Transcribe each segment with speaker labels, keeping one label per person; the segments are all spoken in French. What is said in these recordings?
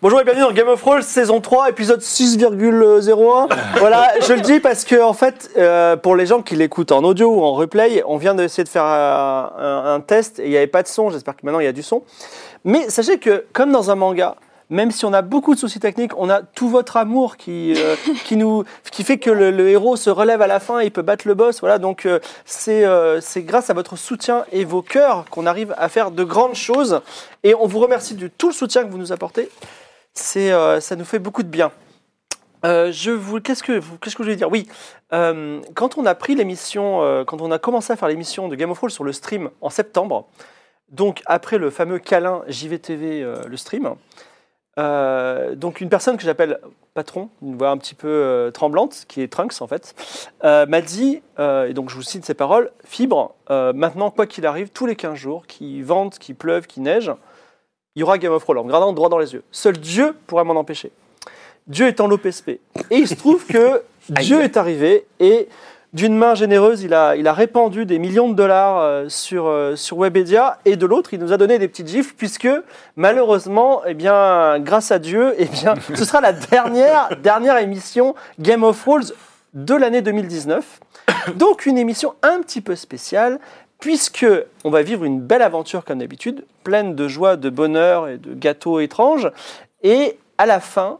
Speaker 1: Bonjour et bienvenue dans Game of Thrones saison 3 épisode 6,01. voilà, je le dis parce que en fait euh, pour les gens qui l'écoutent en audio ou en replay, on vient d'essayer de faire euh, un, un test et il n'y avait pas de son, j'espère que maintenant il y a du son. Mais sachez que comme dans un manga, même si on a beaucoup de soucis techniques, on a tout votre amour qui, euh, qui, nous, qui fait que le, le héros se relève à la fin et il peut battre le boss. Voilà, donc euh, c'est euh, c'est grâce à votre soutien et vos cœurs qu'on arrive à faire de grandes choses. Et on vous remercie de tout le soutien que vous nous apportez. C'est euh, ça nous fait beaucoup de bien. Euh, je vous, qu'est-ce que, vous- qu'est-ce que je voulais dire Oui, euh, quand on a pris l'émission, euh, quand on a commencé à faire l'émission de Game of Thrones sur le stream en septembre, donc après le fameux câlin JVTV, euh, le stream, euh, donc une personne que j'appelle patron, une voix un petit peu euh, tremblante, qui est Trunks en fait, euh, m'a dit, euh, et donc je vous cite ses paroles, Fibre, euh, maintenant quoi qu'il arrive, tous les 15 jours, qu'il vente, qu'il pleuve, qu'il neige, il y aura Game of Thrones, en me regardant droit dans les yeux. Seul Dieu pourra m'en empêcher. Dieu est en l'OPSP. Et il se trouve que Dieu est arrivé et d'une main généreuse, il a, il a répandu des millions de dollars euh, sur, euh, sur Webedia et de l'autre, il nous a donné des petites gifles puisque malheureusement, eh bien, grâce à Dieu, eh bien, ce sera la dernière, dernière émission Game of Thrones de l'année 2019. Donc une émission un petit peu spéciale puisque on va vivre une belle aventure comme d'habitude, pleine de joie, de bonheur et de gâteaux étranges. Et à la fin,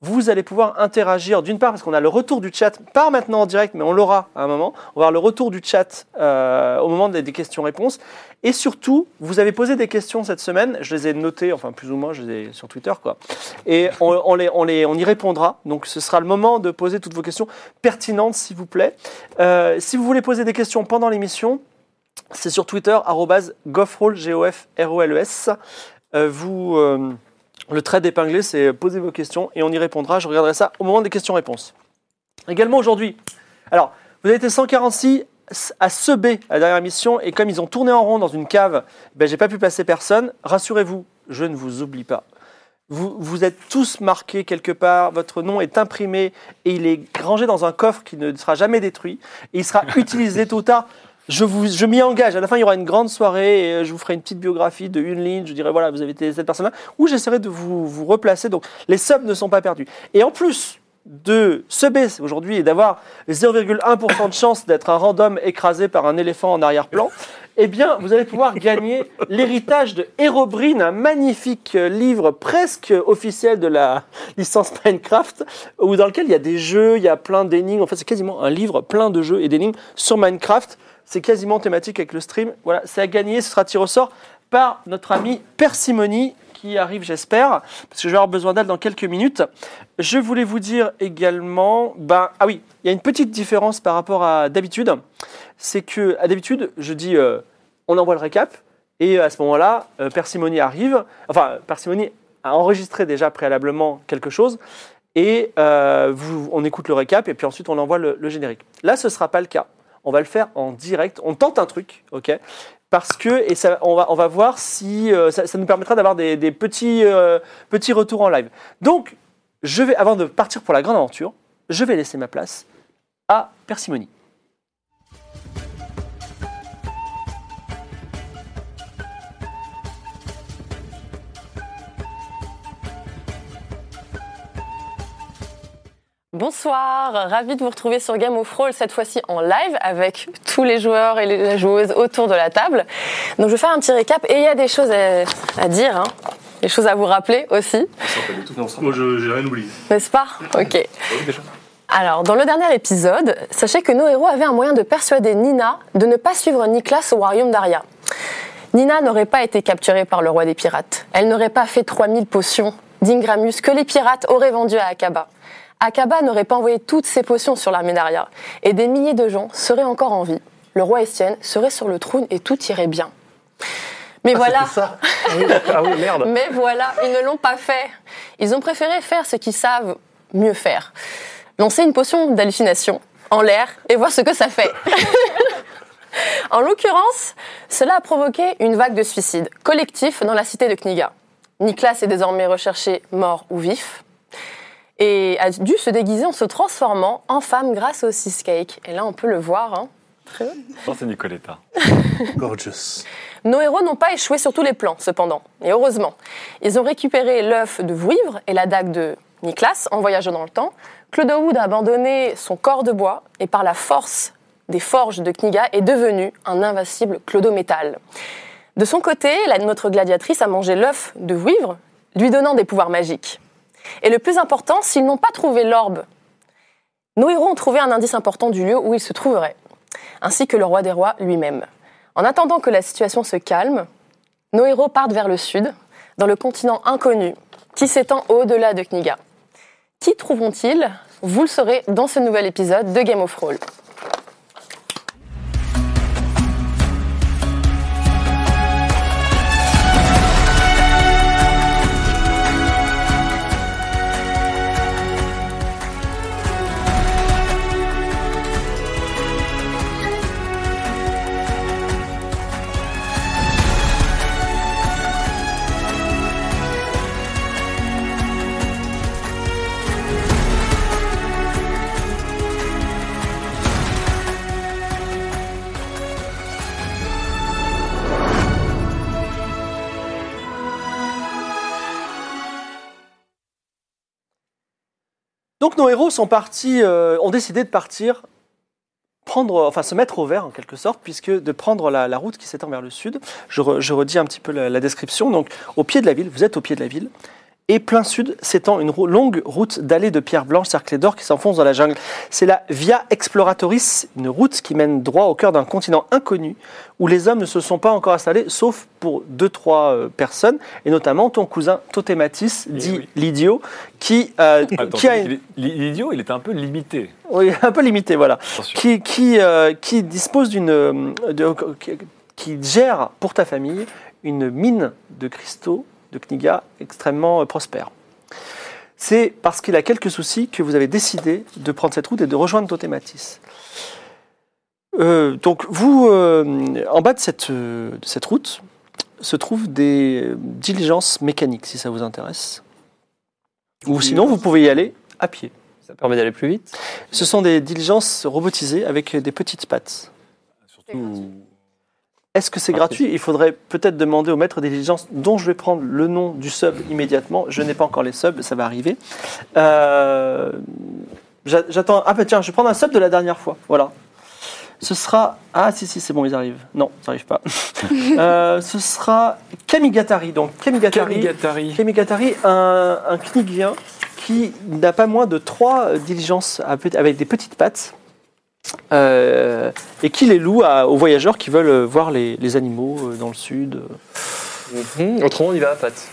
Speaker 1: vous allez pouvoir interagir d'une part parce qu'on a le retour du chat, pas maintenant en direct, mais on l'aura à un moment. On va avoir le retour du chat euh, au moment des, des questions-réponses. Et surtout, vous avez posé des questions cette semaine. Je les ai notées, enfin plus ou moins, je les ai sur Twitter, quoi. Et on, on les, on, les, on y répondra. Donc ce sera le moment de poser toutes vos questions pertinentes, s'il vous plaît. Euh, si vous voulez poser des questions pendant l'émission, c'est sur Twitter, arrobase gofroll, G-O-F-R-O-L-E-S. E Euh, vous, euh, le trait d'épinglé, c'est euh, posez vos questions et on y répondra. Je regarderai ça au moment des questions-réponses. Également aujourd'hui, alors, vous avez été 146 à Sebé à la dernière mission et comme ils ont tourné en rond dans une cave, ben, j'ai pas pu placer personne. Rassurez-vous, je ne vous oublie pas. Vous, vous êtes tous marqués quelque part, votre nom est imprimé et il est rangé dans un coffre qui ne sera jamais détruit et il sera utilisé tôt ou tard. Je, vous- je m'y engage. À la fin, il y aura une grande soirée et euh, je vous ferai une petite biographie de une ligne. Je dirai voilà, vous avez été cette personne-là. Ou j'essaierai de vous, vous replacer. Donc, les subs ne sont pas perdus. Et en plus de se baisser aujourd'hui et d'avoir 0,1% de chance d'être un random écrasé par un éléphant en arrière-plan, eh bien, vous allez pouvoir gagner l'héritage de Herobrine, un magnifique euh, livre presque officiel de la licence Minecraft, où dans lequel il y a des jeux, il y a plein d'énigmes. En fait, c'est quasiment un livre plein de jeux et d'énigmes sur Minecraft. C'est quasiment thématique avec le stream. Voilà, c'est à gagner. Ce sera tiré au sort par notre ami Persimony qui arrive, j'espère, parce que je vais avoir besoin d'elle dans quelques minutes. Je voulais vous dire également, ben, ah oui, il y a une petite différence par rapport à d'habitude. C'est que, à d'habitude, je dis, euh, on envoie le récap, et à ce moment-là, euh, Persimony arrive, enfin, Persimony a enregistré déjà préalablement quelque chose, et euh, vous- on écoute le récap, et puis ensuite on envoie le, le générique. Là, ce ne sera pas le cas. On va le faire en direct. On tente un truc, ok parce que, et ça, on, va, on va voir si euh, ça, ça nous permettra d'avoir des, des petits, euh, petits retours en live. Donc, je vais, avant de partir pour la grande aventure, je vais laisser ma place à Persimony.
Speaker 2: Bonsoir, ravi de vous retrouver sur Game of Thrones, cette fois-ci en live avec tous les joueurs et les- la joueuse autour de la table. Donc je vais faire un petit récap et il y a des choses à, à dire, hein, des choses à vous rappeler aussi,
Speaker 3: Moi, je- j'ai rien oublié. Ah
Speaker 2: n'est-ce pas Ok. Alors, dans le dernier épisode, sachez que nos héros avaient un moyen de persuader Nina de ne pas suivre Niklas au royaume d'Aria. Nina n'aurait pas été capturée par le roi des pirates. Elle n'aurait pas fait 3000 potions d'Ingramus que les pirates auraient vendues à Akaba. Akaba n'aurait pas envoyé toutes ses potions sur l'armée d'Aria. Et des milliers de gens seraient encore en vie. Le roi Estienne serait sur le trône et tout irait bien. Mais voilà.
Speaker 4: C'était ça. Ah oui, ah oui, merde.
Speaker 2: Mais voilà, ils ne l'ont pas fait. Ils ont préféré faire ce qu'ils savent mieux faire. Lancer une potion d'hallucination en l'air et voir ce que ça fait. en l'occurrence, cela a provoqué une vague de suicides collectifs dans la cité de Kniga. Niklas est désormais recherché mort ou vif et a dû se déguiser en se transformant en femme grâce au cake. Et là, on peut le voir. hein.
Speaker 5: Oh, c'est Nicoletta.
Speaker 4: Gorgeous.
Speaker 2: Nos héros n'ont pas échoué sur tous les plans, cependant, et heureusement. Ils ont récupéré l'œuf de Vouivre et la dague de Niklas en voyageant dans le temps. Claude Wood a abandonné son corps de bois et par la force des forges de Kniga est devenu un invincible Clodométal. De son côté, la- notre gladiatrice a mangé l'œuf de Vouivre, lui donnant des pouvoirs magiques. Et le plus important, s'ils n'ont pas trouvé l'orbe, nos héros ont trouvé un indice important du lieu où il se trouverait, ainsi que le roi des rois lui-même. En attendant que la situation se calme, nos héros partent vers le sud, dans le continent inconnu, qui s'étend au-delà de Kniga. Qui trouveront-ils Vous le saurez dans ce nouvel épisode de Game of Roll.
Speaker 1: Donc nos héros sont partis, euh, ont décidé de partir, prendre, enfin se mettre au vert en quelque sorte, puisque de prendre la, la route qui s'étend vers le sud. Je, re- je redis un petit peu la, la description. Donc au pied de la ville, vous êtes au pied de la ville. Et plein sud s'étend une rou- longue route d'allées de pierres blanches cerclées d'or qui s'enfonce dans la jungle. C'est la Via Exploratoris, une route qui mène droit au cœur d'un continent inconnu où les hommes ne se sont pas encore installés, sauf pour deux, trois euh, personnes, et notamment ton cousin Totematis, dit
Speaker 5: Eh oui.
Speaker 1: l'idiot, qui, euh,
Speaker 5: Attends,
Speaker 1: qui a une...
Speaker 5: il- il- L'idiot, il était un peu limité.
Speaker 1: Oui, un peu limité, voilà.
Speaker 5: Attention.
Speaker 1: Qui, qui, euh, qui dispose d'une. euh, de- qui- qui gère pour ta famille une mine de cristaux de Kniga extrêmement euh, prospère. C'est parce qu'il a quelques soucis que vous avez décidé de prendre cette route et de rejoindre Totematis. Euh, donc, vous, euh, en bas de cette, euh, de cette route, se trouvent des euh, diligences mécaniques, si ça vous intéresse. Ou sinon, vous pouvez y aller à pied.
Speaker 6: Ça permet d'aller plus vite.
Speaker 1: Ce sont des diligences robotisées avec des petites pattes.
Speaker 5: Surtout.
Speaker 1: Est-ce que c'est
Speaker 6: Ah,
Speaker 1: gratuit Il faudrait peut-être demander au maître des diligences, dont je vais prendre le nom du sub immédiatement. Je n'ai pas encore les subs, ça va arriver. Euh, j'a- J'attends. Ah, bah tiens, je vais prendre un sub de la dernière fois. Voilà. Ce sera. Ah, si, si, c'est bon, ils arrivent. Non, ça n'arrive pas. Euh, ce sera Kamigatari. Donc, Kamigatari.
Speaker 5: Kamigatari.
Speaker 1: Kemigatari, un, un Knigien qui n'a pas moins de trois euh, diligences à pe- avec des petites pattes euh, et qui les loue à- aux voyageurs qui veulent euh, voir les, les animaux euh, dans le sud.
Speaker 6: Mhm. Autrement, on y va à patte.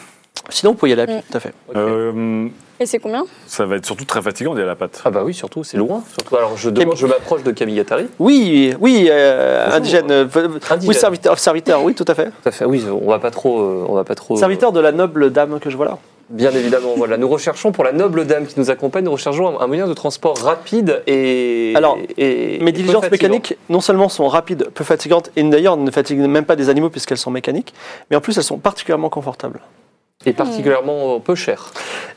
Speaker 1: Sinon, vous pouvez y aller à pied, tout à fait.
Speaker 6: Ok.
Speaker 5: Euh,
Speaker 7: Et c'est combien
Speaker 5: ça va être surtout très fatigant d'y aller à la patte.
Speaker 6: Ah bah oui, surtout, c'est loin. Surtout, alors je, demande- je m'approche de Kamigatari.
Speaker 1: Oui, oui, euh, indigène. euh, v- v-
Speaker 6: Indigène.
Speaker 1: Oui, serviteur, serviteur, oui, tout à fait.
Speaker 6: Tout à fait. Oui, on va pas trop, euh, on va pas trop. euh,
Speaker 1: Serviteur de la noble dame que je vois là.
Speaker 6: Bien évidemment, voilà. Nous recherchons pour la noble dame qui nous accompagne, nous recherchons un, un moyen de transport rapide et.
Speaker 1: Alors,
Speaker 6: et, et
Speaker 1: Mes
Speaker 6: peu
Speaker 1: diligences
Speaker 6: fatigant.
Speaker 1: mécaniques, non seulement sont rapides, peu fatigantes, et d'ailleurs ne fatiguent même pas des animaux puisqu'elles sont mécaniques, mais en plus elles sont particulièrement confortables.
Speaker 6: Et particulièrement euh, peu cher.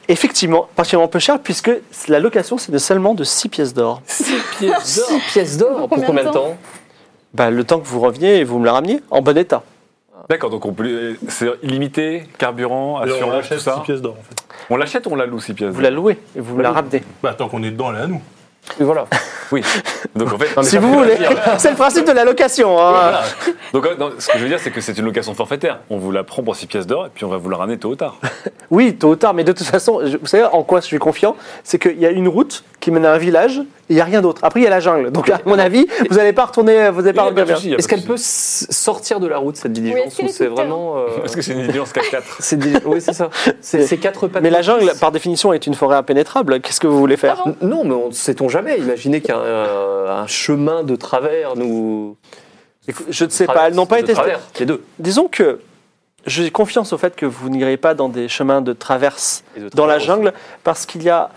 Speaker 1: Effectivement, particulièrement peu cher, puisque la location, c'est de seulement de 6 pièces d'or.
Speaker 6: Pièces d'or. pièces d'or. Pour combien de temps
Speaker 1: Bah, le temps que vous reveniez et vous me la rameniez, en bon état.
Speaker 5: D'accord, donc on peut. C'est illimité, carburant,
Speaker 4: Alors, Ah, on
Speaker 5: assurance, tout
Speaker 4: achète six
Speaker 5: ça.
Speaker 4: pièces d'or, en fait.
Speaker 5: On l'achète ou on la loue, 6 pièces
Speaker 1: Vous la louez et vous me la ramenez.
Speaker 4: Bah, tant qu'on est dedans, elle est à nous.
Speaker 6: Et Voilà.
Speaker 5: Oui. Donc en fait.
Speaker 1: Si vous voulez. C'est le principe de la location. hein.
Speaker 5: Voilà. Donc euh, non, ce que je veux dire, c'est que c'est une location forfaitaire. On vous la prend pour 6 pièces d'or et puis on va vous la ramener tôt ou tard.
Speaker 1: Oui, tôt ou tard, mais de toute façon, je- vous savez en quoi je suis confiant C'est qu'il y a une route qui mène à un village et il n'y a rien d'autre. Après, il y a la jungle. Donc, à mon avis, vous n'allez pas retourner. Vous n'allez pas
Speaker 5: Il y a pas de
Speaker 1: revenir vers-
Speaker 5: souci, il y a
Speaker 6: Est-ce
Speaker 5: pas de
Speaker 6: qu'elle peut s- sortir de la route cette
Speaker 7: Oui,
Speaker 6: diligence
Speaker 7: est-ce qu'elle
Speaker 6: ou
Speaker 7: est
Speaker 6: c'est
Speaker 7: toute terre
Speaker 6: vraiment euh,
Speaker 5: Est-ce que c'est une diligence K4
Speaker 6: c'est des- oui c'est ça c'est c'est quatre pattes
Speaker 1: Mais la jungle, par définition, est une forêt impénétrable. Qu'est-ce que vous voulez faire
Speaker 6: N- non mais on sait-on jamais imaginez qu'un euh, un chemin de travers nous
Speaker 1: Écoute, Je ne sais pas.
Speaker 6: traverse,
Speaker 1: Elles n'ont pas
Speaker 6: de
Speaker 1: été.
Speaker 6: travers les deux
Speaker 1: Disons que j'ai confiance au fait que vous n'irez pas dans des chemins de traverse
Speaker 6: Et de
Speaker 1: dans la
Speaker 6: traverse.
Speaker 1: jungle parce qu'il y a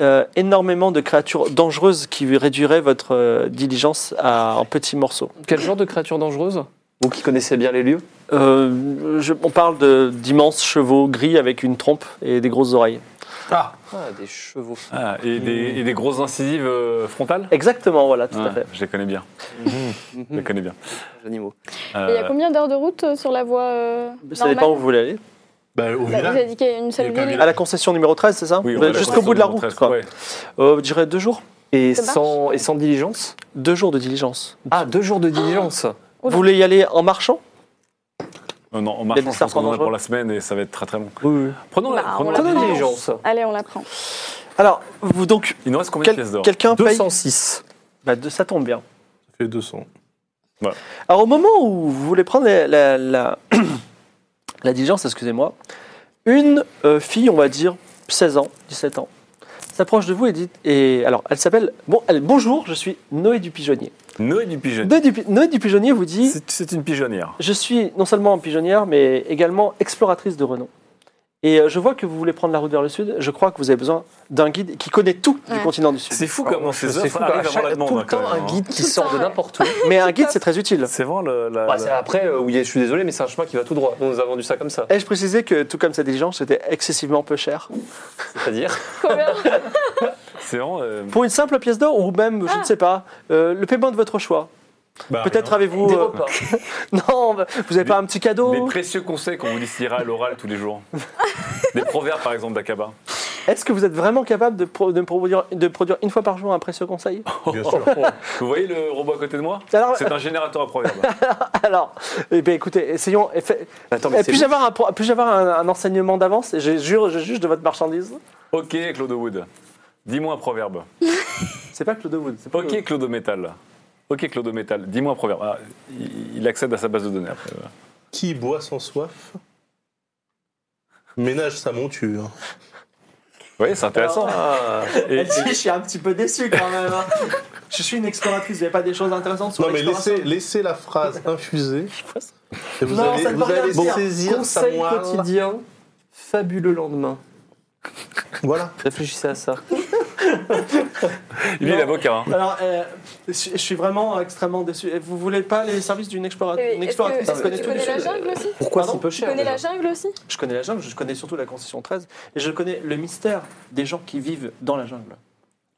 Speaker 1: euh, énormément de créatures dangereuses qui réduiraient votre euh, diligence à en petits morceaux.
Speaker 6: Quel genre de créature dangereuse Vous qui connaissez bien les lieux
Speaker 1: Euh, je- on parle de- d'immenses chevaux gris avec une trompe et des grosses oreilles.
Speaker 4: Ah,
Speaker 6: Ah, des chevaux.
Speaker 5: Ah, et, des, et des grosses incisives euh, frontales
Speaker 1: Exactement, voilà, tout
Speaker 5: Ouais,
Speaker 1: à fait. Mmh.
Speaker 5: Je les connais bien. Je les
Speaker 6: Mhm,
Speaker 5: connais bien.
Speaker 6: Animaux.
Speaker 5: Euh,
Speaker 7: Il y a combien d'heures de route euh, sur la voie euh,
Speaker 1: Ça
Speaker 7: normale
Speaker 1: dépend où vous voulez aller.
Speaker 4: bah, au
Speaker 7: Bah, Vous avez
Speaker 4: village.
Speaker 7: dit qu'il y a une
Speaker 4: Il
Speaker 7: seule
Speaker 4: y a qu'un
Speaker 7: ville.
Speaker 4: village.
Speaker 1: À la concession numéro 13, c'est ça
Speaker 5: Ah oui, on
Speaker 1: Bah,
Speaker 5: va
Speaker 1: Jusqu'au
Speaker 5: passer
Speaker 1: bout de la route,
Speaker 5: treize,
Speaker 1: quoi.
Speaker 5: ouais.
Speaker 1: Euh, je dirais deux jours.
Speaker 6: Et
Speaker 7: Ça marche
Speaker 6: sans, et sans diligence
Speaker 1: Deux jours de diligence.
Speaker 6: Ah, deux jours de diligence
Speaker 1: Vous voulez y aller en marchant
Speaker 5: Euh, non, en
Speaker 1: Il y a des
Speaker 5: marchant, je pense
Speaker 1: serpents
Speaker 5: qu'on en a pour
Speaker 1: dangereux.
Speaker 5: la semaine et ça va être très très long.
Speaker 6: Oui, oui.
Speaker 5: Prenons la.
Speaker 2: Bah,
Speaker 5: prenons
Speaker 2: on
Speaker 5: la-
Speaker 6: Pas de
Speaker 7: prend.
Speaker 6: diligence.
Speaker 7: Allez, on la prend.
Speaker 1: Alors, vous donc,
Speaker 5: Il nous reste combien
Speaker 1: quel-
Speaker 5: de pièces d'or
Speaker 1: quelqu'un paye
Speaker 6: 206.
Speaker 1: bah, de- Ça tombe bien.
Speaker 4: Ça fait 200.
Speaker 1: Alors au moment où vous voulez prendre la, la, la- la diligence, excusez-moi, une euh, fille, on va dire 16 ans, 17 ans, s'approche de vous et dit, et alors elle s'appelle, bon, elle- bonjour, je suis Noé du Pigeonnier.
Speaker 5: Noé du pigeon.
Speaker 1: Noé du, Pi- Noé du Pigeonnier vous dit,
Speaker 5: C'est c'est une pigeonnière.
Speaker 1: je suis non seulement pigeonnière, mais également exploratrice de renom. Et euh, je vois que vous voulez prendre la route vers le sud, je crois que vous avez besoin d'un guide qui connaît tout du
Speaker 7: Ouais.
Speaker 1: continent du sud.
Speaker 5: C'est fou comment ces
Speaker 6: C'est fou,
Speaker 5: œufs
Speaker 6: quoi. À
Speaker 5: arrivent
Speaker 6: chaque-
Speaker 5: avant la demande.
Speaker 6: tout
Speaker 5: hein,
Speaker 6: le
Speaker 5: quand
Speaker 6: temps,
Speaker 5: même,
Speaker 6: un
Speaker 5: hein.
Speaker 6: guide qui sort de n'importe où.
Speaker 1: Mais un guide, c'est très utile.
Speaker 5: C'est vraiment le. la-
Speaker 6: Bah,
Speaker 5: la-
Speaker 6: c'est après, euh, oui, je suis désolé, mais c'est un chemin qui va tout droit. On nous a vendu ça comme ça.
Speaker 1: Et je précisais que tout comme sa diligence, c'était excessivement peu cher.
Speaker 6: C'est-à-dire
Speaker 7: Combien
Speaker 5: C'est vraiment. euh,
Speaker 1: Pour une simple pièce d'or ou même, je
Speaker 6: Ah.
Speaker 1: ne sais pas, euh, le paiement de votre choix.
Speaker 4: Bah,
Speaker 1: Peut-être
Speaker 4: rien.
Speaker 1: avez-vous...
Speaker 6: des
Speaker 1: euh,
Speaker 6: repas.
Speaker 1: non, bah, vous n'avez pas un petit
Speaker 5: Des
Speaker 1: cadeau
Speaker 5: précieux conseils qu'on vous distillera à l'oral tous les jours. Des proverbes, par exemple, d'Akaba.
Speaker 1: Est-ce que vous êtes vraiment capable de, pro- de, me produire, de produire une fois par jour un précieux conseil
Speaker 4: Bien sûr.
Speaker 5: Vous voyez le robot à côté de moi
Speaker 1: Alors,
Speaker 5: C'est un générateur à proverbes.
Speaker 1: alors eh bien, écoutez, essayons... et fait-
Speaker 6: Attends,
Speaker 1: eh,
Speaker 6: mais c'est
Speaker 1: Puis-je avoir, un, pro- puis-je avoir un, un enseignement d'avance Et Je jure, je juge de votre marchandise.
Speaker 5: Ok, Claude Wood. Dis-moi un proverbe.
Speaker 1: C'est pas Claude Wood. c'est pas Claude
Speaker 5: Ok, Claude Métal. Ok, Claude Métal. Dis-moi un proverbe. Ah, il il accède à sa base de données après. euh. voilà.
Speaker 4: Qui boit sans soif Ménage sa monture.
Speaker 5: Vous voyez, c'est intéressant. Et-
Speaker 1: Wood. Je suis un petit peu déçu quand même. hein. Je suis une exploratrice, il n'y a pas des choses intéressantes sur
Speaker 4: Non, mais
Speaker 1: l'exploration
Speaker 4: laissez, laissez la phrase infuser. Et vous
Speaker 1: Non,
Speaker 4: allez,
Speaker 1: ça ne
Speaker 4: vous
Speaker 1: veut rien
Speaker 4: allez
Speaker 1: dire.
Speaker 4: saisir sa
Speaker 6: Conseil
Speaker 4: moelle.
Speaker 6: quotidien, fabuleux lendemain.
Speaker 4: Voilà.
Speaker 6: Réfléchissez à ça.
Speaker 5: il est l'avocat. hein.
Speaker 1: Alors, euh, je je suis vraiment extrêmement déçu. Et Vous voulez pas les services d'une explora-
Speaker 7: Est-ce
Speaker 1: une
Speaker 7: que-
Speaker 1: exploratrice
Speaker 7: est-ce
Speaker 1: qui
Speaker 7: que
Speaker 1: connaît euh,
Speaker 7: tu
Speaker 1: tout du
Speaker 7: connais la
Speaker 1: sud
Speaker 7: jungle aussi
Speaker 6: Pourquoi
Speaker 1: Pardon
Speaker 6: si peu
Speaker 7: Tu
Speaker 6: cher
Speaker 7: connais
Speaker 6: déjà
Speaker 7: la jungle aussi
Speaker 1: Je connais la jungle, je connais surtout la concession 13, et je connais le mystère des gens qui vivent dans la jungle.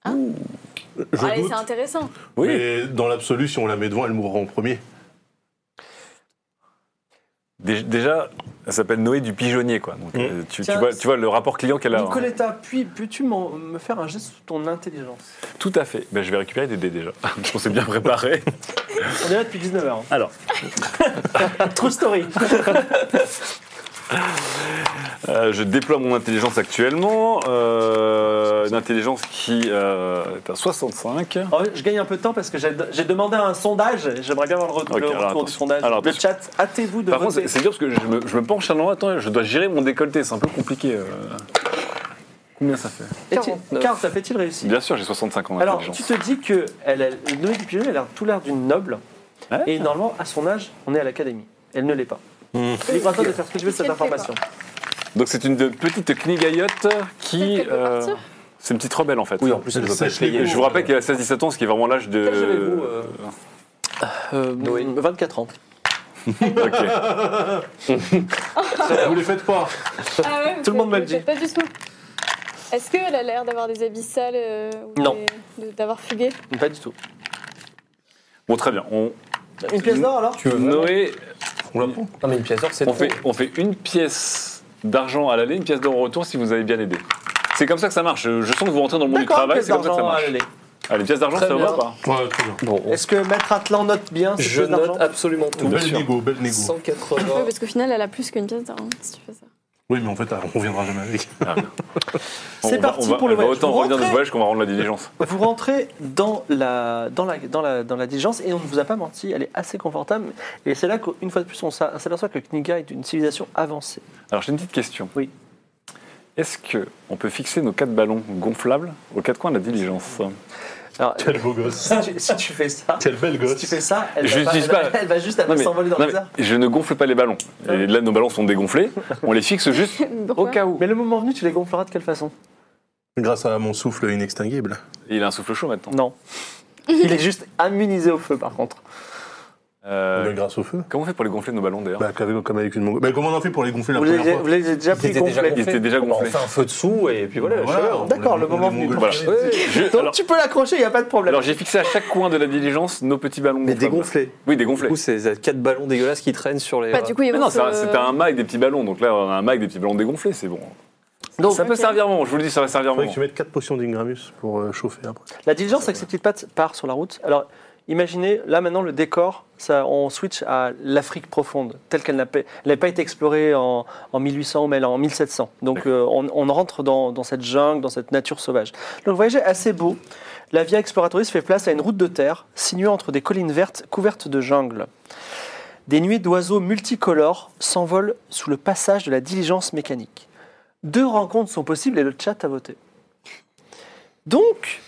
Speaker 4: Je
Speaker 7: Allez,
Speaker 4: doute,
Speaker 7: c'est intéressant.
Speaker 5: Oui.
Speaker 4: mais dans l'absolu, si on la met devant, elle mourra en premier.
Speaker 5: Dé- Déjà, elle s'appelle Noé du Pigeonnier. Quoi. Donc,
Speaker 4: Mm.
Speaker 5: euh, tu, tu
Speaker 1: Tiens,
Speaker 5: vois, tu vois le rapport client qu'elle a. hein.
Speaker 1: Nicoletta, puis, peux-tu m'en- me faire un geste sous ton intelligence
Speaker 5: Tout à fait. Ben, je vais récupérer des dés déjà. On s'est bien préparé.
Speaker 1: On est là depuis 19h.
Speaker 5: Alors.
Speaker 1: True story.
Speaker 5: Euh, je déploie mon intelligence actuellement. Euh, une intelligence qui euh, est à 65.
Speaker 1: Alors, je gagne un peu de temps parce que j'ai j'ai demandé un sondage, et j'aimerais bien avoir le, re-
Speaker 5: Ok,
Speaker 1: le
Speaker 5: alors,
Speaker 1: retour du
Speaker 5: attention.
Speaker 1: sondage.
Speaker 5: Alors,
Speaker 1: le
Speaker 5: attention.
Speaker 1: chat, hâtez-vous de
Speaker 5: Par contre,
Speaker 1: voter.
Speaker 5: c'est- c'est dur parce que je me, je me penche à l'endroit. Attends, je dois gérer mon décolleté. C'est un peu compliqué. euh. Combien ça fait
Speaker 1: Est-il- Karl, ça fait-il réussir
Speaker 5: Bien sûr, j'ai 65 ans
Speaker 1: Alors,
Speaker 5: d'intelligence.
Speaker 1: tu te dis que elle, elle, Noé du Pigeon, elle a tout l'air d'une noble,
Speaker 5: Ouais.
Speaker 1: et normalement, à son âge, on est à l'académie. Elle ne l'est pas.
Speaker 5: Hmm.
Speaker 1: Libre à toi de faire ce que tu veux de cette
Speaker 7: Qu'elle fait pas.
Speaker 1: information.
Speaker 5: Donc, c'est une de- petite knigaillotte qui.
Speaker 7: Peut-être qu'elle peut
Speaker 5: euh,
Speaker 7: partir.
Speaker 5: c'est une petite rebelle en fait.
Speaker 6: Oui, en plus, elle ne veut pas
Speaker 4: Sèche
Speaker 6: être
Speaker 4: les
Speaker 6: payée.
Speaker 5: Je vous rappelle qu'elle a 16-17 ans, ce qui est vraiment l'âge de.
Speaker 6: Quel âge avez-vous, euh,
Speaker 1: Euh,
Speaker 6: Noé.
Speaker 1: 24 ans.
Speaker 5: Ok.
Speaker 4: vous les faites pas.
Speaker 7: Ah ouais,
Speaker 1: Tout le monde me le dit.
Speaker 7: Pas du tout. Est-ce qu'elle a l'air d'avoir des habits sales euh, ou
Speaker 1: Non.
Speaker 7: des- de- D'avoir fugué
Speaker 1: Pas du tout.
Speaker 5: Bon, très bien. On...
Speaker 1: Une pièce d'or alors
Speaker 6: Tu veux vraiment-
Speaker 5: Noé,
Speaker 4: On la prend.
Speaker 6: Non, mais une pièce d'or, c'est
Speaker 5: on
Speaker 6: trop.
Speaker 5: fait, on fait une pièce d'argent à l'aller, une pièce d'or au retour si vous avez bien aidé. C'est comme ça que ça marche. Je je sens que vous rentrez dans le monde du
Speaker 1: D'accord,
Speaker 5: travail,
Speaker 1: pièce
Speaker 5: c'est comme ça que ça
Speaker 1: d'argent.
Speaker 5: marche.
Speaker 1: allez.
Speaker 5: Allez, pièce d'argent,
Speaker 6: Très
Speaker 5: ça vous va
Speaker 6: bien.
Speaker 5: ou pas
Speaker 4: Ouais, très bien.
Speaker 6: Bon, on-
Speaker 1: Est-ce que Maître Atlan note bien ces
Speaker 6: je
Speaker 1: pièces d'argent
Speaker 6: note absolument tout.
Speaker 4: Belle
Speaker 5: sûr.
Speaker 4: négo, belle négo.
Speaker 6: 180.
Speaker 7: Oui, parce qu'au final, elle a plus qu'une pièce d'or, hein, si tu fais ça.
Speaker 4: Oui, mais en fait, ah, on reviendra jamais avec.
Speaker 1: C'est
Speaker 5: On va-
Speaker 1: parti
Speaker 5: on va,
Speaker 1: pour le
Speaker 5: on va
Speaker 1: voyage.
Speaker 5: autant
Speaker 1: Vous
Speaker 5: revenir de
Speaker 1: rentrez
Speaker 5: ce voyage qu'on va rendre la diligence.
Speaker 1: Vous rentrez dans la, dans, la, dans, la, dans la diligence et on ne vous a pas menti, elle est assez confortable. Et c'est là qu'une fois de plus, on s'a- s'aperçoit que Kniga est une civilisation avancée.
Speaker 5: Alors, j'ai une petite question.
Speaker 1: Oui.
Speaker 5: Est-ce que on peut fixer nos quatre ballons gonflables aux quatre coins de la diligence
Speaker 1: Alors,
Speaker 4: Quel beau gosse.
Speaker 8: Si tu, si tu fais ça,
Speaker 4: Quel bel
Speaker 8: si
Speaker 4: gosse.
Speaker 8: tu fais ça, elle,
Speaker 5: Je
Speaker 8: va,
Speaker 5: l'utilise
Speaker 8: elle-
Speaker 5: pas.
Speaker 8: elle va juste après
Speaker 5: mais-
Speaker 8: s'envoler dans
Speaker 5: non,
Speaker 8: les airs.
Speaker 5: mais je ne gonfle pas les ballons. Et là, nos ballons sont dégonflés. On les fixe juste au
Speaker 7: Pourquoi
Speaker 5: cas où.
Speaker 1: Mais le moment venu, tu les gonfleras de quelle façon
Speaker 4: Grâce à mon souffle inextinguible.
Speaker 5: Il a un souffle chaud maintenant.
Speaker 1: Non. Il est juste immunisé au feu, par contre.
Speaker 5: Euh,
Speaker 4: Mais Ben, grâce au feu.
Speaker 5: comment on fait pour les gonfler nos ballons d'ailleurs
Speaker 4: Bah, comme comme avec une mongo. Mais comment on en fait pour les gonfler la
Speaker 1: Vous
Speaker 4: première
Speaker 1: les,
Speaker 4: fois
Speaker 1: vous les avez déjà
Speaker 6: Ils
Speaker 1: pris
Speaker 6: étaient déjà
Speaker 1: gonflés.
Speaker 5: Ils étaient déjà
Speaker 6: Bon, On
Speaker 5: gonflés.
Speaker 6: fait un feu dessous et puis voilà, la
Speaker 4: Voilà,
Speaker 6: chaleur.
Speaker 4: on
Speaker 1: D'accord,
Speaker 4: les-
Speaker 1: le
Speaker 4: on
Speaker 1: moment
Speaker 4: les
Speaker 1: venu.
Speaker 4: mongole.
Speaker 5: Voilà.
Speaker 6: Ouais.
Speaker 5: Je-
Speaker 1: Donc
Speaker 5: alors,
Speaker 1: tu peux l'accrocher, il n'y a pas de problème.
Speaker 5: alors, j'ai fixé à chaque coin de la diligence nos petits ballons.
Speaker 1: mais
Speaker 5: gonflables.
Speaker 1: dégonflé.
Speaker 5: Oui,
Speaker 6: Du
Speaker 5: dégonflés.
Speaker 6: coup, c'est c'est quatre ballons dégueulasses qui traînent sur les.
Speaker 7: Bah, du coup, il
Speaker 5: Mais
Speaker 7: va
Speaker 5: non,
Speaker 7: se-
Speaker 5: c'est un- c'était
Speaker 7: euh,
Speaker 5: un mag des petits ballons. Donc là, on a un mag des petits ballons dégonflés, c'est bon.
Speaker 1: Donc,
Speaker 5: ça peut
Speaker 7: ok.
Speaker 5: servir bon, je vous le dis, ça va servir
Speaker 4: Faudrait
Speaker 5: bon.
Speaker 4: que tu mettes 4 potions d'Ingramus pour euh, chauffer après.
Speaker 1: La diligence avec ses petites pattes part sur la route. Alors, imaginez, là maintenant, le décor, ça, on switch à l'Afrique profonde, telle qu'elle n'a pas- elle n'a pas été explorée en, en 1800, mais elle est en 1700. Donc, euh, on, on rentre dans, dans cette jungle, dans cette nature sauvage. Donc, voyager assez beau. La Via Exploratoris fait place à une route de terre, sinuée entre des collines vertes couvertes de jungle. Des nuées d'oiseaux multicolores s'envolent sous le passage de la diligence mécanique. Deux rencontres sont possibles et le chat a voté. Donc,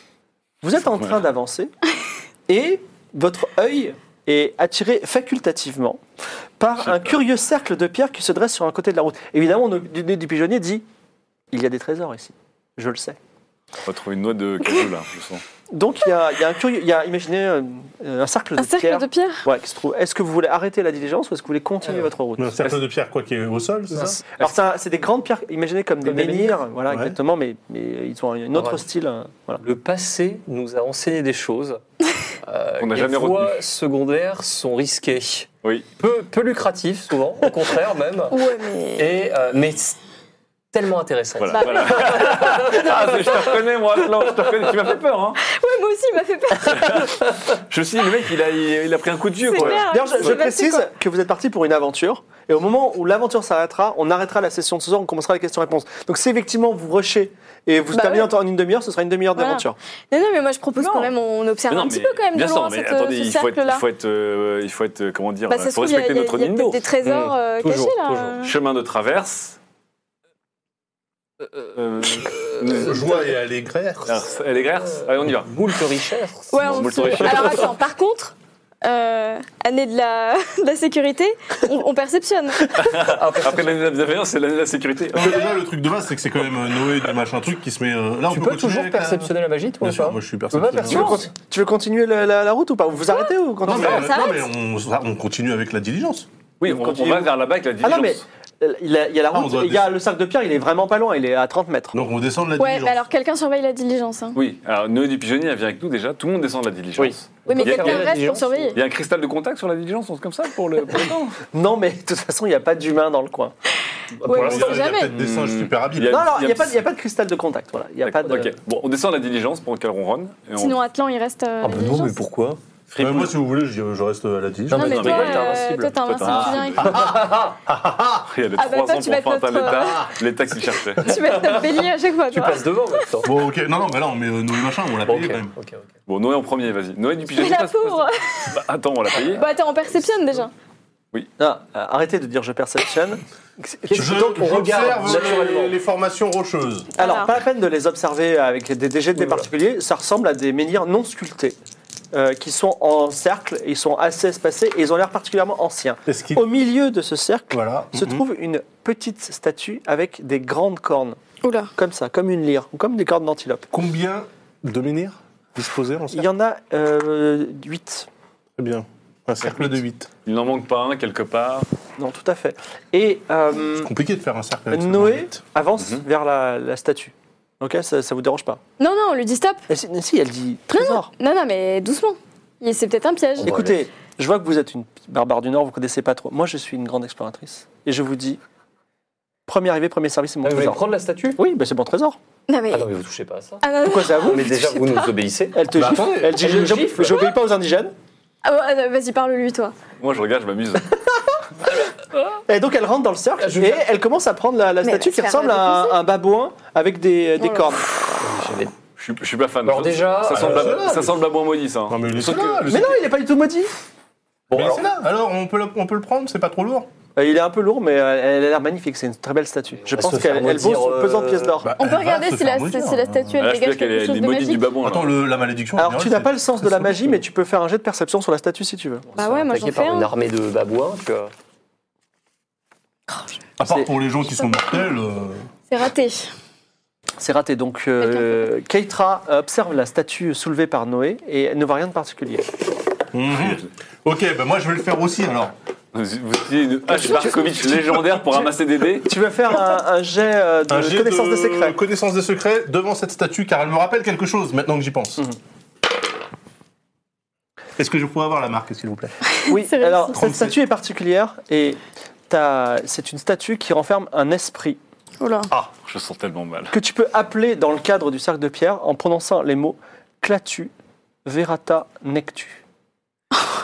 Speaker 1: vous êtes en train d'avancer et votre œil est attiré facultativement par un curieux cercle de pierres qui se dresse sur un côté de la route. Évidemment, le nez du pigeonnier dit Il y a des trésors ici. Je le sais.
Speaker 5: On va trouver une noix de cajou là, je sens.
Speaker 1: Donc, il y a, il y a un curieux. il y a, imaginez euh, un cercle de
Speaker 7: Un cercle
Speaker 1: pierres.
Speaker 7: de pierre
Speaker 1: Ouais, qui se trouve. Est-ce que vous voulez arrêter la diligence ou est-ce que vous voulez continuer votre route
Speaker 4: Mais Un cercle de pierre, quoi, qui est au sol, c'est ça
Speaker 1: Alors, ça, c'est des grandes pierres, imaginez comme des
Speaker 6: Comme des
Speaker 1: menhirs, voilà,
Speaker 4: Ouais.
Speaker 1: exactement, mais, mais ils ont un autre
Speaker 6: Ouais.
Speaker 1: style. euh, Voilà.
Speaker 6: Le passé nous a enseigné des choses. Euh,
Speaker 5: Qu'on n'a
Speaker 6: les
Speaker 5: jamais
Speaker 6: voies
Speaker 5: retenues.
Speaker 6: secondaires sont risquées.
Speaker 5: Oui.
Speaker 6: Peu, peu lucratives, souvent, au contraire même.
Speaker 7: Ouais, mais.
Speaker 6: Et, euh, mais c'est tellement
Speaker 7: Bah,
Speaker 6: intéressantes.
Speaker 5: Voilà. voilà. ah, c'est- je te reconnais, moi, Atlan, je te reconnais. Tu m'as fait peur, hein.
Speaker 7: Ouais, moi aussi, il m'a fait peur.
Speaker 5: Je me suis dit, le mec, il a, il a pris un coup de vieux,
Speaker 7: C'est
Speaker 5: quoi.
Speaker 7: clair.
Speaker 1: D'ailleurs, je, je
Speaker 7: C'est
Speaker 1: précise
Speaker 7: passé,
Speaker 1: que vous êtes parti pour une aventure, et au moment où l'aventure s'arrêtera, on arrêtera la session de ce soir, on commencera les questions-réponses. Donc, si effectivement vous rushez et vous
Speaker 7: Bah
Speaker 1: terminez
Speaker 7: ouais.
Speaker 1: en- en une demi-heure, ce sera une demi-heure
Speaker 7: Voilà.
Speaker 1: d'aventure.
Speaker 7: quoi. Non, non, mais moi, je propose
Speaker 5: Non.
Speaker 7: quand même, on observe
Speaker 5: Mais
Speaker 7: un
Speaker 5: non,
Speaker 7: petit
Speaker 5: mais
Speaker 7: peu quand même de
Speaker 5: bien sûr,
Speaker 7: loin
Speaker 5: mais
Speaker 7: cette- euh,
Speaker 5: attendez,
Speaker 7: ce
Speaker 5: il faut être, il
Speaker 7: cercle-là.
Speaker 5: faut être, euh, il faut être, euh, comment dire,
Speaker 7: Bah,
Speaker 5: il
Speaker 7: ça se
Speaker 5: faut
Speaker 7: trouve, il y a,
Speaker 5: respecter
Speaker 7: il y a-
Speaker 5: notre
Speaker 7: il y a
Speaker 5: Nindo.
Speaker 7: peut-être des trésors
Speaker 6: Mmh.
Speaker 7: euh,
Speaker 6: Toujours,
Speaker 7: cachés là.
Speaker 6: toujours.
Speaker 5: Chemin de traverse. Euh, euh,
Speaker 4: Joie et allégresse.
Speaker 5: Grerse. Elle est Grerse Allez, on y va.
Speaker 6: Boule de richesse.
Speaker 7: Ouais,
Speaker 5: Bon,
Speaker 7: on
Speaker 5: vous le
Speaker 7: se...
Speaker 5: saurez.
Speaker 7: Alors attends, par contre, euh, année de la, de la sécurité, on, on perceptionne.
Speaker 5: Après l'année de la bienveillance, c'est l'année de la sécurité.
Speaker 4: Parce que déjà, le truc de base, c'est que c'est quand même euh, Noé du machin truc qui se met. euh, Là, on
Speaker 6: Tu peux
Speaker 4: continuer
Speaker 6: toujours
Speaker 4: avec la-
Speaker 6: perceptionner la magie, toi
Speaker 4: Bien
Speaker 6: ou
Speaker 4: sûr,
Speaker 6: pas
Speaker 4: moi je suis
Speaker 6: peux pas
Speaker 4: perceptionnel.
Speaker 1: Tu veux,
Speaker 6: Non.
Speaker 1: conti- tu veux continuer la, la- la route ou pas Vous vous arrêtez ou
Speaker 4: Non,
Speaker 1: continuez
Speaker 4: mais, euh,
Speaker 7: on
Speaker 4: non,
Speaker 7: s'arrête.
Speaker 4: mais on, on continue avec la diligence.
Speaker 5: Oui, on, on va vers là-bas avec la
Speaker 1: Ah
Speaker 5: diligence.
Speaker 1: non, mais euh, il y a, il y a la
Speaker 4: Ah, on
Speaker 1: route,
Speaker 4: doit
Speaker 1: il y a le cercle de pierre, il est vraiment pas loin, il est à 30 mètres.
Speaker 4: Donc on descend de la
Speaker 7: Ouais,
Speaker 4: diligence.
Speaker 7: mais alors quelqu'un surveille la diligence. Hein.
Speaker 5: Oui, alors Noé du Pigeonnier, elle vient avec nous déjà. Tout le monde descend de la diligence.
Speaker 7: Oui, mais
Speaker 5: Il y a- il y
Speaker 7: quelqu'un
Speaker 5: a-
Speaker 7: reste pour
Speaker 6: diligence,
Speaker 7: surveiller.
Speaker 5: Il y a un cristal de contact sur la diligence, on se comme ça pour le. Pour le temps.
Speaker 1: Non, mais de toute façon, il n'y a pas d'humain dans le coin.
Speaker 7: Ouais,
Speaker 4: Pour
Speaker 7: on
Speaker 4: l'instant,
Speaker 7: sait
Speaker 4: il y a
Speaker 7: jamais. Hmm.
Speaker 4: peut-être des singes super habiles. Euh,
Speaker 5: Il y a-
Speaker 1: Non, alors, il
Speaker 5: il
Speaker 1: n'y
Speaker 5: y a
Speaker 1: a, pas de-
Speaker 5: petit-
Speaker 1: il y a pas de cristal de contact, voilà. Il y a pas de...
Speaker 5: Ok, bon, on descend de la diligence pendant qu'elle ronronne. Et on...
Speaker 7: Sinon, Atlan, il reste.
Speaker 6: Ah,
Speaker 7: euh, la
Speaker 6: bah non,
Speaker 7: diligence.
Speaker 6: mais pourquoi
Speaker 4: Ouais, moi, si vous voulez, je, je reste euh, à la diligence.
Speaker 7: Non, mais
Speaker 5: Non,
Speaker 7: toi,
Speaker 5: mais toi, t'es
Speaker 7: euh,
Speaker 6: invincible.
Speaker 7: toi, t'es
Speaker 5: Toi, t'es
Speaker 7: invincible, tu viens
Speaker 5: invincible. il y a les
Speaker 7: Ah, bah,
Speaker 5: trois
Speaker 7: toi,
Speaker 5: ans
Speaker 7: tu vas
Speaker 5: pour
Speaker 7: être
Speaker 5: enfin atteindre
Speaker 7: notre-
Speaker 5: l'état, l'état qu'il cherchait.
Speaker 7: avec- Tu vas être bélier à chaque fois,
Speaker 6: Tu
Speaker 7: tu vois.
Speaker 6: passes devant maintenant.
Speaker 4: Bon, ok, non, non, mais là, on met euh, Noé machin, on l'a payé
Speaker 6: Ok,
Speaker 4: quand même.
Speaker 6: ok, ok.
Speaker 5: Bon, Noé en premier, vas-y. Noé du
Speaker 7: Mais
Speaker 5: Pigeonnier.
Speaker 7: la
Speaker 5: passe-
Speaker 7: pauvre
Speaker 5: passe- Bah, attends, on l'a payé.
Speaker 7: Bah attends, on perceptionne déjà.
Speaker 1: Non, euh, arrêtez de dire je perceptionne.
Speaker 4: Je,
Speaker 1: Donc, on regarde
Speaker 4: j'observe
Speaker 1: naturellement.
Speaker 4: les, les formations rocheuses.
Speaker 1: Alors,
Speaker 7: Voilà.
Speaker 1: pas la peine de les observer avec des déchets des
Speaker 6: Oui, voilà.
Speaker 1: particuliers, ça ressemble à des menhirs non sculptés, euh, qui sont en cercle, ils sont assez espacés et ils ont l'air particulièrement anciens.
Speaker 4: Est-ce qu'il-
Speaker 1: Au milieu de ce cercle
Speaker 4: Voilà.
Speaker 1: se
Speaker 4: Mhm.
Speaker 1: trouve une petite statue avec des grandes cornes,
Speaker 7: Oula.
Speaker 1: comme ça, comme une lyre, ou comme des cornes d'antilope.
Speaker 4: Combien de menhirs disposés en
Speaker 1: Il
Speaker 4: cercle
Speaker 1: y en a euh, 8.
Speaker 4: Très bien. Un cercle de 8.
Speaker 5: Il n'en manque pas un quelque part.
Speaker 1: Non, tout à fait. Et euh,
Speaker 4: C'est compliqué de faire un cercle avec seulement
Speaker 1: Noé
Speaker 4: huit.
Speaker 1: avance
Speaker 5: Mhm.
Speaker 1: vers la, la statue. Ok, ça, ça vous dérange pas
Speaker 7: Non, non, on lui dit stop.
Speaker 1: Eh, si, si, elle dit trésor.
Speaker 7: Non, non, mais doucement. Il- C'est peut-être un piège.
Speaker 6: On va
Speaker 1: Écoutez, je vois que vous êtes une barbare du Nord, vous connaissez pas trop. Moi, je suis une grande exploratrice. Et je vous dis, premier arrivé, premier service, c'est mon
Speaker 6: Ah, Vous voulez
Speaker 1: trésor.
Speaker 6: prendre la statue
Speaker 1: Oui, bah, c'est mon trésor.
Speaker 7: Non, mais.
Speaker 6: Ah non, mais vous touchez pas à ça.
Speaker 7: Ah, non, non.
Speaker 1: Pourquoi c'est à vous
Speaker 6: Mais déjà, vous nous obéissez.
Speaker 1: Elle te
Speaker 6: Bah,
Speaker 1: gifle.
Speaker 6: attendez,
Speaker 1: Elle dit,
Speaker 6: elle nous
Speaker 1: je-
Speaker 6: gifle.
Speaker 1: j'obéis pas aux indigènes.
Speaker 7: Ah, ouais, ah, Vas-y, parle-lui, toi.
Speaker 5: Moi, je regarde, je m'amuse.
Speaker 1: Et donc, elle rentre dans le cercle
Speaker 6: Ah, Je
Speaker 1: et
Speaker 6: vais
Speaker 1: elle commence à prendre la, la
Speaker 7: Mais elle
Speaker 1: statue
Speaker 7: va
Speaker 1: qui
Speaker 7: se faire
Speaker 1: ressemble à un, un babouin avec des, des
Speaker 7: Oh là.
Speaker 1: cornes.
Speaker 5: Je suis, je suis pas fan.
Speaker 6: Alors
Speaker 5: Je-
Speaker 6: déjà,
Speaker 5: ça semble,
Speaker 4: euh,
Speaker 5: la-
Speaker 4: voilà,
Speaker 5: ça
Speaker 4: mais-
Speaker 5: semble la moins hein. maudit, ça.
Speaker 4: Non, mais laissez-le.
Speaker 5: Sauf
Speaker 4: là,
Speaker 5: que-
Speaker 4: laissez-
Speaker 1: Mais non, il est pas du tout maudit.
Speaker 6: Bon,
Speaker 4: Mais
Speaker 6: alors,
Speaker 4: laissez-la. Alors, on peut, le, on peut le prendre, c'est pas trop lourd.
Speaker 1: Euh, Il est un peu lourd, mais euh, elle a l'air magnifique. C'est une très belle statue. Je
Speaker 6: va
Speaker 1: pense
Speaker 6: se faire
Speaker 1: qu'elle elle vaut
Speaker 6: maudire,
Speaker 1: son
Speaker 6: euh,
Speaker 1: pesante pièce d'or.
Speaker 4: Bah,
Speaker 7: On
Speaker 4: elle
Speaker 7: peut
Speaker 4: va
Speaker 7: regarder
Speaker 4: se
Speaker 7: si
Speaker 4: faire
Speaker 7: la,
Speaker 4: maudire.
Speaker 1: hein.
Speaker 7: si la statue
Speaker 5: Ah,
Speaker 7: elle
Speaker 5: là, je peux
Speaker 7: dégage
Speaker 5: dire qu'elle
Speaker 7: quelque
Speaker 5: est- elle
Speaker 7: chose
Speaker 5: est
Speaker 7: de
Speaker 5: maudite du
Speaker 7: magique.
Speaker 5: babouin. là.
Speaker 4: Attends, le- la malédiction. en
Speaker 1: Alors,
Speaker 4: général,
Speaker 1: tu n'as
Speaker 4: c'est-
Speaker 1: pas le sens de la
Speaker 4: c'est-
Speaker 1: magie, mais tu peux faire un jet de perception sur la statue si tu veux.
Speaker 7: Bah ouais, moi, j'en
Speaker 6: Attaqué
Speaker 7: fais
Speaker 6: par une
Speaker 7: un.
Speaker 6: armée de babouins, tu vois.
Speaker 4: À part
Speaker 1: c'est-
Speaker 4: pour les gens qui sont mortels. euh,
Speaker 7: C'est raté.
Speaker 1: C'est raté. Donc, euh, Keitra observe la statue soulevée par Noé et elle ne voit rien de particulier.
Speaker 4: mhm. Ok, bah moi je vais le faire aussi alors.
Speaker 5: Vous vous utilisez une hache Barkovitch légendaire pour ramasser des dés
Speaker 1: Tu vas faire un, un jet euh, de
Speaker 4: Un jet
Speaker 1: connaissance
Speaker 4: de-
Speaker 1: des secrets.
Speaker 4: Connaissance des secrets devant cette statue, car elle me rappelle quelque chose maintenant que j'y pense.
Speaker 7: Mhm.
Speaker 4: Est-ce que je pourrais avoir la marque, s'il vous plaît
Speaker 1: Oui,
Speaker 7: C'est réussi.
Speaker 1: alors cette
Speaker 4: 37.
Speaker 1: statue est particulière et t'as- c'est une statue qui renferme un esprit
Speaker 7: Oh là.
Speaker 5: Ah, je sens tellement mal.
Speaker 1: que tu peux appeler dans le cadre du cercle de pierre en prononçant les mots clatu, verata, nectu.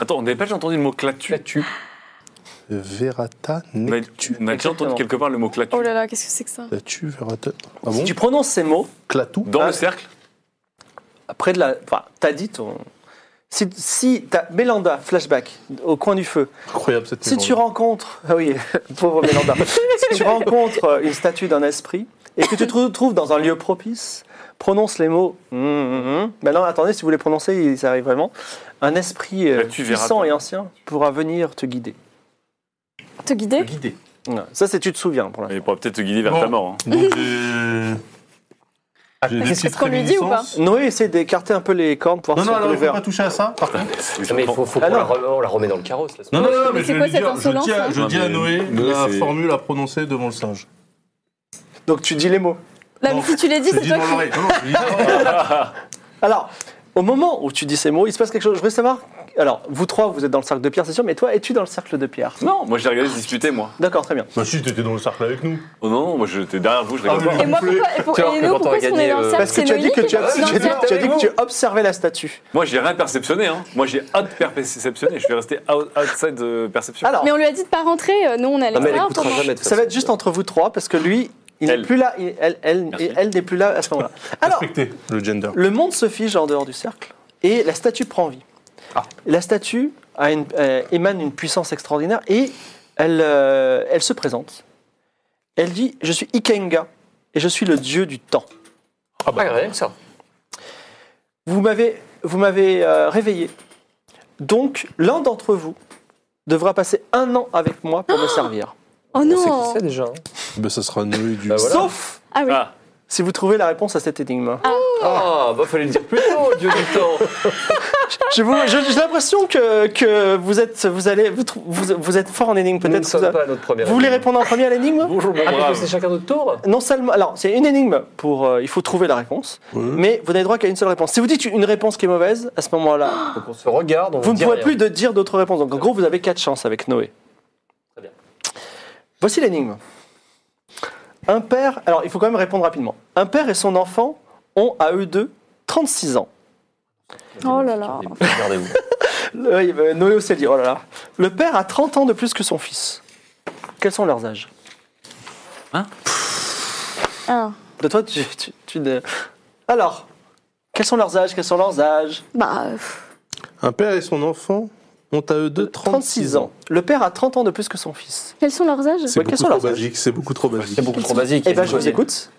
Speaker 5: Attends, on n'avait pas déjà entendu le mot clatu
Speaker 6: Clatu.
Speaker 4: Euh, Verata
Speaker 5: On a, on a déjà entendu quelque part le mot clatu.
Speaker 7: Oh là là, qu'est-ce que c'est que ça
Speaker 4: Statue, Verata. Ah
Speaker 1: Si tu prononces ces mots,
Speaker 4: Clatou
Speaker 5: Dans
Speaker 1: Ah.
Speaker 5: le cercle
Speaker 1: près de la. Enfin, t'as dit ton. Si, si t'as Mélanda, flashback, au coin du feu,
Speaker 4: Incroyable cette
Speaker 1: si tu rencontres. Ah oui, pauvre Mélanda. si tu rencontres euh, une statue d'un esprit et que tu te trouves dans un lieu propice, prononce les mots. hum, hum, hum. Maintenant, attendez, si vous les prononcez, ça arrive vraiment. Un esprit euh,
Speaker 5: Là, tu verras
Speaker 1: puissant
Speaker 5: pas.
Speaker 1: et ancien pourra venir te guider.
Speaker 7: Te guider
Speaker 4: Guidé.
Speaker 1: Ouais, Ça, c'est tu te souviens pour l'instant.
Speaker 5: Il pourra peut-être te guider vers
Speaker 4: Bon.
Speaker 5: ta mort. hein.
Speaker 4: Donc, j'ai- j'ai des
Speaker 7: Est-ce
Speaker 4: petites
Speaker 7: qu'on lui dit ou pas
Speaker 4: réminiscences.
Speaker 1: Noé essaie d'écarter un peu les cornes pour voir
Speaker 4: Non,
Speaker 1: si
Speaker 4: non,
Speaker 1: on peut
Speaker 4: alors
Speaker 1: les
Speaker 4: il faut
Speaker 1: voir.
Speaker 4: pas toucher à ça. par contre.
Speaker 6: Non, mais il faut, faut qu'on
Speaker 1: Ah non.
Speaker 6: la, re- on la remet dans le carrosse. Là,
Speaker 4: Non, non, non,
Speaker 7: Mais
Speaker 4: mais
Speaker 7: c'est
Speaker 4: je vais
Speaker 7: quoi
Speaker 4: lui
Speaker 7: cette
Speaker 4: dire, je
Speaker 7: insolence,
Speaker 4: tiens,
Speaker 7: hein
Speaker 4: je dis à
Speaker 5: Non,
Speaker 4: Noé
Speaker 5: mais
Speaker 4: la
Speaker 5: c'est-
Speaker 4: formule à prononcer devant le singe.
Speaker 1: Donc, tu dis les mots.
Speaker 7: Là,
Speaker 4: Non,
Speaker 7: mais si tu l'as dit,
Speaker 4: Je
Speaker 7: c'est
Speaker 4: dis
Speaker 7: toi
Speaker 4: dans l'oreille.
Speaker 7: qui.
Speaker 4: Non, non, je dis dans l'oreille.
Speaker 1: Alors, au moment où tu dis ces mots, il se passe quelque chose. Je voudrais savoir. Alors, vous trois, vous êtes dans le cercle de pierre, c'est sûr, mais toi, es-tu dans le cercle de pierre
Speaker 5: Non, moi j'ai regardé se disputer, moi.
Speaker 1: D'accord, très bien.
Speaker 4: Bah si, t'étais dans le cercle avec nous.
Speaker 5: Oh non, non, moi j'étais derrière vous, je regarde
Speaker 4: Ah,
Speaker 5: pas.
Speaker 4: mais-
Speaker 7: Et moi, pourquoi Et, pour,
Speaker 6: Tu vois,
Speaker 7: et
Speaker 6: que
Speaker 7: nous,
Speaker 6: quand on
Speaker 7: pourquoi
Speaker 6: a
Speaker 7: est-ce qu'on
Speaker 6: gagné,
Speaker 7: est dans le
Speaker 6: euh,
Speaker 7: cercle
Speaker 1: Parce que tu as dit que tu, as-
Speaker 7: Noémie qui
Speaker 1: tu as
Speaker 7: est
Speaker 1: dit-
Speaker 7: dans
Speaker 1: tu
Speaker 7: le
Speaker 1: as
Speaker 7: cercle
Speaker 1: dit
Speaker 7: avec
Speaker 1: que tu
Speaker 7: nous.
Speaker 1: observais la statue.
Speaker 5: Moi j'ai rien perceptionné, hein. Moi j'ai hâte de perceptionner, je suis resté out- outside de perception.
Speaker 1: Alors,
Speaker 7: Ah. Mais on lui a dit de pas rentrer, euh, nous on est
Speaker 6: Non, mais
Speaker 7: à
Speaker 6: elle
Speaker 7: l'extérieur.
Speaker 6: écoutera
Speaker 7: pendant-
Speaker 6: jamais. de toute
Speaker 1: ça va
Speaker 6: façon.
Speaker 1: être juste entre vous trois, parce que lui, il n'est
Speaker 5: Elle.
Speaker 1: plus là. il- Elle, elle,
Speaker 5: Merci.
Speaker 1: et elle n'est plus là à ce moment-là. Alors,
Speaker 4: Respectez le gender.
Speaker 1: le monde se fige en dehors du cercle et la statue prend vie. La statue a une- euh, émane une puissance extraordinaire et elle, euh, elle se présente. Elle dit Je suis Ikenga et je suis le dieu du temps.
Speaker 6: Ah, bah, rien que ça.
Speaker 1: Vous m'avez, vous m'avez euh, réveillé. Donc, l'un d'entre vous devra passer un an avec moi pour me servir.
Speaker 6: On
Speaker 7: Oh
Speaker 6: sait
Speaker 7: non
Speaker 6: qui c'est déjà. hein.
Speaker 4: Bah ça sera Noé du...
Speaker 6: Bah, voilà.
Speaker 1: Sauf
Speaker 7: Ah oui,
Speaker 5: Ah,
Speaker 1: si vous trouvez la réponse à cette énigme.
Speaker 6: Ah, bah fallait le dire plus tôt, Dieu du temps.
Speaker 1: Je vous- je- J'ai l'impression que, que vous, êtes, vous, allez, vous, trou- vous- vous êtes fort en énigme,
Speaker 6: Nous ne
Speaker 1: peut-être.
Speaker 6: sommes
Speaker 1: Vous, a-
Speaker 6: pas à notre première.
Speaker 1: vous voulez
Speaker 6: émission.
Speaker 1: répondre en premier à l'énigme
Speaker 5: bonjour mon
Speaker 6: Ah, mais
Speaker 5: brave.
Speaker 6: c'est chacun notre tour
Speaker 1: Non seulement. Alors, c'est une énigme pour. euh, il faut trouver la réponse, mais vous n'avez droit qu'à une seule réponse. Si vous dites une réponse qui est mauvaise, à ce moment-là,
Speaker 6: Donc on se regarde, on
Speaker 1: vous ne
Speaker 6: dit
Speaker 1: pourrez
Speaker 6: rien.
Speaker 1: plus de dire d'autres réponses. Donc, en gros, vous avez quatre chances avec Noé.
Speaker 6: Très bien.
Speaker 1: Voici l'énigme. Un père. Alors, il faut quand même répondre rapidement. Un père et son enfant ont à eux deux 36 ans.
Speaker 7: oh là là.
Speaker 6: Regardez-vous.
Speaker 1: Le- oui, euh, Noé aussi a dit, oh là là. Le père a 30 ans de plus que son fils. Quels sont leurs âges
Speaker 7: Ah.
Speaker 1: De toi, tu, tu- tu ne- Alors, quels sont leurs âges Quels sont leurs âges
Speaker 7: Bah, euh, pff,
Speaker 4: Un père et son enfant ont à eux deux
Speaker 1: 36 ans. Le père a 30 ans de plus que son fils.
Speaker 7: quels sont leurs âges
Speaker 4: C'est
Speaker 1: Ouais, quels
Speaker 4: beaucoup
Speaker 1: sont
Speaker 4: trop
Speaker 1: leurs âges
Speaker 4: basique, c'est beaucoup trop basique.
Speaker 6: C'est beaucoup trop basique.
Speaker 1: Eh ben, je vous écoute.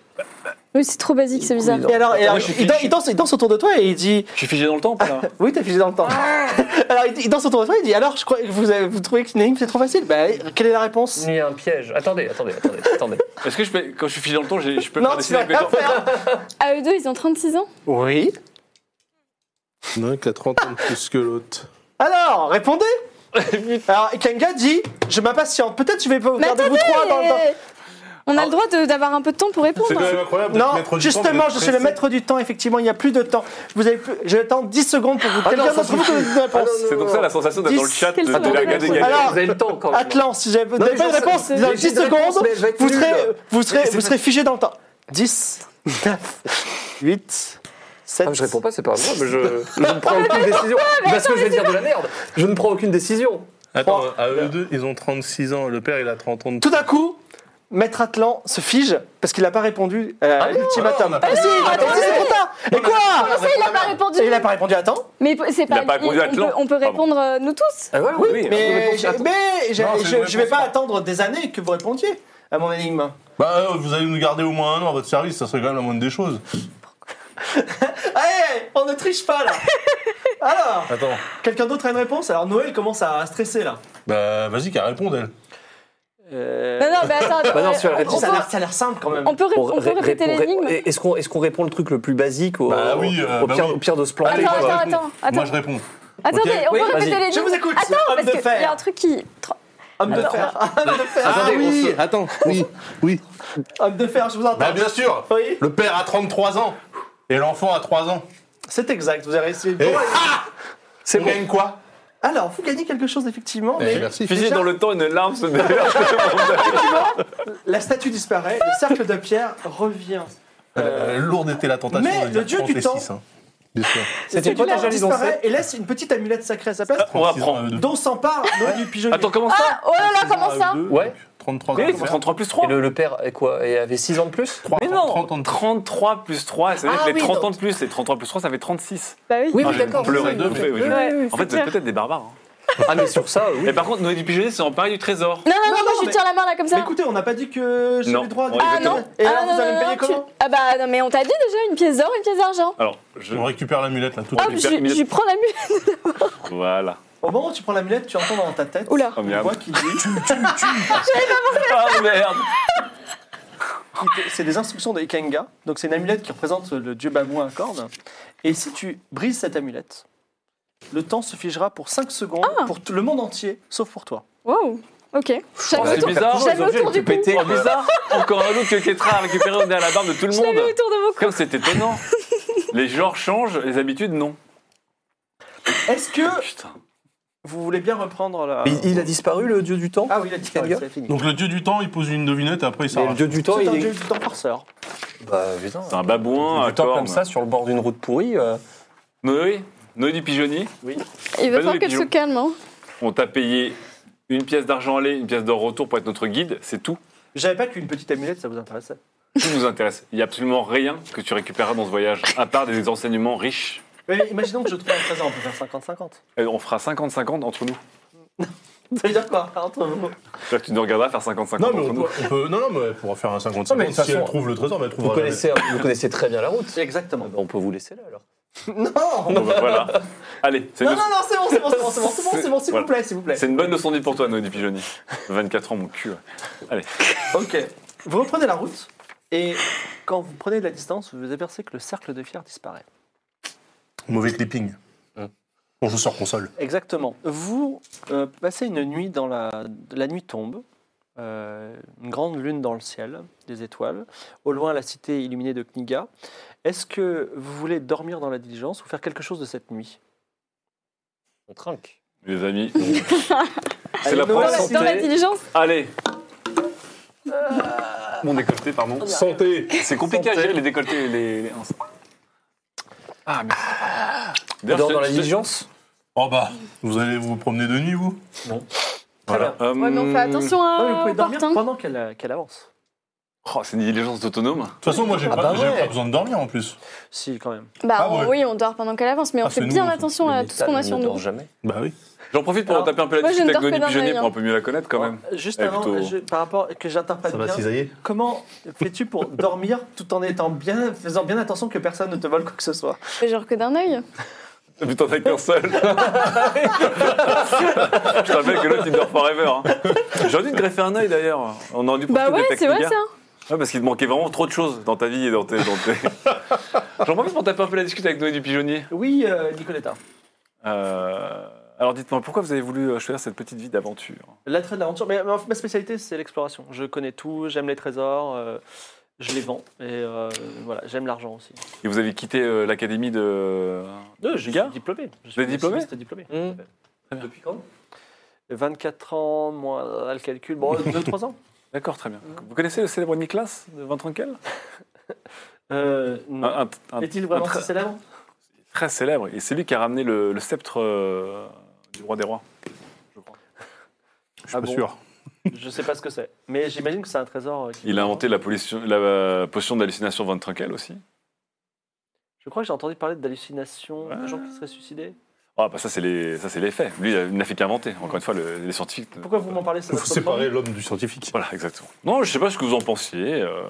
Speaker 7: Oui, c'est trop basique, c'est bizarre.
Speaker 1: Et alors, et alors,
Speaker 5: je suis
Speaker 1: il, dan- il danse, il danse autour de toi et il dit
Speaker 5: Je suis figé dans le temps, là.
Speaker 1: Oui, t'as figé dans le temps. alors, il, il danse autour de toi et il dit Alors, je crois, vous, avez- vous trouvez que l'énigme c'est trop facile Bah, quelle est la réponse
Speaker 6: Il y a un piège. Attendez, attendez, attendez, attendez.
Speaker 5: Est-ce que je peux, quand je suis figé dans le temps, j'ai- je peux
Speaker 1: Non,
Speaker 5: faire
Speaker 1: tu
Speaker 5: dessiner
Speaker 1: vas
Speaker 5: avec mes
Speaker 1: rien
Speaker 5: enfants
Speaker 1: faire.
Speaker 7: À eux deux, ils ont 36 ans
Speaker 1: Oui.
Speaker 4: Il y en a un qui a 30 ans de plus que l'autre.
Speaker 1: Alors, répondez Alors, Kenga dit Je m'impatiente. Peut-être je vais vous garder vous trois Ah, dans le temps.
Speaker 7: Eh, On a le droit de- d'avoir un peu de temps pour
Speaker 4: C'est quand
Speaker 7: répondre.
Speaker 4: même incroyable d'être maître
Speaker 1: Non,
Speaker 4: du temps,
Speaker 1: justement,
Speaker 4: mais
Speaker 1: je suis le
Speaker 4: pressé.
Speaker 1: maître du temps, effectivement, il n'y a plus de temps. Je Vous avez plus... Je vais attendre 10 secondes pour vous.
Speaker 6: Ah non,
Speaker 1: Quelqu'un
Speaker 6: ça
Speaker 1: d'entre vous
Speaker 6: suffit. Ah
Speaker 1: donne une réponse.
Speaker 5: C'est donc ça la sensation d'être dans le
Speaker 1: Dix.
Speaker 5: chat, de
Speaker 7: Quelle
Speaker 5: de la
Speaker 7: sensation.
Speaker 5: regarder gagner.
Speaker 1: Alors,
Speaker 6: vous avez le temps quand même.
Speaker 1: Atlan, si j'avais- Ah, vous
Speaker 6: Non,
Speaker 1: n'avez
Speaker 6: mais
Speaker 1: pas de
Speaker 6: j'en sais-
Speaker 1: réponse,
Speaker 6: mais
Speaker 1: dans
Speaker 6: j'ai
Speaker 1: 10
Speaker 6: une réponse,
Speaker 1: secondes,
Speaker 6: mais elle va être
Speaker 1: vous
Speaker 6: nulle.
Speaker 1: serez, vous, serez,
Speaker 6: Mais c'est
Speaker 1: vous
Speaker 6: pas-
Speaker 1: serez figé dans le temps. 10, 9, 8, 7.
Speaker 6: Ah, je réponds pas, c'est pas grave. Je, je ne prends aucune décision. Parce que je vais dire de la merde. Je ne prends aucune décision.
Speaker 4: Attends, à eux deux, ils ont 36 ans, le père il a 30 ans de
Speaker 1: Tout d'un coup, Maître Atlan se fige parce qu'il n'a pas répondu euh, à l'ultimatum. Ah si, attends, si, c'est trop tard Et quoi
Speaker 7: Ça, il n'a pas répondu.
Speaker 1: Et il n'a pas répondu, attends.
Speaker 7: Mais c'est
Speaker 5: Il a
Speaker 7: pas.
Speaker 5: pas répondu à
Speaker 7: on, peut,
Speaker 5: Atlan.
Speaker 7: on peut
Speaker 5: Pardon.
Speaker 7: répondre euh, nous tous.
Speaker 6: Ah, voilà, oui, oui,
Speaker 1: Mais,
Speaker 6: oui, attends.
Speaker 1: mais j'ai-
Speaker 4: Non, c'est
Speaker 1: je
Speaker 4: une
Speaker 1: je vais pas
Speaker 4: réponse.
Speaker 1: attendre des années que vous répondiez à mon énigme.
Speaker 4: Bah, euh, vous allez nous garder au moins un an à votre service, ça serait quand même la moindre des choses.
Speaker 1: Allez, on ne triche pas là Alors,
Speaker 4: Attends.
Speaker 1: quelqu'un d'autre a une réponse Alors Noël commence à stresser là.
Speaker 4: Bah, vas-y, qu'elle réponde, elle.
Speaker 7: Non, non, mais attends. euh,
Speaker 6: Bah non, celui-là,
Speaker 7: on,
Speaker 6: elle
Speaker 7: peut,
Speaker 6: répond.
Speaker 1: Ça a l'air- ça a l'air simple quand même.
Speaker 7: on peut ré-
Speaker 6: On
Speaker 7: on peut
Speaker 6: ré-
Speaker 7: répéter
Speaker 6: répond- ré-
Speaker 7: l'énigme.
Speaker 6: Est-ce qu'on est-ce qu'on répond le truc le plus basique au,
Speaker 4: Bah oui, euh,
Speaker 6: au
Speaker 4: bah
Speaker 6: pire,
Speaker 4: oui.
Speaker 6: au pire de se planter
Speaker 7: Attends,
Speaker 6: quoi.
Speaker 7: attends,
Speaker 4: réponds.
Speaker 7: attends, attends.
Speaker 4: Moi, je réponds.
Speaker 7: Attendez, on
Speaker 6: oui,
Speaker 7: peut
Speaker 6: vas-y.
Speaker 7: répéter l'énigme.
Speaker 1: Je vous écoute,
Speaker 7: Attends,
Speaker 1: homme
Speaker 7: parce
Speaker 1: de
Speaker 7: qu'il
Speaker 1: fer.
Speaker 7: y a un truc qui. tra-
Speaker 1: Homme de fer, homme de fer,
Speaker 8: Attendez,
Speaker 1: ah oui,
Speaker 8: on se- attends, oui, oui.
Speaker 1: homme de fer, je vous entends.
Speaker 4: Bah, bien sûr
Speaker 1: Oui,
Speaker 4: Le père a 33 ans et l'enfant a 3 ans.
Speaker 1: c'est exact, vous avez réussi.
Speaker 4: Et...
Speaker 1: Bon,
Speaker 4: Ah
Speaker 6: C'est
Speaker 4: On
Speaker 6: bon.
Speaker 4: gagne quoi
Speaker 1: Alors, vous gagnez quelque chose effectivement,
Speaker 8: Eh,
Speaker 1: mais
Speaker 8: merci.
Speaker 5: Figé
Speaker 1: Déjà
Speaker 5: dans le temps, une larme se déverse.
Speaker 1: la statue disparaît, le cercle de pierre revient.
Speaker 4: Euh, Lourde était la tentation.
Speaker 1: mais
Speaker 4: de dire
Speaker 1: le dieu
Speaker 4: 30
Speaker 1: du
Speaker 4: et
Speaker 1: temps.
Speaker 4: 6, hein.
Speaker 8: Bien sûr.
Speaker 6: C'était
Speaker 1: Le
Speaker 6: quoi ta
Speaker 1: cercle
Speaker 6: jolie dansée
Speaker 1: disparaît et laisse une petite amulette sacrée à sa place,
Speaker 5: On va
Speaker 4: 36
Speaker 5: prendre.
Speaker 4: ans, euh, de-
Speaker 1: dont s'empare Noël du pigeonnier.
Speaker 6: Attends, comment ça
Speaker 7: Ah, oh là là, comment ça
Speaker 6: Ouais.
Speaker 4: 33 ans.
Speaker 5: Mais
Speaker 4: de
Speaker 5: il faut
Speaker 4: père.
Speaker 5: 33 plus
Speaker 6: Et
Speaker 5: 3.
Speaker 6: le, le père est quoi Il avait 6 ans de plus
Speaker 4: 3,
Speaker 5: Mais
Speaker 4: 30,
Speaker 5: non,
Speaker 4: 30 ans de
Speaker 5: 33 plus 3, ça veut dire
Speaker 2: Ah
Speaker 5: que les
Speaker 2: oui,
Speaker 5: 30
Speaker 2: donc-
Speaker 5: ans de plus, les 33 plus 3, ça fait 36.
Speaker 7: Bah oui.
Speaker 2: Oui,
Speaker 5: Ah,
Speaker 2: oui,
Speaker 5: j'ai
Speaker 2: d'accord.
Speaker 5: pleuré
Speaker 2: oui,
Speaker 5: de
Speaker 2: oui.
Speaker 5: fait, oui.
Speaker 7: Ouais,
Speaker 5: En fait, vous êtes peut-être des barbares.
Speaker 6: Ah, mais sur ça, oui.
Speaker 5: Mais par contre, Noé du Pigeonnier s'est emparé du trésor.
Speaker 7: Non,
Speaker 1: Non,
Speaker 7: non, non, moi
Speaker 1: non,
Speaker 7: je
Speaker 1: mais-
Speaker 7: tiens la main là comme
Speaker 1: Mais
Speaker 7: ça.
Speaker 1: écoutez, on n'a pas dit que j'ai
Speaker 5: Non.
Speaker 1: le droit. de-
Speaker 7: Ah non
Speaker 1: Et
Speaker 7: ah,
Speaker 1: alors,
Speaker 7: non,
Speaker 1: vous allez me
Speaker 7: non,
Speaker 1: payer
Speaker 7: non, tu-
Speaker 1: comment
Speaker 7: Ah bah non, mais on t'a dit déjà une pièce d'or, une pièce d'argent.
Speaker 5: Alors, je.
Speaker 4: On récupère l'amulette là tout de
Speaker 7: Ah,
Speaker 4: suite.
Speaker 7: mais
Speaker 5: pièce-
Speaker 7: je je lui prends la mule.
Speaker 5: Voilà.
Speaker 1: Au moment où tu prends l'amulette, tu entends dans ta tête
Speaker 7: Oula.
Speaker 5: Oh,
Speaker 1: une
Speaker 5: merde.
Speaker 1: voix qui dit
Speaker 5: Ah merde
Speaker 1: qui- C'est des instructions de Ikenga, donc c'est une amulette qui représente le dieu babouin à cornes. Et si tu brises cette amulette, le temps se figera pour 5 secondes pour tout le monde entier, sauf pour toi.
Speaker 7: Wow. Ok. J'avais
Speaker 5: c'est
Speaker 7: autour,
Speaker 5: bizarre.
Speaker 7: j'avais autour du cou.
Speaker 5: Oh, bizarre Encore un autre que Ketra a récupéré au derrière la barbe de tout le
Speaker 7: Je l'avais
Speaker 5: monde.
Speaker 7: autour de mon cou.
Speaker 5: Comme c'est étonnant. Les genres changent, les habitudes non.
Speaker 1: Est-ce que
Speaker 5: Putain.
Speaker 1: vous voulez bien reprendre la.
Speaker 6: Il, il a disparu, le dieu du temps
Speaker 1: Ah oui, il a disparu,
Speaker 6: Ikenga
Speaker 1: c'est fini.
Speaker 4: Donc le dieu du temps, il pose une devinette et après il
Speaker 6: Mais Le
Speaker 4: s'arrache.
Speaker 6: dieu du temps,
Speaker 1: C'est
Speaker 6: il
Speaker 1: un
Speaker 6: est.
Speaker 1: dieu du temps forceur.
Speaker 6: Bah, putain.
Speaker 5: C'est un babouin
Speaker 6: Du
Speaker 5: à
Speaker 6: temps
Speaker 5: cornes.
Speaker 6: comme ça, sur le bord d'une route pourrie. euh,
Speaker 5: Noé, Noé du Pigeonnier,
Speaker 7: Il va
Speaker 5: Vas-y,
Speaker 7: falloir qu'elle se
Speaker 5: Guillaume.
Speaker 7: calme. hein.
Speaker 5: on t'a payé une pièce d'argent aller, une pièce d'or retour pour être notre guide, c'est tout.
Speaker 1: J'avais pas qu'une petite amulette, ça vous intéressait.
Speaker 5: Tout nous intéresse. Il n'y a absolument rien que tu récupéreras dans ce voyage, à part des enseignements riches.
Speaker 1: Mais, mais imaginons que je trouve un trésor, on peut faire 50-50.
Speaker 5: Et on fera 50-50 entre nous.
Speaker 1: Ça veut dire quoi entre vous
Speaker 5: C'est-à-dire que tu nous regarderas faire
Speaker 4: Non,
Speaker 5: 50-50
Speaker 4: mais
Speaker 5: entre
Speaker 4: on
Speaker 5: nous.
Speaker 4: peut, on peut- non, non, mais elle pourra faire un 50
Speaker 6: Non, mais de toute
Speaker 4: si
Speaker 6: façon,
Speaker 4: elle trouve le trésor, mais elle
Speaker 6: Vous
Speaker 4: trouvera jamais.
Speaker 6: connaissez, vous connaissez très bien la route.
Speaker 1: Exactement.
Speaker 6: Ah bah, on peut vous laisser là alors.
Speaker 1: Non
Speaker 5: Bon, bah, voilà. Allez, c'est
Speaker 1: Non, non,
Speaker 5: une-
Speaker 1: non, c'est bon, c'est bon, c'est bon, c'est bon, c'est bon, c'est bon, s'il vous
Speaker 5: Voilà.
Speaker 1: plaît, s'il vous plaît.
Speaker 5: c'est une bonne leçon de vie pour toi, Noé du Pigeonnier. 24 ans, mon cul.
Speaker 1: Ok. Vous reprenez la route et quand vous prenez de la distance, vous apercevez que le cercle de pierre disparaît.
Speaker 4: Mauvais clipping.
Speaker 6: Hum.
Speaker 4: On joue sur console.
Speaker 1: Exactement. Vous euh, passez une nuit dans la... La nuit tombe. euh, une grande lune dans le ciel, des étoiles. Au loin, la cité illuminée de Kniga. Est-ce que vous voulez dormir dans la diligence ou faire quelque chose de cette nuit
Speaker 6: On trinque.
Speaker 5: Les amis,
Speaker 1: Allez,
Speaker 5: la
Speaker 1: Noël,
Speaker 5: première
Speaker 1: c'est-
Speaker 5: santé.
Speaker 7: Dans l'intelligence.
Speaker 5: allez Mon décolleté, pardon.
Speaker 4: Santé
Speaker 5: C'est compliqué à gérer les décolletés et les, les- Ah, mais...
Speaker 6: On dort dans la
Speaker 5: D'ailleurs, je-
Speaker 6: diligence
Speaker 4: Oh bah, vous allez vous promener de nuit, vous
Speaker 5: Voilà. Hum.
Speaker 7: Ouais, mais on fait attention
Speaker 1: Non, mais
Speaker 7: à
Speaker 1: Ah, vous pouvez dormir
Speaker 7: Martin.
Speaker 1: pendant qu'elle euh, qu'elle avance.
Speaker 5: Oh, c'est une diligence autonome.
Speaker 4: De toute façon, moi, j'ai
Speaker 6: Ah
Speaker 4: pas,
Speaker 6: bah
Speaker 4: j'ai
Speaker 6: ouais.
Speaker 4: pas besoin de dormir en plus.
Speaker 1: Si, quand même.
Speaker 7: Bah
Speaker 4: Ah ouais.
Speaker 7: oui, on dort pendant qu'elle avance, mais on
Speaker 4: Ah,
Speaker 7: fait
Speaker 4: c'est
Speaker 7: bien
Speaker 4: nous,
Speaker 7: attention à
Speaker 6: Mais
Speaker 7: tout ce qu'on
Speaker 6: ça,
Speaker 7: a sur
Speaker 6: On ne dort
Speaker 7: nous.
Speaker 6: jamais.
Speaker 4: Bah oui.
Speaker 5: J'en profite pour
Speaker 1: Alors,
Speaker 5: taper un peu la
Speaker 7: Hein moi, je
Speaker 5: discute
Speaker 7: ne
Speaker 5: avec
Speaker 7: dors que
Speaker 5: Noni
Speaker 7: dans
Speaker 5: Pigeonnier
Speaker 7: l'œil, hein.
Speaker 5: pour un peu mieux la connaître quand même.
Speaker 1: Juste
Speaker 5: Elle est
Speaker 1: avant,
Speaker 5: plutôt-
Speaker 1: je- par rapport que j'interprète bien,
Speaker 4: cisailler
Speaker 1: comment fais-tu pour dormir tout en étant bien, faisant bien attention que personne ne te vole quoi que ce soit
Speaker 7: Je fais genre que d'un œil.
Speaker 5: Putain, t'en as qu'un seul. je te rappelle que l'autre, il dort forever. hein. J'aurais dû te greffer un œil d'ailleurs. On aurait dû
Speaker 7: Bah ouais,
Speaker 5: profiter des
Speaker 7: c'est vrai
Speaker 5: Technigas.
Speaker 7: ça.
Speaker 5: Ouais, parce qu'il te manquait vraiment trop de choses dans ta vie et dans tes. dans tes- J'en profite pour taper un peu la discute avec Noé du Pigeonnier.
Speaker 1: Oui, euh, Nicoletta.
Speaker 5: Euh, Alors dites-moi, pourquoi vous avez voulu euh, choisir cette petite vie d'aventure
Speaker 1: L'attrait de l'aventure. Mais ma ma spécialité, c'est l'exploration. Je connais tout, j'aime les trésors, euh, je les vends. Et euh, voilà, j'aime l'argent aussi.
Speaker 5: Et vous avez quitté euh, l'académie de.
Speaker 1: Euh, je suis
Speaker 5: Giga
Speaker 1: diplômé. Je
Speaker 5: Vous êtes diplômé
Speaker 1: pessimiste diplômé.
Speaker 6: Depuis quand
Speaker 1: 24 ans, moins là, le calcul, bon, 2-3 ans
Speaker 5: D'accord, très bien. Vous connaissez le célèbre Nicolas de Vincent Kell
Speaker 1: euh, non.
Speaker 5: Un- un- un-
Speaker 1: Est-il vraiment
Speaker 5: un
Speaker 1: si
Speaker 5: très,
Speaker 1: célèbre
Speaker 5: très célèbre. Et c'est lui qui a ramené le, le sceptre euh, du roi des rois.
Speaker 4: Je suis
Speaker 1: Ah
Speaker 4: pas
Speaker 1: bon
Speaker 4: sûr.
Speaker 1: Je sais pas ce que c'est. Mais j'imagine que c'est un trésor. euh, qui-
Speaker 5: Il a inventé la, pollution- la potion d'hallucination Von Trunkel aussi.
Speaker 1: Je crois que j'ai entendu parler d'hallucinations, de
Speaker 5: Ah.
Speaker 1: gens qui seraient suicidés.
Speaker 5: Ah, bah ça, c'est les, ça, c'est les faits. Lui, il n'a fait qu'inventer. Encore une fois, le- les scientifiques. ne-
Speaker 1: Pourquoi vous m'en parlez ça
Speaker 4: Il
Speaker 1: va
Speaker 4: faut
Speaker 1: trop
Speaker 4: séparer l'homme du scientifique.
Speaker 5: Voilà, exactement. Non, je sais pas ce que vous en pensiez. euh,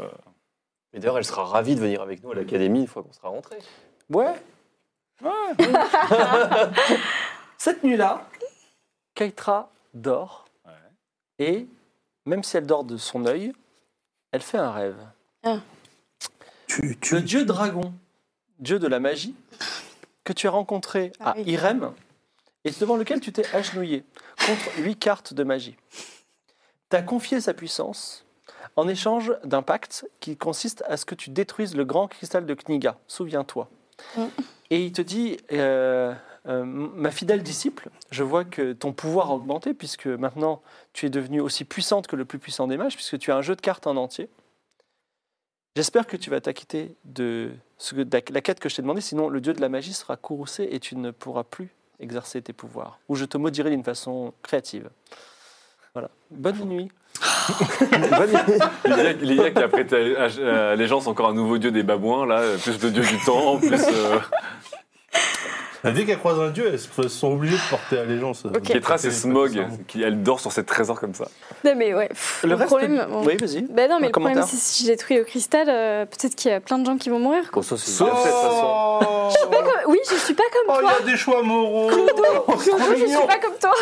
Speaker 6: Mais d'ailleurs, elle sera ravie de venir avec nous à l'académie une fois qu'on sera rentré.
Speaker 1: loin. Ouais. Cette nuit-là, Keitra dort.
Speaker 5: Ouais.
Speaker 1: Et même si elle dort de son œil, elle fait un rêve.
Speaker 7: Ah.
Speaker 4: Tu,
Speaker 1: Le dieu dragon, dieu de la magie, que tu as rencontré
Speaker 7: Ah
Speaker 1: à
Speaker 7: oui.
Speaker 1: Irem, et devant lequel tu t'es agenouillé contre huit cartes de magie. T'as confié sa puissance en échange d'un pacte qui consiste à ce que tu détruises le grand cristal de Kniga, souviens-toi.
Speaker 7: Mm.
Speaker 1: Et il te dit, euh, euh, ma fidèle disciple, je vois que ton pouvoir a augmenté puisque maintenant tu es devenue aussi puissante que le plus puissant des mages puisque tu as un jeu de cartes en entier. J'espère que tu vas t'acquitter de, ce que- de la quête que je t'ai demandée, sinon le dieu de la magie sera courroucé et tu ne pourras plus exercer tes pouvoirs. Ou je te maudirai d'une façon créative. Voilà. Bonne nuit. Bonne nuit.
Speaker 5: Lilia, Lilia qui a prêté à- à- à allégeance encore un nouveau dieu des babouins, là, euh, plus le dieu du temps, plus euh,
Speaker 4: Bah, Dès qu'elle croise un dieu, elles se- sont obligées de porter allégeance.
Speaker 5: Kétra, c'est Smog, qui elle dort sur ses trésors comme ça.
Speaker 7: Non, mais ouais. pff, le
Speaker 1: reste-
Speaker 7: problème. bon.
Speaker 1: Oui, vas-y.
Speaker 7: Bah non,
Speaker 1: Un
Speaker 7: mais le problème,
Speaker 1: commentaire
Speaker 7: c'est si je détruis le cristal, euh, peut-être qu'il y a plein de gens qui vont mourir.
Speaker 6: Bon,
Speaker 7: quoi.
Speaker 6: ça, c'est
Speaker 4: Oh,
Speaker 6: bien fait, de toute façon.
Speaker 7: Euh, Oui, je suis pas comme
Speaker 4: Oh, il y
Speaker 7: toi.
Speaker 4: a des choix moraux
Speaker 7: Clodo, je suis pas comme toi.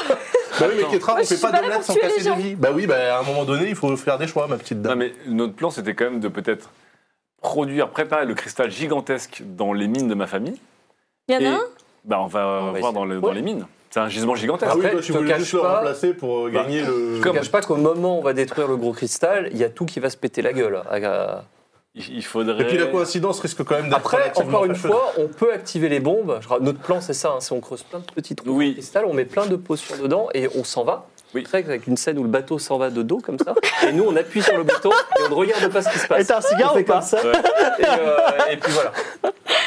Speaker 4: Bah oui, mais Kétra,
Speaker 7: Moi,
Speaker 4: on
Speaker 7: je
Speaker 4: fait
Speaker 7: suis
Speaker 4: pas
Speaker 7: pas là
Speaker 4: d'omelette
Speaker 7: pour
Speaker 4: sans
Speaker 7: tuer les
Speaker 4: casser des
Speaker 7: gens.
Speaker 4: vies. Bah oui, bah à un moment donné, il faut faire des choix, ma petite
Speaker 5: Non,
Speaker 4: dame.
Speaker 5: mais notre plan, c'était quand même de peut-être produire, préparer le cristal gigantesque dans les mines de ma famille.
Speaker 7: Il y en
Speaker 5: Et-
Speaker 7: a un
Speaker 5: Bah, on va
Speaker 6: On va
Speaker 5: voir
Speaker 6: essayer.
Speaker 5: dans, le- dans
Speaker 6: Ouais.
Speaker 5: les mines. C'est un gisement gigantesque.
Speaker 4: Ah oui,
Speaker 6: Après,
Speaker 4: toi, tu
Speaker 6: te
Speaker 4: voulais
Speaker 6: cache
Speaker 4: juste le
Speaker 6: pas-
Speaker 4: remplacer pour euh,
Speaker 5: Bah,
Speaker 4: gagner le...
Speaker 6: Je ne cache pas qu'au moment où on va détruire le gros cristal, il y a tout qui va se péter la gueule. Ah,
Speaker 5: Il il faudrait.
Speaker 4: Et puis la coïncidence risque quand même d'être
Speaker 6: Après,
Speaker 4: relativement
Speaker 6: encore une
Speaker 4: fâcheuse.
Speaker 6: fois, on peut activer les bombes. Je ra- Notre plan, c'est ça. hein, c'est on creuse plein de petits trous dans
Speaker 5: Oui.
Speaker 6: le cristal, on met plein de potions dedans et on s'en va.
Speaker 5: Oui.
Speaker 6: Très avec une scène où le bateau s'en va de dos comme ça. et nous, on appuie sur le bouton et on ne regarde pas ce qui se
Speaker 1: Et
Speaker 6: passe.
Speaker 1: t'as un cigare
Speaker 6: On fait
Speaker 1: ou pas
Speaker 6: comme ça. Et, euh, et puis voilà.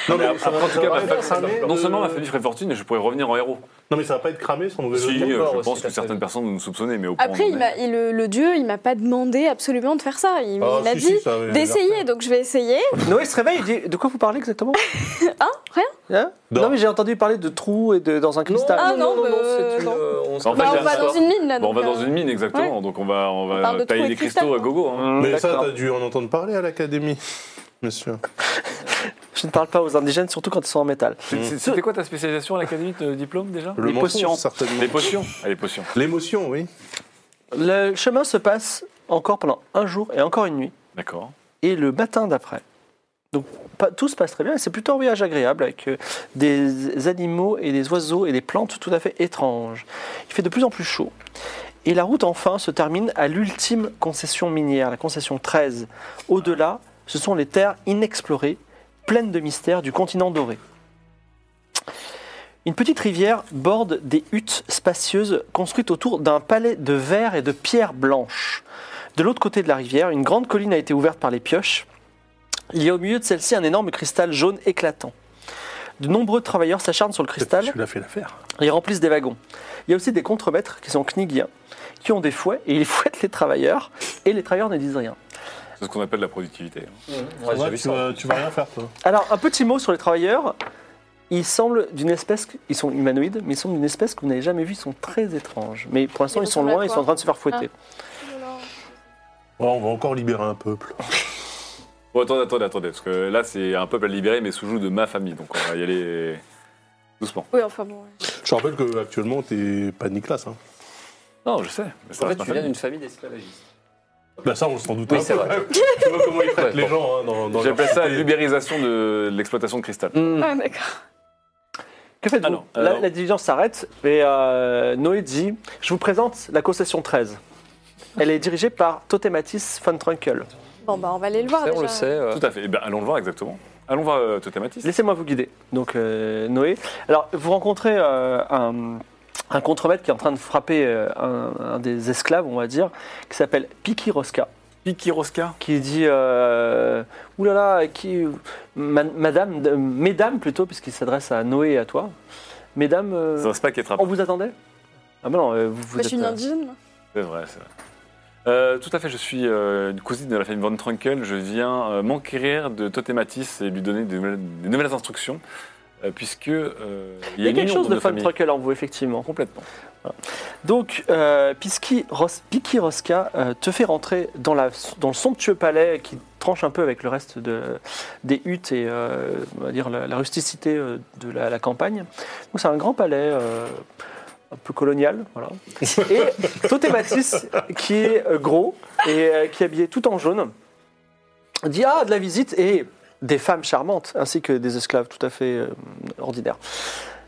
Speaker 4: Non,
Speaker 5: Mais
Speaker 4: mais
Speaker 5: après,
Speaker 4: ça va-
Speaker 5: en tout
Speaker 4: ça
Speaker 5: cas,
Speaker 4: va
Speaker 5: ma
Speaker 4: pas être
Speaker 5: famille-
Speaker 4: cramé,
Speaker 5: non seulement
Speaker 4: euh,
Speaker 5: ma famille ferait fortune et je pourrais revenir en héros.
Speaker 4: Non, mais ça va pas être cramé son nouvel
Speaker 5: Si,
Speaker 4: hôtel.
Speaker 5: euh,
Speaker 6: encore
Speaker 5: je
Speaker 6: aussi,
Speaker 5: pense
Speaker 6: la
Speaker 5: que certaines
Speaker 6: famille.
Speaker 5: personnes vont nous soupçonnaient, mais au point où
Speaker 7: Après,
Speaker 5: on
Speaker 7: il
Speaker 5: est-
Speaker 7: m'a- il- le, le dieu, il m'a pas demandé absolument de faire ça. Il,
Speaker 5: Oh,
Speaker 4: Ah,
Speaker 7: il m'a
Speaker 4: si,
Speaker 7: dit
Speaker 4: si, ça, oui,
Speaker 7: d'essayer, donc je vais essayer.
Speaker 1: Noé se réveille, il dit De quoi vous parlez exactement
Speaker 7: Hein Rien
Speaker 1: Hein
Speaker 4: Non.
Speaker 1: Non, mais j'ai entendu parler de trous et de, dans un cristal.
Speaker 7: Ah, non,
Speaker 6: non,
Speaker 7: bah,
Speaker 6: c'est une,
Speaker 7: non.
Speaker 6: euh, on, se-
Speaker 5: Bah, En fait,
Speaker 7: Bah,
Speaker 5: j'ai
Speaker 7: on va
Speaker 5: un
Speaker 7: dans
Speaker 5: soir.
Speaker 7: une mine là.
Speaker 5: Bon, on
Speaker 7: donc,
Speaker 5: va dans
Speaker 7: euh,
Speaker 5: une mine, exactement. Donc on va, on
Speaker 7: On
Speaker 5: va
Speaker 7: parle de
Speaker 5: tailler
Speaker 7: trous
Speaker 5: des
Speaker 7: et cristal,
Speaker 5: cristaux à
Speaker 7: quoi.
Speaker 5: gogo. hein.
Speaker 4: Mais ça,
Speaker 1: D'accord.
Speaker 4: t'as dû en entendre parler à l'académie, monsieur.
Speaker 1: Je ne parle pas aux indigènes, surtout quand ils sont en métal.
Speaker 5: C'est- c'est- C'était quoi ta spécialisation à l'académie de diplôme déjà
Speaker 4: Le
Speaker 1: Les
Speaker 4: mensonge,
Speaker 1: potions.
Speaker 4: certainement.
Speaker 5: Les potions. Ah, les potions.
Speaker 4: L'émotion, oui.
Speaker 1: Le chemin se passe encore pendant un jour et encore une nuit.
Speaker 5: D'accord.
Speaker 1: et le matin d'après. Donc pas- tout se passe très bien et c'est plutôt un voyage agréable avec euh, des animaux et des oiseaux et des plantes tout à fait étranges. Il fait de plus en plus chaud et la route enfin se termine à l'ultime concession minière, la concession 13. Au-delà, ce sont les terres inexplorées, pleines de mystères du continent doré. Une petite rivière borde des huttes spacieuses construites autour d'un palais de verre et de pierres blanches. De l'autre côté de la rivière, une grande colline a été ouverte par les pioches. Il y a au milieu de celle-ci un énorme cristal jaune éclatant. De nombreux travailleurs s'acharnent sur le cristal
Speaker 4: Tu l'as fait l'affaire.
Speaker 1: ils remplissent des wagons. Il y a aussi des contremaîtres qui sont knigiens, qui ont des fouets et ils fouettent les travailleurs et les travailleurs ne disent rien.
Speaker 5: C'est ce qu'on appelle la productivité. hein.
Speaker 6: Ouais, j'ai
Speaker 4: Ouais,
Speaker 6: vu
Speaker 4: tu,
Speaker 6: ça.
Speaker 4: vas- tu vas rien faire, toi.
Speaker 1: Alors, un petit mot sur les travailleurs. Ils semblent d'une espèce, que- ils sont humanoïdes, mais ils sont d'une espèce que vous n'avez jamais vue, ils sont très étranges. Mais pour l'instant,
Speaker 7: Ils
Speaker 1: ils sont Ah.
Speaker 7: ressemblent à
Speaker 1: loin, ils
Speaker 7: quoi
Speaker 1: sont en train de se faire fouetter.
Speaker 4: Ouais, on va encore libérer un peuple.
Speaker 5: Bon, attendez, attendez, attendez, parce que là, c'est un peuple à libérer, mais sous le joug de ma famille, donc on va y aller doucement.
Speaker 7: Oui, enfin bon. ouais.
Speaker 4: Je te rappelle qu'actuellement, t'es pas Nicolas. Hein.
Speaker 5: Non, je sais. mais ça
Speaker 6: En fait,
Speaker 5: reste ma
Speaker 6: tu viens
Speaker 5: famille.
Speaker 6: d'une famille d'esclavagistes.
Speaker 4: Bah, ça, on s'en doute
Speaker 6: Oui,
Speaker 4: un
Speaker 6: c'est
Speaker 4: peu.
Speaker 6: vrai.
Speaker 4: Tu vois comment ils traitent
Speaker 6: Ouais,
Speaker 4: les gens hein, dans, dans
Speaker 5: J'appelle
Speaker 4: leur
Speaker 5: ça la
Speaker 4: cité.
Speaker 5: libérisation de l'exploitation de cristal.
Speaker 7: Ah, d'accord.
Speaker 1: Que faites-vous
Speaker 5: Alors,
Speaker 1: Là,
Speaker 5: alors-
Speaker 1: La diligence s'arrête et euh, Noé dit Je vous présente la concession 13. Elle est dirigée par Totematis von Trunkel.
Speaker 7: Bon, bah, on va aller le voir.
Speaker 6: Ça, on
Speaker 7: déjà.
Speaker 6: le sait. euh.
Speaker 5: Tout à fait. Eh ben, allons le voir exactement. Allons voir euh, Totematis.
Speaker 1: Laissez-moi vous guider. Donc, euh, Noé. Alors, vous rencontrez euh, un, un contremaître qui est en train de frapper euh, un, un des esclaves, on va dire, qui s'appelle Piki Roska,
Speaker 5: Pikiroska.
Speaker 1: qui dit euh, Ouh là là, qui, ma- madame, de- mesdames plutôt, puisqu'il s'adresse à Noé et à toi. Mesdames, euh,
Speaker 5: Ça va pas qu'être
Speaker 1: on vous attendait Ah, ben non, euh, vous, vous
Speaker 7: Moi, Bah, je suis
Speaker 1: êtes,
Speaker 7: une
Speaker 1: euh,
Speaker 7: indigène.
Speaker 5: C'est vrai, c'est vrai. Euh, tout à fait, je suis euh, une cousine de la famille Von Trunkel. Je viens euh, m'enquérir de Totematis et lui donner des nouvelles, des nouvelles instructions, euh, puisque euh,
Speaker 1: Il y a
Speaker 5: une
Speaker 1: quelque
Speaker 5: union
Speaker 1: chose
Speaker 5: dans
Speaker 1: de
Speaker 5: nos
Speaker 1: fun
Speaker 5: familles.
Speaker 1: trucker en vous, effectivement.
Speaker 5: Complètement.
Speaker 1: Ah. Donc, euh, Piski Ros- Piki Roska euh, te fait rentrer dans, la, dans le somptueux palais qui tranche un peu avec le reste de, des huttes et euh, on va dire la, la rusticité euh, de la, la campagne. Donc, c'est un grand palais euh, un peu colonial. Voilà. Et Totematis, qui est euh, gros et euh, qui est habillé tout en jaune, dit Ah, de la visite et des femmes charmantes ainsi que des esclaves tout à fait euh, ordinaires.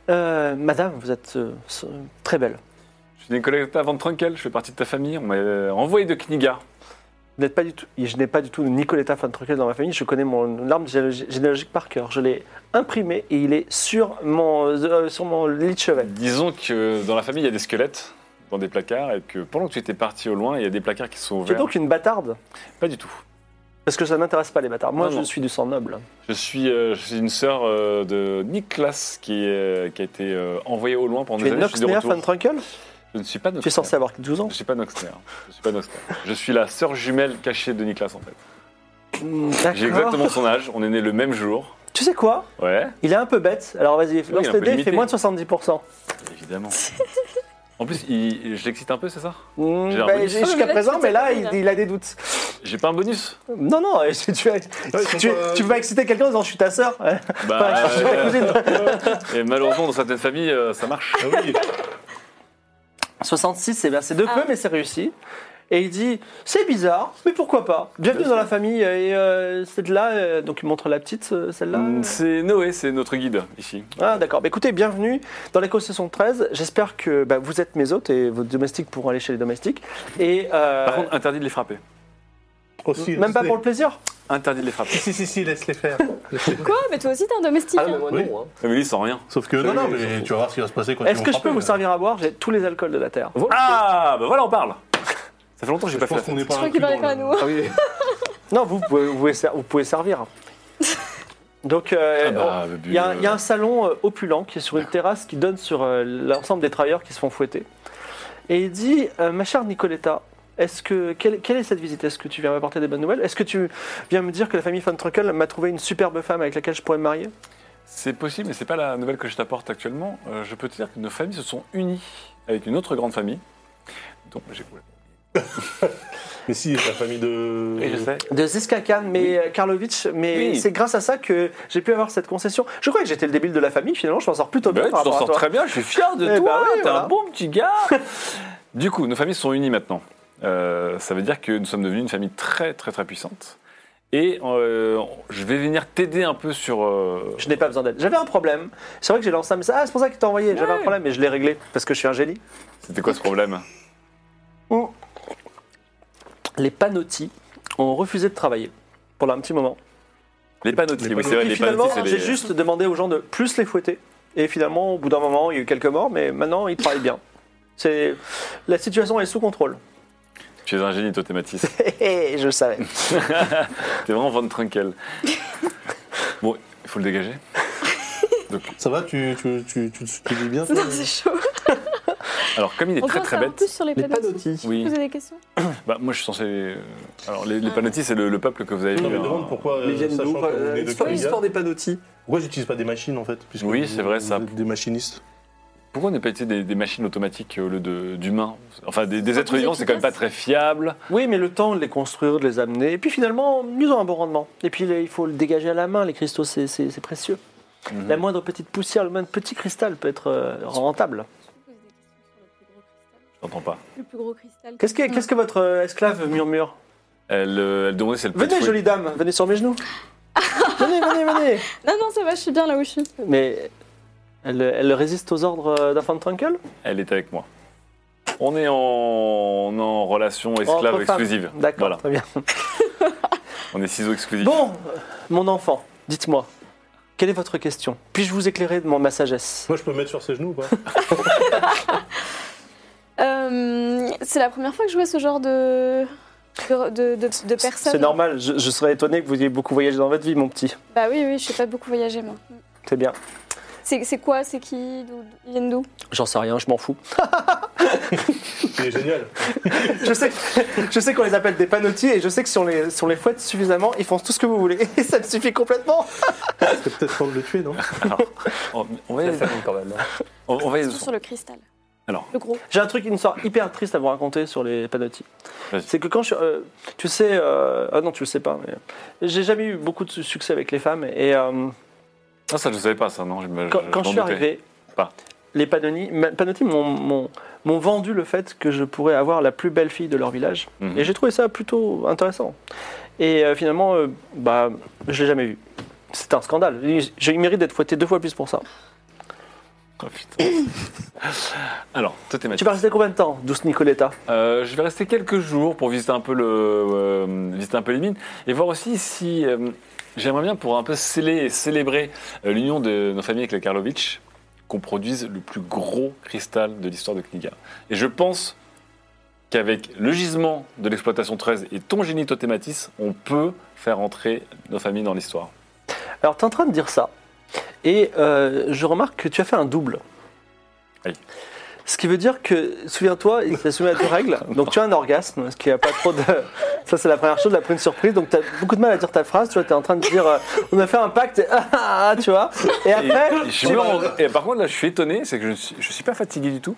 Speaker 1: Euh, madame, vous êtes euh, s- très belle.
Speaker 5: Je suis Nicoletta Van Trunkel, je fais partie de ta famille. On m'a euh, envoyé de Kniga.
Speaker 1: Vous n'êtes pas du tout, je n'ai pas du tout de Nicoletta Van Truckel dans ma famille. Je connais mon arbre généalogi- généalogique par cœur. Je l'ai imprimé et il est sur mon, euh, sur mon lit de chevet.
Speaker 5: Disons que dans la famille, il y a des squelettes dans des placards et que pendant que tu étais parti au loin, il y a des placards qui sont
Speaker 1: Tu es
Speaker 5: ouverts.
Speaker 1: donc une bâtarde
Speaker 5: Pas du tout.
Speaker 1: Parce que ça n'intéresse pas les bâtards. Moi,
Speaker 5: Non,
Speaker 1: je
Speaker 5: non.
Speaker 1: suis du sang noble.
Speaker 5: Je suis, euh, je suis une sœur euh, de Niklas qui, est- qui a été euh, envoyée au loin pendant
Speaker 1: tu
Speaker 5: des
Speaker 1: es
Speaker 5: années. Je suis de
Speaker 1: Noxnea
Speaker 5: retour.
Speaker 1: Van Trunkel
Speaker 5: Je ne suis pas
Speaker 1: Tu es censé avoir 12 ans.
Speaker 5: Je suis pas Noxner. Je suis pas Noxner. Je suis la sœur jumelle cachée de Niklas en fait.
Speaker 1: Mm,
Speaker 5: J'ai
Speaker 1: D'accord.
Speaker 5: exactement son âge. On est nés le même jour.
Speaker 1: Tu sais quoi
Speaker 5: Ouais,
Speaker 1: Il est un peu bête. Alors vas-y,
Speaker 5: il est
Speaker 1: lance
Speaker 5: un
Speaker 1: tes
Speaker 5: peu
Speaker 1: dés, il fait
Speaker 5: limité.
Speaker 1: moins de 70%.
Speaker 5: évidemment. En plus, il- je l'excite un peu, c'est ça
Speaker 1: Mm,
Speaker 5: J'ai un
Speaker 1: bah,
Speaker 5: bonus.
Speaker 7: Ah,
Speaker 1: Jusqu'à
Speaker 7: mais là,
Speaker 1: présent,
Speaker 7: tu
Speaker 1: mais là,
Speaker 7: t'es
Speaker 1: il,
Speaker 7: pris, là.
Speaker 1: il a des doutes.
Speaker 5: J'ai pas un bonus
Speaker 1: Non, non, euh, tu, tu,
Speaker 4: ils sont
Speaker 1: tu-
Speaker 4: pas-
Speaker 1: tu peux exciter quelqu'un en disant je suis ta sœur.
Speaker 5: Bah,
Speaker 1: je suis ta
Speaker 5: euh,
Speaker 1: cousine.
Speaker 5: et malheureusement, dans certaines familles, euh, ça marche.
Speaker 4: Ah oui,
Speaker 1: 66, c'est bien, c'est de peu,
Speaker 7: Ah.
Speaker 1: mais c'est réussi. Et il dit, c'est bizarre, mais pourquoi pas Bienvenue dans la famille, euh, et euh, celle-là, euh, donc il montre la petite, euh, celle-là.
Speaker 5: Mm, C'est Noé, c'est notre guide ici.
Speaker 1: Ah d'accord, Bah, écoutez, bienvenue dans la concession 13, j'espère que bah, vous êtes mes hôtes et vos domestiques pourront aller chez les domestiques. Et euh,
Speaker 5: Par contre, interdit de les frapper.
Speaker 4: aussi,
Speaker 1: même pas
Speaker 4: laisse-les.
Speaker 1: pour le plaisir
Speaker 5: Interdit de les frapper.
Speaker 4: Si, si, si, si, laisse-les faire.
Speaker 7: Quoi Mais toi aussi, t'es un domestique.
Speaker 6: Ah
Speaker 7: hein.
Speaker 6: non, mais moi
Speaker 4: Oui.
Speaker 6: non. hein.
Speaker 5: Mais lui, sans rien.
Speaker 4: Sauf que non, non, mais tu vas voir ce qui va se passer quand
Speaker 1: Est-ce
Speaker 4: ils
Speaker 1: que
Speaker 4: vont
Speaker 1: je peux
Speaker 4: frapper,
Speaker 5: euh,
Speaker 1: vous
Speaker 4: là.
Speaker 1: servir à boire J'ai tous les alcools de la Terre.
Speaker 5: Ah, bah voilà, on parle. Ça fait longtemps que j'ai
Speaker 4: Je
Speaker 5: pas fait.
Speaker 4: pense
Speaker 5: la
Speaker 4: qu'on
Speaker 5: fête.
Speaker 4: est
Speaker 7: Je
Speaker 4: pas
Speaker 7: crois
Speaker 4: inclus
Speaker 7: qu'il parlait
Speaker 4: dans
Speaker 7: pas à
Speaker 4: le-
Speaker 7: nous.
Speaker 6: Ah oui.
Speaker 1: Non, vous pouvez, vous pouvez, ser- vous pouvez servir. Donc, euh,
Speaker 5: Ah bah, bah,
Speaker 1: Il y, a un-
Speaker 5: euh,
Speaker 1: il y a un salon euh, opulent qui est sur une terrasse qui donne sur euh, l'ensemble des travailleurs qui se font fouetter. Et il dit euh, Ma chère Nicoletta, est-ce que, quelle, quelle est cette visite Est-ce que tu viens m'apporter des bonnes nouvelles Est-ce que tu viens me dire que la famille Van Trunkel m'a trouvé une superbe femme avec laquelle je pourrais me marier
Speaker 5: C'est possible, mais c'est pas la nouvelle que je t'apporte actuellement. Euh, je peux te dire que nos familles se sont unies avec une autre grande famille. Donc, j'ai
Speaker 4: Mais si, la famille de.
Speaker 5: Oui, je sais.
Speaker 1: De Ziskakan, mais euh, Karlovitch, mais
Speaker 5: Oui.
Speaker 1: c'est grâce à ça que j'ai pu avoir cette concession. Je croyais que j'étais le débile de la famille, finalement, je m'en sors plutôt bien.
Speaker 5: Bah ouais,
Speaker 1: par
Speaker 5: tu t'en
Speaker 1: rapport à
Speaker 5: sors
Speaker 1: toi.
Speaker 5: très bien, je suis fier de
Speaker 1: Eh
Speaker 5: toi,
Speaker 1: bah oui,
Speaker 5: t'es
Speaker 1: voilà.
Speaker 5: un bon petit gars. du coup, nos familles sont unies maintenant. Euh, ça veut dire que nous sommes devenus une famille très très très puissante. Et euh, je vais venir t'aider un peu sur... euh,
Speaker 1: Je n'ai pas besoin d'aide. J'avais un problème. C'est vrai que j'ai lancé un message. Ah, c'est pour ça qu'il t'a envoyé. J'avais un
Speaker 5: Ouais.
Speaker 1: problème, mais je l'ai réglé parce que je suis un génie.
Speaker 5: C'était quoi ce problème
Speaker 1: les panotis ont refusé de travailler pendant un petit moment.
Speaker 5: Les panotis,
Speaker 4: Les
Speaker 5: oui c'est vrai,
Speaker 1: Et
Speaker 5: les
Speaker 1: finalement,
Speaker 5: panotis, c'est
Speaker 1: j'ai
Speaker 5: les...
Speaker 1: juste demandé aux gens de plus les fouetter. Et finalement, au bout d'un moment, il y a eu quelques morts, mais maintenant, ils travaillent bien. C'est la situation est sous contrôle.
Speaker 5: Tu es un génie, toi, t'es Matisse.
Speaker 1: Hé, hé, Eh, Je le savais.
Speaker 5: t'es vraiment Van Trunkel. bon, il faut le dégager.
Speaker 4: Ça va, tu, tu, tu, tu, tu dis bien ça
Speaker 7: Non, c'est chaud.
Speaker 5: Alors, comme il est
Speaker 7: On
Speaker 5: très
Speaker 7: peut en
Speaker 5: très
Speaker 7: savoir
Speaker 5: bête...
Speaker 7: plus sur les
Speaker 6: Les
Speaker 7: panotis.
Speaker 6: panotis.
Speaker 5: Oui,
Speaker 7: Vous avez des questions
Speaker 5: bah, moi je suis censé... euh, Alors, les, les panotis, c'est le, le peuple que vous avez
Speaker 4: Non,
Speaker 5: vu,
Speaker 4: mais
Speaker 5: hein.
Speaker 4: demande pourquoi. euh,
Speaker 6: Mais ils viennent
Speaker 4: sachant
Speaker 6: d'où
Speaker 4: qu'on
Speaker 6: euh,
Speaker 4: est de
Speaker 6: L'histoire
Speaker 4: Kaliga,
Speaker 6: l'histoire des panotis.
Speaker 4: Pourquoi j'utilise pas des machines en fait puisque
Speaker 5: Oui,
Speaker 4: vous-
Speaker 5: c'est vrai,
Speaker 4: vous
Speaker 5: ça.
Speaker 4: êtes Des machinistes.
Speaker 5: Pourquoi on n'a pas été des, des machines automatiques euh, au lieu de- d'humains Enfin, des, des êtres
Speaker 7: plus
Speaker 5: vivants, c'est quand même pas
Speaker 7: efficace.
Speaker 5: très fiable.
Speaker 1: Oui, mais le temps de les construire, de les amener, et puis finalement, ils ont un bon rendement. Et puis, il faut le dégager à la main. Les cristaux, c'est- c'est c'est précieux.
Speaker 5: Mhm.
Speaker 1: La moindre petite poussière, le moindre petit cristal peut être euh, rentable.
Speaker 5: Je t'entends pas.
Speaker 7: Le plus gros cristal.
Speaker 1: Qu'est-ce que, qu'est-ce que votre euh, esclave murmure
Speaker 5: Elle, euh, elle demandait si elle pouvait
Speaker 1: Venez,
Speaker 5: fouiller.
Speaker 1: jolie dame, venez sur mes genoux. venez, venez, venez.
Speaker 7: Non, non, ça va, je suis bien là où je suis.
Speaker 1: Mais elle, elle résiste aux ordres euh, d'Infant Trunkel
Speaker 5: Elle est avec moi. On est en, on est en relation esclave
Speaker 1: Entre femmes.
Speaker 5: exclusive.
Speaker 1: D'accord,
Speaker 5: Voilà,
Speaker 1: très bien.
Speaker 5: on est ciseaux exclusifs.
Speaker 1: Bon, euh, mon enfant, dites-moi, quelle est votre question Puis-je vous éclairer de mon, ma sagesse
Speaker 4: Moi je peux me mettre sur ses genoux ou pas
Speaker 7: Euh, c'est la première fois que je vois ce genre de, de, de, de- de personnes.
Speaker 1: C'est normal, je, je serais étonné que vous ayez beaucoup voyagé dans votre vie, mon petit.
Speaker 7: Bah oui, oui, je sais pas beaucoup voyager, moi.
Speaker 1: C'est bien.
Speaker 7: C'est c'est quoi C'est qui d'où- Ils viennent d'où
Speaker 1: J'en sais rien, je m'en fous.
Speaker 4: Il est génial.
Speaker 1: Je sais, je sais qu'on les appelle des panotis et je sais que si on les, si on les fouette suffisamment, ils font tout ce que vous voulez. Et ça me suffit complètement.
Speaker 4: C'est peut-être temps de le tuer, non
Speaker 5: On, Oh, on va y
Speaker 6: La famille, quand même. hein.
Speaker 5: on- on va y-
Speaker 7: Surtout sur le cristal.
Speaker 5: Alors.
Speaker 7: Le gros.
Speaker 1: J'ai un truc, une histoire hyper triste à vous raconter sur les panotis.
Speaker 5: Vas-y.
Speaker 1: C'est que quand je. euh, tu sais. euh, ah non, tu le sais pas, mais. J'ai jamais eu beaucoup de su- succès avec les femmes et. euh,
Speaker 5: Ah, ça, je savais pas, ça, non. Je, me-
Speaker 1: Quand,
Speaker 5: je-
Speaker 1: quand
Speaker 5: je
Speaker 1: je
Speaker 5: m'en
Speaker 1: suis
Speaker 5: doutais.
Speaker 1: arrivé,
Speaker 5: Pas.
Speaker 1: les Panoni, ma- Panotti m'ont- m'ont m'ont vendu le fait que je pourrais avoir la plus belle fille de leur village.
Speaker 5: Mhm.
Speaker 1: Et j'ai trouvé ça plutôt intéressant. Et euh, finalement, euh, bah, je l'ai jamais vu. C'est un scandale. Il- J'ai eu mérite d'être fouetté deux fois plus pour ça.
Speaker 5: Oh, putain. Alors, toi, t'es
Speaker 1: Tu
Speaker 5: Mathieu.
Speaker 1: vas rester combien de temps, douce Nicoletta
Speaker 5: Euh, je vais rester quelques jours pour visiter un peu le euh, visiter un peu les mines et voir aussi si euh, j'aimerais bien pour un peu sceller et célébrer euh, l'union de nos familles avec les Karlovitch qu'on produise le plus gros cristal de l'histoire de Kniga. Et je pense qu'avec le gisement de l'exploitation 13 et ton génie Totématis, on peut faire entrer nos familles dans l'histoire.
Speaker 1: Alors, tu es en train de dire ça. Et euh, je remarque que tu as fait un double.
Speaker 5: Oui.
Speaker 1: Ce qui veut dire que, souviens-toi, il s'est soumis à deux règles. Donc, tu as un orgasme, ce qui n'a pas trop de. Ça, c'est la première chose, la première surprise. Donc, tu as beaucoup de mal à dire ta phrase. Tu vois, tu es en train de dire euh, on a fait un pacte, et ah, ah, ah, tu vois. Et
Speaker 5: Et,
Speaker 1: après,
Speaker 5: et je
Speaker 1: tu
Speaker 5: me rends- et par contre là je suis étonné, c'est que je ne suis, je suis pas fatigué du tout.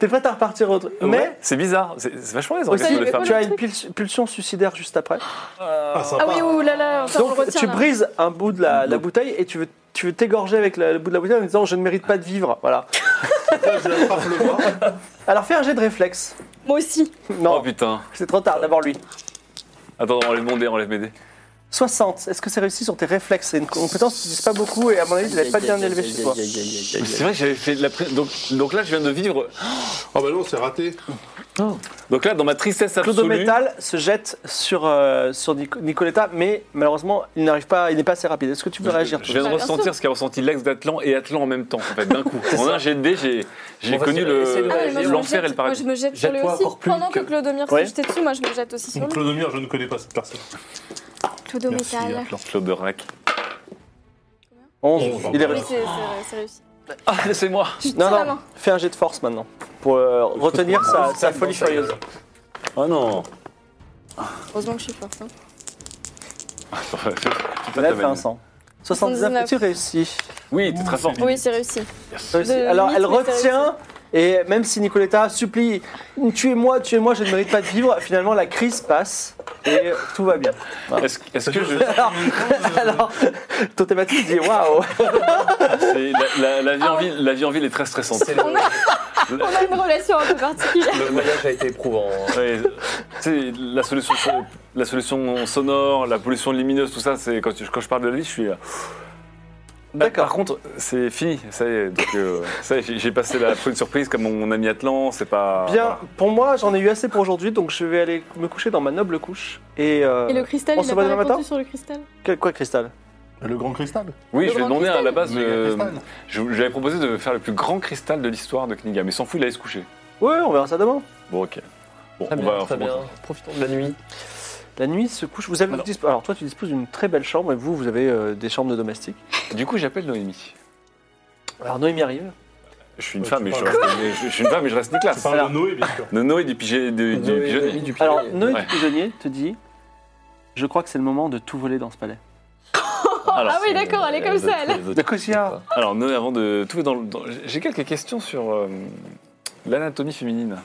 Speaker 1: es prêt à repartir au truc.
Speaker 5: Ouais,
Speaker 1: Mais.
Speaker 5: c'est bizarre, c'est c'est vachement les
Speaker 1: Aussi,
Speaker 5: orgasmes de
Speaker 7: mais
Speaker 5: femmes.
Speaker 1: tu as une pul- pulsion suicidaire juste après.
Speaker 4: Ah, sympa.
Speaker 7: Ah oui, ouh là là, ça, on
Speaker 1: Donc
Speaker 7: le retient.
Speaker 1: tu
Speaker 7: là.
Speaker 1: brises un bout de la, la bouteille et tu veux tu veux t'égorger avec la- le bout de la bouteille en disant je ne mérite pas de vivre. Voilà.
Speaker 4: Je l'attrape le bras.
Speaker 1: Alors fais un jet de réflexe.
Speaker 7: Moi aussi.
Speaker 1: Non,
Speaker 5: Oh putain.
Speaker 1: c'est trop tard. D'abord lui.
Speaker 5: Attends, enlève mon dé, enlève mes dés.
Speaker 1: 60. Est-ce que c'est réussi sur tes réflexes C'est une compétence que tu utilises pas beaucoup et à mon avis, tu l'avais pas bien élevé chez toi.
Speaker 5: Mais C'est vrai que j'avais fait de la pré- donc, donc là, je viens de vivre.
Speaker 4: Ah bah non, c'est raté.
Speaker 5: Donc là, dans ma tristesse absolue.
Speaker 1: Claude Métal se jette sur, euh, sur Nico- Nicoletta, mais malheureusement, il n'arrive pas, il n'est pas assez rapide. Est-ce que tu peux réagir
Speaker 5: Je
Speaker 1: toi
Speaker 5: viens de
Speaker 7: Ah, bien sûr.
Speaker 5: ressentir ce qu'a ressenti l'ex d'Atlan et Atlan en même temps, en fait, d'un coup. en un jet de dés, j'ai- j'ai
Speaker 6: Bon, vas-y,
Speaker 5: connu le-
Speaker 6: essaie de-
Speaker 7: Ah, mais moi, je me
Speaker 5: l'enfer et le
Speaker 7: jette-
Speaker 5: paradis.
Speaker 7: Moi, je me jette sur lui
Speaker 6: Jette-toi
Speaker 7: aussi.
Speaker 6: encore plus
Speaker 7: Pendant que
Speaker 6: que-
Speaker 7: Clodomir
Speaker 1: Ouais.
Speaker 7: se jetait dessus, moi, je me jette aussi sur lui.
Speaker 4: Clodomir, je ne connais pas cette personne. Merci, hein.
Speaker 7: Clodométal.
Speaker 4: Atlan.
Speaker 5: Claude de Rack.
Speaker 1: 11. Il est
Speaker 7: Oui,
Speaker 1: réussi.
Speaker 7: c'est- c'est c'est réussi.
Speaker 5: Ah, laissez-moi
Speaker 7: Je tire
Speaker 1: Non,
Speaker 7: la
Speaker 1: non,
Speaker 7: main.
Speaker 1: fais un jet de force maintenant pour euh, retenir sa, sa folie furieuse.
Speaker 5: Oh non
Speaker 7: Heureusement que je suis forte. hein.
Speaker 5: Putain,
Speaker 1: Là,
Speaker 5: t'as
Speaker 1: elle fait un
Speaker 5: mal.
Speaker 1: 100. 79, tu réussis.
Speaker 5: Oui, t'es très fort.
Speaker 7: Oui, c'est réussi.
Speaker 1: Réussi.
Speaker 7: De
Speaker 1: Alors,
Speaker 7: limite,
Speaker 1: elle
Speaker 7: mais t'as
Speaker 1: retient, et même si Nicoletta supplie Tuez-moi, tuez-moi, je ne mérite pas de vivre, finalement, la crise passe et tout va bien.
Speaker 5: Est-ce est-ce que je.
Speaker 1: Alors, alors Totématis dit waouh
Speaker 5: c'est- la, la- la vie en ville, la vie en ville est très stressante.
Speaker 6: C'est le-
Speaker 7: On a une relation un peu particulière.
Speaker 6: Le voyage a été éprouvant. hein.
Speaker 5: Ouais, c'est la solution, so- la solution sonore, la pollution lumineuse, tout ça, c'est quand, tu- quand je parle de la vie, je suis. euh,
Speaker 1: D'accord.
Speaker 5: Bah, Par contre, c'est fini, ça y est. Donc, euh, ça y est, j'ai- j'ai passé la une surprise comme mon ami Atlan, c'est pas.
Speaker 1: Bien,
Speaker 5: voilà.
Speaker 1: pour moi, j'en ai eu assez pour aujourd'hui, donc je vais aller me coucher dans ma noble couche. Et, euh,
Speaker 7: Et le cristal,
Speaker 1: on
Speaker 7: il
Speaker 1: se
Speaker 7: a
Speaker 1: voit
Speaker 7: pas
Speaker 1: demain matin
Speaker 7: répondu sur le cristal.
Speaker 1: quel- quoi, Cristal
Speaker 4: Le grand cristal.
Speaker 5: Oui,
Speaker 7: le
Speaker 5: je vais
Speaker 7: grand
Speaker 5: demander à la base.
Speaker 4: Le méga
Speaker 5: euh,
Speaker 4: cristal.
Speaker 5: je je lui avais proposé de faire le plus grand cristal de l'histoire de Kniga, mais s'en fout, il allait se coucher.
Speaker 1: Ouais, on verra ça demain.
Speaker 5: Bon, ok. Bon,
Speaker 6: Très
Speaker 5: on
Speaker 6: bien,
Speaker 5: va.
Speaker 6: très bien. Profitons de la nuit.
Speaker 1: La nuit se couche. Vous avez,
Speaker 5: Alors.
Speaker 1: dispo- alors toi, tu disposes d'une très belle chambre et vous, vous avez euh, des chambres de domestiques.
Speaker 5: Du coup, j'appelle Noémie.
Speaker 1: Alors Noémie arrive.
Speaker 5: Je suis une
Speaker 4: Ouais,
Speaker 5: femme,
Speaker 4: tu
Speaker 5: mais je,
Speaker 4: parles.
Speaker 5: reste- mais je- je suis une femme, mais je reste Nicolas.
Speaker 4: Tu parles de Noé, bien sûr.
Speaker 5: De Noé du pigé- du- du
Speaker 6: Noé,
Speaker 5: pigeonnier.
Speaker 6: Noémie du Pigeonnier.
Speaker 1: Alors Noé
Speaker 5: Ouais.
Speaker 1: du prisonnier te dit Je crois que c'est le moment de tout voler dans ce palais.
Speaker 5: Alors,
Speaker 7: Ah oui,
Speaker 5: c'est-
Speaker 7: d'accord, elle est comme ça, elle.
Speaker 1: De Kossia
Speaker 5: Alors, Noé, avant de tout dans, le- dans- j'ai quelques questions sur euh, l'anatomie féminine.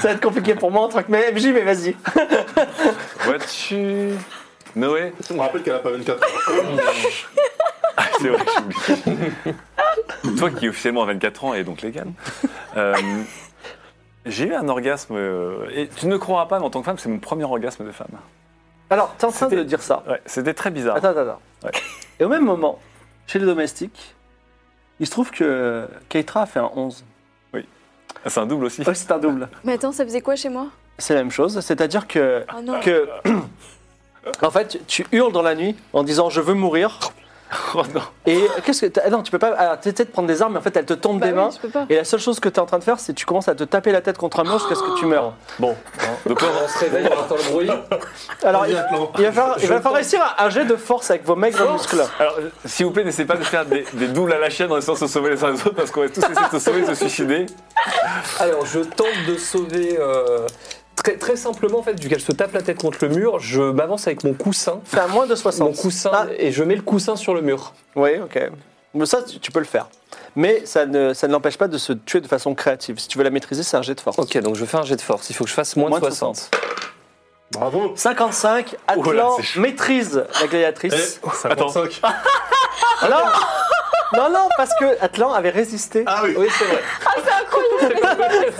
Speaker 1: Ça va être compliqué pour moi en tant que MJ, mais vas-y.
Speaker 5: Vois-tu, Noé
Speaker 4: On rappelle qu'elle a pas 24 ans.
Speaker 5: Ah, C'est vrai, j'ai oublié. Toi qui officiellement a 24 ans et donc légal. Euh, j'ai eu un orgasme euh, et tu ne croiras pas, mais en tant que femme, c'est mon premier orgasme de femme.
Speaker 1: Alors, t'es en train de
Speaker 5: C'était-
Speaker 1: dire ça.
Speaker 5: Ouais, c'était très bizarre.
Speaker 1: Attends, attends, attends.
Speaker 5: Ouais.
Speaker 1: Et au même moment, chez les domestiques, il se trouve que Keitra a fait un 11.
Speaker 5: Ah, C'est un double aussi.
Speaker 1: Oh, c'est un double.
Speaker 7: Mais attends, ça faisait quoi chez moi
Speaker 1: C'est la même chose, c'est-à-dire que,
Speaker 7: Oh non.
Speaker 1: que en fait, tu hurles dans la nuit en disant je veux mourir.
Speaker 5: Oh non.
Speaker 1: Et qu'est-ce que. t'as- ah non, tu peux pas. Alors, t'essaies de prendre des armes, mais en fait, elles te tombent
Speaker 7: Bah
Speaker 1: des
Speaker 7: oui,
Speaker 1: mains.
Speaker 7: je peux pas.
Speaker 1: Et la seule chose que tu es en train de faire, c'est que tu commences à te taper la tête contre un mur jusqu'à ce que tu meurs.
Speaker 5: Bon, donc là,
Speaker 6: on se réveille, on entend le bruit.
Speaker 1: Alors, il,
Speaker 3: Atlan.
Speaker 1: il va falloir, il va falloir réussir à- un jet de force avec vos maigres muscles.
Speaker 5: Alors, euh, s'il vous plaît, n'essayez pas de faire des, des doubles à la chaîne dans le sens de sauver les uns les autres, parce qu'on va tous essayer de se sauver, de se suicider.
Speaker 6: Alors, je tente de sauver. euh, Très, très simplement, en fait, vu qu'elle se tape la tête contre le mur, je m'avance avec mon coussin.
Speaker 1: C'est à moins de 60.
Speaker 6: Mon coussin,
Speaker 1: Ah.
Speaker 6: et je mets le coussin sur le mur.
Speaker 1: Oui, ok. Mais ça, tu tu peux le faire. Mais ça ne, ça ne l'empêche pas de se tuer de façon créative. Si tu veux la maîtriser, c'est un jet de force.
Speaker 6: Ok, donc je fais un jet de force. Il faut que je fasse moins,
Speaker 1: Moins
Speaker 6: de
Speaker 1: de
Speaker 6: 60.
Speaker 4: Bravo
Speaker 1: 55, Atlan
Speaker 5: Oh là, c'est chaud.
Speaker 1: maîtrise la gladiatrice.
Speaker 5: Attends.
Speaker 4: 55.
Speaker 1: Non, non, non, parce que Atlan avait résisté.
Speaker 3: Ah oui.
Speaker 6: Oui, c'est vrai.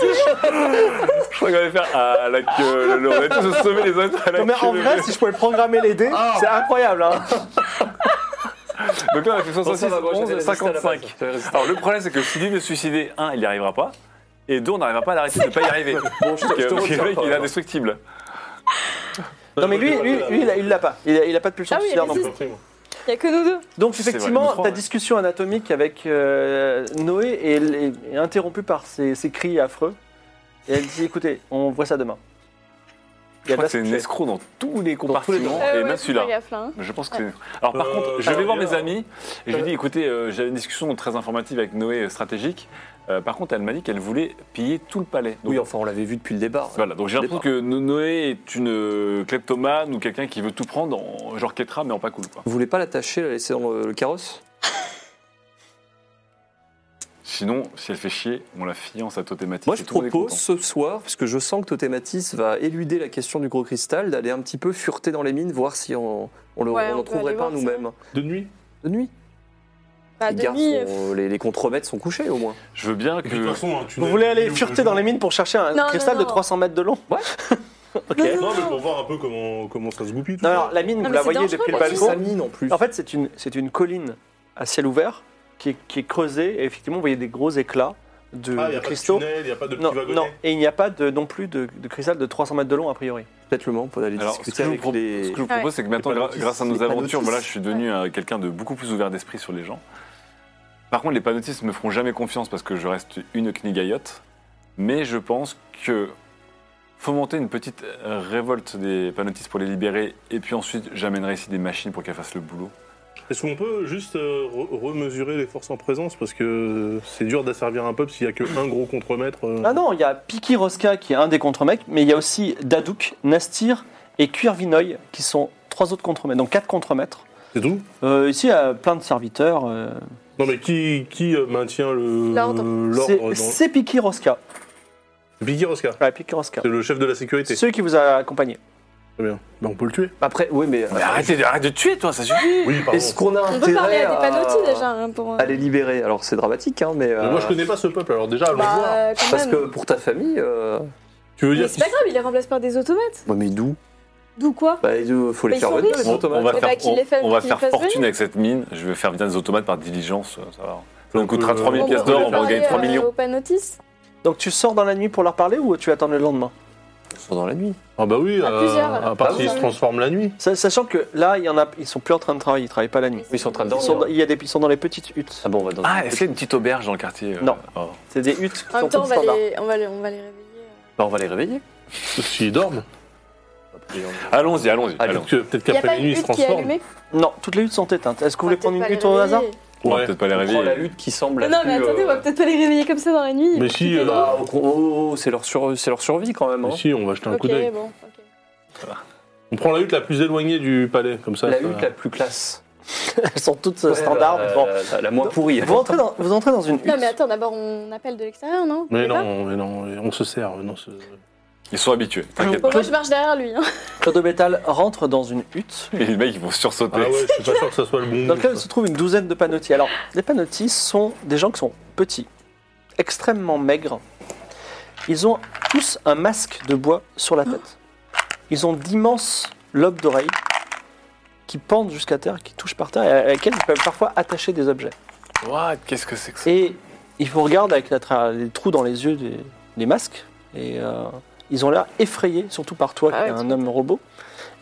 Speaker 5: Je crois qu'on allait faire à la queue. le- On allait tous se sauver les uns à la
Speaker 1: Non, mais
Speaker 5: queue
Speaker 1: en
Speaker 5: leu
Speaker 1: vrai,
Speaker 5: leu.
Speaker 1: si je pouvais programmer les dés, c'est incroyable. hein.
Speaker 5: Donc là, on a fait
Speaker 6: Bon, ça
Speaker 5: 66,
Speaker 6: va, moi, j'avais
Speaker 5: 11,
Speaker 6: résisté à la
Speaker 5: 55.
Speaker 6: base.
Speaker 5: Alors, le problème, c'est que si lui veut se suicider, un, il n'y arrivera pas. Et deux, on n'arrivera pas à l'arrêter de ne pas y arriver. Bon, je
Speaker 6: te
Speaker 5: que
Speaker 6: retiens
Speaker 5: le mec,
Speaker 6: pas,
Speaker 5: il est
Speaker 6: alors.
Speaker 5: indestructible.
Speaker 1: Non, mais lui, lui, lui, il a- il l'a pas. Il a, il a pas de pulsion
Speaker 7: Ah oui,
Speaker 1: suicidaire non
Speaker 7: résiste.
Speaker 1: plus.
Speaker 7: Il n'y a que nous deux.
Speaker 1: Donc
Speaker 5: C'est vrai,
Speaker 1: effectivement,
Speaker 5: nous trois,
Speaker 1: ta
Speaker 5: ouais.
Speaker 1: discussion anatomique avec euh, Noé est, est- est interrompue par ces, ces cris affreux. Et elle dit, écoutez, on voit ça demain. Il y
Speaker 5: Je
Speaker 1: a de
Speaker 5: crois
Speaker 1: la
Speaker 5: que c'est un
Speaker 1: suite.
Speaker 5: escroc dans tous les compartiments,
Speaker 7: Euh,
Speaker 5: et
Speaker 7: ouais,
Speaker 5: même
Speaker 7: faut
Speaker 5: celui-là.
Speaker 7: faire gaffe, là, hein.
Speaker 5: Mais Je pense que c'est- Alors par
Speaker 4: Euh,
Speaker 5: contre, je vais
Speaker 4: alors,
Speaker 5: voir mes
Speaker 4: bien.
Speaker 5: amis et je lui dis écoutez, euh, j'avais une discussion très informative avec Noé euh, stratégique. Euh, par contre, elle m'a dit qu'elle voulait piller tout le palais. Donc,
Speaker 6: Oui, enfin, on l'avait vu depuis le départ.
Speaker 5: Voilà, donc j'ai l'impression que No- Noé est une euh, kleptomane ou quelqu'un qui veut tout prendre, en, genre Ketra, mais en pas cool. Quoi.
Speaker 6: Vous voulez pas l'attacher, la laisser dans le, le carrosse
Speaker 5: Sinon, si elle fait chier, on la fiance à taux thématique.
Speaker 6: Moi, je
Speaker 5: et tout le monde est
Speaker 6: propose ce soir, parce que je sens que Totematis va éluder la question du gros cristal, d'aller un petit peu fureter dans les mines, voir si on, on le
Speaker 7: Ouais,
Speaker 6: on
Speaker 7: on
Speaker 6: en
Speaker 7: peut
Speaker 6: trouverait
Speaker 7: aller
Speaker 6: pas
Speaker 7: voir ça.
Speaker 6: nous-mêmes.
Speaker 4: De nuit
Speaker 6: De nuit.
Speaker 7: Bah,
Speaker 6: les, gardes
Speaker 7: demi,
Speaker 6: sont- les, les contremaîtres sont couchés au moins.
Speaker 5: content. Je veux bien
Speaker 4: Et puis, de
Speaker 5: que.
Speaker 4: toute façon, hein, tu
Speaker 1: Vous
Speaker 4: n'es-
Speaker 1: voulez aller
Speaker 4: tu n'es-
Speaker 1: fureter dans les mines pour chercher un
Speaker 7: Non,
Speaker 1: cristal
Speaker 7: non, non.
Speaker 1: de 300 mètres de long
Speaker 6: Ouais.
Speaker 1: Ok.
Speaker 4: Non, mais pour voir un peu comment, comment ça se goupille. tout
Speaker 1: Non,
Speaker 4: ça. Ah,
Speaker 1: alors la mine,
Speaker 7: Non,
Speaker 1: vous
Speaker 7: mais
Speaker 1: la
Speaker 7: c'est
Speaker 1: voyez
Speaker 7: dangereux,
Speaker 1: depuis le
Speaker 7: la
Speaker 6: C'est sa
Speaker 1: balcon.
Speaker 6: mine en plus.
Speaker 1: En fait, c'est une, c'est une colline à ciel ouvert qui est, qui est creusée et effectivement, vous voyez des gros éclats de
Speaker 4: Ah, il n'y a pas de
Speaker 1: cristaux.
Speaker 4: tunnel, il n'y a pas de petit
Speaker 1: Non,
Speaker 4: wagonnet.
Speaker 1: non, et il n'y a pas de, non plus de, de cristal de 300 mètres de long a priori.
Speaker 6: peut-être le moment pour aller
Speaker 5: Alors, ce que,
Speaker 6: discuter
Speaker 5: je vous
Speaker 6: avec
Speaker 5: propose,
Speaker 6: les.
Speaker 5: ce que je vous propose, c'est que maintenant,
Speaker 4: Les
Speaker 5: gra-
Speaker 4: panotis,
Speaker 5: grâce à nos
Speaker 4: les
Speaker 5: aventures,
Speaker 4: panotis.
Speaker 5: voilà, je suis devenu euh, quelqu'un de beaucoup plus ouvert d'esprit sur les gens. Par contre, les panotistes me feront jamais confiance parce que je reste une knigayotte. Mais je pense que fomenter une petite euh, révolte des panotistes pour les libérer, et puis ensuite, j'amènerai ici des machines pour qu'elles fassent le boulot.
Speaker 4: Est-ce qu'on peut juste euh, re- remesurer les forces en présence Parce que c'est dur d'asservir un peuple s'il n'y a qu'un gros contremaître. euh.
Speaker 1: Ah non, il y a Piki Roska qui est un des contre-mecs, mais il y a aussi Dadouk, Nastir et Cuirvinoy qui sont trois autres contre-mecs, donc quatre contre-maîtres.
Speaker 4: C'est tout
Speaker 1: Euh, ici, il y a plein de serviteurs. euh.
Speaker 4: Non, mais qui, qui euh, maintient le-
Speaker 7: L'ordre.
Speaker 1: C'est-
Speaker 4: l'ordre dans.
Speaker 1: C'est Piki Roska.
Speaker 4: Biggie Roska,
Speaker 1: Ouais, Piki Roska.
Speaker 4: c'est le chef de la sécurité.
Speaker 1: Ceux qui vous a accompagné.
Speaker 4: Très bien. Bah, on peut le tuer.
Speaker 6: Après, oui, mais. euh,
Speaker 5: Mais arrêtez de, arrête de tuer, toi, ça suffit
Speaker 4: Oui, pardon.
Speaker 6: Est-ce qu'on a
Speaker 7: On
Speaker 6: intérêt
Speaker 7: peut parler à des
Speaker 6: à-
Speaker 7: panotis déjà hein, pour. euh,
Speaker 6: à les libérer Alors, c'est dramatique, hein, mais.
Speaker 4: Mais
Speaker 6: euh,
Speaker 4: Moi, je connais pas ce peuple, alors déjà, allons
Speaker 7: bah,
Speaker 4: voir.
Speaker 7: euh, quand
Speaker 6: Parce
Speaker 7: même.
Speaker 6: que pour ta famille. euh,
Speaker 4: Tu veux
Speaker 7: Mais
Speaker 4: dire
Speaker 7: c'est pas
Speaker 4: qu'ils
Speaker 7: grave, il les remplace par des automates.
Speaker 6: Ouais, mais d'où
Speaker 7: D'où quoi
Speaker 6: Bah, il faut les
Speaker 7: Mais ils
Speaker 6: faire
Speaker 7: sont
Speaker 6: venir,
Speaker 7: riches.
Speaker 6: les automates.
Speaker 5: On va
Speaker 7: Eh
Speaker 5: faire,
Speaker 7: ben, qu'il les
Speaker 5: on-
Speaker 7: fait-
Speaker 5: on va
Speaker 7: qu'il
Speaker 5: faire
Speaker 7: les fasse
Speaker 5: fortune
Speaker 7: venir.
Speaker 5: avec cette mine. Je vais faire venir des automates par diligence, euh, ça va. Ça nous
Speaker 4: Donc,
Speaker 5: coûtera
Speaker 4: euh,
Speaker 5: 3000
Speaker 4: on
Speaker 5: pièces
Speaker 4: peut
Speaker 5: d'or, on
Speaker 4: parler
Speaker 5: va en gagner
Speaker 4: à-
Speaker 5: 3 millions.
Speaker 7: Au panotis
Speaker 1: Donc tu sors dans la nuit pour leur parler ou tu attends le lendemain
Speaker 6: Ils sont dans la nuit.
Speaker 4: Ah, bah oui,
Speaker 7: À
Speaker 4: euh,
Speaker 7: plusieurs.
Speaker 4: à part
Speaker 7: Ah,
Speaker 4: s'ils
Speaker 7: oui.
Speaker 4: se transforment la nuit.
Speaker 1: Sa- Sachant que là, il y en a, ils sont plus en train de travailler, ils travaillent pas la nuit.
Speaker 6: Ils sont en train de
Speaker 1: Ils sont,
Speaker 6: dormir.
Speaker 1: dans- il y a des, ils sont dans les petites huttes.
Speaker 6: Ah bon, on va dans
Speaker 5: Ah, est-ce qu'il y a une petite auberge dans le quartier euh,
Speaker 1: Non.
Speaker 5: oh.
Speaker 1: C'est des huttes qui
Speaker 7: En
Speaker 1: sont
Speaker 7: même temps, on
Speaker 1: toutes
Speaker 7: va,
Speaker 1: standards.
Speaker 7: les, on, va les, on va les réveiller.
Speaker 6: Bah, on va les réveiller.
Speaker 4: S'ils dorment.
Speaker 5: Allons-y, allons-y.
Speaker 6: Allez.
Speaker 5: allons-y.
Speaker 4: Peut-être que- peut-être
Speaker 7: Il n'y a pas
Speaker 4: qu'après
Speaker 7: une
Speaker 4: minuit, ils se
Speaker 7: hutte qui est
Speaker 4: transforment.
Speaker 7: allumée
Speaker 1: Non, toutes les huttes sont éteintes. Est-ce que vous voulez prendre une hutte au hasard
Speaker 5: On va
Speaker 4: Ouais.
Speaker 5: peut-être pas les
Speaker 6: On prend la
Speaker 5: réveiller.
Speaker 6: lutte qui semble. la
Speaker 7: Non, mais
Speaker 6: plus,
Speaker 7: attendez, on va
Speaker 6: euh,
Speaker 7: peut-être pas les réveiller comme ça dans la nuit.
Speaker 4: Mais si, euh,
Speaker 6: bah, oh, oh, oh, c'est leur, sur- c'est leur survie quand même. hein.
Speaker 4: Mais si, on va jeter un coup d'œil.
Speaker 7: Ok, bon. ok.
Speaker 4: On prend la hutte la plus éloignée du palais, comme ça.
Speaker 6: La
Speaker 4: ça-
Speaker 6: lutte la plus classe.
Speaker 1: Elles sont toutes euh, standards.
Speaker 6: La-
Speaker 1: Bon.
Speaker 6: la, la moins pourrie.
Speaker 1: Vous entrez, dans, vous entrez dans une hutte.
Speaker 7: Non, mais attends, d'abord on appelle de l'extérieur, non
Speaker 4: Mais
Speaker 7: Je sais pas.
Speaker 4: non, mais non, on se sert. Non, c'est-
Speaker 5: Ils sont habitués, t'inquiète
Speaker 7: Bon,
Speaker 5: pas.
Speaker 7: moi je marche derrière lui. Hein.
Speaker 1: Claude Bétal rentre dans une hutte
Speaker 5: Et les mecs, ils vont
Speaker 4: Ah
Speaker 5: sursauter.
Speaker 4: ouais, je suis pas sûr que ça soit le bon.
Speaker 1: dans laquelle
Speaker 4: move,
Speaker 1: se trouve une douzaine de panotis. Alors, les panotis sont des gens qui sont petits, extrêmement maigres. Ils ont tous un masque de bois sur la tête. Ils ont d'immenses lobes d'oreilles qui pendent jusqu'à terre, qui touchent par terre et à laquelle ils peuvent parfois attacher des objets.
Speaker 5: What Qu'est-ce que c'est que ça
Speaker 1: Et ils vous regardent avec la tra- les trous dans les yeux des, des masques. Et euh, ils ont l'air effrayés, surtout par toi,
Speaker 7: Ah
Speaker 1: qui
Speaker 7: ouais,
Speaker 1: est un homme robot.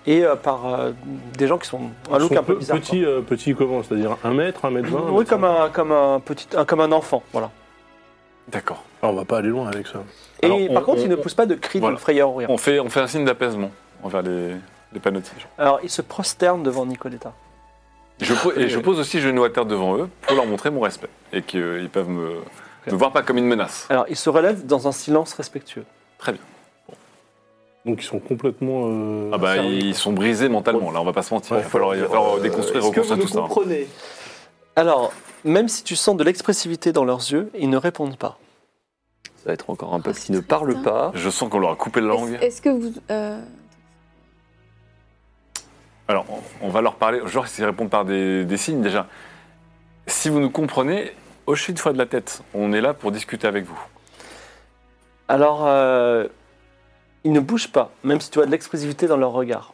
Speaker 1: et euh, par euh, des gens qui sont un look
Speaker 4: Son
Speaker 1: un peu
Speaker 4: pe-
Speaker 1: bizarre.
Speaker 4: Petit, euh, petit comment C'est-à-dire 1 mètre, 1 mètre
Speaker 1: quoi.
Speaker 4: 20
Speaker 1: oui, comme un, comme un petit, un- comme un enfant, voilà.
Speaker 5: D'accord.
Speaker 4: Ah, on va pas aller loin avec ça.
Speaker 1: Et
Speaker 5: Alors, on-
Speaker 1: par contre,
Speaker 5: on-
Speaker 1: il ne
Speaker 5: on-
Speaker 1: pousse pas de cri
Speaker 5: voilà.
Speaker 1: de frayeur ou rien.
Speaker 5: On fait, on fait un signe d'apaisement envers les, les panotiers.
Speaker 1: Alors, il se prosterne devant Nicoletta.
Speaker 5: Je, po- et je pose aussi genou à terre devant eux pour leur montrer mon respect et qu'ils peuvent me, me voir pas comme une menace.
Speaker 1: Alors, il se relève dans un silence respectueux.
Speaker 4: Donc ils sont complètement. euh,
Speaker 5: Ah bah
Speaker 4: servis.
Speaker 5: ils sont brisés mentalement, là on va pas se mentir.
Speaker 4: Ouais.
Speaker 5: il va falloir, il va falloir
Speaker 4: Euh,
Speaker 5: déconstruire,
Speaker 1: Est-ce que vous
Speaker 5: reconstruire
Speaker 1: nous
Speaker 5: tout ça. hein.
Speaker 1: comprenez Alors, même si tu sens de l'expressivité dans leurs yeux, ils ne répondent pas.
Speaker 6: Ça va être encore un
Speaker 7: Oh,
Speaker 6: peuple
Speaker 7: c'est
Speaker 6: qui ne
Speaker 7: triste,
Speaker 6: parle
Speaker 7: hein.
Speaker 6: pas.
Speaker 5: Je sens qu'on leur a coupé la langue.
Speaker 7: Est-ce est-ce que vous. euh,
Speaker 5: Alors on, on va leur parler, genre s'ils répondent par des, des signes déjà. Si vous nous comprenez, hochez une fois de la tête. On est là pour discuter avec vous.
Speaker 1: Alors, euh, ils ne bougent pas, même si tu as de l'expressivité dans leur regard.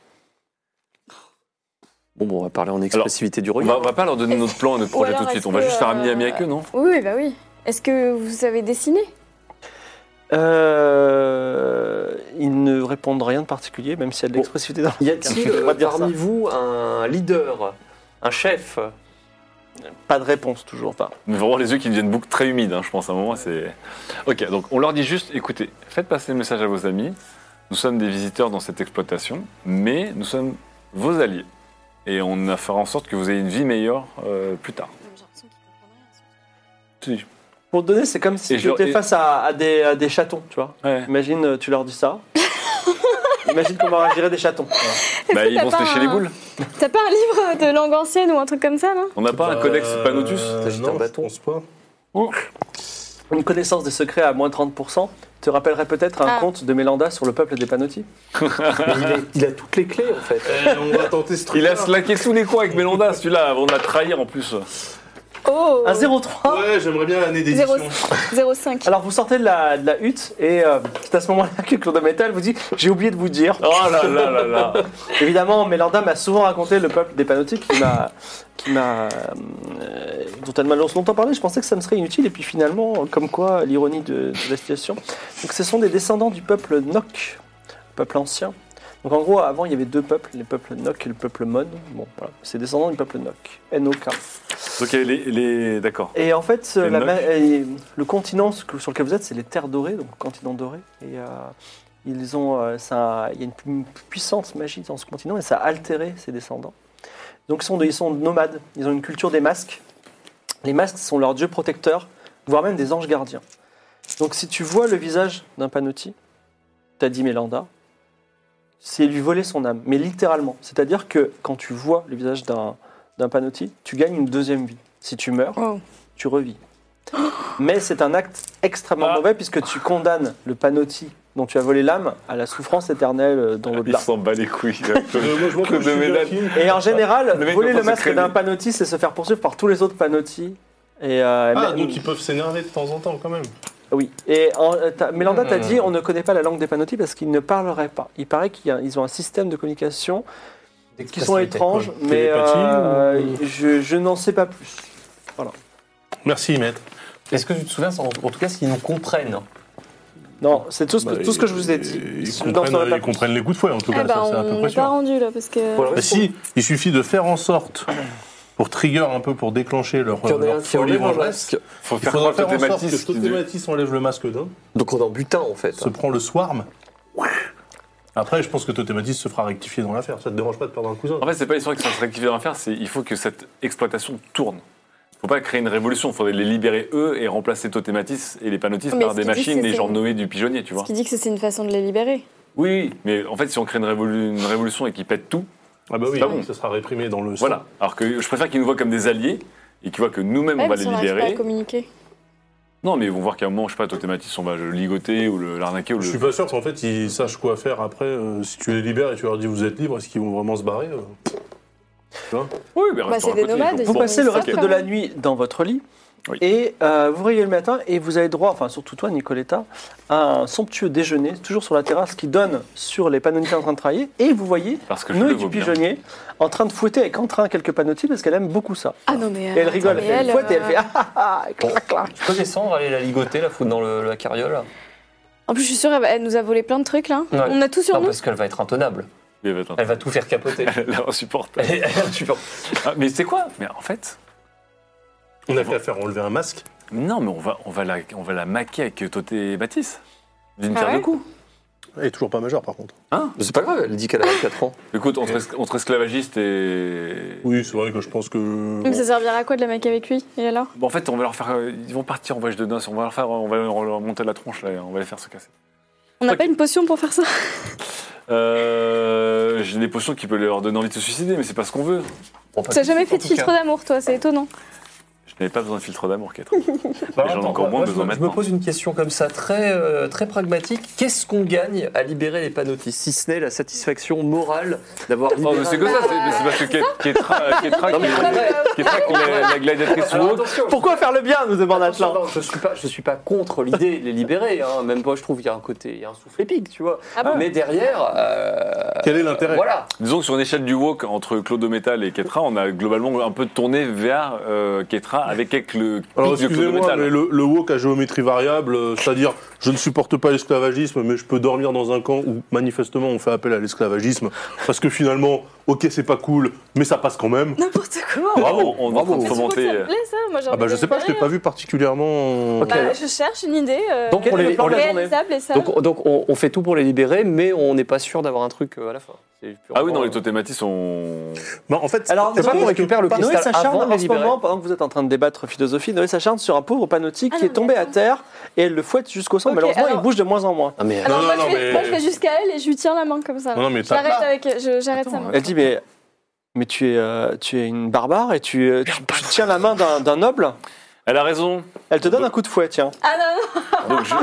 Speaker 6: Bon, bon, on va parler en expressivité du
Speaker 5: On va,
Speaker 6: regard.
Speaker 5: on va pas leur donner notre plan et notre projet
Speaker 7: Ou alors
Speaker 5: tout de suite.
Speaker 7: est-ce
Speaker 5: On va juste
Speaker 7: que,
Speaker 5: faire un ami
Speaker 7: euh,
Speaker 5: ami avec eux, non
Speaker 7: Oui, oui, bah oui. Est-ce que vous savez dessiner
Speaker 1: Euh, ils ne répondent rien de particulier, même s'il y a de
Speaker 6: Bon.
Speaker 1: l'expressivité dans
Speaker 6: Y
Speaker 1: leur
Speaker 6: a-t-il
Speaker 1: regard.
Speaker 6: euh,
Speaker 1: Pas de dire ça.
Speaker 6: parmi vous un leader, un chef
Speaker 1: Pas de réponse, toujours pas.
Speaker 5: Mais vraiment les yeux qui deviennent boucles très humides, hein, je pense à un moment. c'est... Ok, donc on leur dit juste, écoutez, faites passer le message à vos amis. Nous sommes des visiteurs dans cette exploitation, mais nous sommes vos alliés. Et on a fera en sorte que vous ayez une vie meilleure euh, plus tard. Si.
Speaker 1: Pour te donner, c'est comme si
Speaker 5: Et
Speaker 1: tu
Speaker 5: genre-
Speaker 1: étais
Speaker 5: et-
Speaker 1: face à, à des, à des chatons, tu vois.
Speaker 5: Ouais.
Speaker 1: Imagine, euh, tu leur dis ça. Imagine qu'on va gérer des chatons. Voilà.
Speaker 5: Bah,
Speaker 7: que
Speaker 5: ils
Speaker 7: t'as
Speaker 5: vont se
Speaker 7: pas
Speaker 5: lécher
Speaker 7: un-
Speaker 5: les boules.
Speaker 7: T'as pas un livre de langue ancienne ou un truc comme ça, non
Speaker 5: On n'a pas un
Speaker 4: Bah,
Speaker 5: codex
Speaker 4: euh,
Speaker 5: Panotus
Speaker 6: T'agites
Speaker 4: non,
Speaker 6: un bâton.
Speaker 4: Je pense pas.
Speaker 1: Une connaissance des secrets à moins 30% te rappellerait peut-être un
Speaker 7: Ah.
Speaker 1: conte de Mélanda sur le peuple des panotis.
Speaker 6: Mais il, a, il a toutes les clés en fait.
Speaker 4: Eh, on va tenter ce truc.
Speaker 5: Il a slaqué tous les coins avec Mélanda, celui-là, avant de la trahir en plus.
Speaker 7: Oh
Speaker 1: Un 0,3
Speaker 4: Ouais, j'aimerais bien l'année d'édition.
Speaker 7: 0,5.
Speaker 1: Alors vous sortez de la, de la hutte et euh, c'est à ce moment-là que Claude Métal vous dit j'ai oublié de vous dire.
Speaker 5: Oh là là là là
Speaker 1: Évidemment, Mélanda m'a souvent raconté le peuple des panotiques qui m'a, qui m'a, euh, dont elle m'a longtemps parlé. Je pensais que ça me serait inutile et puis finalement, comme quoi l'ironie de, de la situation. Donc ce sont des descendants du peuple Nok, peuple ancien. Donc en gros, avant il y avait deux peuples, les peuples Nok et le peuple Mon. Bon, voilà, c'est descendants du peuple Nok, N-O-K.
Speaker 5: Donc les... les- D'accord.
Speaker 1: Et en fait, euh,
Speaker 5: Les
Speaker 1: la
Speaker 5: Nocs.
Speaker 1: ma- euh, le continent sc- sur lequel vous êtes, c'est les terres dorées, donc le continent doré. Et euh, ils ont, euh, ça, il y a une pu- puissante magie dans ce continent et ça a altéré ses descendants. Donc ils sont, des- ils sont nomades, ils ont une culture des masques. Les masques sont leurs dieux protecteurs, voire même des anges gardiens. Donc si tu vois le visage d'un panotti, t'as dit Mélanda, c'est lui voler son âme, mais littéralement. C'est-à-dire que quand tu vois le visage d'un d'un panotti, tu gagnes une deuxième vie. Si tu meurs,
Speaker 7: Oh.
Speaker 1: tu revis. Mais c'est un acte extrêmement
Speaker 5: Ah.
Speaker 1: mauvais puisque tu condamnes le panotti dont tu as volé l'âme à la souffrance éternelle euh, dans
Speaker 5: Il
Speaker 1: l'au-delà.
Speaker 5: s'en bat les couilles.
Speaker 4: Euh, moi, je vois que
Speaker 5: Claude
Speaker 4: je suis bien
Speaker 5: Ménal.
Speaker 4: fini.
Speaker 1: Et en général,
Speaker 5: Le mec
Speaker 1: voler
Speaker 5: doit
Speaker 1: le
Speaker 5: pas se
Speaker 1: masque
Speaker 5: crémer.
Speaker 1: d'un panotti, c'est se faire poursuivre par tous les autres panotti. Et, euh,
Speaker 4: Ah,
Speaker 1: mais-
Speaker 4: donc ils peuvent s'énerver de temps en temps quand même.
Speaker 1: Oui. Et en, euh, t'as- Mélanda t'a
Speaker 6: Hmm.
Speaker 1: dit on ne connaît pas la langue des panotis parce qu'ils ne parleraient pas. Il paraît qu'ils ont un système de communication qui sont étranges, mais
Speaker 4: Télépathie
Speaker 1: euh,
Speaker 4: ou-
Speaker 1: je, je n'en sais pas plus.
Speaker 4: Merci, maître.
Speaker 6: Est-ce que tu te souviens, en, en tout cas, s'ils nous comprennent
Speaker 1: Non, c'est tout, ce-
Speaker 4: Bah,
Speaker 1: tout ce que je vous ai
Speaker 4: ils-
Speaker 1: dit.
Speaker 4: Ils
Speaker 1: Je n'en
Speaker 4: comprennent, euh,
Speaker 1: saurais pas
Speaker 4: ils
Speaker 1: plus.
Speaker 4: comprennent les coups de fouet en tout
Speaker 7: Ah
Speaker 4: cas,
Speaker 7: bah
Speaker 4: ça c'est à peu
Speaker 7: on
Speaker 4: près
Speaker 7: n'est pas
Speaker 4: sûr.
Speaker 7: rendu là parce que.
Speaker 6: Voilà.
Speaker 4: Bah si, il suffit de faire en sorte pour trigger un peu, pour déclencher leur,
Speaker 6: qu'il y en ait
Speaker 4: leur
Speaker 6: un qui
Speaker 4: folie
Speaker 6: enlève un
Speaker 4: vengeresse.
Speaker 6: masque
Speaker 5: Faut
Speaker 4: Il
Speaker 5: faire
Speaker 4: faudra
Speaker 5: preuve de
Speaker 4: faire en sorte que
Speaker 5: thématisme.
Speaker 4: Stotomatis enlève le masque d'un,
Speaker 6: Donc on est en butin en fait.
Speaker 4: se prend le swarm. Après, je pense que Totématis se fera rectifier dans l'affaire. Ça te dérange pas de perdre un cousin
Speaker 5: En fait, c'est pas l'histoire que ça se rectifie dans l'affaire, c'est il faut que cette exploitation tourne. Faut pas créer une révolution, faudrait les libérer eux et remplacer Totématis et les panotistes
Speaker 7: Mais
Speaker 5: par
Speaker 7: ce
Speaker 5: des
Speaker 7: qu'il dit,
Speaker 5: machines,
Speaker 7: c'est-
Speaker 5: les
Speaker 7: c'est-
Speaker 5: gens nommés du pigeonnier, tu vois.
Speaker 7: Ce qui dit que c'est une façon de les libérer.
Speaker 5: Oui, oui, mais en fait, si on crée une, révolu- une révolution et qu'ils pètent tout,
Speaker 4: Ah bah oui,
Speaker 5: c'est pas bon.
Speaker 4: ça sera réprimé dans le sang.
Speaker 5: voilà. Alors que je préfère qu'ils nous voient comme des alliés et qu'ils voient que nous-mêmes on
Speaker 7: Ouais,
Speaker 5: va
Speaker 7: parce
Speaker 5: les
Speaker 7: qu'on n'arrive pas à
Speaker 5: libérer.
Speaker 7: communiquer.
Speaker 5: Non, mais ils vont voir qu'à un moment, je sais pas, Totématis, on va le ligoter ou le- l'arnaquer ou
Speaker 4: Je suis
Speaker 5: le.
Speaker 4: pas sûr qu'en fait ils sachent quoi faire après. euh, si tu les libères et tu leur dis vous êtes libres, est-ce qu'ils vont vraiment se barrer euh
Speaker 5: Oui, mais restons
Speaker 7: Bah, c'est
Speaker 5: à
Speaker 7: des
Speaker 5: côté,
Speaker 7: nomades,
Speaker 5: ils
Speaker 7: ils
Speaker 5: vont-
Speaker 1: Vous
Speaker 7: Bon,
Speaker 1: passez le
Speaker 7: ça,
Speaker 1: reste
Speaker 7: quand
Speaker 1: de la
Speaker 7: même.
Speaker 1: nuit dans votre lit
Speaker 5: Oui.
Speaker 1: et euh, vous réveillez le matin et vous avez droit, enfin surtout toi Nicoletta, à un somptueux déjeuner, toujours sur la terrasse qui donne sur les panotis en train de travailler et vous voyez
Speaker 5: Parce que je
Speaker 1: Noé
Speaker 5: le
Speaker 1: du
Speaker 5: vaux bien.
Speaker 1: pigeonnier en train de fouetter avec entrain quelques panotis parce qu'elle aime beaucoup ça.
Speaker 7: Ah non, mais.
Speaker 1: Et elle rigole, elle, fait,
Speaker 7: elle,
Speaker 1: fouette et elle
Speaker 7: euh,
Speaker 1: fait ah ah ah, clac, clac.
Speaker 6: Je peux descendre, aller la ligoter, la foutre dans le- la carriole
Speaker 7: En plus, je suis sûre, elle, elle nous a volé plein de trucs là.
Speaker 6: Ouais.
Speaker 7: On a tout sur
Speaker 6: Non,
Speaker 7: nous.
Speaker 6: parce qu'elle va être intenable.
Speaker 5: Mais va-t'en.
Speaker 6: Elle va tout faire capoter.
Speaker 5: Là, on supporte.
Speaker 6: Elle est insupportable.
Speaker 5: Ah, mais c'est quoi Mais en fait,
Speaker 4: On a qu'à faire enlever un masque.
Speaker 5: non, mais on va, on va, la, on va la maquer avec Toté et Baptiste. D'une pierre
Speaker 7: Ah ouais
Speaker 5: deux coups.
Speaker 4: Elle est toujours pas majeure, par contre.
Speaker 6: C'est pas grave, elle dit qu'elle a 4 ans.
Speaker 5: Écoute, entre, es- entre esclavagistes et.
Speaker 4: Oui, c'est vrai que je pense que.
Speaker 7: Mais ça servira à quoi de la mec avec lui Et alors
Speaker 5: Bon, en fait, on va leur faire. euh, Ils vont partir en voyage de noces. On va leur faire. On va leur monter la tronche là. et On va les faire se casser.
Speaker 7: On n'a
Speaker 5: Ok.
Speaker 7: pas une potion pour faire ça
Speaker 5: Euh, J'ai des potions qui peuvent leur donner envie de se suicider, mais c'est pas ce qu'on veut.
Speaker 6: Bon, pas
Speaker 7: Tu n'as
Speaker 6: tout
Speaker 7: jamais
Speaker 6: suite,
Speaker 7: fait
Speaker 6: en
Speaker 7: de
Speaker 6: tout
Speaker 7: filtre
Speaker 6: cas.
Speaker 7: d'amour, toi, c'est étonnant.
Speaker 5: Je n'avais pas besoin de filtre d'amour, Kate.
Speaker 6: Bah,
Speaker 5: j'en ai
Speaker 6: attends,
Speaker 5: encore
Speaker 6: moi,
Speaker 5: moins besoin
Speaker 6: moi, je me- je,
Speaker 5: maintenant.
Speaker 6: me pose une question comme ça, très, euh, très pragmatique. Qu'est-ce qu'on gagne à libérer les panotis, si ce n'est la satisfaction morale d'avoir
Speaker 5: Non,
Speaker 6: libéré
Speaker 5: mais c'est
Speaker 6: un-
Speaker 5: que ça. c'est- mais C'est parce que Kate- Ketra, Ketra,
Speaker 6: Non, mais-
Speaker 5: qui- Ketra, qui est la, la gladiatrice
Speaker 6: Alors,
Speaker 5: woke.
Speaker 6: attention,
Speaker 1: Pourquoi faire le bien, nous demande
Speaker 6: Attention,
Speaker 1: Atlan
Speaker 6: non, je suis pas, je suis pas contre l'idée de les libérer. hein. Même pas, je trouve qu'il y a un côté, il y a un souffle épique, tu vois.
Speaker 7: Ah bon
Speaker 6: Mais derrière, euh,
Speaker 4: Quel est l'intérêt
Speaker 6: voilà.
Speaker 5: Disons que sur une échelle du woke entre Claude Métal et Ketra, on a globalement un peu tourné vers euh, Ketra avec quelques
Speaker 4: Alors
Speaker 5: le pic de Claude
Speaker 4: excusez-moi,
Speaker 5: Métal.
Speaker 4: mais le, le wok à géométrie variable, euh, c'est-à-dire je ne supporte pas l'esclavagisme, mais je peux dormir dans un camp où manifestement on fait appel à l'esclavagisme, parce que finalement, ok c'est pas cool, mais ça passe quand même.
Speaker 7: N'importe quoi
Speaker 5: Bravo, on va
Speaker 4: Bravo.
Speaker 5: de
Speaker 7: Mais tu crois que
Speaker 5: remonter.
Speaker 7: ça me plaît, ça Moi, j'ai
Speaker 4: Ah bah
Speaker 7: envie
Speaker 4: je
Speaker 7: de
Speaker 4: sais pas, je t'ai
Speaker 7: faire.
Speaker 4: pas vu particulièrement... euh,
Speaker 6: Ok.
Speaker 7: Bah, je cherche une idée euh,
Speaker 6: Donc, on les- on les-
Speaker 7: réalisable et ça.
Speaker 6: Donc, donc on, on fait tout pour les libérer, mais on n'est pas sûr d'avoir un truc euh, à la fin. C'est
Speaker 5: Ah oui,
Speaker 6: purement,
Speaker 5: non, les
Speaker 6: euh,
Speaker 5: totématis sont.
Speaker 4: Bah, en fait,
Speaker 1: Alors,
Speaker 4: c'est
Speaker 1: Noé,
Speaker 4: pas qu'on
Speaker 1: est-ce
Speaker 4: récupère le...
Speaker 1: Noé
Speaker 6: cristal
Speaker 1: s'acharne
Speaker 6: avant de
Speaker 1: en
Speaker 6: les
Speaker 1: ce
Speaker 6: libérer.
Speaker 1: moment, pendant que vous êtes en train de débattre philosophie, Noé s'acharne sur un pauvre panotti
Speaker 7: Ah
Speaker 1: qui
Speaker 7: non,
Speaker 1: est tombé
Speaker 7: mais
Speaker 1: à
Speaker 7: attends.
Speaker 1: terre et elle le fouette jusqu'au sang.
Speaker 7: Ok,
Speaker 1: Malheureusement, il
Speaker 7: alors-
Speaker 1: bouge de moins en moins.
Speaker 6: Ah, mais-
Speaker 7: Alors,
Speaker 4: Non,
Speaker 7: moi,
Speaker 4: non,
Speaker 7: je fais,
Speaker 4: mais-
Speaker 7: moi, je fais jusqu'à elle et je lui tiens la main comme ça.
Speaker 4: Non, non, mais t'as-
Speaker 7: J'arrête avec, je- j'arrête sa
Speaker 5: Attends,
Speaker 7: main.
Speaker 1: Elle dit mais mais tu es euh, tu es une barbare et tu, euh, tu- tu tiens la main d'un d'un noble.
Speaker 5: Elle a raison.
Speaker 1: Elle te donne un coup de fouet, tiens.
Speaker 7: Ah non, non,
Speaker 5: Donc, je-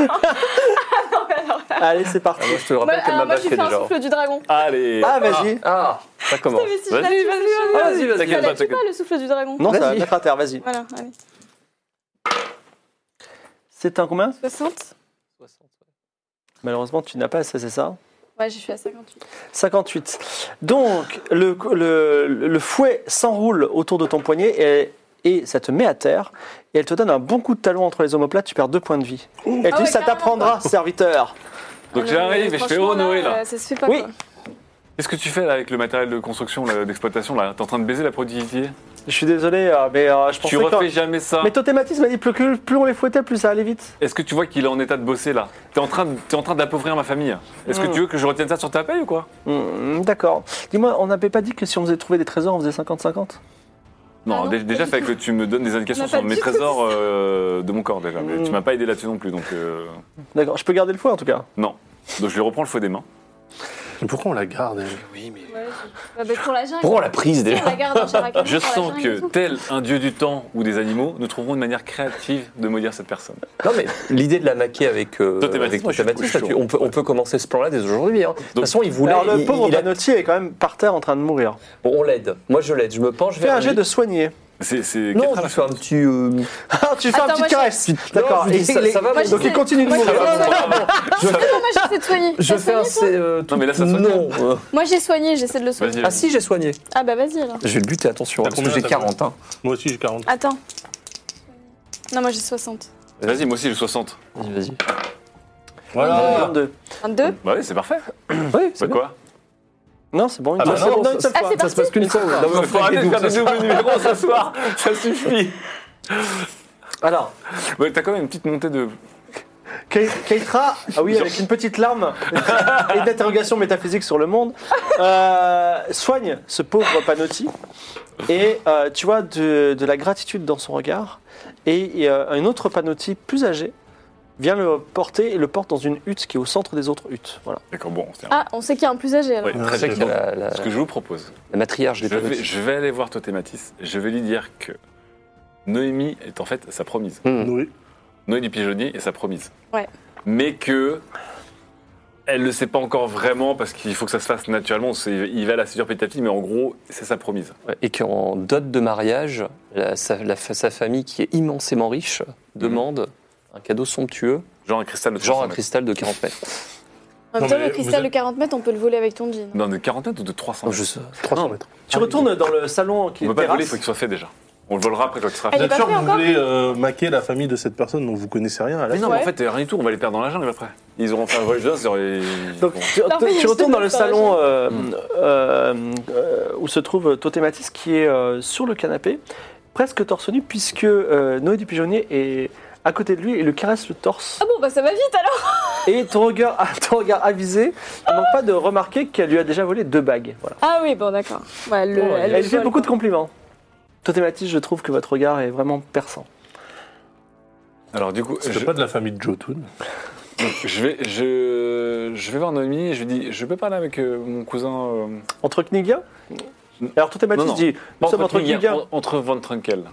Speaker 1: Allez, c'est parti.
Speaker 6: Ah, Moi, je te
Speaker 7: moi,
Speaker 6: rappelle qu'elle m'a
Speaker 7: alors, moi je lui
Speaker 6: baffé
Speaker 7: fais un
Speaker 6: déjà.
Speaker 7: souffle du dragon.
Speaker 5: Allez.
Speaker 1: Ah vas-y.
Speaker 6: Ah, ça commence.
Speaker 7: Mais si je
Speaker 5: Vas-y,
Speaker 7: l'avais pas vu,
Speaker 6: Ah,
Speaker 7: euh,
Speaker 6: vas-y, vas-y.
Speaker 7: ça la tue
Speaker 5: t'inquiète.
Speaker 7: pas le souffle du dragon.
Speaker 1: Non, ça va
Speaker 6: Vas-y.
Speaker 1: mettre à terre, vas-y.
Speaker 7: Voilà, allez.
Speaker 1: C'est un combien
Speaker 7: 60
Speaker 1: Malheureusement, tu n'as pas assez, c'est ça
Speaker 7: Ouais, je suis à 58.
Speaker 1: 58. Donc, le, le, le fouet s'enroule autour de ton poignet et, et ça te met à terre. Et elle te donne un bon coup de talon entre les omoplates, tu perds deux points de vie. Elle te
Speaker 7: Ah
Speaker 1: dit
Speaker 7: ouais,
Speaker 1: Ça t'apprendra, serviteur.
Speaker 5: Donc
Speaker 7: Ah,
Speaker 5: j'arrive
Speaker 7: mais
Speaker 5: et je fais
Speaker 7: franchement,
Speaker 5: Oh Noé là.
Speaker 7: euh, Ça se fait pas
Speaker 1: Oui.
Speaker 7: quoi.
Speaker 5: Qu'est-ce que tu fais là avec le matériel de construction, là, d'exploitation là T'es en train de baiser la productivité
Speaker 1: Je suis désolé, euh, mais euh, je pensais
Speaker 5: Tu
Speaker 1: que.
Speaker 5: refais jamais ça.
Speaker 1: Mais ton thématisme m'a dit plus, que- plus on les fouettait, plus ça allait vite.
Speaker 5: Est-ce que tu vois qu'il est en état de bosser là T'es en train, de- t'es en train d'appauvrir ma famille. Est-ce que
Speaker 1: Mm.
Speaker 5: tu veux que je retienne ça sur ta paye ou quoi
Speaker 1: Hmm, D'accord. Dis-moi, on n'avait pas dit que si on faisait trouver des trésors, on faisait 50-50
Speaker 5: Non,
Speaker 7: Ah non,
Speaker 5: dé- déjà
Speaker 7: pas du
Speaker 5: fait que tu me donnes des indications
Speaker 7: On n'a
Speaker 5: sur
Speaker 7: pas
Speaker 5: mes
Speaker 7: du tout
Speaker 5: trésors euh, de mon corps déjà. Mais
Speaker 1: Mm.
Speaker 5: tu m'as pas aidé là-dessus non plus, donc euh,
Speaker 1: D'accord, je peux garder le fouet en tout cas.
Speaker 5: donc je lui reprends le fouet des mains.
Speaker 4: Mais pourquoi on la garde elle
Speaker 7: Ouais, je- bah, bah, pour la jungle.
Speaker 6: Prends la prise
Speaker 7: On la
Speaker 6: déjà.
Speaker 7: garde en characaille
Speaker 5: Je
Speaker 7: pour la
Speaker 5: sens
Speaker 7: jungle et
Speaker 5: que
Speaker 7: tout.
Speaker 5: tel un dieu du temps ou des animaux, nous trouverons une manière créative de maudire cette personne.
Speaker 6: Non mais l'idée de la maquer avec euh,
Speaker 5: Totématis,
Speaker 6: avec
Speaker 5: moi, je suis
Speaker 6: Totématis,
Speaker 5: chaud.
Speaker 6: là, tu- on peut on peut commencer ce plan-là dès aujourd'hui. hein. De toute
Speaker 5: Donc-
Speaker 6: façon, il voulait.
Speaker 1: Alors, le
Speaker 6: il-
Speaker 1: pauvre
Speaker 6: il a-
Speaker 1: panotier est quand même par terre en train de mourir.
Speaker 6: Bon, on l'aide. Moi, je l'aide. Je me penche
Speaker 1: Fais
Speaker 6: vers.
Speaker 1: un jet
Speaker 6: lui.
Speaker 1: de soigner.
Speaker 5: C'est c'est
Speaker 6: Non,
Speaker 5: Ketra,
Speaker 6: je
Speaker 5: la
Speaker 6: fais un petit. euh,
Speaker 1: Ah, tu fais
Speaker 7: Attends,
Speaker 1: un petit
Speaker 7: moi, je-
Speaker 1: caresse. D'accord.
Speaker 6: Non, je
Speaker 1: Et
Speaker 6: dis, ça-
Speaker 1: il est-
Speaker 6: ça va,
Speaker 7: Moi,
Speaker 6: mais-
Speaker 7: je
Speaker 1: Donc
Speaker 7: sais-
Speaker 1: il continue de
Speaker 7: moi, je
Speaker 1: mourir.
Speaker 6: Ça
Speaker 7: sais-
Speaker 6: va,
Speaker 7: moi,
Speaker 6: bon,
Speaker 7: je- non, non, moi, j'essaie de soigner.
Speaker 6: Je
Speaker 7: T'as
Speaker 6: fais un.
Speaker 7: soigné, toi
Speaker 6: c'est, euh, tout-
Speaker 5: Non, mais là, ça soigne.
Speaker 6: Non. euh,
Speaker 7: Moi j'ai soigné, j'essaie de le soigner.
Speaker 5: Vas-y.
Speaker 6: Ah si, j'ai soigné.
Speaker 7: Ah bah vas-y alors.
Speaker 6: Je vais le buter. Attention,
Speaker 4: T'as
Speaker 6: parce que
Speaker 4: combien,
Speaker 6: j'ai
Speaker 4: t'as
Speaker 6: 40. hein.
Speaker 4: Moi aussi j'ai 40.
Speaker 7: Attends. Non, moi j'ai 60.
Speaker 5: Vas-y, moi aussi j'ai 60.
Speaker 6: Vas-y, vas-y.
Speaker 1: Ah,
Speaker 4: Voilà
Speaker 1: 22.
Speaker 7: 22
Speaker 5: Bah oui, c'est parfait.
Speaker 6: Ouais,
Speaker 5: C'est quoi
Speaker 1: Non, c'est bon. Une
Speaker 6: Ah bah
Speaker 1: seule-
Speaker 6: non,
Speaker 1: non, une
Speaker 6: ça-
Speaker 1: seule
Speaker 7: Ah,
Speaker 1: fois.
Speaker 7: c'est
Speaker 6: Ça se passe qu'une fois. hein. ouais. Non, mais on
Speaker 5: Ah, Faut
Speaker 6: fera
Speaker 5: arrêter
Speaker 6: des
Speaker 5: de faire
Speaker 6: doubles,
Speaker 5: des
Speaker 6: ça
Speaker 5: doubles numéros ce soir, ça suffit.
Speaker 1: Alors,
Speaker 5: Ouais, T'as quand même une petite montée de.
Speaker 1: Ke- Keitra, ah oui, avec une petite larme et d'interrogation métaphysique sur le monde, euh, soigne ce pauvre Panotti. Et euh, tu vois de, de la gratitude dans son regard. Et, et, euh, un autre Panotti plus âgé vient le porter et le porte dans une hutte qui est au centre des autres huttes. Voilà.
Speaker 5: D'accord, bon, on se tient.
Speaker 7: Ah, on sait qu'il y a un plus âgé alors.
Speaker 5: Ouais, très
Speaker 6: Je sais
Speaker 5: bien.
Speaker 6: qu'il y a la, la,
Speaker 5: Ce que je vous propose,
Speaker 6: la matriarche des
Speaker 5: je vais,
Speaker 6: Totématis.
Speaker 5: je vais aller voir Totématis. Je vais lui dire que Noémie est en fait sa promise.
Speaker 6: Hmm.
Speaker 4: Oui.
Speaker 5: Noémie Pigeonnier est sa promise.
Speaker 7: Ouais.
Speaker 5: Mais que. Elle ne le sait pas encore vraiment parce qu'il faut que ça se fasse naturellement. c'est- Il va la séduire petit à petit, mais en gros, c'est sa promise.
Speaker 6: Ouais, Et qu'en dot de mariage, la- sa, la- sa famille, qui est immensément riche,
Speaker 5: Mhm.
Speaker 6: demande un cadeau somptueux,
Speaker 5: Genre un cristal de
Speaker 6: genre
Speaker 5: 300
Speaker 6: un
Speaker 5: mètres.
Speaker 6: cristal de 40 mètres.
Speaker 7: En même
Speaker 4: Non,
Speaker 7: temps,
Speaker 4: mais
Speaker 7: le cristal
Speaker 4: vous
Speaker 7: de 40 mètres, on peut le voler avec ton jean.
Speaker 5: Non, de quarantaine ou de 300
Speaker 6: Non, je sais- 300 mètres.
Speaker 1: Tu retournes dans le salon qui
Speaker 5: On
Speaker 1: est
Speaker 5: peut pas le voler,
Speaker 1: terrasse.
Speaker 5: il faut qu'il soit fait déjà. On On le volera après quand il sera
Speaker 7: Elle
Speaker 4: Vous
Speaker 7: est
Speaker 4: êtes
Speaker 7: pas
Speaker 4: sûr que
Speaker 7: prête
Speaker 4: vous
Speaker 7: encore
Speaker 4: voulez euh, maquer la famille de cette personne dont vous connaissez rien à la
Speaker 5: Mais non, mais en
Speaker 7: Ouais.
Speaker 5: fait, rien du tout, on va les perdre dans la jungle après. Ils auront fait un voyage d'os, ils auraient-
Speaker 1: Donc
Speaker 5: bon.
Speaker 1: tu,
Speaker 7: Non,
Speaker 1: tu-
Speaker 7: mais
Speaker 1: tu
Speaker 7: je
Speaker 1: retournes
Speaker 7: sais
Speaker 1: dans le
Speaker 7: pas,
Speaker 1: salon
Speaker 7: je-
Speaker 1: euh,
Speaker 5: Mm.
Speaker 1: euh, euh, où se trouve Totématis qui est euh, sur le canapé, presque torse nu, puisque euh, Noé du Pigeonnier est à côté de lui et le caresse le torse.
Speaker 7: Ah bon, bah ça va vite alors
Speaker 1: Et ton regard, ton regard avisé ne manque pas de remarquer qu'elle lui a déjà volé deux bagues. Voilà.
Speaker 7: Ah oui, bon d'accord. Ouais, le-
Speaker 1: Elle,
Speaker 7: le
Speaker 1: lui fait
Speaker 7: vole,
Speaker 1: beaucoup de
Speaker 7: quoi.
Speaker 1: compliments. Totématis, je trouve que votre regard est vraiment perçant.
Speaker 5: Alors du coup,
Speaker 4: Je
Speaker 5: je,
Speaker 4: pas de la famille de Jotun.
Speaker 5: je vais, je, je vais voir Noémie et je lui dis, je peux parler avec euh, mon cousin... euh,
Speaker 1: Entre Kniga Alors Totématis
Speaker 5: Non, non.
Speaker 1: dit, nous sommes entre
Speaker 5: Kniga-
Speaker 1: Kniga.
Speaker 5: en- Entre Van Trunkel.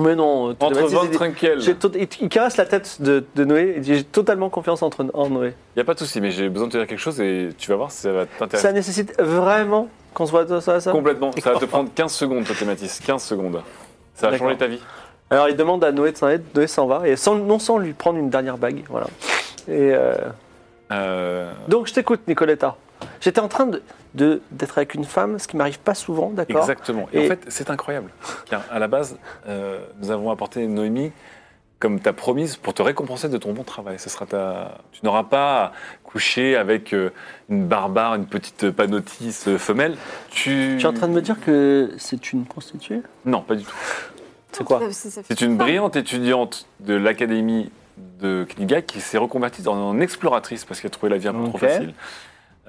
Speaker 1: Mais non,
Speaker 5: Entre
Speaker 1: Totématis,
Speaker 5: Van
Speaker 1: il dit-
Speaker 5: Trunkel.
Speaker 1: J'ai tot- il- Il caresse la tête de, de Noé et dit J'ai totalement confiance entre, en Noé.
Speaker 5: Il n'y a pas de souci, mais j'ai besoin de te dire quelque chose et tu vas voir, ça va t'intéresser.
Speaker 1: Ça nécessite vraiment qu'on se voit ça, ça, ça
Speaker 5: Complètement. Ça va te prendre 15 secondes, toi, Thématis. 15 secondes. Ça va
Speaker 1: D'accord.
Speaker 5: changer ta vie.
Speaker 1: Alors il demande à Noé de s'en aller, Noé s'en va, et sans, non sans lui prendre une dernière bague. Voilà. Et euh,
Speaker 5: Euh,
Speaker 1: donc je t'écoute, Nicoletta. J'étais en train de- de- d'être avec une femme, ce qui m'arrive pas souvent, d'accord
Speaker 5: Exactement. Et,
Speaker 1: Et-
Speaker 5: en fait, c'est incroyable. Car à la base, euh, nous avons apporté Noémie comme ta promise pour te récompenser de ton bon travail. Ce sera ta... Tu n'auras pas à coucher avec euh, une barbare, une petite panotis euh, femelle. Tu...
Speaker 1: Tu es en train de me dire que c'est une prostituée
Speaker 5: Non, pas du tout.
Speaker 1: C'est quoi
Speaker 7: Ça- Ah, ça- ça-
Speaker 5: C'est une brillante étudiante de l'académie de Kniga qui s'est reconvertie en, en exploratrice parce qu'elle trouvait la vie un peu trop
Speaker 1: Ok.
Speaker 5: facile.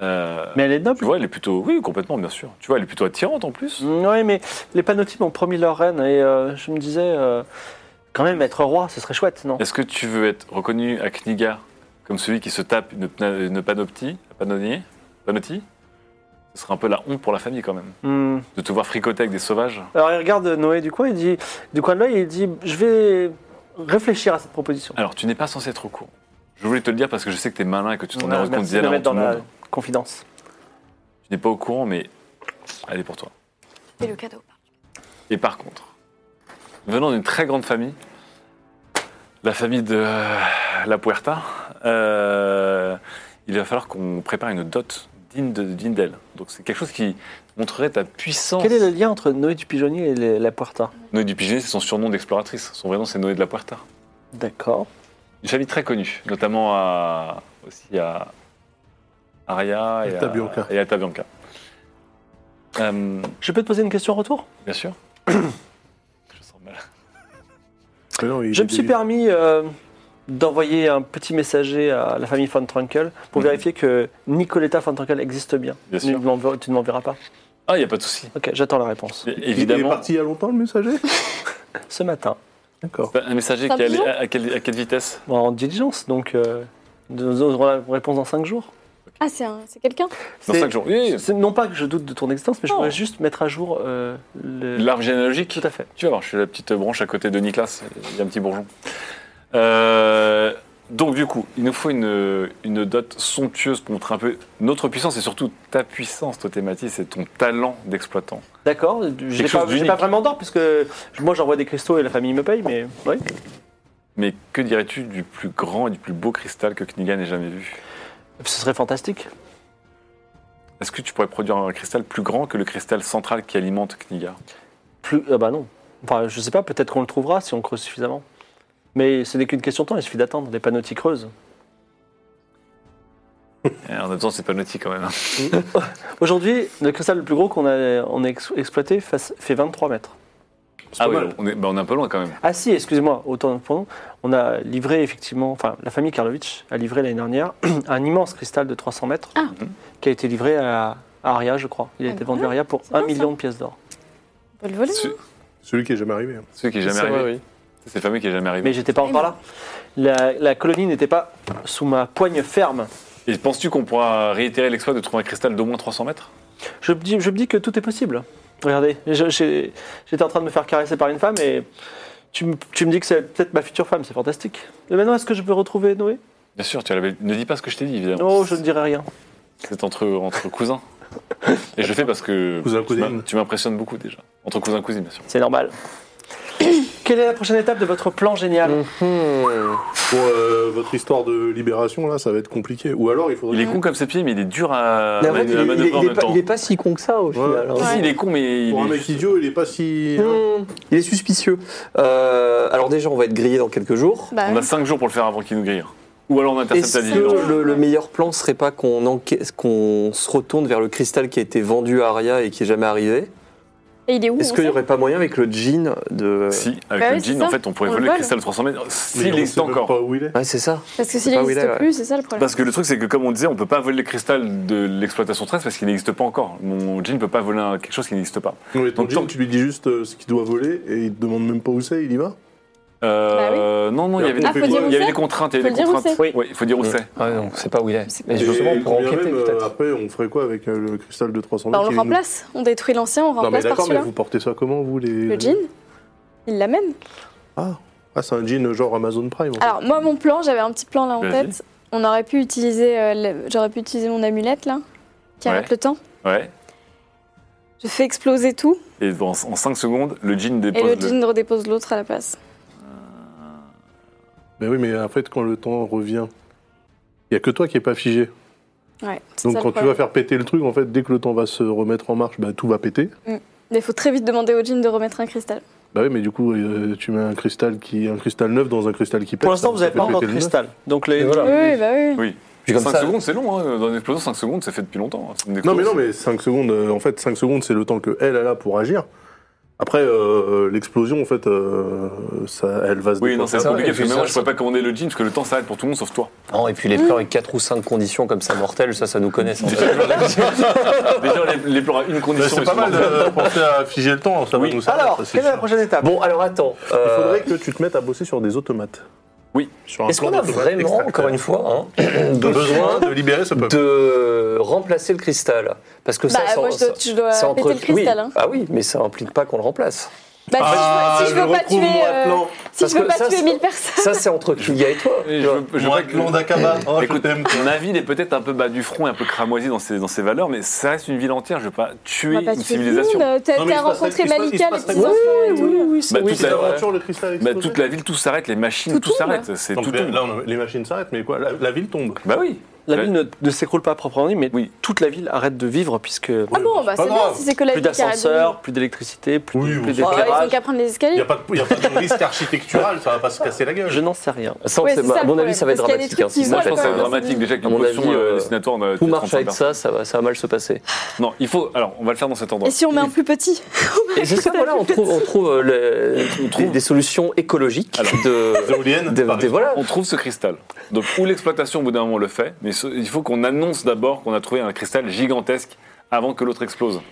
Speaker 5: Euh,
Speaker 1: Mais elle est
Speaker 5: tu
Speaker 1: noble
Speaker 5: vois, elle est plutôt... Oui, complètement, bien sûr. Tu vois, elle est plutôt attirante en plus.
Speaker 1: Oui, Mmh, mais les panotis m'ont promis leur reine, et euh, je me disais euh, Quand même, être roi, ce serait chouette, non
Speaker 5: Est-ce que tu veux être reconnu à Kniga comme celui qui se tape une, pna- une panoptie, panonnier, panotti Ce serait un peu la honte pour la famille quand même,
Speaker 1: Hmm.
Speaker 5: de te voir fricoter avec des sauvages.
Speaker 1: Alors il regarde Noé du coin, il dit, du coin de l'œil, il dit, je vais réfléchir à cette proposition.
Speaker 5: Alors, tu n'es pas censé être au courant. Je voulais te le dire parce que je sais que t'es malin et que tu t'en es
Speaker 1: Ah,
Speaker 5: rendu compte
Speaker 1: merci de
Speaker 5: bien
Speaker 1: me
Speaker 5: avant
Speaker 1: mettre
Speaker 5: tout
Speaker 1: dans
Speaker 5: le
Speaker 1: la
Speaker 5: monde.
Speaker 1: confidence.
Speaker 5: Tu n'es pas au courant, mais elle est pour toi.
Speaker 7: C'est le cadeau.
Speaker 5: Et par contre, venant d'une très grande famille, la famille de euh, La Puerta, euh, il va falloir qu'on prépare une dot digne de- digne d'elle. Donc c'est quelque chose qui montrerait ta puissance.
Speaker 1: Quel est le lien entre Noé du pigeonnier et les- la Puerta
Speaker 5: Noé du Pigeonnier, c'est son surnom d'exploratrice. Son vrai nom, c'est Noé de la Puerta.
Speaker 1: D'accord.
Speaker 5: Une famille très connue, notamment à, aussi à Aria et,
Speaker 4: Et
Speaker 5: à-
Speaker 4: Tabianca.
Speaker 5: et à Tabianca. Euh,
Speaker 1: Je peux te poser une question en retour
Speaker 5: bien sûr. Je sens mal.
Speaker 4: Mais Ah non, il
Speaker 1: Je
Speaker 4: est
Speaker 1: me suis
Speaker 4: débile.
Speaker 1: permis euh, d'envoyer un petit messager à la famille von Trunkel pour
Speaker 5: Mhm.
Speaker 1: vérifier que Nicoletta von Trunkel existe bien.
Speaker 5: Bien
Speaker 1: Tu ne
Speaker 5: sûr.
Speaker 1: m'enver- tu ne m'enverras pas
Speaker 5: Ah, il n'y a pas de souci.
Speaker 1: Ok, j'attends la réponse.
Speaker 4: Il est
Speaker 5: Évidemment.
Speaker 4: parti il y a longtemps le messager
Speaker 1: Ce matin,
Speaker 4: D'accord.
Speaker 5: Bah, Un messager
Speaker 7: C'est un
Speaker 5: qui est allé-
Speaker 7: pigeon
Speaker 5: à, à quelle, à quelle vitesse
Speaker 1: en diligence, donc euh, nous aurons la réponse dans 5 jours.
Speaker 7: Ah, c'est un- c'est quelqu'un
Speaker 5: Dans
Speaker 1: C'est-
Speaker 5: 5 jours. Oui,
Speaker 1: C'est- Non pas que je doute de ton existence, mais je
Speaker 5: Non.
Speaker 1: voudrais juste mettre à jour euh, le...
Speaker 5: l'arbre généalogique.
Speaker 1: Tout à fait.
Speaker 5: Tu vas voir, je suis la petite branche à côté de Nicolas. Il y a un petit bourgeon. Euh, donc, du coup, il nous faut une, une dot somptueuse pour montrer un peu notre puissance et surtout ta puissance, toi, Thématis, et ton talent d'exploitant.
Speaker 1: D'accord, je n'ai
Speaker 5: chose
Speaker 1: pas, j'ai
Speaker 5: d'unique.
Speaker 1: pas vraiment d'or, puisque moi j'envoie des cristaux et la famille me paye, mais oui.
Speaker 5: Mais que dirais-tu du plus grand et du plus beau cristal que Kniga n'ait jamais vu
Speaker 1: Ce serait fantastique.
Speaker 5: Est-ce que tu pourrais produire un cristal plus grand que le cristal central qui alimente Kniga
Speaker 1: Plus, ah bah non. Enfin, je sais pas, peut-être qu'on le trouvera si on creuse suffisamment. Mais ce n'est qu'une question de temps, il suffit d'attendre, les panneaux creusent.
Speaker 5: Eh, En attendant, c'est pas nautique quand même. hein.
Speaker 1: Aujourd'hui, le cristal le plus gros qu'on a, on a ex- exploité face- fait 23 mètres.
Speaker 5: Ah
Speaker 4: pas
Speaker 5: oui,
Speaker 4: mal.
Speaker 5: on est, bah, on est un peu loin quand même.
Speaker 1: Ah si, excusez-moi, autant pour nous. On a livré effectivement, enfin la famille Karlovitch a livré l'année dernière un immense cristal de 300 mètres
Speaker 7: Ah.
Speaker 1: qui a été livré à, à Aria, je crois. Il a
Speaker 7: Ah
Speaker 1: été
Speaker 7: bah
Speaker 1: vendu à Aria pour
Speaker 7: c'est
Speaker 1: 1
Speaker 7: bien,
Speaker 1: million de pièces d'or.
Speaker 7: On peut le voler.
Speaker 5: Ce-
Speaker 7: hein.
Speaker 4: Celui qui est jamais arrivé. hein.
Speaker 5: Celui qui est jamais
Speaker 6: C'est vrai,
Speaker 5: arrivé.
Speaker 6: oui.
Speaker 5: C'est le fameux qui est jamais
Speaker 1: Mais
Speaker 5: arrivé.
Speaker 1: j'étais pas encore là. La, la colonie n'était pas sous ma poigne ferme.
Speaker 5: Et penses-tu qu'on pourra réitérer l'exploit de trouver un cristal d'au moins 300 mètres
Speaker 1: Je me dis, je me dis que tout est possible. Regardez, je- j'ai- j'étais en train de me faire caresser par une femme et tu, me- tu me dis que c'est peut-être ma future femme, c'est fantastique. Et maintenant, est-ce que je peux retrouver Noé
Speaker 5: Bien sûr, tu as la- ne dis pas ce que je t'ai dit, évidemment.
Speaker 1: Non, je ne dirai rien.
Speaker 5: C'est entre, entre cousins. Et je le fais parce que
Speaker 4: Cousin,
Speaker 5: tu m'as-
Speaker 4: cousine.
Speaker 5: tu m'impressionnes beaucoup déjà. Entre cousins cousines, bien sûr.
Speaker 1: C'est normal. Quelle est la prochaine étape de votre plan
Speaker 5: Ah,
Speaker 1: génial
Speaker 4: Pour euh, votre histoire de libération, là, ça va être compliqué. Ou alors, il faudrait.
Speaker 5: Il est con comme ses pieds, mais il est dur à,
Speaker 6: Mais
Speaker 5: à
Speaker 6: en fait, il, est- il est-
Speaker 5: manœuvrer en
Speaker 6: il est
Speaker 5: même
Speaker 6: pas,
Speaker 5: temps.
Speaker 6: il est pas si con que ça au final.
Speaker 4: Ouais.
Speaker 6: hein.
Speaker 5: Si, il est con, mais il
Speaker 4: Pour un
Speaker 5: est-
Speaker 4: mec idiot, il est Mmh. pas si.
Speaker 6: Hmm, Il est suspicieux. Euh, alors déjà, on va être grillé dans quelques jours.
Speaker 7: Bah,
Speaker 5: on a 5 jours pour le faire avant qu'il nous grille. Ou alors on intercepte
Speaker 6: Est-ce
Speaker 5: la
Speaker 6: que
Speaker 5: diligence.
Speaker 6: le, le meilleur plan serait pas qu'on enquête- qu'on se retourne vers le cristal qui a été vendu à Aria et qui est jamais arrivé
Speaker 7: Et il est où
Speaker 6: Est-ce
Speaker 7: on
Speaker 6: qu'il n'y
Speaker 7: sait
Speaker 6: aurait pas moyen avec le jean de...
Speaker 5: Si, avec
Speaker 7: Bah
Speaker 5: le
Speaker 7: oui, c'est
Speaker 5: jean, en
Speaker 7: ça.
Speaker 5: fait, on pourrait
Speaker 7: On
Speaker 5: voler
Speaker 7: le
Speaker 5: le
Speaker 7: vole.
Speaker 5: cristal transformé.
Speaker 4: Mais
Speaker 5: S'il
Speaker 4: on
Speaker 5: existe
Speaker 4: sait même
Speaker 5: encore.
Speaker 4: pas où il est.
Speaker 6: Ouais, c'est ça.
Speaker 7: Parce que s'il
Speaker 6: pas où il
Speaker 7: n'existe
Speaker 6: est, ouais.
Speaker 7: plus, c'est ça le problème.
Speaker 5: Parce que le truc, c'est que comme on disait, on peut pas voler le cristal de l'exploitation 13 parce qu'il n'existe pas encore. Mon jean ne peut pas voler un- quelque chose qui n'existe pas.
Speaker 4: Non, mais ton
Speaker 5: Donc,
Speaker 4: jean,
Speaker 5: tant-
Speaker 4: tu lui dis juste euh, ce qu'il doit voler et il te demande même pas où c'est, il y va.
Speaker 5: Euh, Non, non, il y avait,
Speaker 4: Ah,
Speaker 5: des,
Speaker 4: faut dire où
Speaker 5: il y avait
Speaker 7: c'est
Speaker 5: des contraintes. Il y avait
Speaker 7: Faut
Speaker 5: des
Speaker 7: dire où
Speaker 5: contraintes.
Speaker 7: c'est.
Speaker 5: Oui, il faut dire où c'est.
Speaker 8: Ah, on sait pas où il est.
Speaker 7: C'est-
Speaker 8: Mais justement, on pourra
Speaker 4: quand bien
Speaker 8: enquêter
Speaker 4: même, euh,
Speaker 8: peut-être.
Speaker 4: Après, on ferait quoi avec euh, le cristal de 300
Speaker 7: Bah, on
Speaker 4: qui
Speaker 7: le
Speaker 4: est nous-
Speaker 7: remplace, on détruit l'ancien, on
Speaker 4: Non, mais
Speaker 7: remplace par
Speaker 4: d'accord, mais
Speaker 7: celui-là.
Speaker 4: vous portez ça comment, vous, les.
Speaker 7: Le jean, il l'amène.
Speaker 4: Ah, c'est un jean genre Amazon Prime. en fait.
Speaker 7: Alors moi mon plan, j'avais un petit plan là en
Speaker 5: Vas-y.
Speaker 7: tête. On aurait pu utiliser, euh, le- j'aurais pu utiliser mon amulette là, qui
Speaker 5: Ouais.
Speaker 7: arrête le temps.
Speaker 5: Ouais.
Speaker 7: Je fais exploser tout
Speaker 5: Et dans- en 5 secondes, le jean
Speaker 7: et
Speaker 5: dépose
Speaker 7: le
Speaker 5: le-
Speaker 7: jean redépose l'autre à la place.
Speaker 4: Mais oui, mais en fait, quand le temps revient, il y a que toi qui est pas figé.
Speaker 7: Ouais. c'est
Speaker 4: Donc
Speaker 7: ça le
Speaker 4: quand tu
Speaker 7: problème.
Speaker 4: vas faire péter le truc, en fait, dès que le temps va se remettre en marche, bah, tout va péter.
Speaker 7: Mais il faut très vite demander au jean de remettre un cristal.
Speaker 4: Bah oui, mais du coup, euh, tu mets un cristal qui, un cristal neuf dans un cristal qui pète.
Speaker 1: Pour l'instant,
Speaker 4: ça-
Speaker 1: vous
Speaker 4: ça
Speaker 1: n'avez
Speaker 4: fait
Speaker 1: pas encore de
Speaker 4: péter le neuf.
Speaker 1: cristal. Donc les...
Speaker 8: Et voilà.
Speaker 7: Oui, bah oui.
Speaker 5: Oui.
Speaker 8: Puis comme
Speaker 5: 5
Speaker 8: ça-
Speaker 5: secondes, c'est long. hein. Dans une explosion, 5 secondes, ça fait depuis longtemps. hein. C'est une
Speaker 4: Non, mais
Speaker 5: explosion.
Speaker 4: non, mais 5 secondes, euh, en fait, 5 secondes, c'est le temps que elle a là pour agir. Après, euh, l'explosion, en fait, euh, ça, elle va se
Speaker 5: Oui, non,
Speaker 4: déplacer.
Speaker 5: c'est un peu
Speaker 8: Ça, et
Speaker 5: compliqué parce que
Speaker 8: puis
Speaker 5: même moi,
Speaker 8: ça,
Speaker 5: je pourrais pas commander le jean parce que le temps s'arrête pour tout le monde sauf toi.
Speaker 8: Non, et puis les plans avec 4 ou 5 conditions comme ça mortelles, ça, ça nous connaît. ça.
Speaker 5: Déjà, les, les plans à une
Speaker 4: Mais
Speaker 5: condition.
Speaker 4: Bah, C'est
Speaker 5: ils
Speaker 4: pas mal
Speaker 5: sont mortels.
Speaker 4: de penser à figer le temps, ça va
Speaker 5: Oui.
Speaker 4: nous servir,
Speaker 1: Alors,
Speaker 4: ça, c'est
Speaker 1: quelle est la
Speaker 4: sûr.
Speaker 1: prochaine étape
Speaker 6: Bon, alors attends.
Speaker 4: Il
Speaker 6: euh,
Speaker 4: faudrait que tu te mettes à bosser sur des automates.
Speaker 5: Oui.
Speaker 4: Sur un
Speaker 6: Est-ce
Speaker 4: plan
Speaker 6: qu'on a
Speaker 4: d'automate
Speaker 6: vraiment,
Speaker 4: extracteur.
Speaker 6: encore une fois, hein,
Speaker 4: besoin de libérer ce peuple
Speaker 6: de remplacer le cristal Parce que
Speaker 7: Bah
Speaker 6: ça, ça,
Speaker 7: moi je dois,
Speaker 6: ça-
Speaker 7: je dois
Speaker 6: c'est
Speaker 7: péter
Speaker 6: entre-
Speaker 7: le cristal.
Speaker 6: oui.
Speaker 7: Hein.
Speaker 6: Ah oui, mais ça implique pas qu'on le remplace.
Speaker 7: Bah
Speaker 4: Ah,
Speaker 7: si je veux, si je veux
Speaker 4: le
Speaker 7: pas tuer,
Speaker 4: retrouve-moi,
Speaker 7: euh,
Speaker 4: Atlan.
Speaker 7: si
Speaker 6: Parce
Speaker 7: je veux
Speaker 6: que
Speaker 7: pas
Speaker 6: ça,
Speaker 7: tuer
Speaker 6: c'est-
Speaker 7: 1000 personnes.
Speaker 6: Ça, c'est entre Kilia et toi.
Speaker 5: Et
Speaker 6: tu
Speaker 5: je
Speaker 6: vois.
Speaker 5: veux- je veux pas que-
Speaker 4: d'Akaba. Oh,
Speaker 5: Écoute, mon avis, il est peut-être un peu bas du front et un peu cramoisi dans ses, dans ses valeurs, mais ça reste une ville entière. Je veux pas
Speaker 7: On
Speaker 5: tuer
Speaker 7: va pas
Speaker 5: une
Speaker 7: tuer tout le
Speaker 5: civilisation.
Speaker 7: monde. T'as
Speaker 4: Non, mais
Speaker 7: t'as
Speaker 4: il se passe-
Speaker 7: rencontré
Speaker 4: il se passe- il se
Speaker 7: Malika, les
Speaker 4: passe-
Speaker 7: petits enfants et tout.
Speaker 6: oui,
Speaker 5: Bah, toute,
Speaker 4: C'est
Speaker 5: la,
Speaker 4: l'aventure, le cristal
Speaker 5: bah,
Speaker 4: explosé.
Speaker 5: toute la ville, tout s'arrête, les machines,
Speaker 7: Tout
Speaker 5: tout,
Speaker 7: tombe.
Speaker 5: s'arrête. C'est
Speaker 4: Donc,
Speaker 5: tout
Speaker 4: là,
Speaker 5: tombe.
Speaker 4: là, on a- les machines s'arrêtent, mais quoi la, la ville tombe.
Speaker 5: Bah oui.
Speaker 1: La
Speaker 5: Ouais.
Speaker 1: ville ne, ne s'écroule pas à proprement dit, mais
Speaker 5: Oui.
Speaker 1: toute la ville arrête de vivre puisque
Speaker 7: Ah bon, bah
Speaker 4: Pas
Speaker 7: c'est bien
Speaker 4: grave.
Speaker 7: si c'est que la
Speaker 1: plus
Speaker 7: vie qui arrête de
Speaker 1: d'ascenseurs, Ah, plus d'électricité, plus,
Speaker 4: Oui,
Speaker 1: plus
Speaker 4: bon, ça
Speaker 7: vivre. Ouais, Ils ont
Speaker 1: d'éclairage.
Speaker 7: qu'à prendre les
Speaker 4: Il n'y a
Speaker 7: escaliers.
Speaker 4: pas de, y a pas de risque architectural, ça va pas se casser la gueule.
Speaker 1: Je n'en sais rien.
Speaker 6: Ça, on
Speaker 7: Ouais,
Speaker 6: sait
Speaker 7: c'est
Speaker 6: pas.
Speaker 7: ça
Speaker 6: à mon
Speaker 7: le problème,
Speaker 6: avis, ça va être
Speaker 7: parce qu'il y a
Speaker 6: dramatique.
Speaker 7: des trucs
Speaker 6: hein, si
Speaker 7: qui
Speaker 6: ça
Speaker 5: Moi,
Speaker 7: volent,
Speaker 5: je
Speaker 6: fait
Speaker 5: pense que
Speaker 6: ça.
Speaker 5: c'est
Speaker 7: Ouais,
Speaker 5: dramatique. Déjà,
Speaker 6: À
Speaker 5: qu'une
Speaker 6: mon
Speaker 5: potion
Speaker 6: avis,
Speaker 5: euh,
Speaker 6: euh,
Speaker 5: dessinatoire, on a
Speaker 8: Tout
Speaker 5: tué
Speaker 8: marche
Speaker 5: 35
Speaker 6: Eh ben.
Speaker 8: avec ça, ça va, ça va mal se passer.
Speaker 5: personnes. Non, il faut. Alors, on va le faire dans cet endroit.
Speaker 7: Et si on met un plus petit
Speaker 6: Et c'est ça, voilà, on trouve, on trouve, euh, le- des, des solutions écologiques de,
Speaker 4: Éolienne,
Speaker 6: de-
Speaker 4: par
Speaker 6: des- voilà.
Speaker 5: On trouve ce cristal. Donc, ou l'exploitation, au bout d'un moment, le fait, mais ce- il faut qu'on annonce d'abord qu'on a trouvé un cristal gigantesque avant que l'autre explose. Vous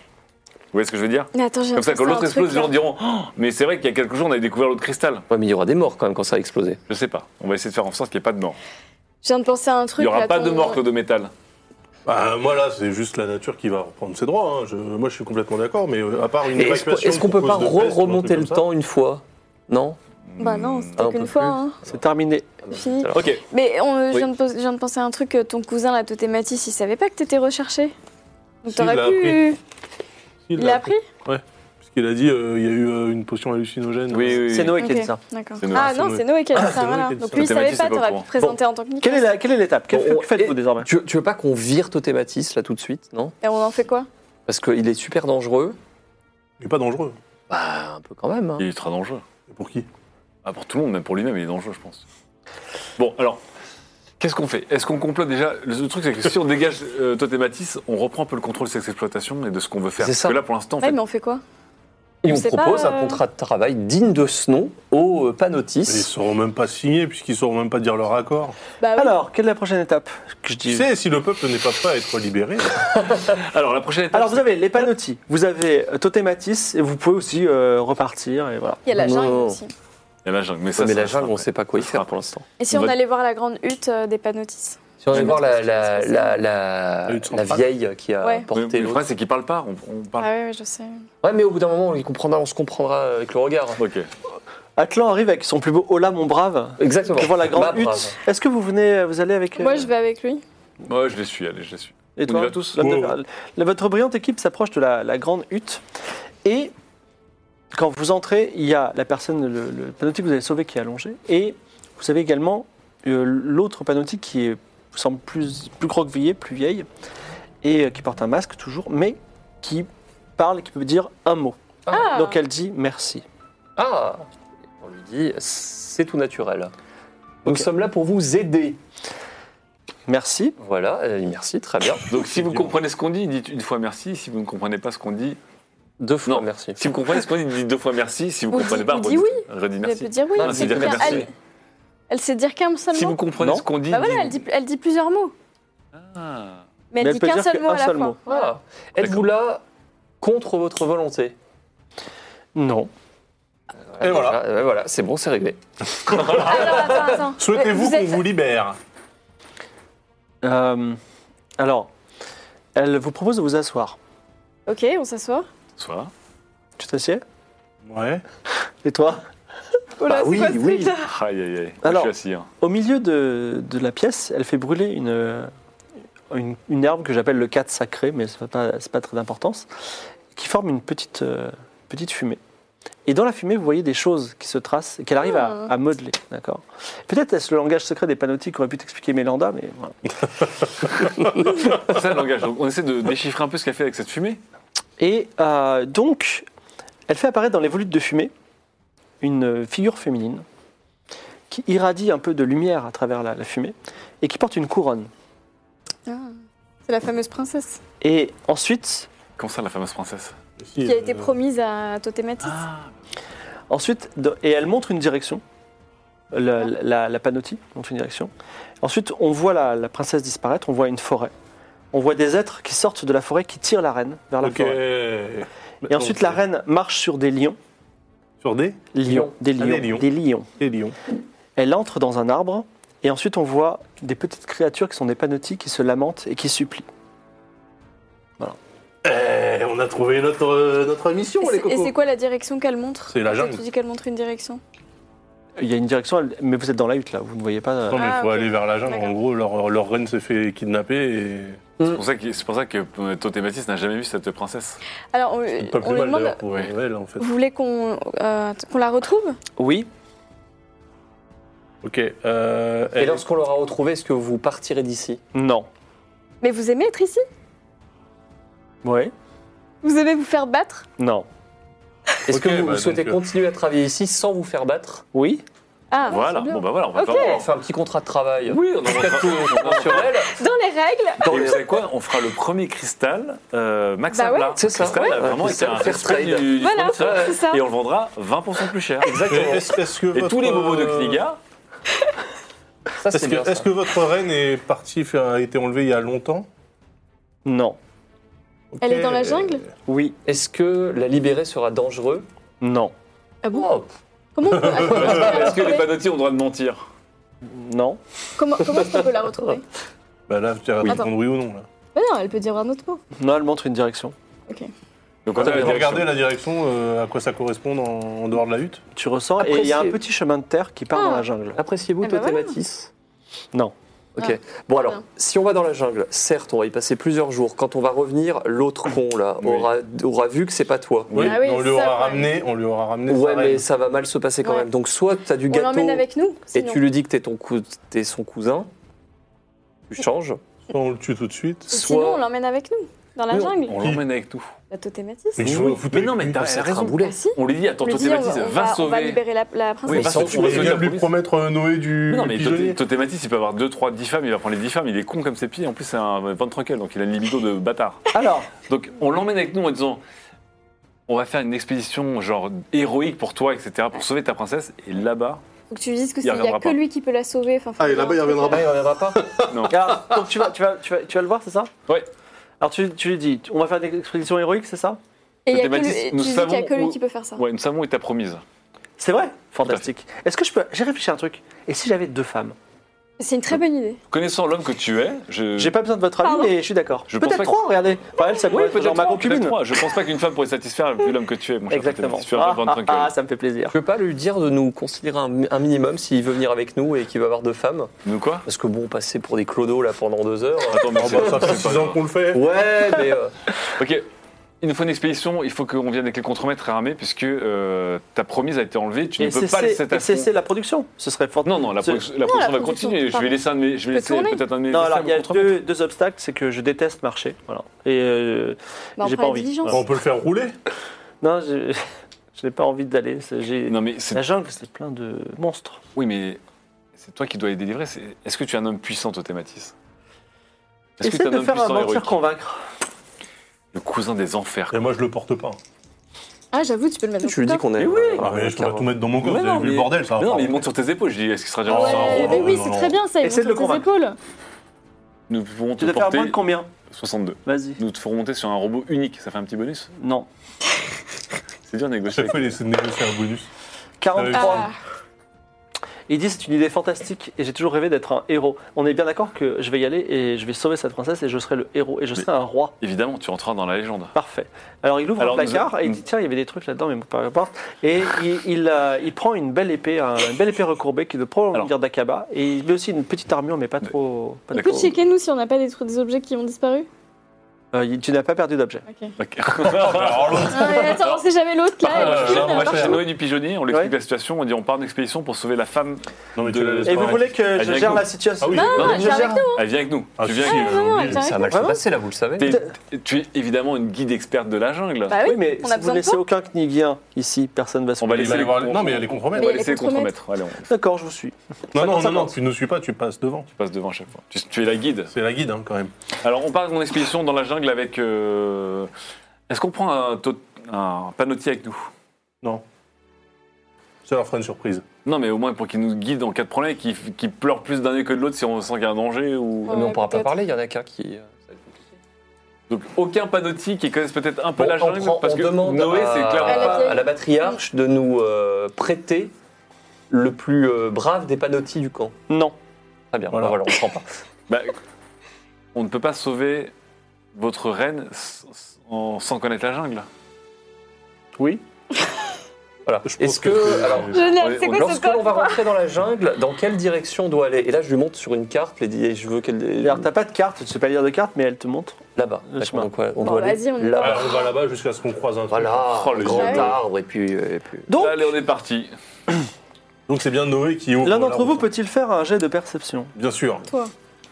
Speaker 5: voyez ce que je veux dire
Speaker 7: Mais attends, j'ai
Speaker 5: Comme ça,
Speaker 7: l'impression
Speaker 5: quand
Speaker 7: que
Speaker 5: l'autre
Speaker 7: c'est un truc,
Speaker 5: explose, les gens
Speaker 7: là.
Speaker 5: diront Oh, Mais c'est vrai qu'il y a quelques jours, on avait découvert l'autre cristal.
Speaker 6: Ouais, mais il y aura des morts quand même quand ça a explosé.
Speaker 5: Je sais pas. On va essayer de faire en sorte qu'il n'y ait pas de mort.
Speaker 7: Je viens de penser à un
Speaker 5: Il
Speaker 7: truc.
Speaker 5: n'y aura
Speaker 7: là,
Speaker 5: pas de
Speaker 7: ton-
Speaker 5: morte de métal.
Speaker 4: Bah, moi là, c'est juste la nature qui va reprendre ses droits. hein. Je- moi, je suis complètement d'accord, mais euh, à part une
Speaker 6: Et Est-ce qu'on-
Speaker 4: évacuation.
Speaker 6: est-ce qu'on peut
Speaker 4: pour
Speaker 6: pas
Speaker 4: cause de peste ou un truc
Speaker 6: remonter
Speaker 4: comme
Speaker 6: le
Speaker 4: ça
Speaker 6: temps une fois Non
Speaker 7: Bah non,
Speaker 5: Hmm.
Speaker 7: c'était
Speaker 6: Ah, on
Speaker 7: qu'une
Speaker 6: peut
Speaker 7: fois.
Speaker 6: plus.
Speaker 7: hein.
Speaker 1: C'est terminé.
Speaker 7: C'est fini.
Speaker 6: Alors,
Speaker 5: Ok.
Speaker 7: Mais on, je,
Speaker 6: Oui.
Speaker 7: viens de, pos- je viens de penser à un truc. euh, Ton cousin, la Totématis, il savait pas que t'étais recherché. Donc
Speaker 4: Si, il
Speaker 7: t'aurais
Speaker 4: l'a
Speaker 7: pu. Il l'a appris
Speaker 4: Parce qu'il a dit, euh, il y a eu euh, une potion hallucinogène.
Speaker 5: Oui, oui, oui.
Speaker 1: C'est Noé qui a dit
Speaker 7: Ok,
Speaker 1: ça.
Speaker 7: D'accord.
Speaker 5: C'est Noé,
Speaker 7: Ah
Speaker 4: c'est
Speaker 7: non,
Speaker 4: Noé.
Speaker 7: c'est Noé qui a dit
Speaker 4: c'est
Speaker 7: ça,
Speaker 4: Noé
Speaker 7: voilà.
Speaker 4: qui a dit
Speaker 7: Donc
Speaker 4: ça.
Speaker 7: lui, il savait
Speaker 5: Totématis,
Speaker 7: pas,
Speaker 5: c'est pas
Speaker 7: t'aurais
Speaker 5: au
Speaker 7: pu te
Speaker 5: courant.
Speaker 7: présenter en tant que Nicolas.
Speaker 1: Quelle est la- quelle est l'étape Quelle-
Speaker 6: Bon, on-
Speaker 1: Que faites-vous
Speaker 6: et-
Speaker 1: désormais
Speaker 6: tu, tu veux pas qu'on vire Totématis là tout de suite, non
Speaker 7: Et on en fait quoi
Speaker 6: Parce qu'il est super dangereux.
Speaker 4: Il est pas dangereux.
Speaker 6: Bah, un peu quand même. hein.
Speaker 5: Il est très dangereux.
Speaker 4: Et Pour qui
Speaker 5: Ah, pour tout le monde, même pour lui-même, il est dangereux, je pense. Bon, alors, qu'est-ce qu'on fait Est-ce qu'on complote déjà Le le truc, c'est que si on dégage euh, Totem Matisse, on reprend un peu le contrôle de cette exploitation et de ce qu'on veut faire.
Speaker 6: C'est
Speaker 5: Parce
Speaker 6: ça.
Speaker 5: que là, pour l'instant, en
Speaker 7: Ouais,
Speaker 5: fait,
Speaker 7: mais on fait quoi
Speaker 6: Et
Speaker 7: on
Speaker 6: on
Speaker 7: sait
Speaker 6: propose
Speaker 7: pas, euh,
Speaker 6: un contrat de travail digne de ce nom au euh,
Speaker 4: Ils ne
Speaker 6: Panotis.
Speaker 4: sauront même pas signer, puisqu'ils sauront même pas dire leur accord.
Speaker 7: Bah oui.
Speaker 1: Alors, quelle est la prochaine étape que je
Speaker 4: Tu
Speaker 1: dis
Speaker 4: sais, si le peuple n'est pas prêt à être libéré,
Speaker 5: alors la prochaine étape.
Speaker 1: Alors, vous avez les panotis, vous avez euh, Totématis, et vous pouvez aussi euh, repartir. Et voilà.
Speaker 7: Il y a la
Speaker 6: Non.
Speaker 7: jungle aussi.
Speaker 5: Il y a la jungle, mais ça,
Speaker 6: Ouais, mais
Speaker 5: ça
Speaker 6: la
Speaker 5: restera
Speaker 6: jungle, on
Speaker 5: après.
Speaker 6: sait pas quoi y
Speaker 5: Ça sera
Speaker 6: faire
Speaker 5: après.
Speaker 6: pour l'instant.
Speaker 7: Et si
Speaker 5: On
Speaker 7: on
Speaker 5: va-
Speaker 7: allait voir la grande hutte euh, des Panotis
Speaker 6: Si on
Speaker 7: allait
Speaker 6: allait
Speaker 7: voir
Speaker 6: voir
Speaker 7: la-
Speaker 6: la,
Speaker 7: la- la-
Speaker 6: vieille qui a
Speaker 7: Ouais.
Speaker 5: Mais- mais
Speaker 6: porté
Speaker 5: Le
Speaker 6: l'autre.
Speaker 5: problème, c'est qu'il parle pas. On, on
Speaker 7: Ah
Speaker 5: parle.
Speaker 7: ouais, ouais, je sais.
Speaker 6: Ouais, mais au bout d'un moment, on, y comprendra, on se comprendra euh, avec le regard.
Speaker 5: Ok.
Speaker 1: Atlan arrive avec son plus beau Hola, mon brave,
Speaker 6: Exactement. Bah,
Speaker 1: devant la grande
Speaker 6: Ma brave.
Speaker 1: hutte. Est-ce que vous venez, vous allez avec. euh,
Speaker 7: Moi, je vais avec lui.
Speaker 5: Moi, je les suis, allez, je les suis.
Speaker 1: Et
Speaker 5: On
Speaker 1: toi,
Speaker 5: y va tous
Speaker 1: l'homme de
Speaker 4: Ouais,
Speaker 1: fer- la- Votre brillante équipe s'approche de la, la grande hutte et quand vous entrez, il y a la personne, le, le panoptique que vous avez sauvé qui est allongé, et vous avez également euh, l'autre panoptique qui est, vous semble plus, plus croquevillé, plus vieille, et euh, qui porte un masque toujours, mais qui parle, qui peut dire un mot.
Speaker 7: Ah.
Speaker 1: Donc elle dit merci.
Speaker 8: Ah On lui dit, c'est tout naturel.
Speaker 6: Nous
Speaker 1: Ok.
Speaker 6: sommes là pour vous aider.
Speaker 1: Merci.
Speaker 8: Voilà, euh, merci, très bien.
Speaker 5: Donc si vous comprenez ce qu'on dit, dites une fois merci. Si vous ne comprenez pas ce qu'on dit,
Speaker 8: Deux fois,
Speaker 5: Non.
Speaker 8: merci.
Speaker 5: si vous comprenez ce qu'on dit, dites deux fois merci. Si vous ne
Speaker 7: On
Speaker 5: comprenez
Speaker 7: dit-
Speaker 5: pas,
Speaker 7: on dit
Speaker 5: redites-
Speaker 7: oui.
Speaker 5: redis
Speaker 7: Mais Elle peut
Speaker 5: merci.
Speaker 7: dire oui.
Speaker 5: Non,
Speaker 7: elle,
Speaker 5: c'est
Speaker 7: sait
Speaker 5: dire
Speaker 7: dire-
Speaker 5: merci.
Speaker 7: elle- elle sait dire qu'un seul
Speaker 5: Si
Speaker 7: mot.
Speaker 5: vous comprenez
Speaker 1: Non.
Speaker 5: ce qu'on dit,
Speaker 7: Bah voilà,
Speaker 5: dites-
Speaker 7: elle dit, elle dit plusieurs mots.
Speaker 5: Ah.
Speaker 7: Mais elle
Speaker 1: Mais elle
Speaker 7: dit
Speaker 1: peut
Speaker 7: qu'un
Speaker 1: dire
Speaker 7: seul
Speaker 1: qu'un
Speaker 7: mot à la
Speaker 1: seul
Speaker 7: fois.
Speaker 1: mot.
Speaker 8: Ah. Êtes-vous là contre votre volonté
Speaker 1: Non.
Speaker 8: Et voilà. euh, voilà, c'est bon, c'est réglé.
Speaker 7: Alors, attends, attends.
Speaker 4: Souhaitez-vous
Speaker 7: Vous
Speaker 4: qu'on
Speaker 7: êtes-
Speaker 4: vous libère
Speaker 1: Euh, alors, elle vous propose de vous asseoir.
Speaker 7: Ok, on s'assoit.
Speaker 5: Soit.
Speaker 1: Tu t'assieds
Speaker 4: Ouais.
Speaker 1: Et toi
Speaker 7: Oh là,
Speaker 4: Bah
Speaker 7: c'est
Speaker 4: oui,
Speaker 7: quoi ce
Speaker 4: oui.
Speaker 7: truc-là
Speaker 5: Aïe, aïe, aïe.
Speaker 1: Alors-
Speaker 5: Je suis assis. hein.
Speaker 1: Au milieu de, de la pièce, elle fait brûler une, euh, une, une herbe que j'appelle le 4 sacré, mais ce n'est pas, c'est pas très d'importance, qui forme une petite, euh, petite fumée. Et dans la fumée, vous voyez des choses qui se tracent, et qu'elle arrive à, à modeler. D'accord Peut-être est-ce le langage secret des panotiques aurait pu t'expliquer Mélanda, mais voilà.
Speaker 5: C'est ça le langage. Donc on essaie de déchiffrer un peu ce qu'elle fait avec cette fumée.
Speaker 1: Et euh, donc, elle fait apparaître dans les volutes de fumée une euh, figure féminine qui irradie un peu de lumière à travers la- la fumée et qui porte une couronne.
Speaker 7: Ah, C'est la fameuse princesse
Speaker 1: Et ensuite,
Speaker 5: Comment ça, la fameuse princesse
Speaker 7: qui a
Speaker 5: Euh,
Speaker 7: été promise à Totématis.
Speaker 5: Ah,
Speaker 1: Ensuite, de- et elle montre une direction. La, la, la panoptie montre une direction. Ensuite, on voit la, la princesse disparaître, on voit une forêt. On voit des êtres qui sortent de la forêt, qui tirent la reine vers la
Speaker 4: Ok.
Speaker 1: forêt. Et ensuite, la reine marche sur des lions.
Speaker 4: Sur des
Speaker 1: Lions, des lions,
Speaker 4: Ah, des lions.
Speaker 1: lions.
Speaker 4: Des lions.
Speaker 1: Elle entre dans un arbre, et ensuite, on voit des petites créatures qui sont des panopties, qui se lamentent et qui supplient.
Speaker 4: Eh, on a trouvé notre, euh, notre mission,
Speaker 7: Et
Speaker 4: les
Speaker 7: c'est- et
Speaker 4: cocos.
Speaker 7: c'est quoi la direction qu'elle montre
Speaker 4: C'est la
Speaker 7: Toi,
Speaker 4: jungle.
Speaker 7: Tu dis qu'elle montre une direction.
Speaker 1: Il y a une direction, elle- mais vous êtes dans la hutte là, vous ne voyez pas. euh,
Speaker 4: Non, mais il
Speaker 7: Ah,
Speaker 4: faut
Speaker 7: ok.
Speaker 4: aller vers la jungle.
Speaker 7: D'accord. Euh,
Speaker 4: En gros, leur, leur reine s'est fait kidnapper et.
Speaker 5: C'est pour ça que, c'est pour ça que euh, Totématis n'a jamais vu cette princesse.
Speaker 7: Alors, on,
Speaker 4: C'est pas
Speaker 7: on
Speaker 4: plus
Speaker 7: lui
Speaker 4: mal
Speaker 7: demande.
Speaker 4: d'ailleurs pour
Speaker 5: Ouais.
Speaker 4: elle, en fait.
Speaker 7: Vous voulez qu'on euh, qu'on la retrouve
Speaker 1: Oui,
Speaker 4: Ok. euh,
Speaker 8: Et
Speaker 4: elle-
Speaker 8: lorsqu'on l'aura retrouvé, est-ce que vous partirez d'ici
Speaker 1: non.
Speaker 7: Mais vous aimez être ici
Speaker 1: Oui,
Speaker 7: Vous aimez vous faire battre
Speaker 1: non.
Speaker 8: Est-ce
Speaker 4: Ok,
Speaker 8: que vous,
Speaker 4: bah,
Speaker 8: vous souhaitez
Speaker 4: donc, euh,
Speaker 8: continuer à travailler ici sans vous faire battre
Speaker 1: Oui,
Speaker 7: Ah,
Speaker 5: voilà.
Speaker 7: c'est bien.
Speaker 5: Bon, bah voilà, on va
Speaker 7: Ok.
Speaker 5: faire.
Speaker 8: On fait un petit contrat de travail.
Speaker 5: Oui, on en rentre sur elle.
Speaker 7: Dans les règles
Speaker 5: Et vous savez quoi On fera le premier cristal euh, Max
Speaker 7: Bah ouais.
Speaker 5: Abla.
Speaker 8: C'est ça.
Speaker 5: Cristal,
Speaker 8: Ouais.
Speaker 5: euh, vraiment,
Speaker 8: Cristal
Speaker 5: c'est un
Speaker 8: fair
Speaker 5: respect
Speaker 8: trade.
Speaker 5: du, du
Speaker 7: Voilà,
Speaker 5: sponsor.
Speaker 7: c'est ça.
Speaker 5: Et on le vendra 20% plus cher.
Speaker 8: Exactement.
Speaker 4: Est-ce est-ce que
Speaker 5: Et
Speaker 4: votre,
Speaker 5: tous les bobos de
Speaker 4: euh,
Speaker 5: Kniga,
Speaker 8: Ça, c'est
Speaker 4: Est-ce que,
Speaker 8: bien.
Speaker 4: est-ce
Speaker 8: ça.
Speaker 4: que votre reine est partie, faire- a été enlevée il y a longtemps
Speaker 1: non.
Speaker 4: Ok. euh,
Speaker 7: Elle est dans la jungle
Speaker 1: Oui,
Speaker 8: Est-ce que la libérer sera dangereux
Speaker 1: non.
Speaker 7: Ah bon
Speaker 8: Oh,
Speaker 7: Comment on peut, attends, comment on peut la
Speaker 5: est-ce que les
Speaker 7: retrouver
Speaker 5: panotis ont le droit de mentir
Speaker 1: Non.
Speaker 7: Comment, comment est-ce qu'on peut la retrouver
Speaker 4: Bah là, tu vas
Speaker 7: Oui.
Speaker 4: répondre oui ou non. Là.
Speaker 7: Bah Non, elle peut dire un autre mot.
Speaker 1: Non, elle montre une direction.
Speaker 5: Donc
Speaker 4: Vous
Speaker 5: on a la
Speaker 4: avez
Speaker 5: direction.
Speaker 4: regardé la direction, euh, à quoi ça correspond en, en dehors de la hutte
Speaker 1: Tu ressors et
Speaker 8: Après,
Speaker 1: il y a un
Speaker 8: c'est-
Speaker 1: petit chemin de terre qui part
Speaker 7: Ah.
Speaker 1: dans la jungle.
Speaker 8: Appréciez-vous
Speaker 7: Eh ben voilà.
Speaker 8: Totématis
Speaker 1: Non.
Speaker 8: Ok. Bon alors,
Speaker 7: bien.
Speaker 8: si on va dans la jungle, certes, on va y passer plusieurs jours. Quand on va revenir, l'autre con là
Speaker 5: Oui.
Speaker 8: aura, aura vu que c'est pas toi.
Speaker 7: Oui. Ah oui,
Speaker 4: on, lui
Speaker 7: c'est ça,
Speaker 4: aura
Speaker 7: ouais.
Speaker 4: ramené, on lui aura ramené
Speaker 8: Ouais,
Speaker 4: sa
Speaker 8: mais
Speaker 4: reine.
Speaker 8: ça va mal se passer quand
Speaker 7: Ouais.
Speaker 8: même. Donc soit t'as du
Speaker 7: On
Speaker 8: gâteau
Speaker 7: l'emmène avec nous
Speaker 8: et
Speaker 7: sinon.
Speaker 8: tu lui dis que t'es ton cou- t'es son cousin, tu changes.
Speaker 4: Soit on le tue tout de suite.
Speaker 7: Sinon, on l'emmène avec nous, dans la
Speaker 5: Oui, on-
Speaker 7: jungle.
Speaker 5: On l'emmène avec tout.
Speaker 7: La totématique.
Speaker 4: Mais je
Speaker 5: Oui.
Speaker 4: veux foutre
Speaker 5: Mais
Speaker 4: les
Speaker 5: non, mais
Speaker 4: couilles.
Speaker 5: t'as
Speaker 8: C'est
Speaker 5: raison.
Speaker 8: un boulet.
Speaker 7: Si.
Speaker 5: On lui dit, attends,
Speaker 7: On lui dit, on,
Speaker 5: Totématis,
Speaker 7: va- on
Speaker 5: va
Speaker 7: va, on va
Speaker 5: sauver.
Speaker 7: libérer la, la princesse.
Speaker 5: Oui,
Speaker 4: Mais
Speaker 5: va
Speaker 4: sans-
Speaker 5: se tuer.
Speaker 4: on va
Speaker 5: La
Speaker 4: lui
Speaker 5: police.
Speaker 4: promettre euh, Noé du
Speaker 5: Mais non, mais
Speaker 4: pigeonnier.
Speaker 5: Toté- Totématis, il peut avoir 2-3 10 femmes, il va prendre les 10 femmes, il est con comme ses pieds, en plus c'est un ventriloque, donc il a une libido de bâtard.
Speaker 1: Alors,
Speaker 5: Donc on l'emmène avec nous en disant on va faire une expédition genre héroïque pour toi, etc., pour sauver ta princesse. Et là-bas,
Speaker 7: Faut que tu lui dises que
Speaker 5: Il
Speaker 7: c'est- il n'y a
Speaker 5: reviendra
Speaker 7: que
Speaker 5: pas.
Speaker 7: lui qui peut la sauver. Enfin, faut
Speaker 3: Allez,
Speaker 7: qu'il y ait
Speaker 3: là-bas,
Speaker 7: un
Speaker 3: il
Speaker 7: truc
Speaker 3: reviendra
Speaker 7: à-
Speaker 3: pas.
Speaker 8: il reviendra pas.
Speaker 1: alors, donc tu vas, tu, vas, tu, vas, tu vas le voir, c'est ça
Speaker 5: Ouais.
Speaker 1: Alors tu, tu lui dis, on va faire une expédition héroïque, c'est ça
Speaker 7: Et il y a que
Speaker 5: Totématis,
Speaker 7: lui- et tu
Speaker 5: nous
Speaker 7: lui dis qu'il n'y a
Speaker 5: savons
Speaker 7: que lui
Speaker 5: où-
Speaker 7: qui peut faire ça.
Speaker 5: ouais, nous savons où est ta promise.
Speaker 1: C'est vrai Fantastique. Est-ce que je peux... J'ai réfléchi à un truc. Et si j'avais deux femmes
Speaker 7: C'est une très bonne idée.
Speaker 5: Connaissant l'homme que tu es, je.
Speaker 1: J'ai pas besoin de votre avis,
Speaker 7: Pardon.
Speaker 1: mais je suis d'accord.
Speaker 5: Euh, Je pense
Speaker 1: Peut-être
Speaker 5: pas que-
Speaker 1: trois, regardez. Enfin, elle, ça
Speaker 5: Oui,
Speaker 1: pourrait être
Speaker 5: peut-être
Speaker 1: genre ma
Speaker 5: trois, peut-être
Speaker 1: concubine.
Speaker 5: trois. Je pense pas qu'une femme pourrait satisfaire vu l'homme que tu es, mon cher
Speaker 1: Exactement.
Speaker 5: Totématis. Tu es un
Speaker 1: Ah,
Speaker 5: Van
Speaker 1: ah,
Speaker 5: Trunkel.
Speaker 1: ah, ça me fait plaisir.
Speaker 8: Je peux pas lui dire de nous considérer un, un minimum s'il veut venir avec nous et qu'il va avoir deux femmes.
Speaker 1: ah,
Speaker 5: Nous quoi
Speaker 8: Parce que bon, passer pour des clodos là pendant deux heures. euh,
Speaker 5: Attends, mais
Speaker 4: Ah
Speaker 5: c'est-
Speaker 4: bah, Ça fait
Speaker 5: c'est pas
Speaker 4: 6 ans
Speaker 5: grave.
Speaker 4: qu'on le fait.
Speaker 8: Ouais, mais euh,
Speaker 5: Ok, Il nous faut une expédition, il faut qu'on vienne avec les contremaîtres armés, puisque euh, ta promise a été enlevée, tu
Speaker 1: Et
Speaker 5: ne peux pas laisser
Speaker 1: cesser
Speaker 5: ta
Speaker 1: et cesser la production. Ce serait fort.
Speaker 5: Non, non, la
Speaker 1: Ce-
Speaker 5: production, la production va
Speaker 7: production,
Speaker 5: continuer. Je
Speaker 7: pardon.
Speaker 5: vais laisser un de mes- je vais
Speaker 7: Peut
Speaker 5: laisser
Speaker 7: tourner.
Speaker 5: peut-être un de mes
Speaker 1: Non, alors il y a
Speaker 5: responsables contre-
Speaker 1: deux, deux obstacles, c'est que je déteste marcher, voilà. Et euh,
Speaker 7: Bah, on
Speaker 1: j'ai
Speaker 7: prend
Speaker 1: pas
Speaker 7: la
Speaker 1: envie.
Speaker 7: diligence.
Speaker 4: Enfin, on peut le faire rouler.
Speaker 1: Non, je je n'ai pas envie d'aller. c'est- j'ai-
Speaker 5: Non, mais c'est.
Speaker 1: La jungle, c'est plein de monstres.
Speaker 5: Oui, mais c'est toi qui dois les délivrer. c'est- Est-ce que tu es un homme puissant, toi, Thématis Est-ce que tu
Speaker 1: Essaye
Speaker 5: es un
Speaker 1: de
Speaker 5: homme
Speaker 1: faire un
Speaker 5: puissant,
Speaker 1: mentir
Speaker 5: héroïque
Speaker 1: convaincre.
Speaker 5: Le cousin des enfers.
Speaker 4: Et moi, je le porte pas.
Speaker 7: Ah, j'avoue, tu peux le mettre dans
Speaker 8: Tu lui dis
Speaker 7: ton
Speaker 8: qu'on est.
Speaker 5: Mais oui.
Speaker 4: Ah, mais je peux pas tout mettre dans mon coffre,
Speaker 5: Mais
Speaker 4: vous avez
Speaker 5: non,
Speaker 4: vu le
Speaker 5: mais-
Speaker 4: bordel,
Speaker 1: Oh.
Speaker 4: ça.
Speaker 5: Mais non, mais il monte sur tes épaules. Je dis, est-ce qu'il sera déjà
Speaker 7: coffre.
Speaker 5: sur un
Speaker 7: Ouais,
Speaker 4: non,
Speaker 7: mais
Speaker 4: non,
Speaker 5: rouleau
Speaker 7: oui,
Speaker 4: non,
Speaker 7: c'est
Speaker 4: non.
Speaker 7: très bien ça. Ils
Speaker 1: Essaie
Speaker 7: vont
Speaker 1: de le
Speaker 7: sur tes
Speaker 1: convaincre.
Speaker 7: épaules.
Speaker 5: Nous pourrons
Speaker 1: Tu
Speaker 5: te
Speaker 1: dois faire moins
Speaker 5: porter
Speaker 1: de combien
Speaker 5: 62.
Speaker 1: Vas-y.
Speaker 5: Nous te ferons monter sur un robot unique. Ça fait un petit bonus.
Speaker 1: Non.
Speaker 5: C'est dur de
Speaker 4: À
Speaker 5: négocier.
Speaker 4: chaque fois, il essaie de négocier un bonus.
Speaker 1: 43.
Speaker 7: Ah,
Speaker 1: Il dit c'est une idée fantastique et j'ai toujours rêvé d'être un héros. On est bien d'accord que je vais y aller et je vais sauver cette princesse et je serai le héros et je
Speaker 5: Mais-
Speaker 1: serai un roi.
Speaker 5: Évidemment, tu rentreras dans la légende.
Speaker 1: Parfait. Alors il ouvre
Speaker 5: Alors,
Speaker 1: un placard
Speaker 5: nous-
Speaker 1: et il dit tiens il y avait des trucs là-dedans mais peu importe. Et il, il, euh, il prend une belle épée, un- une belle épée recourbée qui doit probablement
Speaker 5: Alors-
Speaker 1: venir d'Akaba et il met aussi une petite armure mais pas trop. Pas
Speaker 7: On
Speaker 1: trop-
Speaker 7: peut checker nous si on n'a pas des, trucs- des objets qui ont disparu.
Speaker 1: Euh, il- tu n'as pas perdu d'objet.
Speaker 7: Ok.
Speaker 5: Ok.
Speaker 4: Alors, l'autre,
Speaker 7: Ah, mais attends, on sait jamais l'autre là.
Speaker 4: Ah,
Speaker 7: elle est
Speaker 4: ouais,
Speaker 5: on
Speaker 7: cool,
Speaker 5: va
Speaker 7: elle
Speaker 5: chez
Speaker 7: marche.
Speaker 5: Noé du Pigeonnier, on lui explique
Speaker 1: Ouais.
Speaker 5: la situation, on dit on part en expédition pour sauver la femme.
Speaker 4: Non, mais tu
Speaker 5: De-
Speaker 4: la laisses
Speaker 1: Et
Speaker 4: pas.
Speaker 1: vous voulez que je
Speaker 5: Avec
Speaker 1: gère
Speaker 5: nous.
Speaker 1: la situation
Speaker 4: Ah oui,
Speaker 7: Non,
Speaker 5: Non,
Speaker 7: elle
Speaker 1: Je
Speaker 7: vient
Speaker 1: gère-
Speaker 7: avec nous.
Speaker 5: Elle vient avec nous.
Speaker 4: Ah,
Speaker 5: tu
Speaker 4: si,
Speaker 5: viens
Speaker 4: si,
Speaker 5: avec
Speaker 4: j'ai
Speaker 7: non,
Speaker 4: oublié.
Speaker 7: elle
Speaker 8: Ça a mal se
Speaker 1: Vraiment
Speaker 8: passer là, vous le savez.
Speaker 5: nous. T'es- Tu es évidemment une guide experte de la jungle.
Speaker 7: Bah
Speaker 1: Oui
Speaker 7: oui,
Speaker 1: mais
Speaker 7: on
Speaker 1: si
Speaker 7: a
Speaker 1: vous
Speaker 7: besoin de
Speaker 1: laissez
Speaker 7: toi.
Speaker 1: aucun qui vient ici, personne va se.
Speaker 5: On va
Speaker 4: Il va
Speaker 5: laisser
Speaker 4: aller
Speaker 5: les
Speaker 4: voir-
Speaker 5: contre-
Speaker 4: Non, mais elle est
Speaker 5: on
Speaker 4: compromettre.
Speaker 7: Mais
Speaker 5: va
Speaker 7: elle
Speaker 5: laisser
Speaker 7: est
Speaker 5: les contre-maîtres. Allez, on
Speaker 1: D'accord, je vous suis.
Speaker 4: Non, non, non,
Speaker 1: 50-50.
Speaker 4: non, tu ne nous suis pas, tu passes devant.
Speaker 5: passe devant à chaque fois. Tu, tu es la guide.
Speaker 4: C'est la guide, hein, quand même.
Speaker 5: Alors, on part en expédition dans la jungle avec. euh, Est-ce qu'on prend un, taux- un panotier avec nous
Speaker 4: Non. Ça leur fera une surprise.
Speaker 5: Non, mais au moins pour qu'il nous guide en cas de problème et qu'il qu'il pleure plus d'un œil que de l'autre si on sent qu'il y a un danger ou.
Speaker 7: Ouais.
Speaker 8: Mais on pourra pas
Speaker 7: peut-être.
Speaker 8: parler, il y en a qu'un qui. euh,
Speaker 5: Donc, aucun panotier qui connaisse peut-être un peu
Speaker 6: Bon,
Speaker 5: la
Speaker 6: on,
Speaker 5: jungle
Speaker 6: prend-
Speaker 5: parce
Speaker 6: on
Speaker 5: que
Speaker 6: demande
Speaker 5: Noé,
Speaker 6: à,
Speaker 5: c'est
Speaker 7: Elle
Speaker 5: clairement
Speaker 7: a
Speaker 5: pas.
Speaker 7: vieille.
Speaker 6: à la patriarche de nous euh, prêter le plus euh, brave des panotis du camp.
Speaker 1: Non.
Speaker 8: Très bien,
Speaker 4: Voilà.
Speaker 8: voilà, on prend pas.
Speaker 5: Bah, on ne peut pas sauver votre reine s- en- sans connaître la jungle.
Speaker 1: Oui.
Speaker 8: Voilà.
Speaker 4: Je pense
Speaker 8: Est-ce que.
Speaker 4: que-
Speaker 8: alors,
Speaker 5: Ouais,
Speaker 7: Génial, c'est
Speaker 5: on-
Speaker 7: quoi ce
Speaker 8: lorsque l'on va
Speaker 7: coffre
Speaker 8: rentrer dans la jungle, dans quelle direction on doit aller Et là, je lui montre sur une carte, et dis, je veux qu'elle.
Speaker 1: Alors t'as pas de carte, tu sais pas lire de carte mais elle te montre.
Speaker 8: Là-bas.
Speaker 1: Le
Speaker 8: D'accord,
Speaker 1: chemin.
Speaker 8: donc, ouais, on
Speaker 7: Bon,
Speaker 8: doit aller
Speaker 7: vas-y, on y va.
Speaker 8: là-bas.
Speaker 4: Alors, Ah, on va là-bas jusqu'à ce qu'on croise un truc.
Speaker 8: Voilà,
Speaker 5: Oh, le
Speaker 8: grand
Speaker 7: grand
Speaker 8: arbre, et puis. et puis-
Speaker 1: Donc
Speaker 5: Allez, on est parti.
Speaker 4: Donc, c'est bien Noé qui ouvre.
Speaker 1: l'un d'entre
Speaker 4: la
Speaker 1: vous
Speaker 4: route.
Speaker 1: peut-il faire un jet de perception
Speaker 4: Bien sûr.
Speaker 7: Toi.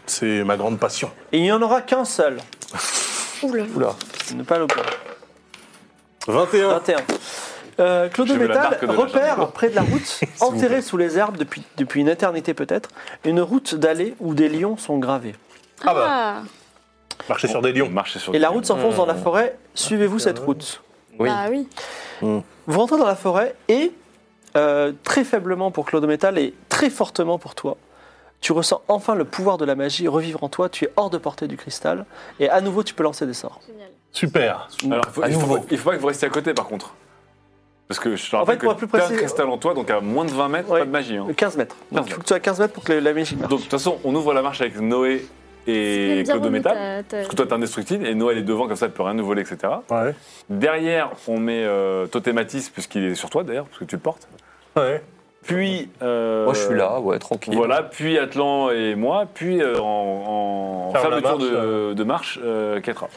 Speaker 4: C'est ma grande passion.
Speaker 1: Et il n'y en aura qu'un seul.
Speaker 7: Oula.
Speaker 8: Oula.
Speaker 1: Ne pas l'oublier.
Speaker 4: 21.
Speaker 1: 21. Euh, Claude
Speaker 5: J'ai vu la
Speaker 1: Métal
Speaker 5: marque de la
Speaker 1: repère
Speaker 5: jungle.
Speaker 1: près de la route, enterrée sous les herbes depuis, depuis une éternité peut-être, une route d'allée où des lions sont gravés.
Speaker 4: Ah bah.
Speaker 7: Ah,
Speaker 4: Marcher sur des
Speaker 5: On
Speaker 4: lions.
Speaker 5: marchait sur
Speaker 1: Et
Speaker 5: des
Speaker 1: la
Speaker 5: lions.
Speaker 1: route s'enfonce dans la forêt, suivez-vous cette route.
Speaker 8: Oui.
Speaker 7: bah oui.
Speaker 1: Vous rentrez dans la forêt et, euh, très faiblement pour Claude Métal et très fortement pour toi, tu ressens enfin le pouvoir de la magie revivre en toi, tu es hors de portée du cristal, et à nouveau tu peux lancer des sorts.
Speaker 7: Génial.
Speaker 4: Super.
Speaker 5: Alors, faut-
Speaker 8: À
Speaker 5: il, faut,
Speaker 8: nouveau.
Speaker 5: pas- il faut pas que vous restiez à côté, par contre. Parce que je te
Speaker 1: En
Speaker 5: rappelle
Speaker 1: fait, pour être
Speaker 5: que
Speaker 1: plus
Speaker 5: t'as un
Speaker 1: précis-
Speaker 5: cristal en toi, donc à moins de 20 mètres,
Speaker 1: Ouais.
Speaker 5: pas de magie. hein.
Speaker 1: 15 Euh, mètres. Donc
Speaker 5: 15
Speaker 1: il faut que tu sois à 15 mètres pour que la la magie marche.
Speaker 5: Donc, de toute façon, on ouvre la marche avec Noé et
Speaker 7: Bien
Speaker 5: Claude
Speaker 7: remis,
Speaker 5: Métal.
Speaker 7: t'as- t'as-
Speaker 5: Parce que toi, t'es indestructible et Noé, elle est devant, comme ça, elle peut rien nous voler, etc.
Speaker 4: Ouais.
Speaker 5: Derrière, on met euh, Totématis, puisqu'il est sur toi, d'ailleurs, parce que tu le portes.
Speaker 4: Ouais.
Speaker 5: Puis. euh,
Speaker 8: Moi, je suis là, ouais, tranquille.
Speaker 5: Voilà, puis Atlan et moi, puis euh, en, en
Speaker 4: Faire la
Speaker 5: fermeture
Speaker 4: marche,
Speaker 5: de, de marche, euh, Ketra.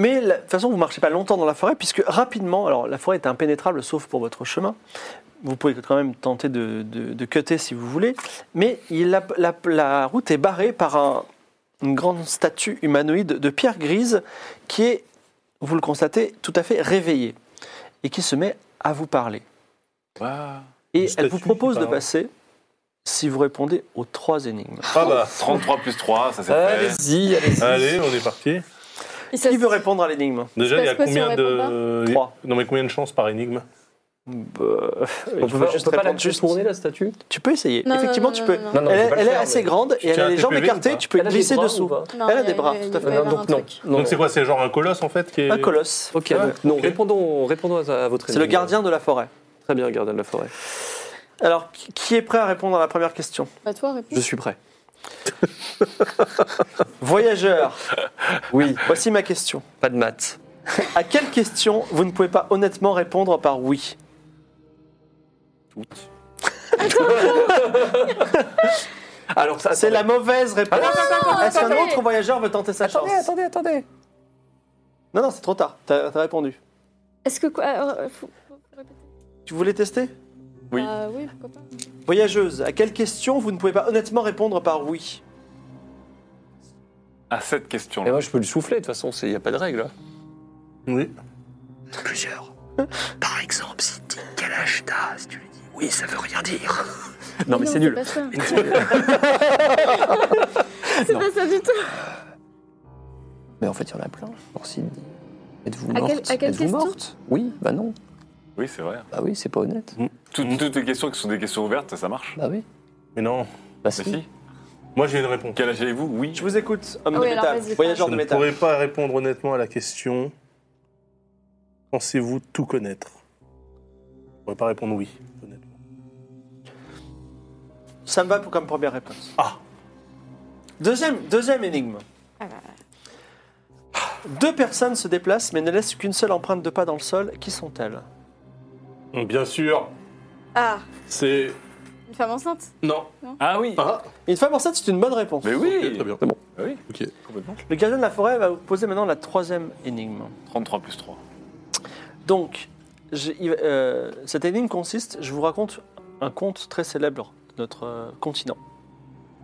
Speaker 1: Mais la- de toute façon, vous marchez pas longtemps dans la forêt, puisque rapidement, alors la forêt est impénétrable sauf pour votre chemin. Vous pouvez quand même tenter de, de, de cutter si vous voulez, mais il- la, la- la route est barrée par un- une grande statue humanoïde de pierre grise qui est, vous le constatez, tout à fait réveillée et qui se met à vous parler.
Speaker 4: Une
Speaker 1: Et elle
Speaker 4: statue
Speaker 1: vous
Speaker 4: qui
Speaker 1: propose de
Speaker 4: parle.
Speaker 1: passer si vous répondez aux trois énigmes.
Speaker 4: Ah bah.
Speaker 5: 33 plus 3, ça c'est fait.
Speaker 8: Allez-y, allez-y.
Speaker 4: Allez, on est parti.
Speaker 7: Et ça-
Speaker 1: Qui veut répondre à l'énigme
Speaker 4: Déjà,
Speaker 7: Ça
Speaker 4: il y a
Speaker 7: se passe si on
Speaker 4: combien
Speaker 7: répond
Speaker 4: de.
Speaker 1: Trois.
Speaker 4: Non, mais combien de chances par énigme
Speaker 1: Bah, il
Speaker 8: On
Speaker 1: faut
Speaker 8: peut pas, on
Speaker 1: juste
Speaker 8: peut pas la
Speaker 1: répondre juste.
Speaker 8: tourner, la statue
Speaker 1: Tu peux essayer.
Speaker 7: Non, non,
Speaker 1: Effectivement,
Speaker 7: non,
Speaker 1: tu
Speaker 7: non,
Speaker 1: peux.
Speaker 7: non, non.
Speaker 8: Non, non,
Speaker 1: elle,
Speaker 8: je vais pas
Speaker 1: elle
Speaker 8: le
Speaker 1: est
Speaker 8: faire,
Speaker 1: assez
Speaker 8: mais-
Speaker 1: grande et
Speaker 4: Tu
Speaker 1: elle a
Speaker 4: tiens
Speaker 1: les
Speaker 4: un
Speaker 1: jambes
Speaker 4: TPV ou
Speaker 1: écartées,
Speaker 4: pas
Speaker 1: tu peux
Speaker 8: Elle a des
Speaker 1: glisser
Speaker 8: bras
Speaker 1: dessous.
Speaker 8: ou pas
Speaker 7: Non,
Speaker 1: Elle a
Speaker 7: il y
Speaker 1: des bras,
Speaker 7: il y
Speaker 1: tout à
Speaker 7: a-
Speaker 1: fait.
Speaker 7: il y a
Speaker 8: Non,
Speaker 7: un
Speaker 8: donc non.
Speaker 7: truc.
Speaker 4: Donc, c'est quoi C'est genre un colosse en fait qui est.
Speaker 1: Un colosse.
Speaker 8: Ok,
Speaker 4: Ouais,
Speaker 8: donc non,
Speaker 4: ok.
Speaker 8: répondons, répondons à, à votre
Speaker 1: C'est le
Speaker 8: énigme.
Speaker 1: gardien de la forêt.
Speaker 8: Très bien, gardien de la forêt.
Speaker 1: Alors, qui- qui est prêt à répondre à la première question
Speaker 7: Bah toi, réponds.
Speaker 8: Je suis prêt.
Speaker 1: Voyageur,
Speaker 8: Oui,
Speaker 1: voici ma question.
Speaker 8: pas de maths.
Speaker 1: À quelle question vous ne pouvez pas honnêtement répondre par oui
Speaker 8: Alors, ça,
Speaker 1: C'est la mauvaise réponse.
Speaker 8: Ah, Attends, attends, attends,
Speaker 1: Est-ce qu'un
Speaker 7: attendez.
Speaker 1: autre voyageur veut tenter sa chance
Speaker 8: attendez, attendez.
Speaker 1: Non, non, c'est trop tard. T'as t'as répondu.
Speaker 7: Est-ce que quoi euh, faut- faut répéter.
Speaker 1: Tu voulais tester
Speaker 5: Oui.
Speaker 7: Bah oui, pourquoi pas.
Speaker 1: Voyageuse, à quelle question vous ne pouvez pas honnêtement répondre par oui
Speaker 5: À cette question
Speaker 6: Et moi, je peux lui souffler, de toute façon, il n'y a pas de règle. hein.
Speaker 4: Oui.
Speaker 8: Plusieurs. Par exemple, si tu dis quel âge t'as, si tu lui dis oui, ça veut rien dire. Non, mais c'est nul.
Speaker 7: pas ça. c'est pas ça du tout.
Speaker 8: Mais en fait, il y en a plein. Genre, s'il dit êtes-vous
Speaker 7: À
Speaker 8: morte
Speaker 7: quel- à quelle
Speaker 8: Êtes-vous
Speaker 7: question
Speaker 8: morte Oui, bah non.
Speaker 5: Oui, c'est vrai.
Speaker 8: Bah oui, c'est pas honnête.
Speaker 5: Toutes, toutes les questions qui sont des questions ouvertes, ça, ça marche.
Speaker 8: Bah oui.
Speaker 4: Mais non.
Speaker 8: Bah
Speaker 5: Mais
Speaker 8: si.
Speaker 5: si.
Speaker 4: Moi, j'ai une réponse.
Speaker 5: Quel âge avez-vous Oui.
Speaker 1: Je vous écoute, homme
Speaker 7: Ah oui,
Speaker 1: de
Speaker 7: alors
Speaker 1: métal,
Speaker 7: vas-y,
Speaker 1: voyageur
Speaker 4: Je
Speaker 1: de
Speaker 4: ne
Speaker 1: métal.
Speaker 4: pourrais pas répondre honnêtement à la question Pensez-vous tout connaître Je ne pourrais pas répondre oui, honnêtement.
Speaker 1: Ça me va pour, comme première réponse.
Speaker 4: Ah.
Speaker 1: Deuxième, deuxième énigme.
Speaker 7: Ah, bah.
Speaker 1: Deux personnes se déplacent mais ne laissent qu'une seule empreinte de pas dans le sol. Qui sont-elles
Speaker 4: Bien sûr,
Speaker 7: Ah,
Speaker 4: c'est.
Speaker 7: une femme enceinte.
Speaker 4: Non.
Speaker 5: Ah oui
Speaker 4: Ah
Speaker 1: Une femme enceinte, c'est une bonne réponse.
Speaker 5: Mais oui
Speaker 4: Ok, Très bien.
Speaker 8: C'est bon.
Speaker 5: Ah Oui,
Speaker 4: Ok.
Speaker 5: complètement.
Speaker 1: Le gardien de la forêt va vous poser maintenant la troisième énigme.
Speaker 5: 33 plus 3.
Speaker 1: Donc, j'ai- il- euh, cette énigme consiste, je vous raconte un conte très célèbre de notre euh, continent.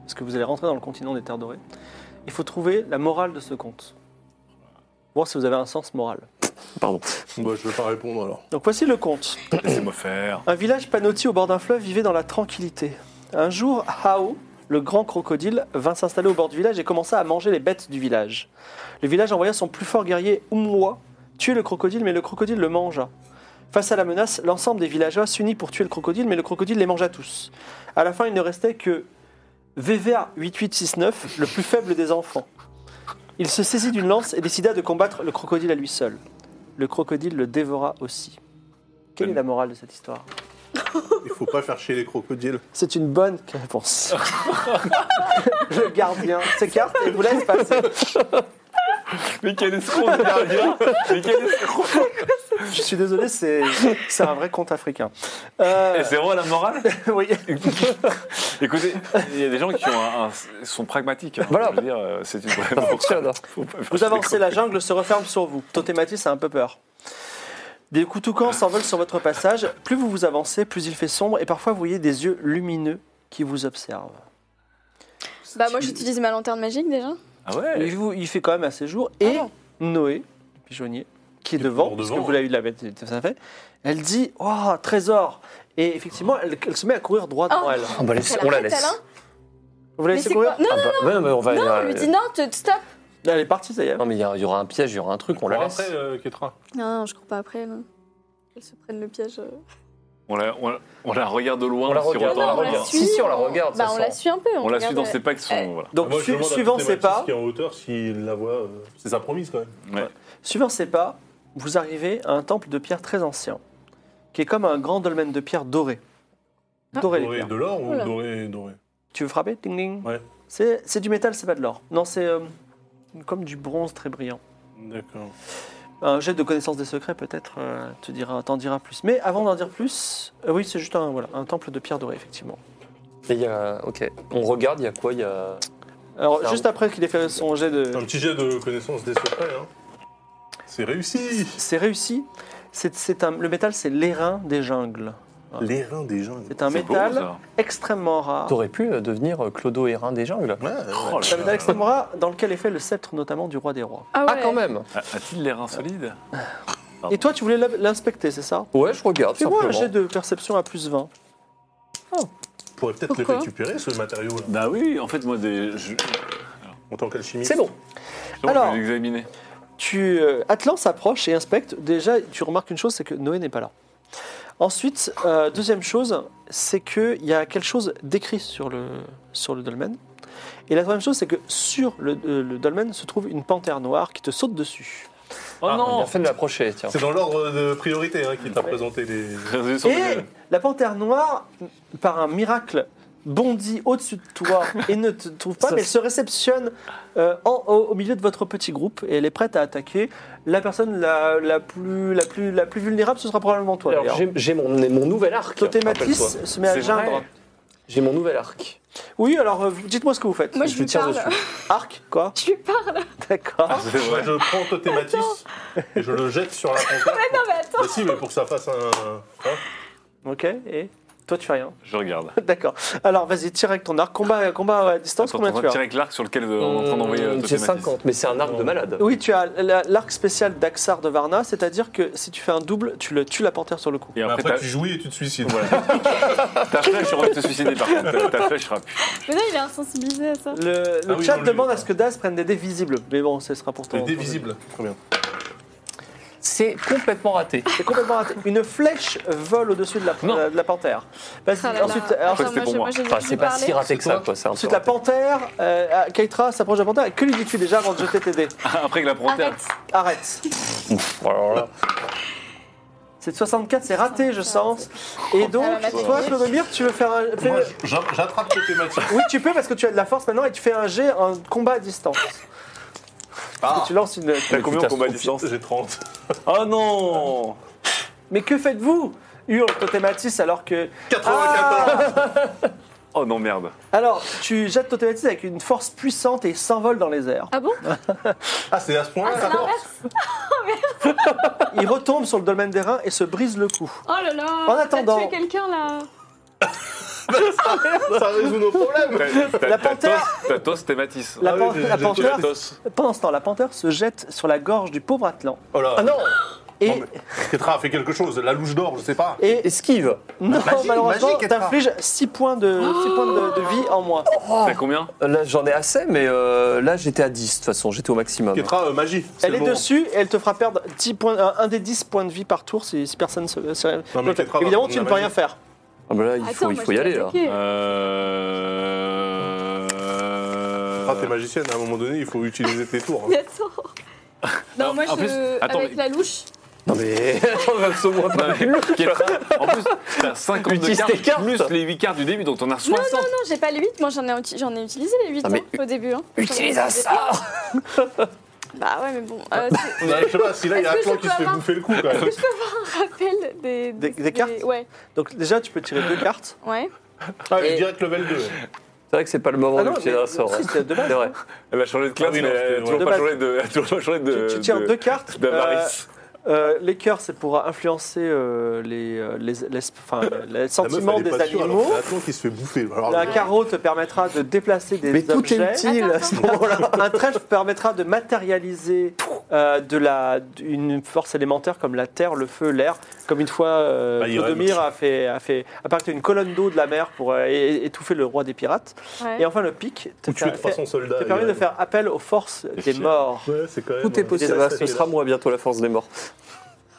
Speaker 1: Parce que vous allez rentrer dans le continent des Terres Dorées. Il faut trouver la morale de ce conte. Voir si vous avez un sens moral.
Speaker 8: Pardon.
Speaker 4: Bah, je ne vais pas répondre alors.
Speaker 1: Donc voici le conte.
Speaker 5: Laissez-moi faire.
Speaker 1: Un village panotti au bord d'un fleuve vivait dans la tranquillité. Un jour, Hao, le grand crocodile, vint s'installer au bord du village et commença à manger les bêtes du village. Le village envoya son plus fort guerrier, Umwa, tuer le crocodile, mais le crocodile le mangea. Face à la menace, l'ensemble des villageois s'unit pour tuer le crocodile, mais le crocodile les mangea tous. À la fin, il ne restait que VVA8869, le plus faible des enfants. Il se saisit d'une lance et décida de combattre le crocodile à lui seul. Le crocodile le dévora aussi. Quelle est la morale de cette histoire
Speaker 4: Il faut pas faire chier les crocodiles.
Speaker 1: c'est une bonne réponse. le gardien s'écarte et vous laisse passer.
Speaker 5: Mais quel escroc, le gardien Mais quel escroc
Speaker 1: Je suis désolé, c'est c'est un vrai conte africain. Euh,
Speaker 5: Et Eh, zéro à la morale
Speaker 1: oui.
Speaker 5: Écoutez, il y a des gens qui ont un- un- sont pragmatiques. hein.
Speaker 8: Voilà.
Speaker 5: Je veux dire, euh, c'est une vraie
Speaker 8: Fonctionne.
Speaker 5: Faut pas faire
Speaker 1: Vous
Speaker 5: chier
Speaker 1: avancez,
Speaker 5: les
Speaker 1: la jungle se referme sur vous. Totématis a un peu peur. Des coups-toucans s'envolent sur votre passage. Plus vous vous avancez, plus il fait sombre et parfois vous voyez des yeux lumineux qui vous observent.
Speaker 7: Bah moi j'utilise ma lanterne magique déjà.
Speaker 5: Ah ouais
Speaker 1: Il, vous- il fait quand même assez jour.
Speaker 7: Ah
Speaker 1: Et Noé, le pigeonnier, qui est devant,
Speaker 4: toujours
Speaker 1: parce que
Speaker 4: devant,
Speaker 1: vous l'avez eu de la bête, ça fait, elle dit Oh, trésor Et effectivement, elle, elle se met à courir droit devant
Speaker 7: Oh.
Speaker 1: elle.
Speaker 8: Ah bah, laisse-
Speaker 7: Elle
Speaker 8: on la
Speaker 7: arrête,
Speaker 8: laisse.
Speaker 7: Alain
Speaker 1: Vous la
Speaker 7: Mais
Speaker 1: laissez
Speaker 7: c'est
Speaker 1: courir
Speaker 7: quoi Non,
Speaker 8: Ah
Speaker 7: non,
Speaker 8: bah, ouais, mais on va.
Speaker 7: non,
Speaker 8: euh,
Speaker 7: on lui dit non, te- stop.
Speaker 1: Elle est partie, ça y est.
Speaker 4: Ah,
Speaker 8: Non, mais il y, a- il y aura un piège, il y aura un truc, on la
Speaker 4: Bon,
Speaker 8: laisse.
Speaker 4: Après, euh, Ketra.
Speaker 7: Non, non, je cours pas après là. Elles se prennent le piège. euh.
Speaker 5: on la, on la- on la regarde de loin,
Speaker 8: On la
Speaker 5: si
Speaker 8: regarde. Non,
Speaker 5: retourne la
Speaker 8: on la
Speaker 5: regarde.
Speaker 8: suit. Si, si, on la regarde,
Speaker 7: Bah
Speaker 8: ça
Speaker 7: on
Speaker 8: sent.
Speaker 7: la suit un peu.
Speaker 5: On la suit dans
Speaker 7: regarde,
Speaker 5: ses pas qui sont.
Speaker 7: euh,
Speaker 5: Voilà.
Speaker 1: Donc,
Speaker 4: Moi, je
Speaker 1: su-
Speaker 4: demande à
Speaker 1: suivant ses
Speaker 4: Thématis
Speaker 1: pas,
Speaker 4: qui est en hauteur, s'il la voit, euh, c'est sa promise quand même.
Speaker 5: Ouais.
Speaker 1: suivant ses pas, vous arrivez à un temple de pierre très ancien, qui est comme un grand dolmen de pierre doré.
Speaker 7: Ah.
Speaker 1: Doré, les
Speaker 4: Doré
Speaker 1: pierres.
Speaker 4: de l'or ou
Speaker 7: Oula.
Speaker 4: doré doré
Speaker 1: Tu veux frapper Ding ding.
Speaker 4: Ouais.
Speaker 1: C'est c'est du métal, c'est pas de l'or. Non, c'est euh, comme du bronze très brillant.
Speaker 4: D'accord.
Speaker 1: Un jet de connaissance des secrets, peut-être, euh, te dira, t'en dira plus. Mais avant d'en dire plus, euh, oui, c'est juste un, voilà, un temple de pierre dorée, effectivement.
Speaker 8: Et il y a- Ok. On regarde, il y a quoi Il y a.
Speaker 1: Alors,
Speaker 8: C'est un-
Speaker 1: juste après qu'il ait fait son jet de.
Speaker 4: Un petit jet de connaissance des secrets, hein. C'est réussi
Speaker 1: C'est réussi. C'est, c'est un, le métal, c'est l'airain des jungles.
Speaker 4: Les reins des gens.
Speaker 1: C'est un
Speaker 5: C'est beau,
Speaker 1: métal
Speaker 5: ça.
Speaker 1: extrêmement rare.
Speaker 8: T'aurais pu euh, devenir euh, Clodo Hérin des jungles.
Speaker 4: Ouais,
Speaker 5: Oh
Speaker 1: C'est un
Speaker 5: là
Speaker 1: métal
Speaker 5: là.
Speaker 1: extrêmement rare dans lequel est fait le sceptre, notamment du roi des rois.
Speaker 7: Ah, ouais.
Speaker 8: Ah, quand même
Speaker 5: A- A-t-il l'air insolide
Speaker 1: Et toi, tu voulais l'in- l'inspecter, c'est ça
Speaker 8: Ouais, je regarde,
Speaker 1: Fais-moi un
Speaker 8: simplement.
Speaker 1: jet de perception à plus 20.
Speaker 4: On pourrait peut-être le
Speaker 7: Pourquoi
Speaker 4: récupérer, ce matériau-là,
Speaker 5: Bah oui, en fait, moi, des, je,
Speaker 4: en tant qu'alchimiste.
Speaker 8: C'est bon.
Speaker 1: Alors.
Speaker 5: Alors, je vais l'examiner.
Speaker 1: Tu, euh, Atlan s'approche et inspecte. Déjà, tu remarques une chose, c'est que Noé n'est pas là. Ensuite, euh, deuxième chose, c'est qu'il y a quelque chose d'écrit sur le, sur le dolmen. Et la troisième chose, c'est que sur le, euh, le dolmen se trouve une panthère noire qui te saute dessus.
Speaker 5: Oh
Speaker 8: On a
Speaker 5: non
Speaker 8: bien fait de l'approcher, tiens.
Speaker 4: C'est dans l'ordre de priorité hein, qui t'a présenté les.
Speaker 5: Résolution
Speaker 1: Et
Speaker 5: de-
Speaker 1: la panthère noire, par un miracle, bondit au-dessus de toi et ne te trouve pas,
Speaker 8: Ça,
Speaker 1: mais elle se réceptionne euh, en- au, au milieu de votre petit groupe et elle est prête à attaquer. La personne la, la plus, la, plus, la plus vulnérable, ce sera probablement toi.
Speaker 6: Alors,
Speaker 1: d'ailleurs.
Speaker 6: j'ai- j'ai mon, mon nouvel arc.
Speaker 1: Totématis
Speaker 6: rappelle-toi.
Speaker 1: se met à
Speaker 5: C'est vrai.
Speaker 1: geindre.
Speaker 6: J'ai mon nouvel arc.
Speaker 1: Oui, alors euh, vous- dites-moi ce que vous faites.
Speaker 7: Moi, je lui parle.
Speaker 1: Arc, quoi
Speaker 7: Je lui parle.
Speaker 1: D'accord.
Speaker 4: Ouais, je prends Totematis et je le jette sur la pancarte.
Speaker 7: Non, mais attends.
Speaker 4: Mais si, mais pour que ça fasse un. hein
Speaker 1: Ok, et toi, tu fais rien.
Speaker 5: Je regarde.
Speaker 1: D'accord. Alors, vas-y, tire avec ton arc. Combat, combat à distance,
Speaker 5: Attends,
Speaker 1: combien
Speaker 5: on va
Speaker 1: tu as
Speaker 5: tirer avec l'arc sur lequel euh, on est en train d'envoyer. euh,
Speaker 6: Hum, J'ai
Speaker 5: Totematis.
Speaker 6: 50, mais c'est un arc de malade.
Speaker 1: Oui, tu as la- l'arc spécial d'Axar de Varna, c'est-à-dire que si tu fais un double, tu le tues la panthère sur le coup.
Speaker 5: Et
Speaker 4: Mais
Speaker 5: après,
Speaker 4: Après,
Speaker 5: ta,
Speaker 4: tu jouis et tu te suicides.
Speaker 5: ta flèche aura envie de te suicider par contre. Ta- Ta flèche sera plus.
Speaker 7: Mais non, il est insensibilisé à ça.
Speaker 1: Le, le
Speaker 4: Ah oui,
Speaker 1: chat
Speaker 4: non, lui,
Speaker 1: demande
Speaker 4: oui.
Speaker 1: à ce que Daz prenne des dés visibles, mais bon, ce sera pour toi.
Speaker 4: T'es dévisible. Très bien.
Speaker 6: C'est complètement raté.
Speaker 1: C'est complètement raté. Une flèche vole au-dessus de la, euh,
Speaker 5: Non.
Speaker 1: de la panthère. Vas-y,
Speaker 7: Ah là là.
Speaker 1: ensuite,
Speaker 7: Attends,
Speaker 1: alors,
Speaker 5: c'était
Speaker 7: moi,
Speaker 5: pour
Speaker 7: je-
Speaker 5: moi.
Speaker 7: j'ai-
Speaker 6: Enfin,
Speaker 7: j'ai
Speaker 6: c'est pas
Speaker 7: parlé.
Speaker 6: si raté que ça, quoi. C'est un
Speaker 1: ensuite
Speaker 6: peu
Speaker 1: la panthère, euh, ah, Keitra s'approche de la panthère. Que lui dis-tu déjà avant de jeter tes dés
Speaker 5: Après que la panthère.
Speaker 7: Arrête.
Speaker 1: Arrête.
Speaker 6: Alors là,
Speaker 1: C'est 64, c'est raté, je sens. Et donc,
Speaker 7: va mettre
Speaker 1: toi,
Speaker 7: une
Speaker 1: Clodomir, tu veux faire un. fais-
Speaker 4: Moi, j'a- j'attrape Totematis.
Speaker 1: Oui, tu peux parce que tu as de la force maintenant et tu fais un jet, un combat à distance. Parce que tu lances une.
Speaker 5: T'as combien en
Speaker 4: Putain,
Speaker 5: combat à
Speaker 4: trop
Speaker 5: distance
Speaker 4: pire, J'ai 30.
Speaker 5: Oh non
Speaker 1: Mais que faites-vous Hurle Totematis alors que.
Speaker 4: 94
Speaker 5: Oh non, merde.
Speaker 1: Alors, tu jettes Totematis avec une force puissante et il s'envole dans les airs.
Speaker 7: Ah bon
Speaker 4: Ah, c'est à ce point-là
Speaker 7: C'est
Speaker 4: d'accord.
Speaker 7: l'inverse
Speaker 1: Il retombe sur le domaine des reins et se brise le cou.
Speaker 7: Oh là là
Speaker 1: En attendant.
Speaker 7: T'as tué quelqu'un là
Speaker 4: Ça résout nos problèmes.
Speaker 1: La
Speaker 5: La
Speaker 1: panthère-
Speaker 5: T'as Tos, t'es Matisse.
Speaker 1: La,
Speaker 4: Ah oui,
Speaker 1: pan-
Speaker 4: j'ai-
Speaker 1: la
Speaker 4: j'ai tué la
Speaker 1: panthère.
Speaker 4: tosse.
Speaker 1: Pendant ce temps, la panthère se jette sur la gorge du pauvre Atlan.
Speaker 4: Oh là.
Speaker 6: Ah non
Speaker 1: Et,
Speaker 4: Non, mais Ketra a fait quelque chose, la louche d'or, je sais pas.
Speaker 1: et
Speaker 6: Esquive
Speaker 1: non,
Speaker 4: magie,
Speaker 1: malheureusement,
Speaker 4: magie, Ketra.
Speaker 1: t'infliges 6 points, de, six points de, de vie en moins.
Speaker 5: T'as combien
Speaker 6: Là, j'en ai assez, mais euh, là, j'étais à 10, de toute façon, j'étais au maximum.
Speaker 4: Ketra, euh, magie. c'est
Speaker 1: Elle
Speaker 4: le
Speaker 1: est
Speaker 4: moment.
Speaker 1: dessus et elle te fera perdre 10 points, euh, un, un des 10 points de vie par tour si, si personne se. se-
Speaker 4: Non, mais Ketra va
Speaker 1: Évidemment,
Speaker 4: prendre
Speaker 1: tu
Speaker 4: la
Speaker 1: ne peux rien
Speaker 4: magie.
Speaker 1: faire.
Speaker 6: Ah, bah là, il faut,
Speaker 7: Attends,
Speaker 6: il
Speaker 7: moi,
Speaker 6: faut y
Speaker 7: je
Speaker 6: aller,
Speaker 7: t'ai
Speaker 6: là.
Speaker 7: attaqué.
Speaker 5: Euh.
Speaker 4: Ketra, Ah, t'es magicienne, à un moment donné, il faut utiliser tes tours.
Speaker 7: Mais attends Oh. Non,
Speaker 5: Alors,
Speaker 7: moi
Speaker 5: en plus,
Speaker 7: je.
Speaker 5: attends,
Speaker 7: Avec
Speaker 5: mais-
Speaker 7: la louche.
Speaker 6: Non, mais. on va se voir pas.
Speaker 5: Ketra, En plus, t'as 52
Speaker 6: Utilise tes
Speaker 5: cartes,
Speaker 6: cartes.
Speaker 5: plus les 8 cartes du début, donc t'en as 60.
Speaker 7: Non, j'ai pas les 8, moi j'en ai, uti- j'en ai utilisé les 8
Speaker 6: Ah, mais-
Speaker 7: au début. Hein.
Speaker 6: Utilise un sort
Speaker 7: Bah ouais, mais bon. euh, c'est-
Speaker 4: Bah, je sais pas, si là, il y a
Speaker 7: Est-ce que
Speaker 4: Atlan qui
Speaker 7: je peux
Speaker 4: se fait
Speaker 7: avoir-
Speaker 4: bouffer le cou quand même.
Speaker 7: Est-ce que je peux avoir un rappel des.
Speaker 1: Des- des cartes
Speaker 7: Ouais,
Speaker 1: Donc, déjà, tu peux tirer deux cartes.
Speaker 7: ouais.
Speaker 4: Ah, mais
Speaker 6: Et-
Speaker 4: direct level 2.
Speaker 6: C'est vrai que c'est pas le moment
Speaker 1: Ah non,
Speaker 6: d'utiliser
Speaker 1: mais-
Speaker 6: un sort. hein.
Speaker 1: si, c'est de base,
Speaker 6: C'est vrai.
Speaker 5: Elle a changé de classe,
Speaker 4: Ah oui,
Speaker 5: mais
Speaker 4: non,
Speaker 5: elle a
Speaker 4: c'était-
Speaker 5: toujours
Speaker 1: de
Speaker 5: pas
Speaker 1: base.
Speaker 5: changé de. Elle a toujours pas changé de.
Speaker 1: tu, tu tires
Speaker 4: Euh,
Speaker 5: de-
Speaker 1: deux cartes.
Speaker 5: d'avarice.
Speaker 1: euh, euh, les cœurs, c'est pour influencer euh, les, euh, les, les, enfin, les
Speaker 4: La meuf,
Speaker 1: sentiments
Speaker 4: elle est
Speaker 1: des
Speaker 4: pas sûre, alors
Speaker 1: animaux.
Speaker 4: c'est Atlan qui se fait bouffer. Alors,
Speaker 1: La carreau te permettra de déplacer des
Speaker 6: Mais tout
Speaker 1: objets.
Speaker 6: est utile à ce moment-là.
Speaker 1: Un trèfle permettra de matérialiser euh, de la, une force élémentaire comme la terre, le feu, l'air. Comme une fois, euh,
Speaker 4: Bah, il
Speaker 1: Clodomir
Speaker 4: rêve.
Speaker 1: a fait, a fait apporter une colonne d'eau de la mer pour euh, é- étouffer le roi des pirates.
Speaker 7: ouais.
Speaker 1: Et enfin, le pic te,
Speaker 4: Ou tuer
Speaker 1: per-
Speaker 4: 300 soldats.
Speaker 1: te permet de
Speaker 4: Irène.
Speaker 1: faire appel aux forces des
Speaker 5: fier.
Speaker 1: morts.
Speaker 4: Ouais, c'est quand même.
Speaker 6: Tout est
Speaker 4: euh,
Speaker 6: possible.
Speaker 4: des
Speaker 6: Ah,
Speaker 4: aspects,
Speaker 6: Ce sera
Speaker 4: là.
Speaker 6: moi bientôt la force des morts.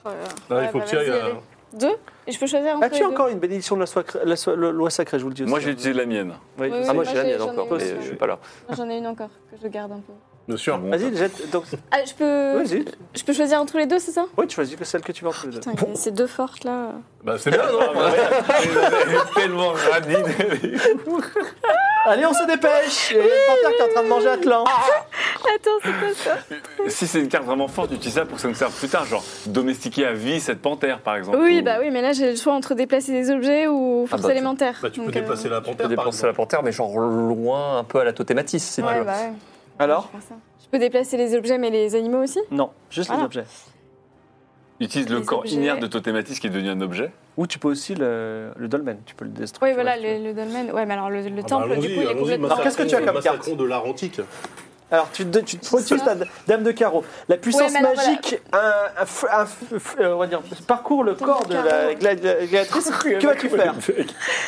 Speaker 7: Oh là là.
Speaker 4: Ah,
Speaker 7: Ouais,
Speaker 4: il faut
Speaker 7: bah,
Speaker 4: qu'il y
Speaker 7: vas-y,
Speaker 4: aille. euh,
Speaker 7: allez. Deux Et je peux choisir entre les
Speaker 1: As-tu
Speaker 7: deux
Speaker 1: encore une bénédiction de la soie- la soie- le- loi sacrée, je vous le dis aussi. hein.
Speaker 5: Moi, j'ai utilisé la mienne.
Speaker 1: Oui, je
Speaker 7: Oui,
Speaker 1: sais.
Speaker 6: Ah, moi
Speaker 7: moi,
Speaker 6: j'ai la
Speaker 7: j'ai-
Speaker 6: mienne
Speaker 7: j'en ai
Speaker 6: encore,
Speaker 7: une
Speaker 6: mais
Speaker 7: aussi.
Speaker 6: je suis pas là.
Speaker 7: Moi, J'en ai une encore que je garde un peu.
Speaker 4: Bien sûr.
Speaker 1: Vas-y, jette. Donc,
Speaker 7: Ah, je peux.
Speaker 1: vas-y.
Speaker 7: Je peux choisir entre les deux, c'est ça
Speaker 1: Oui, tu choisis que celle que tu veux entre les deux.
Speaker 7: Ah, Putain, ces deux fortes là.
Speaker 4: Bah, c'est bien,
Speaker 1: Ah,
Speaker 4: non
Speaker 5: Elle est tellement radine.
Speaker 1: Allez, on se dépêche Il y a une panthère qui est en train de manger Atlan.
Speaker 7: Attends, c'est quoi ça
Speaker 5: Si c'est une carte vraiment forte, utilise ça pour que ça nous serve plus tard. Genre, domestiquer à vie cette panthère, par exemple.
Speaker 7: Oui,
Speaker 5: Ou-
Speaker 7: bah oui, mais là j'ai le choix entre déplacer des objets ou force
Speaker 6: bah, tu-
Speaker 7: élémentaire.
Speaker 4: Bah, tu peux
Speaker 7: Donc,
Speaker 4: déplacer
Speaker 7: euh,
Speaker 4: la
Speaker 6: Je peux
Speaker 4: panthère. par
Speaker 6: dépenser la
Speaker 4: exemple.
Speaker 6: panthère, mais genre loin, un peu à la totématis, si tu
Speaker 7: Ouais,
Speaker 6: veux.
Speaker 7: bah ouais.
Speaker 1: Alors
Speaker 7: Je vais faire ça. Je peux déplacer les objets, mais les animaux aussi
Speaker 1: Non, juste les
Speaker 7: Ah.
Speaker 1: objets.
Speaker 5: Utilise le
Speaker 7: Les
Speaker 5: corps
Speaker 7: objets.
Speaker 5: inerte de Totematis qui est devenu un objet.
Speaker 1: Ou tu peux aussi le, le dolmen, tu peux le détruire.
Speaker 7: Oui, voilà, le, le dolmen. Ouais, mais alors le, le
Speaker 4: Ah bah,
Speaker 7: temple,
Speaker 4: allons-y,
Speaker 7: du coup, il est
Speaker 4: allons-y,
Speaker 7: complètement.
Speaker 1: Alors, qu'est-ce que tu as comme
Speaker 4: massacrons
Speaker 1: carte
Speaker 4: de Euh, l'art antique.
Speaker 1: Alors, tu, te- tu te produis ta dame de carreau. La puissance
Speaker 7: mais alors,
Speaker 1: magique un- un f- un f- f- euh, on va dire, parcourt le
Speaker 7: Dame
Speaker 1: corps
Speaker 7: de
Speaker 1: de la
Speaker 7: carreau.
Speaker 1: gla- gla- gladiatrice. que vas-tu faire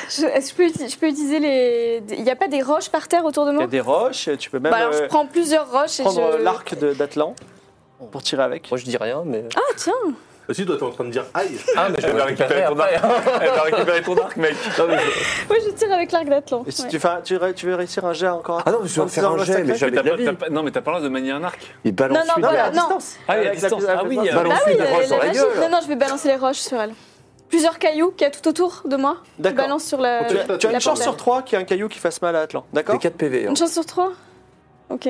Speaker 7: Je, est-ce que je peux, uti- je peux utiliser les. Il n'y a pas des roches par terre autour de
Speaker 1: Il y
Speaker 7: moi
Speaker 1: a des roches, tu peux même
Speaker 7: Bah alors je
Speaker 1: euh,
Speaker 7: prends plusieurs roches et
Speaker 1: prendre euh,
Speaker 7: je.
Speaker 1: l'arc de- d'Atlan pour tirer avec.
Speaker 6: Moi je dis rien, mais.
Speaker 7: Ah tiens
Speaker 4: Ah, Si, toi, t'es en train de dire aïe.
Speaker 6: Ah, mais je vais récupérer ton
Speaker 5: Elle va récupérer ton arc, mec.
Speaker 7: Ouais, je tire avec l'arc d'Atlan.
Speaker 1: Et si
Speaker 7: Ouais.
Speaker 1: tu, fais un- tu, ré- tu veux réussir un jet encore
Speaker 6: Ah non, mais je vais
Speaker 1: en
Speaker 6: en faire un
Speaker 1: disant
Speaker 6: jet, mais
Speaker 1: massacrer.
Speaker 6: jamais
Speaker 5: T'as
Speaker 6: de la
Speaker 5: pas-
Speaker 6: vie.
Speaker 5: t'as pas- non, mais t'as pas le droit de manier un arc.
Speaker 6: Il balance
Speaker 7: Non, non,
Speaker 6: une
Speaker 1: Non, mais à
Speaker 7: Non.
Speaker 1: distance. euh,
Speaker 5: Ah, il y a
Speaker 1: Avec la-
Speaker 5: distance.
Speaker 1: la-
Speaker 5: Ah oui, il y a-
Speaker 6: balance
Speaker 7: Ah oui,
Speaker 6: une roche dans la
Speaker 7: magie.
Speaker 6: gueule.
Speaker 7: Non, non, je vais balancer les roches sur elle. Plusieurs cailloux qu'il y a tout autour de moi. Je
Speaker 1: D'accord.
Speaker 7: balance sur la.
Speaker 1: Tu as- Tu as
Speaker 7: la
Speaker 1: une chance
Speaker 7: porte.
Speaker 1: sur trois qu'il y ait un caillou qui fasse mal à Atlan. D'accord
Speaker 6: T'es 4 PV. hein.
Speaker 7: Une chance sur trois Ok.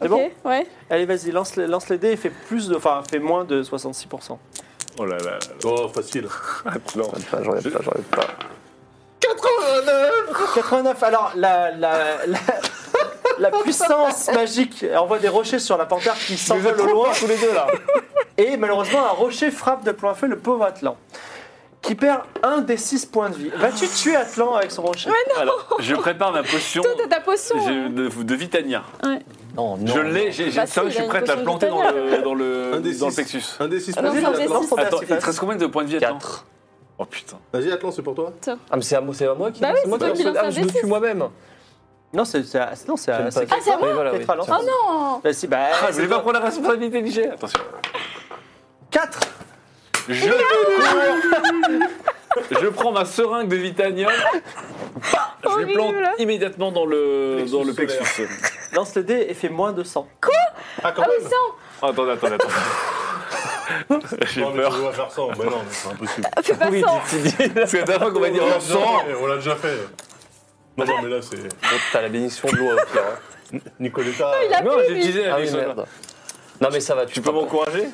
Speaker 7: Ok,
Speaker 1: bon
Speaker 7: ouais.
Speaker 1: Allez, vas-y, lance, les- lance les dés et fais, plus de, enfin, fais moins de 66%.
Speaker 5: Oh là là.
Speaker 4: Oh, facile.
Speaker 1: Ah,
Speaker 6: Ah, J'en regarde pas, j'en regarde pas, j'en regarde pas.
Speaker 8: 89
Speaker 1: 89, alors la, la, la, la puissance magique envoie des rochers sur la panthère qui s'envole au loin. tous les deux là. Et malheureusement, un rocher frappe de plein feu le pauvre Atlan, qui perd un des six points de vie. Vas-tu tuer Atlan avec son rocher
Speaker 5: Alors, je prépare ma potion
Speaker 7: Toi, t'as ta potion.
Speaker 5: j'ai- de, de Vitania.
Speaker 6: Non, non.
Speaker 5: je l'ai, j'ai j'ai
Speaker 2: Bah si,
Speaker 5: ça, je
Speaker 2: il a
Speaker 5: suis
Speaker 2: une
Speaker 5: prête à la
Speaker 2: potion
Speaker 5: planter dans le, dans le,
Speaker 4: Un des
Speaker 5: dans le
Speaker 4: six.
Speaker 5: plexus.
Speaker 4: Un des six.
Speaker 7: Ah non,
Speaker 4: Vas-y,
Speaker 7: non,
Speaker 4: Atlan.
Speaker 7: c'est-
Speaker 5: Attends, il te reste combien de points de vie Atlan
Speaker 6: 4.
Speaker 5: Oh putain.
Speaker 4: Vas-y, Atlan, c'est pour toi.
Speaker 6: Ah, mais c'est à, moi- c'est à moi qui.
Speaker 7: Bah oui, c'est
Speaker 6: moi
Speaker 7: toi qui
Speaker 6: lance-
Speaker 7: lance
Speaker 6: Ah,
Speaker 7: un
Speaker 6: je me
Speaker 7: D6.
Speaker 6: tue moi-même.
Speaker 1: Non, c'est c'est à- non, c'est à-
Speaker 6: J'aime
Speaker 1: c'est
Speaker 6: pas.
Speaker 7: Ah, c'est à moi
Speaker 6: Oui, voilà, oui.
Speaker 1: Tétra lance.
Speaker 7: Oh non
Speaker 1: Bah, si, bah,
Speaker 5: Ah, je voulais pas prendre la responsabilité, Michel. Attention.
Speaker 1: 4
Speaker 5: Je te cours. Je prends ma seringue de Vitanium. Bah, je le
Speaker 7: Horrible.
Speaker 5: plante immédiatement dans le, dans le
Speaker 4: Plexus
Speaker 5: plexus.
Speaker 1: Lance le dé et fait moins de 100.
Speaker 4: Ah, quand
Speaker 7: Ah oui, ça
Speaker 5: Oh, attendez, attendez, attendez. J'ai
Speaker 4: Non, mais
Speaker 5: peur.
Speaker 4: tu dois faire ça. Mais non, mais c'est impossible.
Speaker 7: Fais pas ça
Speaker 5: Parce que la dernière fois qu'on m'a dit on sent.
Speaker 4: On l'a déjà fait. Non, non, mais là, c'est.
Speaker 6: Bon, T'as la bénédiction de l'eau au pire. hein.
Speaker 4: Nicoletta.
Speaker 7: Il a
Speaker 5: Non,
Speaker 7: plus,
Speaker 5: j'ai
Speaker 7: lui.
Speaker 5: utilisé la
Speaker 6: Ah oui,
Speaker 5: mission.
Speaker 6: merde. Non, mais ça va, tu
Speaker 5: Tu peux m'encourager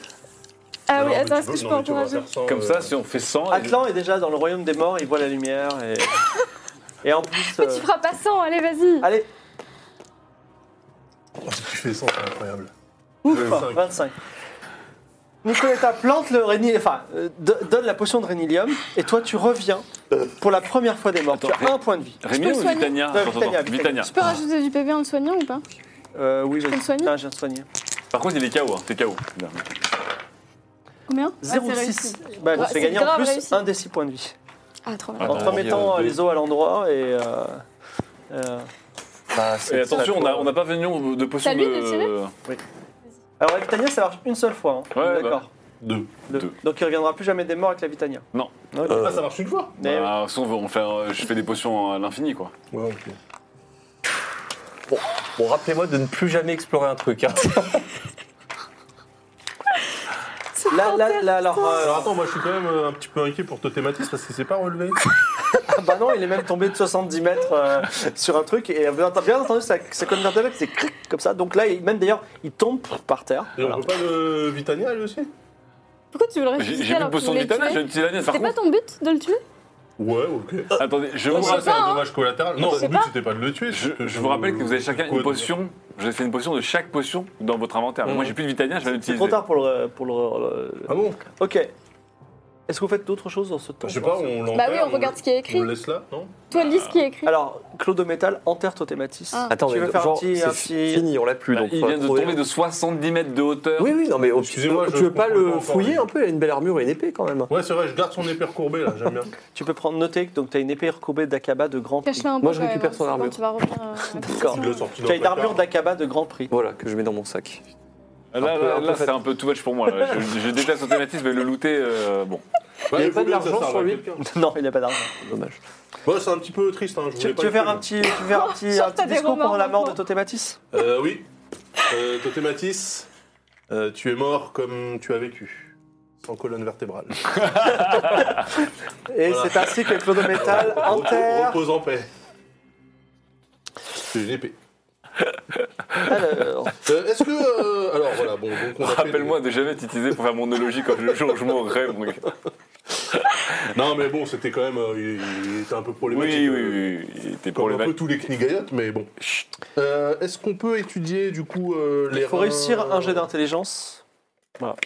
Speaker 7: Ah oui,
Speaker 4: Non, mais
Speaker 7: attends,
Speaker 4: tu
Speaker 7: est-ce
Speaker 4: peux-
Speaker 7: que je peux
Speaker 4: non, mais tu vas
Speaker 7: encourager
Speaker 4: faire sans,
Speaker 5: Comme
Speaker 4: euh,
Speaker 5: ça, si on fait 100. et-
Speaker 1: Atlan est déjà dans le royaume des morts, il voit la lumière et. Et en plus.
Speaker 7: Mais
Speaker 1: euh,
Speaker 7: tu feras pas 100, allez, vas-y.
Speaker 1: Allez,
Speaker 4: Tu fais ça, c'est incroyable. Euh,
Speaker 1: ouf,
Speaker 4: Vingt-cinq.
Speaker 1: 25. Nicoletta plante le réni... enfin, euh, do- donne la potion de rénilium et toi tu reviens pour la première fois des morts. Tu as
Speaker 5: Attends,
Speaker 1: un point de vie.
Speaker 7: Je
Speaker 5: Rémi
Speaker 7: peux
Speaker 5: ou
Speaker 7: soigner
Speaker 5: Vitania
Speaker 1: Euh,
Speaker 5: Attends,
Speaker 1: Vitania,
Speaker 5: attends, Vitania.
Speaker 7: Tu peux rajouter du PV en le soignant ou pas
Speaker 1: Euh, oui, vas-y.
Speaker 7: peux le soigner Ah,
Speaker 1: Tiens, je viens de soigner.
Speaker 5: Par contre, il est KO. hein, T'es KO. Non, mais-
Speaker 7: Combien Ah, c'est
Speaker 1: 0,6.
Speaker 7: réussi.
Speaker 1: Bah,
Speaker 7: Ouais,
Speaker 1: tu
Speaker 7: c'est
Speaker 1: fais gagner en
Speaker 7: grave
Speaker 1: plus
Speaker 7: réussi.
Speaker 1: un des 6 points de vie.
Speaker 7: Ah, trop bien.
Speaker 5: Ah,
Speaker 1: En
Speaker 5: Attends,
Speaker 1: te remettant
Speaker 4: on
Speaker 1: euh,
Speaker 4: dit, euh,
Speaker 1: les os à l'endroit et. euh, euh,
Speaker 6: Bah, c'est-
Speaker 5: Et attention, on a- on n'a pas venu de potion
Speaker 7: T'as lui de tirer
Speaker 5: de.
Speaker 1: Alors, la Vitania, ça marche une seule fois. hein.
Speaker 5: Ouais,
Speaker 1: D'accord.
Speaker 4: Deux.
Speaker 1: Deux.
Speaker 7: bah,
Speaker 5: Deux.
Speaker 1: Donc, il reviendra plus jamais des morts avec la Vitania.
Speaker 5: Non.
Speaker 1: Ok.
Speaker 4: Ah, ça marche une fois
Speaker 1: Mais oui.
Speaker 5: Bah, si on veut, on fait, euh, je fais des potions à l'infini, quoi.
Speaker 4: Ouais, ok.
Speaker 6: Bon, rappelez-moi de ne plus jamais explorer un truc. hein.
Speaker 1: Là, là, là, alors. euh,
Speaker 4: Alors attends, moi je suis quand même euh, un petit peu inquiet pour Totematis parce qu'il s'est pas relevé.
Speaker 1: ah bah non, il est même tombé de 70 mètres euh, sur un truc et vous entendez- bien entendu, ça, ça comme d'intellect, c'est cric comme ça. Donc là, il, même d'ailleurs, il tombe par terre.
Speaker 4: Et on peut pas le Vitania lui aussi
Speaker 7: Pourquoi tu veux le
Speaker 5: J'ai j'ai plus de
Speaker 7: ressusciter alors que tu
Speaker 5: potion de
Speaker 7: voulais le
Speaker 5: Vitania,
Speaker 7: tuer
Speaker 5: j'ai une petite année, par
Speaker 7: C'était pas
Speaker 5: contre.
Speaker 7: ton but de le tuer
Speaker 4: Ouais, ok.
Speaker 5: Attendez, je vous
Speaker 4: Non,
Speaker 7: sais
Speaker 4: c'est
Speaker 5: rappelle.
Speaker 7: pas,
Speaker 4: un
Speaker 7: hein.
Speaker 4: dommage collatéral.
Speaker 7: Je
Speaker 4: Non,
Speaker 7: sais
Speaker 4: le but
Speaker 7: pas.
Speaker 4: c'était pas de le tuer.
Speaker 5: Je,
Speaker 4: c'était
Speaker 5: je
Speaker 4: de-
Speaker 5: vous rappelle que vous avez chacun
Speaker 4: Quoi
Speaker 5: une
Speaker 4: de-
Speaker 5: potion. Je vous ai fait une potion de chaque potion dans votre inventaire.
Speaker 6: Mhm.
Speaker 5: Moi, j'ai plus de Vitania, je vais
Speaker 1: C'est
Speaker 5: l'utiliser.
Speaker 1: trop tard pour le. Pour le, le-
Speaker 4: Ah bon
Speaker 1: Ok. Est-ce que vous faites d'autres choses dans ce temps
Speaker 4: Je sais pas, on l'enterre.
Speaker 7: Bah oui, on regarde ce qui est
Speaker 4: On
Speaker 7: écrit.
Speaker 4: le laisse là, non
Speaker 7: Toi, lis ce qui est écrit.
Speaker 1: Alors, Claude au métal enterre Totématis.
Speaker 7: Ah.
Speaker 6: Attends,
Speaker 1: Tu
Speaker 6: mais
Speaker 1: veux faire un
Speaker 6: genre,
Speaker 1: petit-
Speaker 6: c'est
Speaker 1: un petit-
Speaker 6: fini, on l'a plus.
Speaker 5: Bah,
Speaker 6: donc,
Speaker 5: il
Speaker 6: faut
Speaker 5: vient de
Speaker 6: trouver-
Speaker 5: tomber de 70 mètres de hauteur.
Speaker 6: Oui, oui, non, mais au-
Speaker 4: Excusez-moi,
Speaker 6: tu
Speaker 4: je
Speaker 6: veux pas
Speaker 4: comprends pas
Speaker 6: le
Speaker 4: encore,
Speaker 6: fouiller
Speaker 4: mais-
Speaker 6: un peu Il a une belle armure et une épée quand même.
Speaker 4: Ouais, c'est vrai, je garde son épée recourbée là, j'aime bien.
Speaker 1: Tu peux prendre noter que tu as une épée recourbée d'Akaba de grand prix.
Speaker 7: Cache-la un peu.
Speaker 6: Moi, je
Speaker 7: quand même,
Speaker 6: récupère
Speaker 7: hein,
Speaker 6: son
Speaker 7: parce que
Speaker 6: armure.
Speaker 7: Quand tu vas revenir. euh, à la
Speaker 1: D'accord.
Speaker 4: Il
Speaker 7: session,
Speaker 4: l'a
Speaker 7: euh,
Speaker 4: sorti dans
Speaker 1: Tu as
Speaker 4: le
Speaker 1: une armure
Speaker 4: placard.
Speaker 1: d'Akaba de grand prix.
Speaker 6: Voilà, que je mets dans mon sac.
Speaker 5: Là,
Speaker 6: Un peu-
Speaker 5: là,
Speaker 6: un peu
Speaker 5: là,
Speaker 6: fait.
Speaker 5: c'est un peu too much pour moi. là. Je, je déteste automatisme, mais le looter, euh, bon.
Speaker 4: Ouais,
Speaker 6: avait
Speaker 4: il
Speaker 6: pas
Speaker 4: faut bien que ça
Speaker 6: d'argent
Speaker 4: serve
Speaker 6: sur
Speaker 4: à
Speaker 6: lui.
Speaker 4: quelqu'un.
Speaker 1: non, il n'a pas d'argent.
Speaker 6: Dommage.
Speaker 4: Ouais, c'est un petit peu triste, hein. Je
Speaker 1: Tu,
Speaker 4: voulais
Speaker 1: tu
Speaker 4: pas
Speaker 1: veux
Speaker 4: le
Speaker 1: faire
Speaker 4: faire.
Speaker 1: un petit, tu veux faire un petit,
Speaker 7: Sauf
Speaker 1: un
Speaker 7: t'as
Speaker 1: petit
Speaker 7: des
Speaker 1: discours pour
Speaker 7: remords,
Speaker 1: la mort de
Speaker 7: maintenant.
Speaker 1: Totématis
Speaker 4: Euh, oui. Euh, Totematis, euh, tu es mort comme tu as vécu. Sans colonne vertébrale.
Speaker 1: Et
Speaker 4: Voilà.
Speaker 1: c'est ainsi que Claude au métal
Speaker 4: Repose
Speaker 1: enterre.
Speaker 4: repose en paix. C'est une épée.
Speaker 1: Alors,
Speaker 4: Euh, Est-ce que. euh, alors voilà, bon, donc on a fait-
Speaker 5: Rappelle-moi de jamais t'utiliser pour faire mon eulogie comme le jour où je m'en rêve. mon gars.
Speaker 4: Non, mais bon, c'était quand même. euh, il, il était un peu problématique.
Speaker 5: Oui, oui,
Speaker 4: euh,
Speaker 5: oui. oui. T'es
Speaker 4: Comme un peu
Speaker 5: problématique.
Speaker 4: tous les Knigayotes, mais bon. Euh, Est-ce qu'on peut étudier du coup euh, les.
Speaker 1: il faut
Speaker 4: reins-
Speaker 1: réussir un jet d'intelligence. Voilà.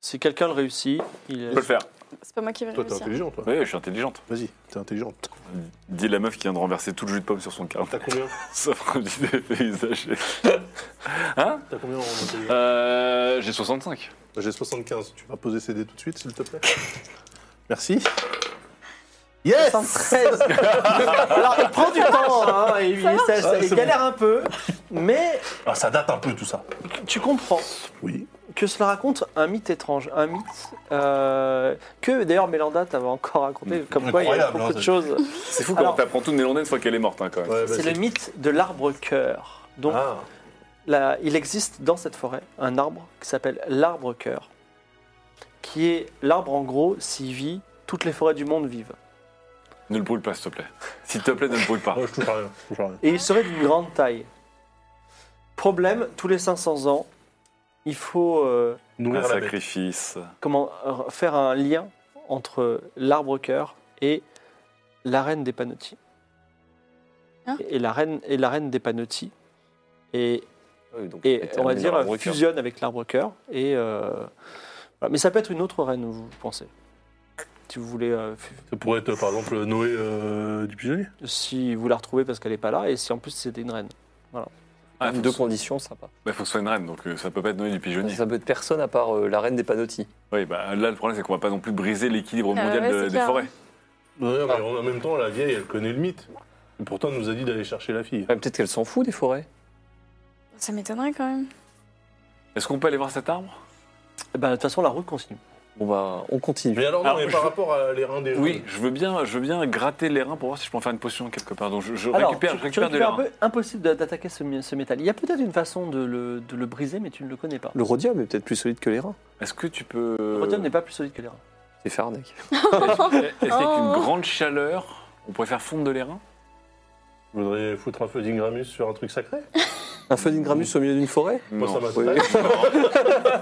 Speaker 1: Si quelqu'un le réussit, il
Speaker 5: Je peux le faire.
Speaker 7: C'est pas moi qui vais
Speaker 4: euh, Toi, t'es
Speaker 7: réussir.
Speaker 4: intelligent, toi.
Speaker 5: Oui, je suis intelligente.
Speaker 4: Vas-y, t'es intelligente.
Speaker 5: Dis la meuf qui vient de renverser tout le jus de pomme sur son carnet.
Speaker 4: T'as combien
Speaker 5: Sauf un petit effet usagé. Hein
Speaker 4: T'as combien en intelligence
Speaker 5: euh, J'ai 65.
Speaker 4: J'ai 75. Tu vas poser ces dés tout de suite, s'il te plaît. Merci. Yes
Speaker 1: 73. Alors, il prend du temps, hein, et il, ça- ça-
Speaker 4: Ouais,
Speaker 1: il
Speaker 4: c'est
Speaker 1: galère un peu, mais
Speaker 4: Ah, ça date un peu tout ça.
Speaker 1: tu comprends
Speaker 4: Oui.
Speaker 1: que cela raconte un mythe étrange, un mythe euh, que d'ailleurs Mélanda t'avait encore raconté, comme quoi il y a
Speaker 4: Incroyable,
Speaker 1: beaucoup
Speaker 4: hein,
Speaker 1: de
Speaker 4: ça.
Speaker 1: choses.
Speaker 5: C'est fou
Speaker 1: Alors-
Speaker 5: comment t'apprends tout de Nélandais une fois qu'elle est morte, hein, quand même.
Speaker 4: Ouais, vas-y.
Speaker 1: C'est le mythe de l'arbre-cœur. Donc,
Speaker 4: Ah.
Speaker 1: Là, il existe dans cette forêt un arbre qui s'appelle l'arbre-cœur, qui est l'arbre en gros, s'il vit, toutes les forêts du monde vivent.
Speaker 5: Ne le brûle pas, s'il te plaît. S'il te plaît, ne le brûle pas.
Speaker 4: Ouais, je touche à rien. je touche à rien.
Speaker 1: Et il serait d'une grande taille. Problème, tous les 500 ans, il faut euh,
Speaker 5: Un
Speaker 4: Nourrir la bête.
Speaker 5: sacrifice.
Speaker 1: comment, euh, faire un lien entre l'arbre-cœur et la reine des panotis.
Speaker 7: Hein
Speaker 1: et, la reine, et la reine des Panotti. Et,
Speaker 5: Ah Oui, donc,
Speaker 1: et on
Speaker 5: éternel
Speaker 1: va dire
Speaker 5: arbre au cœur.
Speaker 1: fusionne avec l'arbre cœur. Et, euh, voilà. Mais ça peut être une autre reine, vous pensez Si vous voulez, euh, fu-
Speaker 4: Ça pourrait être, par exemple, Noé euh, du Pigeonnier.
Speaker 1: si vous la retrouvez parce qu'elle n'est pas là, et si en plus c'était une reine.
Speaker 5: Ah, faut
Speaker 6: Deux
Speaker 5: que-
Speaker 6: conditions, sympa.
Speaker 5: bah, faut que ce soit une reine, donc euh, ça peut pas être Noé du pigeonnier.
Speaker 6: Ça peut être personne à part euh, la reine des panotis.
Speaker 5: Oui, bah, là, le problème, c'est qu'on va pas non plus briser l'équilibre
Speaker 7: Ah
Speaker 5: mondial
Speaker 7: ouais,
Speaker 5: de-
Speaker 7: c'est
Speaker 5: des
Speaker 7: clair,
Speaker 5: forêts.
Speaker 4: Ouais, mais en même temps, la vieille, elle connaît le mythe. Et pourtant, elle nous a dit d'aller chercher la fille.
Speaker 6: Ouais, Bah, Peut-être qu'elle s'en fout des forêts.
Speaker 7: Ça m'étonnerait quand même.
Speaker 5: Est-ce qu'on peut aller voir cet arbre
Speaker 1: Eh ben, de toute façon, la route continue.
Speaker 6: Bon bah, on continue.
Speaker 4: Mais alors, non,
Speaker 5: Alors,
Speaker 4: mais
Speaker 5: je-
Speaker 4: par rapport à les reins des
Speaker 5: Oui, je veux, bien, je veux bien gratter les reins pour voir si je peux en faire une potion quelque part. Donc je, je
Speaker 1: Alors,
Speaker 5: récupère,
Speaker 1: tu-
Speaker 5: je
Speaker 1: tu
Speaker 5: récupère de
Speaker 1: récupères
Speaker 5: l'air.
Speaker 1: un peu impossible d'a- d'attaquer ce, mi- ce métal. Il y a peut-être une façon de le, de le briser, mais tu ne le connais pas.
Speaker 6: Le rhodium est peut-être plus solide que les reins.
Speaker 5: Est-ce que tu peux.
Speaker 1: Le rhodium n'est pas plus solide que les reins.
Speaker 6: C'est Faranek.
Speaker 5: Est-ce qu'avec une
Speaker 7: Oh.
Speaker 5: grande chaleur, on pourrait faire fondre de l'airain
Speaker 4: Vous voudriez foutre un feu d'Ingramus sur un truc sacré
Speaker 6: Un feu d'Ingramus au milieu d'une forêt
Speaker 4: Moi, ça
Speaker 6: Oui.
Speaker 4: m'intéresse.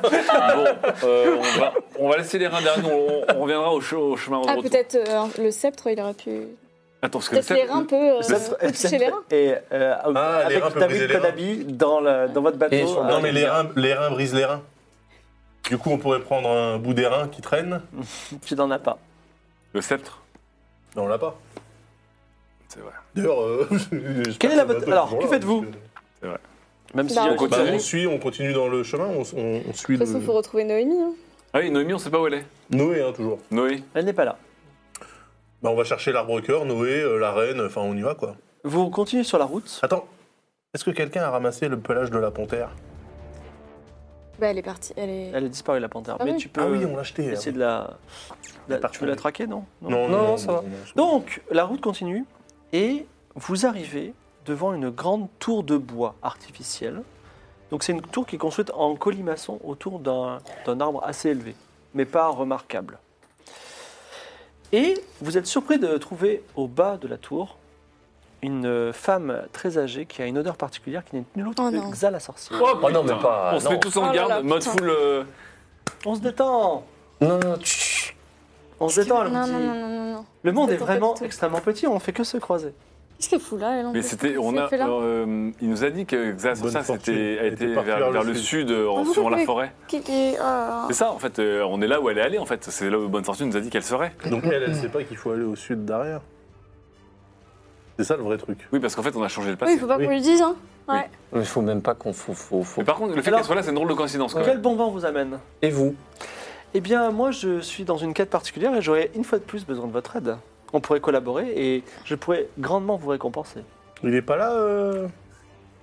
Speaker 5: Bon, euh, on, va, on va laisser les reins derrière nous, on, on reviendra au, che- au chemin de
Speaker 7: Ah,
Speaker 5: retour.
Speaker 7: peut-être euh, le sceptre, il aurait pu.
Speaker 5: Attends, parce que
Speaker 7: Peut-être
Speaker 5: le
Speaker 7: les
Speaker 5: sceptre-
Speaker 7: reins peut, euh,
Speaker 1: Le sceptre-
Speaker 7: peut toucher les reins.
Speaker 1: Et euh,
Speaker 4: Ah, les
Speaker 1: avec
Speaker 4: reins peuvent
Speaker 1: David
Speaker 4: briser les
Speaker 1: Konabi dans, la- dans votre bateau.
Speaker 6: Et sur-
Speaker 1: euh,
Speaker 4: Non, mais les reins, les reins brisent les reins. Du coup, on pourrait prendre un bout des reins qui traîne.
Speaker 1: Tu n'en as pas.
Speaker 5: Le sceptre
Speaker 4: Non, on l'a pas.
Speaker 5: C'est vrai.
Speaker 4: D'ailleurs, euh, j'espère
Speaker 1: Quelle est la
Speaker 4: que le
Speaker 1: vote-
Speaker 4: bateau
Speaker 1: alors,
Speaker 4: toujours
Speaker 1: que
Speaker 4: là,
Speaker 1: faites-vous
Speaker 4: parce que-
Speaker 1: Même si
Speaker 7: Bah,
Speaker 1: euh,
Speaker 7: on
Speaker 4: Bah,
Speaker 5: continue.
Speaker 4: on suit, on continue dans le chemin, on, on- on suit
Speaker 7: De toute façon, il faut
Speaker 4: le...
Speaker 7: retrouver Noémie. hein.
Speaker 5: Ah oui, Noémie, on sait pas où elle est.
Speaker 4: Noé, hein, toujours.
Speaker 5: Noé.
Speaker 1: elle n'est pas là.
Speaker 4: Bah, on va chercher l'arbre cœur, Noé, euh, la reine, enfin, on y va, quoi.
Speaker 1: Vous continuez sur la route.
Speaker 4: Attends, est-ce que quelqu'un a ramassé le pelage de la panthère
Speaker 7: Bah, elle est partie. Elle est.
Speaker 1: Elle a disparu, la panthère.
Speaker 7: Ah
Speaker 1: mais
Speaker 7: oui.
Speaker 1: tu peux
Speaker 4: Ah oui, on l'a acheté.
Speaker 1: essayer de la. la-
Speaker 4: parti.
Speaker 1: tu veux la traquer, non
Speaker 4: Non, non,
Speaker 6: Non, ça va.
Speaker 1: Donc, la route continue et vous arrivez devant une grande tour de bois artificielle. Donc, c'est une tour qui est construite en colimaçon autour d'un d'un arbre assez élevé, mais pas remarquable. Et vous êtes surpris de trouver au bas de la tour une euh, femme très âgée qui a une odeur particulière qui n'est nulle autre
Speaker 7: Oh
Speaker 1: que
Speaker 7: non.
Speaker 1: Xa la sorcière.
Speaker 5: Oh
Speaker 6: non,
Speaker 5: putain.
Speaker 6: mais pas-
Speaker 5: On se
Speaker 6: non.
Speaker 5: met tous en
Speaker 7: Oh là
Speaker 5: garde,
Speaker 7: là,
Speaker 5: mode
Speaker 7: putain.
Speaker 5: full. euh,
Speaker 1: On se détend
Speaker 6: Non, non, non. chut.
Speaker 1: On se détend, elle vous
Speaker 7: Non,
Speaker 1: dit.
Speaker 7: non, non, non, non, non.
Speaker 1: Le monde est
Speaker 7: Détends pas du
Speaker 1: vraiment
Speaker 7: tout.
Speaker 1: extrêmement petit, on ne fait que se croiser.
Speaker 7: Qu'est-ce qu'elle fout là elle, en
Speaker 5: Mais
Speaker 7: fait
Speaker 5: c'était,
Speaker 7: Qu'est-ce
Speaker 5: on
Speaker 7: qu'elle
Speaker 5: a,
Speaker 7: fait là
Speaker 5: euh, il nous a dit que Xas
Speaker 4: Bonne
Speaker 5: ça,
Speaker 4: fortune.
Speaker 5: c'était, a
Speaker 4: Elle
Speaker 5: été
Speaker 4: était
Speaker 5: vers,
Speaker 4: partie vers
Speaker 5: vers
Speaker 4: le
Speaker 5: le sud, euh, en
Speaker 7: Ah, vous
Speaker 5: suivant la
Speaker 7: pouvez-
Speaker 5: forêt.
Speaker 7: Qui- qui- ah.
Speaker 5: C'est ça, en fait, euh, on est là où elle est allée, en fait. C'est là où Bonne Fortune nous a dit qu'elle serait.
Speaker 4: Donc, elle,
Speaker 6: euh,
Speaker 4: elle sait pas qu'il faut aller au sud derrière. C'est ça le vrai truc.
Speaker 5: Oui, parce qu'en fait, on a changé le
Speaker 7: Oui,
Speaker 5: passé.
Speaker 7: il faut pas
Speaker 4: oui.
Speaker 7: qu'on lui dise, hein.
Speaker 6: Mais faut même pas qu'on faut, faut, faut-
Speaker 5: Mais par contre, le fait
Speaker 1: Alors-
Speaker 5: qu'elle soit là, c'est une drôle de coïncidence, quand
Speaker 1: Quel
Speaker 5: même.
Speaker 1: bon vent vous amène
Speaker 6: Et vous
Speaker 1: Eh bien, moi, je suis dans une quête particulière et j'aurais une fois de plus besoin de votre aide. On pourrait collaborer et je pourrais grandement vous récompenser.
Speaker 4: Il est pas là, euh,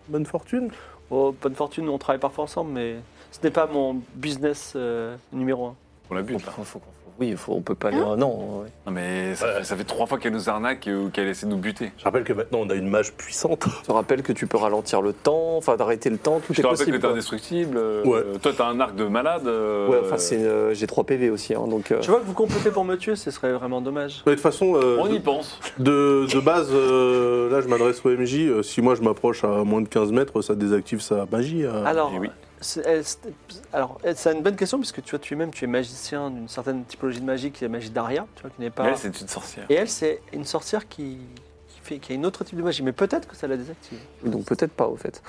Speaker 4: Bonne Fortune
Speaker 1: Oh, bonne fortune, on travaille parfois ensemble, mais ce n'est pas mon business euh, numéro un.
Speaker 5: On la
Speaker 6: Faut-
Speaker 5: bute, là.
Speaker 6: faut- faut- Oui, faut- on peut pas aller. non, ouais.
Speaker 5: Non, mais ça, fait- ça fait trois fois qu'elle nous arnaque et- ou qu'elle essaie de nous buter.
Speaker 4: Je rappelle que maintenant, on a une mage puissante.
Speaker 6: Je te rappelle que tu peux ralentir le temps, enfin d'arrêter le temps, tout
Speaker 5: Je
Speaker 6: est
Speaker 5: te rappelle que
Speaker 6: possible.
Speaker 5: t'es
Speaker 6: quoi.
Speaker 5: indestructible. euh,
Speaker 4: Ouais.
Speaker 5: Toi, t'as un arc de malade. euh,
Speaker 6: Ouais, enfin c'est, euh, j'ai 3 PV aussi, hein, donc. euh,
Speaker 1: Tu vois que vous complotez pour me tuer, ce serait vraiment dommage.
Speaker 4: Mais de toute façon, euh,
Speaker 5: On y pense.
Speaker 4: de, de base, euh, là, je m'adresse au MJ. euh, si moi, je m'approche à moins de 15 mètres, ça désactive sa magie. euh.
Speaker 6: Ah,
Speaker 1: Alors,
Speaker 5: eh oui.
Speaker 1: c'est- elle- c'est- alors, elle- c'est une bonne question puisque tu vois, tu es même, tu es magicien d'une certaine typologie de magie qui est la magie d'Aria, tu vois, qui n'est pas.
Speaker 5: Mais elle, c'est une sorcière.
Speaker 1: Et elle, c'est une sorcière qui, qui fait, qui a une autre type de magie, mais peut-être que ça la désactive.
Speaker 6: donc peut-être pas au fait.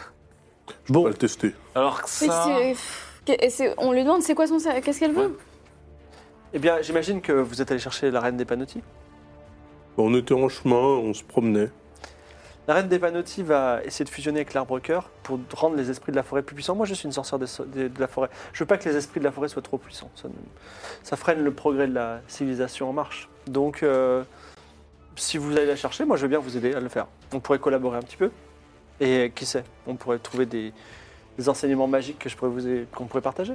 Speaker 4: je bon. vais le tester.
Speaker 5: Alors que
Speaker 7: Oui,
Speaker 5: ça.
Speaker 7: c'est- que- et c'est- On lui demande c'est quoi son sac- Qu'est-ce qu'elle veut
Speaker 1: Eh bien, j'imagine que vous êtes allé chercher la reine des Panotti.
Speaker 4: On était en chemin, on se promenait.
Speaker 1: La reine des Panotti va essayer de fusionner avec l'arbre cœur pour rendre les esprits de la forêt plus puissants. Moi, je suis une sorcière des so- des- de, la forêt. Je veux pas que les esprits de la forêt soient trop puissants. Ça, ne- ça freine le progrès de la civilisation en marche. Donc, euh, si vous allez la chercher, moi, je veux bien vous aider à le faire. On pourrait collaborer un petit peu. Et euh, qui sait, on pourrait trouver des, des enseignements magiques que je pourrais vous qu'on pourrait partager.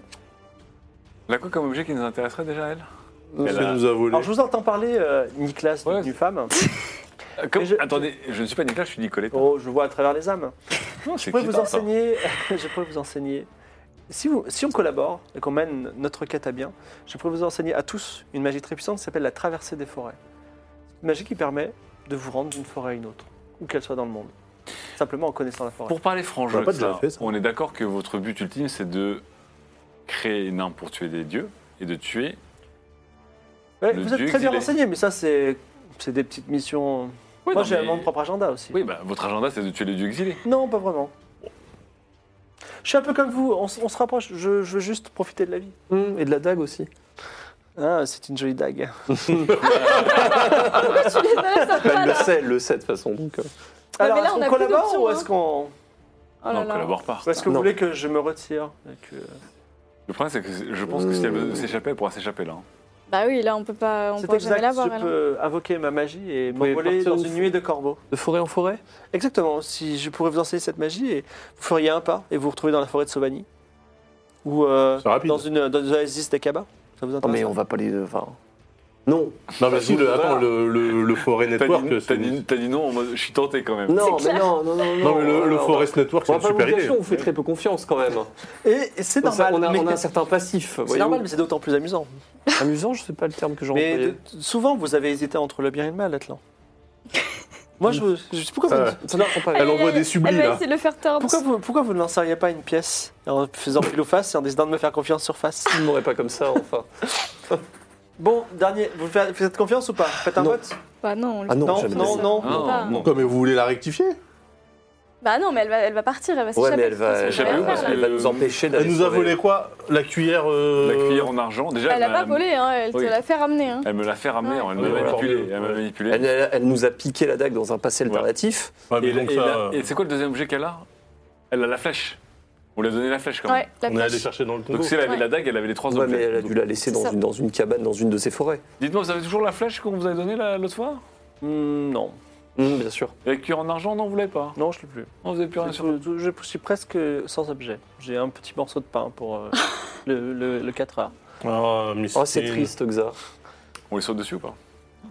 Speaker 5: Elle a quoi comme objet qui nous intéresserait déjà, elle Euh,
Speaker 4: Elle
Speaker 5: Elle a-
Speaker 4: nous a volé.
Speaker 1: Alors, je vous entends parler, euh, Nicolas,
Speaker 5: Ouais,
Speaker 1: devenu femme.
Speaker 5: Euh, comme-
Speaker 1: Mais je-
Speaker 5: Attendez, je ne suis pas Nicolas, je suis Nicolette.
Speaker 1: Oh, je vois à travers les âmes. Je pourrais vous
Speaker 5: excitant, ça.
Speaker 1: enseigner. je pourrais vous enseigner. Si, vous, si on collabore et qu'on mène notre quête à bien, je pourrais vous enseigner à tous une magie très puissante qui s'appelle la traversée des forêts. Une magie qui permet de vous rendre d'une forêt à une autre, où qu'elle soit dans le monde. Simplement en connaissant la forêt.
Speaker 5: Pour parler franc,
Speaker 4: On l'a pas
Speaker 5: Joxa,
Speaker 4: déjà fait, ça.
Speaker 5: on est d'accord que votre but ultime, c'est de créer une arme pour tuer des dieux et de tuer.
Speaker 1: Ouais,
Speaker 5: le
Speaker 1: vous êtes
Speaker 5: dieu
Speaker 1: très bien
Speaker 5: exilé.
Speaker 1: renseigné, mais ça, c'est c'est des petites missions
Speaker 5: Oui,
Speaker 1: Moi,
Speaker 5: non,
Speaker 1: j'ai
Speaker 5: mais-
Speaker 1: mon propre agenda aussi.
Speaker 5: Oui, bah, votre agenda, c'est de tuer les dieux exilés.
Speaker 1: Non, pas vraiment. Je suis un peu comme vous, on, s- on se rapproche. Je, je veux juste profiter de la vie. Hum, et de la dague aussi. Ah, c'est une jolie dague.
Speaker 7: Tu les balances à toi,
Speaker 6: Elle Bah, le
Speaker 7: là.
Speaker 6: sait, elle le sait de toute façon. Donc, euh,
Speaker 1: Alors,
Speaker 7: mais là,
Speaker 1: Ah, est-ce
Speaker 7: on
Speaker 1: qu'on
Speaker 7: a plus
Speaker 1: collabore
Speaker 7: d'options,
Speaker 1: ou
Speaker 7: hein.
Speaker 1: est-ce qu'on.
Speaker 7: Oh là
Speaker 5: non,
Speaker 7: là.
Speaker 5: collabore pas.
Speaker 1: ou est-ce que vous
Speaker 6: Non.
Speaker 1: voulez que je me retire et que-
Speaker 5: Le problème, c'est que je pense que si elle veut s'échapper, elle pourra s'échapper là. hein.
Speaker 7: Bah oui, là, on peut pas. On
Speaker 1: C'est
Speaker 7: pourra jamais
Speaker 1: exact,
Speaker 7: la voir.
Speaker 1: je
Speaker 7: elle.
Speaker 1: peux invoquer ma magie et
Speaker 6: pouvez
Speaker 1: m'envoler
Speaker 6: partir
Speaker 1: dans
Speaker 6: où
Speaker 1: une
Speaker 6: vous-
Speaker 1: nuée de corbeaux.
Speaker 6: de forêt en forêt
Speaker 1: Exactement, si je pourrais vous enseigner cette magie, et vous feriez un pas et vous vous retrouvez dans la forêt de Sauvanie. Ou euh,
Speaker 4: C'est rapide.
Speaker 1: dans une dans une oasis d'Akaba. Ça vous
Speaker 6: Non,
Speaker 1: intéresse
Speaker 6: Oh, mais on va pas les. euh, Enfin. Non,
Speaker 4: Non, mais si, le,
Speaker 6: Voilà.
Speaker 4: attends, le, le, le Forest
Speaker 5: T'as
Speaker 4: Network,
Speaker 5: dit,
Speaker 4: c'est
Speaker 5: t'as dit- t'as dit non, en mode, je suis tenté quand même.
Speaker 6: non,
Speaker 7: C'est
Speaker 6: mais
Speaker 7: clair.
Speaker 6: non, non, non.
Speaker 4: Non, mais
Speaker 6: non,
Speaker 4: le, le
Speaker 6: non,
Speaker 4: Forest Network, c'est
Speaker 6: On va
Speaker 4: une
Speaker 6: pas vous
Speaker 4: super
Speaker 6: le
Speaker 4: idée.
Speaker 6: cacher, on vous fait très peu confiance quand même.
Speaker 1: Et et c'est
Speaker 6: Comme ça,
Speaker 1: normal.
Speaker 6: on, a,
Speaker 1: mais-
Speaker 6: on a un certain passif.
Speaker 1: C'est
Speaker 6: voyez-vous.
Speaker 1: normal, mais c'est d'autant plus amusant.
Speaker 6: Amusant, je sais pas le terme que j'ai
Speaker 1: Mais
Speaker 6: employé.
Speaker 1: de- souvent, vous avez hésité entre le bien et le mal, Atlan. Moi, je, je sais pourquoi,
Speaker 4: Ah
Speaker 1: vous,
Speaker 4: ouais.
Speaker 6: Ça n'apprend pas.
Speaker 4: Elle envoie
Speaker 7: Elle-
Speaker 4: des
Speaker 7: Elle
Speaker 4: sublis,
Speaker 7: va
Speaker 4: là.
Speaker 7: essayer de le faire tordre.
Speaker 1: pourquoi, vous, pourquoi vous ne lanceriez pas une pièce en faisant pile ou face et en décidant de me faire confiance sur face
Speaker 6: Elle m'aurait pas comme ça, enfin.
Speaker 1: Bon, dernier, vous fa- faites confiance ou pas Faites un
Speaker 6: Non.
Speaker 1: vote
Speaker 7: Bah non, on lui-
Speaker 6: Ah non,
Speaker 1: Non,
Speaker 6: jamais
Speaker 1: non,
Speaker 6: ça.
Speaker 1: non.
Speaker 5: Ah, non,
Speaker 7: pas.
Speaker 5: non.
Speaker 4: Quoi, mais vous voulez la rectifier
Speaker 7: Bah non, mais elle va, elle va partir, elle va
Speaker 6: Ouais,
Speaker 7: s'échapper.
Speaker 6: mais elle va,
Speaker 7: de toute façon,
Speaker 5: J'avais
Speaker 7: elle
Speaker 5: eu,
Speaker 7: va
Speaker 5: parce
Speaker 7: faire,
Speaker 5: que-
Speaker 7: là.
Speaker 6: elle va nous empêcher d'aller.
Speaker 4: Elle nous a
Speaker 6: sauver-
Speaker 4: volé quoi La cuillère. euh,
Speaker 5: La cuillère en argent, déjà.
Speaker 7: Elle a pas
Speaker 5: m'a-
Speaker 7: volé, hein, elle te
Speaker 5: oui.
Speaker 7: l'a fait ramener. Hein.
Speaker 5: Elle me l'a fait ramener,
Speaker 7: Ouais.
Speaker 5: elle m'a
Speaker 4: Ouais,
Speaker 5: manipulé.
Speaker 4: ouais.
Speaker 5: Elle m'a manipulé.
Speaker 6: Elle, elle- elle nous a piqué la dague dans un passé
Speaker 5: Ouais.
Speaker 6: alternatif.
Speaker 4: Ouais, mais
Speaker 5: Et,
Speaker 4: donc
Speaker 5: et
Speaker 4: ça,
Speaker 5: la-
Speaker 4: euh,
Speaker 5: et c'est quoi le deuxième objet qu'elle a Elle a la flèche. On lui a donné la flèche quand même.
Speaker 7: Ouais, la
Speaker 4: on est allé
Speaker 7: flèche.
Speaker 4: chercher dans le Congo.
Speaker 5: Donc si elle avait
Speaker 7: Ouais.
Speaker 5: la dague, elle avait les trois
Speaker 6: Ouais,
Speaker 5: objets.
Speaker 6: mais elle a dû la laisser
Speaker 7: C'est
Speaker 6: dans
Speaker 7: ça.
Speaker 6: une, dans une cabane, dans une de ses forêts.
Speaker 5: Dites-moi, vous avez toujours la flèche qu'on vous avait donnée la- l'autre fois
Speaker 1: Hmm, Non,
Speaker 6: Hum, bien sûr.
Speaker 5: Et La cuillère en argent, non, vous l'avez pas.
Speaker 1: non, je ne l'ai plus.
Speaker 5: Non, vous avez plus rien sur
Speaker 1: Je, je- je suis presque sans objet. J'ai un petit morceau de pain pour euh, le, le, 4
Speaker 4: Ah, mais
Speaker 6: Oh, c'est triste, Xa.
Speaker 5: On les saute dessus ou pas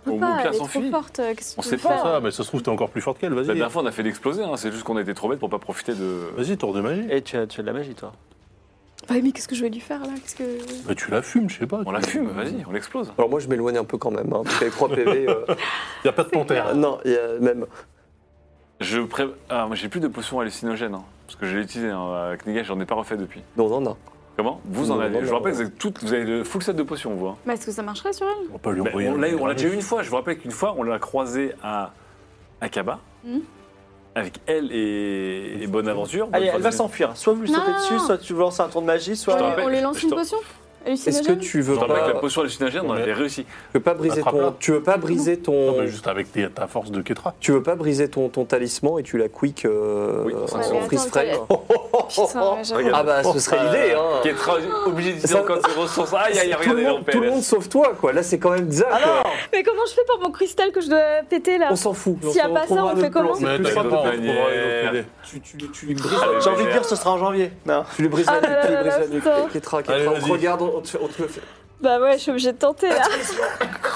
Speaker 7: On
Speaker 5: Au
Speaker 7: peut
Speaker 5: bout
Speaker 7: pas,
Speaker 5: pire,
Speaker 7: elle est
Speaker 5: s'enfuit.
Speaker 7: trop forte. euh, Qu'est-ce que
Speaker 5: On
Speaker 7: tu
Speaker 5: sait
Speaker 7: veux
Speaker 5: pas,
Speaker 7: faire
Speaker 4: Ah, mais ça se trouve, t'es encore plus forte qu'elle,
Speaker 5: La
Speaker 4: vas-y.
Speaker 5: dernière fois, on a fait l'exploser, hein, c'est juste qu'on a été trop bêtes pour pas profiter de.
Speaker 4: Vas-y, tour de magie.
Speaker 1: Et tu as, tu as de la magie, toi
Speaker 7: Bah oui, mais qu'est-ce que je vais lui faire là Qu'est-ce que...
Speaker 4: Bah, tu la fumes, je sais pas.
Speaker 5: On la fume, vas-y, on l'explose.
Speaker 6: Alors moi, je m'éloigne un peu quand même. Hein, parce qu'avec 3 PV. euh,
Speaker 4: Y a pas de panthère.
Speaker 6: non, il y a même.
Speaker 5: Je pré... Ah, moi j'ai plus de potions hallucinogènes, hein, parce que j'ai utilisé hein, à Knigash, j'en ai pas refait depuis.
Speaker 6: Non, on en a.
Speaker 5: Comment Vous en
Speaker 6: Non,
Speaker 5: avez.
Speaker 6: non,
Speaker 5: Je vous rappelle,
Speaker 6: non.
Speaker 5: vous avez, toutes- vous avez le full set de potions, vous. hein.
Speaker 7: Mais est-ce que ça marcherait sur elle
Speaker 4: On va pas lui
Speaker 5: Mais
Speaker 4: envoyer.
Speaker 5: Bah, Ben, on
Speaker 4: un-
Speaker 5: l'a on l'a déjà eu une fois, je vous rappelle qu'une fois, on l'a croisée à Akaba,
Speaker 7: Hmm.
Speaker 5: avec elle et, et Bonne Aventure.
Speaker 1: Allez,
Speaker 5: Bonne
Speaker 1: elle va
Speaker 5: Fortune.
Speaker 1: s'enfuir. Soit vous lui
Speaker 7: Non,
Speaker 1: sautez
Speaker 7: non,
Speaker 1: dessus,
Speaker 7: non.
Speaker 1: soit tu veux lancer un tour de magie,
Speaker 7: on,
Speaker 1: soit.
Speaker 5: te
Speaker 7: lui-
Speaker 5: rappelle-
Speaker 7: on lui lance
Speaker 5: je
Speaker 7: une
Speaker 5: te-
Speaker 7: potion
Speaker 6: Est-ce que
Speaker 7: hallucinogène
Speaker 6: tu veux
Speaker 4: Je t'en
Speaker 5: Avec
Speaker 6: pas,
Speaker 5: la potion hallucinogène, on
Speaker 4: Ouais.
Speaker 5: avait réussi.
Speaker 6: tu veux pas briser ton,
Speaker 4: Attrape-la.
Speaker 6: tu veux pas briser ton,
Speaker 4: Non, mais juste avec tes- ta force de Ketra.
Speaker 6: tu veux pas briser ton, ton talisman et tu la quick euh,
Speaker 5: Oui,
Speaker 6: en
Speaker 5: ça,
Speaker 7: c'est-
Speaker 6: freeze
Speaker 7: attends,
Speaker 6: frame.
Speaker 7: Putain, mais j'avoue.
Speaker 6: Ah bah ce serait l'idée. Hein.
Speaker 5: Qui est tra- obligé de
Speaker 6: Ça-
Speaker 5: dire quand il ressent ça. Aïe, aïe,
Speaker 6: tout, le
Speaker 5: regardez,
Speaker 6: monde, tout le monde sauf toi quoi. Là c'est quand même Xa.
Speaker 7: Ah
Speaker 1: Ah
Speaker 6: quoi.
Speaker 7: Mais comment je fais pour mon cristal que je dois péter là
Speaker 6: on s'en fout.
Speaker 7: S'il y a
Speaker 6: On
Speaker 7: pas ça,
Speaker 6: trouvera
Speaker 7: on
Speaker 6: notre
Speaker 7: fait
Speaker 6: plan.
Speaker 7: comment
Speaker 6: C'est
Speaker 5: Mais
Speaker 6: plus
Speaker 5: t'as
Speaker 6: simple.
Speaker 5: raison.
Speaker 4: on trouvera une autre idée.
Speaker 6: Tu, tu, tu, lui
Speaker 5: Ah,
Speaker 6: brises-
Speaker 1: J'ai envie de dire, ce sera en janvier. Non.
Speaker 6: tu lui brises la
Speaker 7: Ah là
Speaker 6: nuque, tu lui
Speaker 7: là
Speaker 6: brises
Speaker 7: là,
Speaker 6: la nuque.
Speaker 7: putain.
Speaker 6: Kétra,
Speaker 4: Allez,
Speaker 6: Kétra, on te
Speaker 4: vas-y.
Speaker 6: regarde, on te fait- on te le fait.
Speaker 7: Bah ouais, je suis obligée de tenter là.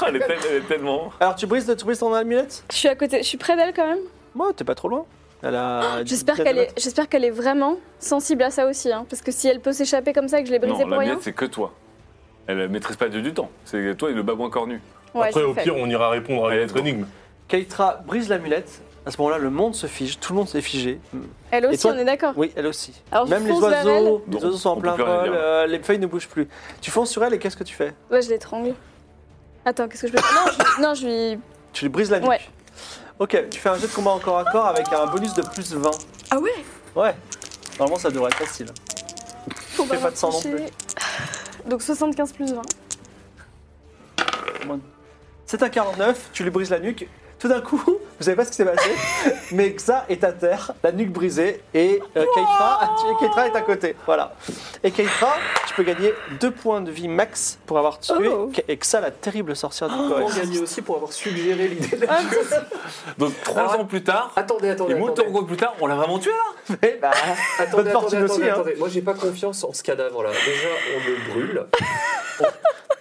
Speaker 5: Elle est telle- elle est tellement.
Speaker 1: Alors, tu brises, tu brises ton amulette
Speaker 7: Je suis à côté, je suis près d'elle quand même.
Speaker 1: Moi, t'es pas trop loin. Elle a.
Speaker 7: Ah, J'espère
Speaker 1: une
Speaker 7: qu'elle
Speaker 1: dizaine de
Speaker 7: est, j'espère qu'elle est vraiment sensible à ça aussi, hein, parce que si elle peut s'échapper comme ça et que je l'ai brisée
Speaker 5: Non,
Speaker 7: pour
Speaker 5: la
Speaker 7: rien,
Speaker 5: miette, c'est que toi. Elle maîtrise pas du, du temps. C'est toi et le babouin cornu.
Speaker 7: ouais,
Speaker 4: Après,
Speaker 7: je
Speaker 4: au
Speaker 7: le fais.
Speaker 4: pire, on ira répondre à
Speaker 5: Allez,
Speaker 4: notre
Speaker 5: let's go.
Speaker 4: énigme.
Speaker 1: mètres. Keitra brise l'amulette. À ce moment-là, le monde se fige, tout le monde s'est figé.
Speaker 7: Elle
Speaker 1: Et
Speaker 7: aussi,
Speaker 1: toi-
Speaker 7: on est d'accord.
Speaker 1: Oui, elle aussi.
Speaker 7: Alors, je
Speaker 1: Même les
Speaker 7: fonce vers
Speaker 1: oiseaux,
Speaker 5: elle.
Speaker 1: les
Speaker 5: Non,
Speaker 1: oiseaux sont en
Speaker 5: on
Speaker 1: plein
Speaker 5: peut plus rien
Speaker 1: vol,
Speaker 5: dire.
Speaker 1: euh, les feuilles ne bougent plus. Tu fonces sur elle et qu'est-ce que tu fais
Speaker 7: Ouais, je l'étrangle. Attends, qu'est-ce que je peux faire Non, je, non, je lui.
Speaker 1: Tu lui brises la nuque.
Speaker 7: Ouais.
Speaker 1: Ok, tu fais un jeu de combat encore à corps avec un bonus de plus 20.
Speaker 7: Ah ouais
Speaker 1: Ouais. Normalement, ça devrait être facile.
Speaker 7: Faut
Speaker 1: Fais pas de sang non
Speaker 7: m'approcher. Donc 75 plus 20.
Speaker 1: C'est un 49, tu lui brises la nuque. Tout d'un coup, vous savez pas ce qui s'est passé, mais Xa est à terre, la nuque brisée, et euh, Keitra, tu- Keitra est à côté. Voilà. Et Keitra, tu peux gagner 2 points de vie max pour avoir tué
Speaker 7: Oh.
Speaker 1: Ke- et Xa, la terrible sorcière du
Speaker 6: On
Speaker 1: Cohen.
Speaker 6: gagne aussi pour avoir suggéré l'idée. de-
Speaker 7: Ah, putain,
Speaker 5: Donc trois
Speaker 6: Alors,
Speaker 5: ans plus tard,
Speaker 6: Attendez, attendez.
Speaker 5: et moult
Speaker 6: attendez.
Speaker 5: rencontres plus tard, on l'a vraiment tué là
Speaker 1: Eh bah,
Speaker 6: Attendez,
Speaker 1: Bonne
Speaker 6: attendez,
Speaker 1: fortune
Speaker 6: attendez,
Speaker 1: aussi, hein.
Speaker 6: attendez. Moi, j'ai pas confiance en ce cadavre là. Déjà, on le brûle.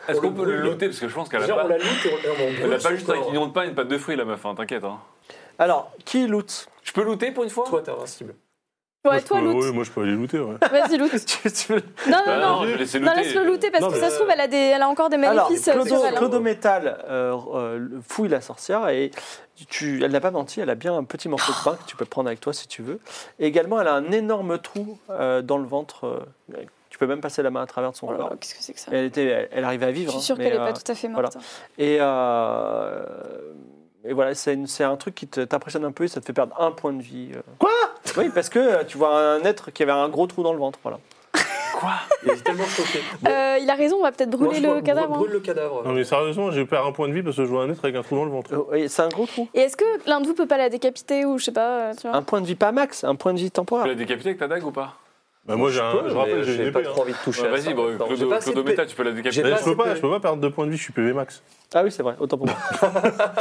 Speaker 5: Est-ce
Speaker 6: On
Speaker 5: qu'on peut
Speaker 6: brûle.
Speaker 5: le looter Parce que je pense qu'elle a
Speaker 6: Déjà,
Speaker 5: pas.
Speaker 6: on la loot et on, et on brûle.
Speaker 5: Elle a
Speaker 6: son
Speaker 5: pas juste un
Speaker 6: corps.
Speaker 5: quignon de pain et une patte de fruits, la meuf, hein, t'inquiète. Hein.
Speaker 1: Alors, qui loot
Speaker 5: Je peux looter pour une fois
Speaker 6: Toi, t'es invincible.
Speaker 7: Ouais, toi, loot.
Speaker 4: Oui, moi, je peux aller looter, ouais.
Speaker 7: Vas-y, loot.
Speaker 1: Tu- tu veux-
Speaker 7: Non,
Speaker 5: Bah
Speaker 7: non, non.
Speaker 5: non, je vais laisser
Speaker 7: Non,
Speaker 5: looter.
Speaker 7: laisse-le looter parce
Speaker 4: Non,
Speaker 7: que
Speaker 4: mais- euh,
Speaker 7: ça se trouve, elle a, des, elle a encore des
Speaker 1: Alors,
Speaker 7: maléfices. euh,
Speaker 1: Clodo,
Speaker 7: sur elle, hein.
Speaker 1: Clodo Métal euh, euh, fouille la sorcière et tu, elle n'a pas menti, elle a bien un petit morceau de pain que tu peux prendre avec toi si tu veux. Et également, elle a un énorme trou euh, dans le ventre. euh, tu peux même passer la main à travers de son
Speaker 7: Oh là
Speaker 1: corps.
Speaker 7: là, Qu'est-ce que c'est que ça
Speaker 1: Elle, était, elle, elle arrivait à
Speaker 7: Je
Speaker 1: vivre.
Speaker 7: suis
Speaker 1: hein,
Speaker 7: sûre
Speaker 1: mais,
Speaker 7: qu'elle est
Speaker 1: euh,
Speaker 7: pas tout à fait morte. hein.
Speaker 1: Et euh, Et voilà, c'est une- c'est un truc qui te- t'impressionne un peu et ça te fait perdre un point de vie. Quoi Oui, parce que euh, tu vois un être qui avait un gros trou dans le ventre, voilà.
Speaker 6: Il est tellement choqué.
Speaker 7: Euh, il a raison, on va peut-être
Speaker 6: Moi,
Speaker 7: brûler
Speaker 6: je vois-
Speaker 7: le cadavre. hein.
Speaker 6: Brûle le cadavre.
Speaker 4: Non mais sérieusement, j'ai perdu un point de vie parce que je vois un être avec un trou dans le ventre.
Speaker 1: Euh, oui, c'est un gros trou.
Speaker 7: Et est-ce que l'un de vous peut pas la décapiter ou je sais pas, euh, tu vois
Speaker 1: Un point de vie pas max, un point de vie
Speaker 5: Tu
Speaker 1: temporaire.
Speaker 5: l'as décapité avec ta dague ou pas
Speaker 4: Bah moi j'ai un,
Speaker 6: peux,
Speaker 4: je
Speaker 6: mais
Speaker 4: rappelle, j'ai une épée.
Speaker 6: pas
Speaker 4: hein.
Speaker 6: trop envie de toucher
Speaker 5: Ouais,
Speaker 6: à ça.
Speaker 5: Vas-y, bon,
Speaker 6: maintenant. J'ai pas
Speaker 5: Clodo,
Speaker 6: assez de
Speaker 5: Clodo
Speaker 6: paix.
Speaker 5: Méta, tu peux la
Speaker 6: J'ai
Speaker 5: décapiter.
Speaker 4: Mais
Speaker 6: pas
Speaker 4: je peux
Speaker 6: assez
Speaker 4: pas,
Speaker 6: de-
Speaker 4: je peux pas perdre de points de vie, je suis PV max.
Speaker 1: Ah oui, c'est vrai, autant pour moi.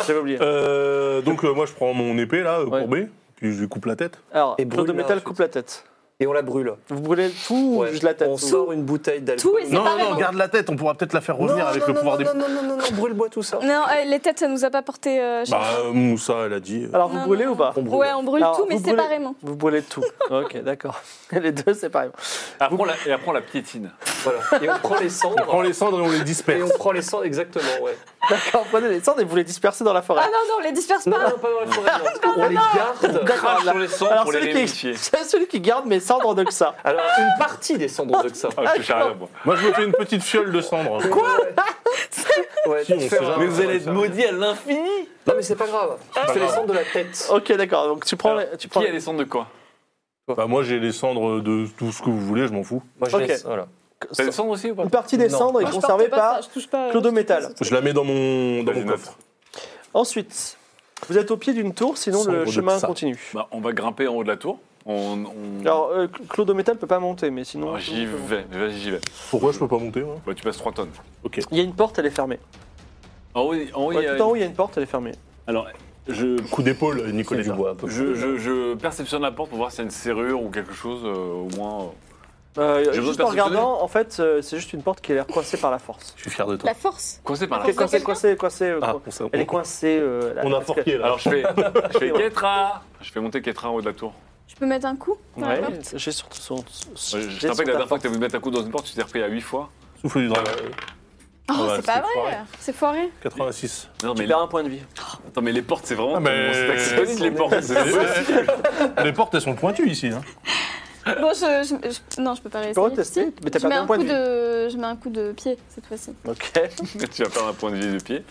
Speaker 1: J'avais oublié.
Speaker 4: Euh, donc euh, moi je prends mon épée là, euh,
Speaker 1: Ouais.
Speaker 4: courbée, puis je lui coupe la tête.
Speaker 1: Alors,
Speaker 6: et
Speaker 1: Claude de
Speaker 6: brûle-la
Speaker 1: métal
Speaker 6: ensuite.
Speaker 1: coupe la tête.
Speaker 6: Et on la brûle.
Speaker 1: Vous brûlez tout ou
Speaker 6: Ouais.
Speaker 1: juste la tête
Speaker 6: On sort une bouteille d'alcool.
Speaker 7: Tout et
Speaker 4: Non, non,
Speaker 7: séparément.
Speaker 4: non, garde la tête, on pourra peut-être la faire revenir avec le pouvoir des...
Speaker 6: Non, non, non, non, non, brûle-moi tout ça.
Speaker 7: Non, euh, les têtes, ça nous a pas porté. euh, je-
Speaker 4: Bah euh, Moussa elle a dit... euh,
Speaker 1: Alors, vous
Speaker 7: Non,
Speaker 1: brûlez ou pas
Speaker 6: On brûle.
Speaker 7: ouais, on brûle
Speaker 1: Alors,
Speaker 7: tout, mais
Speaker 1: vous brûlez-
Speaker 7: séparément.
Speaker 1: Vous brûlez tout. ok, d'accord. Les deux, c'est pareil.
Speaker 5: Après, on Ah, la- Et après, on la piétine.
Speaker 6: Voilà. Et on prend les cendres.
Speaker 4: On prend les cendres et on les
Speaker 6: Et
Speaker 4: disperse.
Speaker 6: on prend les cendres, exactement, ouais.
Speaker 1: D'accord, prenez les cendres et vous les dispersez dans la forêt.
Speaker 7: Ah non, non, on les disperse
Speaker 6: Non,
Speaker 7: pas.
Speaker 6: non, pas dans la forêt. non. On les garde.
Speaker 1: Ah,
Speaker 5: Crache sur les sangs
Speaker 1: Alors,
Speaker 5: pour les
Speaker 1: celui qui,
Speaker 5: réunifier.
Speaker 1: c'est celui qui garde mes cendres de ça.
Speaker 6: Alors, une partie des cendres de ça.
Speaker 5: Ah, je touche à rien, moi.
Speaker 4: Moi je me fais une petite fiole de cendres.
Speaker 6: Ouais,
Speaker 4: Si, on
Speaker 6: tu
Speaker 4: sait
Speaker 6: fais
Speaker 4: jamais.
Speaker 6: un-
Speaker 4: Mais vous allez être
Speaker 6: maudit à l'infini Non, mais c'est pas grave. Je fais les cendres de la tête.
Speaker 1: Ok, d'accord. Donc, tu prends.
Speaker 5: Alors,
Speaker 1: les- tu prends
Speaker 5: Qui a les cendres de quoi
Speaker 4: Bah moi j'ai les cendres de tout ce que vous voulez, je m'en fous.
Speaker 6: Moi, je
Speaker 1: Ok.
Speaker 6: laisse, voilà.
Speaker 5: T'as des cendres aussi ou pas
Speaker 1: Une partie des
Speaker 6: Non.
Speaker 1: cendres
Speaker 7: Moi,
Speaker 1: est
Speaker 7: je
Speaker 1: conservée
Speaker 7: porte pas
Speaker 1: par
Speaker 7: ça, je touche pas, euh,
Speaker 1: Claude
Speaker 7: je touche pas
Speaker 1: Métal.
Speaker 7: ce truc.
Speaker 4: Je la mets dans mon, dans
Speaker 5: Vas-y,
Speaker 4: mon
Speaker 5: note.
Speaker 4: coffre.
Speaker 1: Ensuite, vous êtes au pied d'une tour, sinon
Speaker 4: Cendres
Speaker 1: le
Speaker 4: de
Speaker 1: chemin
Speaker 4: Tsa.
Speaker 1: continue.
Speaker 5: Bah, on va grimper en haut de la tour. On, on-
Speaker 1: Alors, euh, Cl- Claude Métal peut pas monter, mais sinon.
Speaker 5: Ah, j'y vais, vas-y, j'y vais.
Speaker 4: Pourquoi je peux pas monter moi
Speaker 5: Bah, tu passes 3 tonnes.
Speaker 1: Il y a une porte, elle est fermée.
Speaker 5: En haut, en haut, il y
Speaker 1: Ouais,
Speaker 5: a-
Speaker 1: tout en haut, il y a une porte, elle est fermée.
Speaker 5: Alors, je,
Speaker 4: Coup d'épaule, Nicolas Dubois.
Speaker 5: je, je, je perceptionne la porte pour voir s'il y a une serrure ou quelque chose, euh, au moins. euh.
Speaker 1: Euh,
Speaker 5: besoin
Speaker 1: juste
Speaker 5: de
Speaker 1: en
Speaker 5: perceptionner.
Speaker 1: regardant, en fait, euh, c'est juste une porte qui a l'air coincée par la force.
Speaker 4: Je suis fier de toi.
Speaker 7: La force.
Speaker 5: Coincé par là.
Speaker 1: Elle est coincée, coincée, coincée. euh,
Speaker 4: Ah,
Speaker 1: coin-
Speaker 4: on, s'est-
Speaker 1: Elle est coincée. euh, là,
Speaker 4: on a
Speaker 1: parce que-
Speaker 4: forqué là.
Speaker 5: Alors, je fais, je fais Ketra Je fais monter Ketra en haut de la tour.
Speaker 7: Je peux mettre un coup dans la
Speaker 1: Ouais,
Speaker 7: porte
Speaker 1: j'ai surtout son.
Speaker 5: Ouais,
Speaker 1: j'ai
Speaker 5: Je te rappelle
Speaker 1: son
Speaker 5: la dernière fois
Speaker 1: force.
Speaker 5: que t'as voulu mettre un coup dans une porte, tu t'es repris à 8 fois.
Speaker 4: Souffle du dragon.
Speaker 7: Oh,
Speaker 4: Ouais,
Speaker 7: c'est pas vrai.
Speaker 4: Ah, bah, c'est foiré.
Speaker 7: C'est foiré.
Speaker 4: 86.
Speaker 5: Non,
Speaker 1: Tu
Speaker 5: mais,
Speaker 1: perds un point de vie.
Speaker 5: attends, mais les portes, c'est vraiment.
Speaker 4: Ah, mais-
Speaker 5: C'est accessible, les portes.
Speaker 4: C'est- Les portes elles sont pointues ici. hein.
Speaker 7: Bon, je, je- je- Non, je peux pas
Speaker 1: Tu
Speaker 7: réussir.
Speaker 1: peux retester, mais t'as
Speaker 7: Je mets,
Speaker 1: perdu
Speaker 7: un
Speaker 1: un
Speaker 7: coup
Speaker 1: point de vie.
Speaker 7: de... je mets un coup de pied cette fois-ci.
Speaker 1: Ok.
Speaker 5: tu vas perdre un point de vie de pied.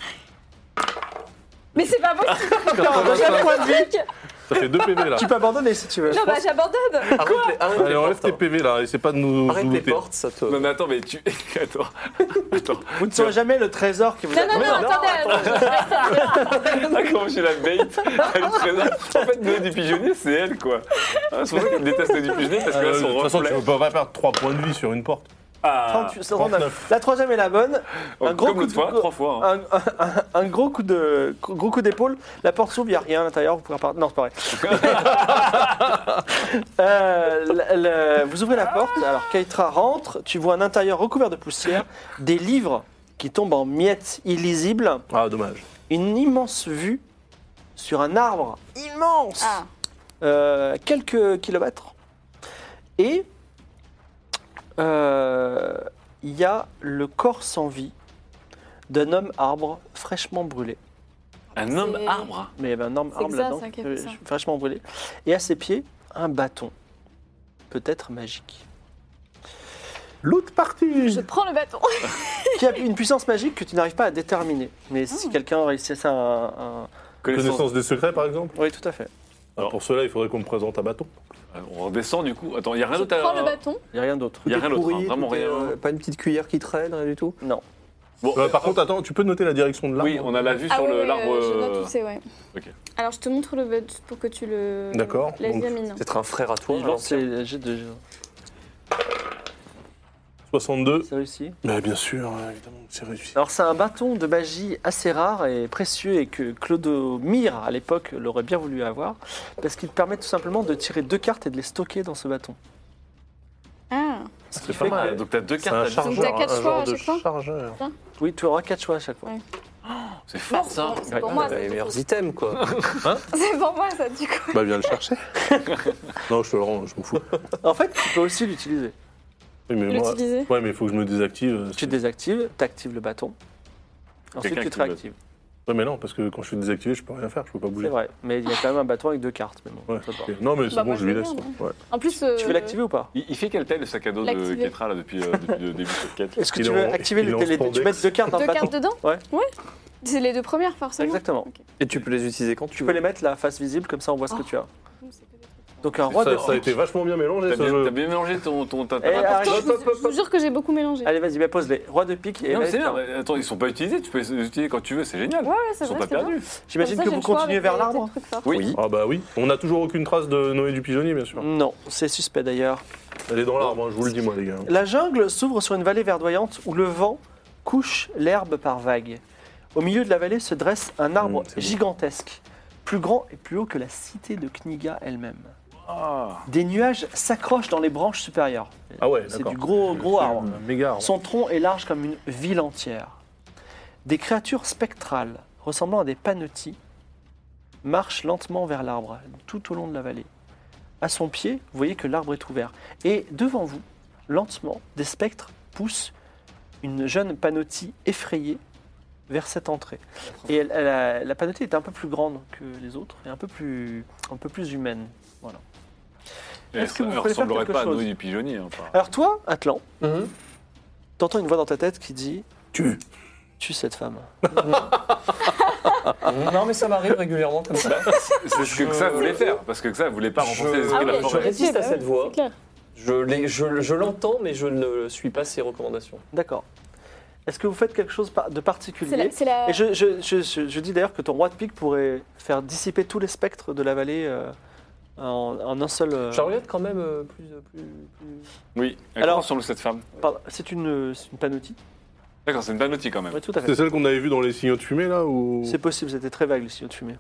Speaker 7: Mais c'est pas possible
Speaker 1: Tu perds un deuxième point de vie.
Speaker 4: Ça fait 2 PV là.
Speaker 1: Tu peux abandonner si tu veux.
Speaker 7: Non, bah j'abandonne
Speaker 6: Arrête les, arrête les
Speaker 4: Allez, enlève
Speaker 6: portes,
Speaker 4: tes
Speaker 6: hein.
Speaker 4: PV là, essaie pas de nous
Speaker 6: Arrête
Speaker 4: nous
Speaker 6: les
Speaker 4: looter.
Speaker 6: portes, ça te.
Speaker 5: Non, mais attends, mais tu. Attends. Attends.
Speaker 1: Vous ne saurez jamais le trésor qui vous
Speaker 7: Non, non,
Speaker 1: attend.
Speaker 7: non, attendez, attendez.
Speaker 5: Ah, comment j'ai la bait Elle est très lente. En fait, Noé du pigeonnier, c'est elle, quoi. Ah, C'est pour ça qu'elle déteste Noé du pigeonnier, parce que là,
Speaker 4: Euh,
Speaker 5: son
Speaker 4: De toute façon, tu
Speaker 5: reflet.
Speaker 4: peux pas perdre 3 points de vie sur une porte.
Speaker 5: Ah, oh,
Speaker 1: 38, 39. La troisième est la bonne. un gros
Speaker 5: comme
Speaker 1: coup
Speaker 5: l'autre
Speaker 1: de- Ah.
Speaker 5: fois, trois fois. hein.
Speaker 1: Un, un- un gros coup de gros coup d'épaule. La porte s'ouvre, il n'y a rien à l'intérieur. Vous pourrez pas. Non, c'est pas vrai. Euh, le- le- vous ouvrez la porte. Alors Keitra rentre. Tu vois un intérieur recouvert de poussière, des livres qui tombent en miettes illisibles,
Speaker 4: Ah, dommage.
Speaker 1: une immense vue sur un arbre immense.
Speaker 7: Ah,
Speaker 1: euh, quelques kilomètres. Et euh, il y a le corps sans vie d'un homme arbre fraîchement brûlé.
Speaker 5: Un homme arbre.
Speaker 1: Mais il y avait un homme
Speaker 7: C'est
Speaker 1: arbre
Speaker 7: Xa,
Speaker 1: là-dedans,
Speaker 7: ça, qui a fait
Speaker 1: euh,
Speaker 7: ça.
Speaker 1: fraîchement brûlé. Et à ses pieds, un bâton, peut-être magique.
Speaker 4: L'autre partie
Speaker 7: je prends le bâton.
Speaker 1: Qui a une puissance magique que tu n'arrives pas à déterminer. Mais
Speaker 7: Ah.
Speaker 1: si quelqu'un réussissait à un, un-
Speaker 4: Connaissance des secrets par exemple
Speaker 1: Oui, tout à fait.
Speaker 4: Alors, Pour cela, il faudrait qu'on me présente un bâton.
Speaker 5: Euh, On redescend, du coup. Attends, il y a rien
Speaker 7: Je
Speaker 5: d'autre
Speaker 7: prends le
Speaker 5: à.
Speaker 7: bâton.
Speaker 1: Il n'y a rien d'autre.
Speaker 5: Il y a rien d'autre, hein,
Speaker 6: Pourri,
Speaker 5: vraiment
Speaker 6: tout est,
Speaker 5: rien.
Speaker 6: euh, Pas une petite cuillère qui traîne, rien du tout.
Speaker 1: Non.
Speaker 5: Bon,
Speaker 4: Euh, Par contre, attends, tu peux noter la direction de l'arbre
Speaker 5: oui, on a la vue
Speaker 7: Ah
Speaker 5: sur
Speaker 7: oui,
Speaker 5: le-
Speaker 7: oui,
Speaker 5: l'arbre.
Speaker 7: euh, je note
Speaker 5: euh,
Speaker 7: où c'est, ouais.
Speaker 5: ok.
Speaker 7: Alors je te montre le bâton pour que tu le...
Speaker 4: D'accord. Donc,
Speaker 7: L'examines.
Speaker 6: Peut-être un frère à toi.
Speaker 1: Je
Speaker 6: alors.
Speaker 1: lance les jets de.
Speaker 4: 62.
Speaker 1: C'est réussi.
Speaker 4: Bah, bien sûr, euh, évidemment, que c'est réussi.
Speaker 1: Alors c'est un bâton de magie assez rare et précieux et que Clodomir à l'époque l'aurait bien voulu avoir parce qu'il te permet tout simplement de tirer deux cartes et de les stocker dans ce bâton.
Speaker 7: Ah,
Speaker 1: Ce qui
Speaker 4: C'est
Speaker 1: fait
Speaker 4: pas
Speaker 5: Ah,
Speaker 1: que
Speaker 5: donc t'as deux
Speaker 4: C'est un
Speaker 5: cartes à
Speaker 4: chargeur,
Speaker 7: t'as quatre
Speaker 4: un
Speaker 7: choix
Speaker 4: genre
Speaker 7: à
Speaker 4: de
Speaker 7: chaque fois
Speaker 4: chargeur.
Speaker 1: oui, tu auras quatre choix à chaque fois.
Speaker 5: C'est
Speaker 7: bah,
Speaker 5: fort
Speaker 7: c'est
Speaker 5: ça.
Speaker 7: pour- c'est pour
Speaker 1: Ouais.
Speaker 7: moi
Speaker 6: T'as
Speaker 7: ça.
Speaker 6: les
Speaker 7: du
Speaker 6: meilleurs
Speaker 7: coup.
Speaker 6: items, quoi.
Speaker 7: C'est pour moi ça, du coup.
Speaker 4: Bah viens le chercher. non, je te le rends, je m'en fous.
Speaker 1: En fait, tu peux aussi l'utiliser.
Speaker 4: Oui, mais moi-
Speaker 7: L'utiliser.
Speaker 4: Ouais, mais il faut que je me désactive. euh,
Speaker 1: Tu
Speaker 4: c'est-
Speaker 1: te désactives, tu actives le bâton. Ensuite,
Speaker 5: Quelqu'un
Speaker 1: tu
Speaker 5: qui
Speaker 1: te
Speaker 5: le-
Speaker 1: réactives.
Speaker 4: Ouais, mais non, parce que quand je suis désactivé, je peux rien faire, je peux pas
Speaker 1: C'est
Speaker 4: bouger.
Speaker 1: vrai, mais il y a quand même un bâton avec deux cartes. mais bon,
Speaker 4: Ouais,
Speaker 1: ça te va.
Speaker 4: ok. Non, mais c'est
Speaker 7: Bah,
Speaker 4: bon,
Speaker 7: moi,
Speaker 4: je lui
Speaker 7: je
Speaker 4: laisse.
Speaker 7: veux bien,
Speaker 4: ouais.
Speaker 7: En plus... euh,
Speaker 1: Tu veux l'activer ou pas
Speaker 5: Il, il fait quelle taille le sac à dos de
Speaker 7: L'activer.
Speaker 5: Ketra là depuis, euh, depuis le début de cette quête
Speaker 1: Est-ce que
Speaker 4: Il
Speaker 1: tu
Speaker 4: est
Speaker 1: veux
Speaker 4: en-
Speaker 1: activer
Speaker 4: il est
Speaker 1: le
Speaker 4: en
Speaker 1: télé Tu
Speaker 4: spandex.
Speaker 1: mets deux cartes dans
Speaker 7: Deux
Speaker 1: le bâton
Speaker 7: cartes dedans
Speaker 1: Ouais.
Speaker 7: Ouais. C'est les deux premières, forcément.
Speaker 1: Exactement.
Speaker 7: Ok.
Speaker 6: Et tu peux les utiliser quand tu
Speaker 1: Tu
Speaker 6: veux.
Speaker 1: peux les mettre la face visible, comme ça on voit ce que
Speaker 7: Oh.
Speaker 1: tu as.
Speaker 7: Donc, c'est peut-être-
Speaker 1: Donc un roi
Speaker 4: Ça,
Speaker 1: de
Speaker 4: ça a été vachement bien mélangé,
Speaker 5: T'as
Speaker 4: ce
Speaker 5: bien, t'as
Speaker 4: jeu.
Speaker 5: bien mélangé ton. ton, ta- ta-
Speaker 1: Eh,
Speaker 5: ta-
Speaker 1: arrête.
Speaker 7: Ah, Pourtant, je vous- je vous jure que j'ai beaucoup mélangé.
Speaker 1: Allez, vas-y, bah, pose les. Roi de pique
Speaker 7: ah,
Speaker 1: et
Speaker 5: Non, mais
Speaker 1: mec,
Speaker 5: c'est bien.
Speaker 1: hein.
Speaker 5: mais Attends, ils sont pas utilisés, tu peux les utiliser quand tu veux, c'est génial.
Speaker 7: Ouais, ouais, c'est
Speaker 5: Ils sont
Speaker 7: vrai.
Speaker 5: pas
Speaker 7: c'est bien.
Speaker 5: perdus.
Speaker 1: J'imagine
Speaker 7: Comme ça,
Speaker 1: que
Speaker 7: j'ai
Speaker 1: vous
Speaker 7: le choix
Speaker 1: continuez
Speaker 7: avec
Speaker 1: vers
Speaker 7: les-
Speaker 1: l'arbre
Speaker 7: les trucs forts.
Speaker 5: Oui.
Speaker 4: Ah bah oui, on n'a toujours aucune trace de Noé du Pigeonnier, bien sûr.
Speaker 1: Non, c'est suspect d'ailleurs.
Speaker 4: Elle est dans l'arbre, hein, je vous le dis, moi, les gars.
Speaker 1: La jungle s'ouvre sur une vallée verdoyante où le vent couche l'herbe par vagues. Au milieu de la vallée se dresse un arbre
Speaker 4: Mm, c'est beau.
Speaker 1: gigantesque, plus grand et plus haut que la cité de Kniga elle-même.
Speaker 5: Ah.
Speaker 1: Des nuages s'accrochent dans les branches supérieures.
Speaker 4: Ah ouais,
Speaker 1: C'est
Speaker 4: d'accord.
Speaker 1: du gros, gros arbre.
Speaker 4: Un Méga arbre.
Speaker 1: Son tronc est large comme une ville entière. Des créatures spectrales, ressemblant à des panettis, marchent lentement vers l'arbre, tout au long de la vallée. À son pied, vous voyez que l'arbre est ouvert. Et devant vous, lentement, des spectres poussent une jeune panottie effrayée vers cette entrée. Et elle- elle a- la panottie est un peu plus grande que les autres, et un peu plus, un peu plus humaine.
Speaker 5: Elle
Speaker 1: Est-ce que vous
Speaker 5: elle
Speaker 1: pouvez faire
Speaker 5: ressemblerait
Speaker 1: quelque
Speaker 5: pas à
Speaker 1: chose
Speaker 5: Noé du Pigeonnier. hein, par-
Speaker 1: Alors toi, Atlan,
Speaker 6: Mhm.
Speaker 1: t'entends une voix dans ta tête qui dit
Speaker 4: Tu.
Speaker 1: Tue cette femme.
Speaker 6: Non, mais ça m'arrive régulièrement comme ça.
Speaker 5: C'est ce que ça voulait faire, parce que ça voulait pas renforcer les esprits
Speaker 7: Ah
Speaker 5: de la
Speaker 7: oui,
Speaker 6: Je
Speaker 5: forêt.
Speaker 6: résiste à
Speaker 7: bah
Speaker 6: cette
Speaker 7: oui,
Speaker 6: voix.
Speaker 7: C'est clair.
Speaker 6: Je l'ai- je- je l'entends, mais je ne suis pas ses recommandations.
Speaker 1: D'accord. Est-ce que vous faites quelque chose par- de particulier
Speaker 7: C'est la- C'est la.
Speaker 1: Et je, je- je- je- je dis d'ailleurs que ton roi de pique pourrait faire dissiper tous les spectres de la vallée euh, en, en un seul. euh,
Speaker 6: Je la regarde quand même euh, plus, plus, plus-
Speaker 5: Oui, elle
Speaker 1: Alors-
Speaker 5: ressemble à cette femme.
Speaker 1: pardon, c'est une, euh, c'est une panoplie.
Speaker 5: D'accord, c'est une panoplie quand même.
Speaker 1: Ouais, tout à fait.
Speaker 4: C'est celle qu'on avait vue dans les signaux de fumée, là ou...
Speaker 1: C'est possible, c'était très vague le sillon de fumée.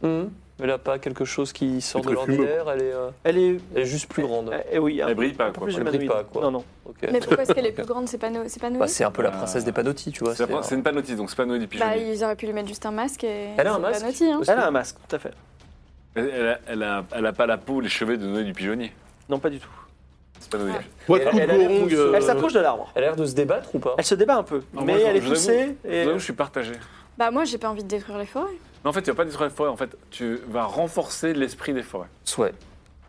Speaker 6: Elle a pas quelque chose qui sort de
Speaker 4: très fumeux.
Speaker 6: l'ordinaire, elle, est, euh,
Speaker 1: Elle est.
Speaker 6: elle est juste plus grande.
Speaker 1: Eh, eh oui, un-
Speaker 5: Elle brille
Speaker 1: un
Speaker 5: pas,
Speaker 1: peu
Speaker 5: quoi.
Speaker 1: plus
Speaker 6: Elle brille
Speaker 1: humanoïde.
Speaker 6: pas, quoi.
Speaker 1: Non, non.
Speaker 6: Ok.
Speaker 7: Mais pourquoi est-ce qu'elle est plus grande C'est pas nous. C'est pas nous.
Speaker 6: Bah, c'est un peu la
Speaker 5: Euh,
Speaker 4: Ah.
Speaker 6: princesse des panotis, tu vois.
Speaker 5: C'est la
Speaker 6: c'est euh,
Speaker 5: pre- c'est
Speaker 6: un-
Speaker 5: une panoplie, donc c'est pas Noé du
Speaker 7: Bah,
Speaker 5: Pigeonnier.
Speaker 7: ils auraient pu lui mettre juste un masque et.
Speaker 6: Elle a un
Speaker 7: c'est
Speaker 6: masque
Speaker 7: pas naughty, hein.
Speaker 6: Parce
Speaker 1: Elle
Speaker 6: que-
Speaker 1: a un masque, tout à fait.
Speaker 5: Elle, elle a, elle, a, elle a pas la peau, les cheveux de Noé du Pigeonnier.
Speaker 1: Non, pas du tout.
Speaker 5: C'est pas Noé.
Speaker 7: Ah.
Speaker 4: Boîte
Speaker 6: Elle-
Speaker 4: coup de
Speaker 6: elle a l'air
Speaker 4: gorong,
Speaker 6: de se-
Speaker 4: euh,
Speaker 1: Elle s'approche de l'arbre.
Speaker 6: Elle a l'air de se débattre ou pas
Speaker 1: Elle se débat un peu,
Speaker 5: Non,
Speaker 1: mais
Speaker 5: moi, je-
Speaker 1: elle est
Speaker 5: je vous
Speaker 1: poussée.
Speaker 5: Je
Speaker 1: Et...
Speaker 5: vous avoue, je suis partagé.
Speaker 7: Bah, moi, j'ai pas envie de détruire les forêts.
Speaker 5: Mais en fait, tu vas pas détruire les forêts, en fait, tu vas renforcer l'esprit des forêts.
Speaker 6: Ouais.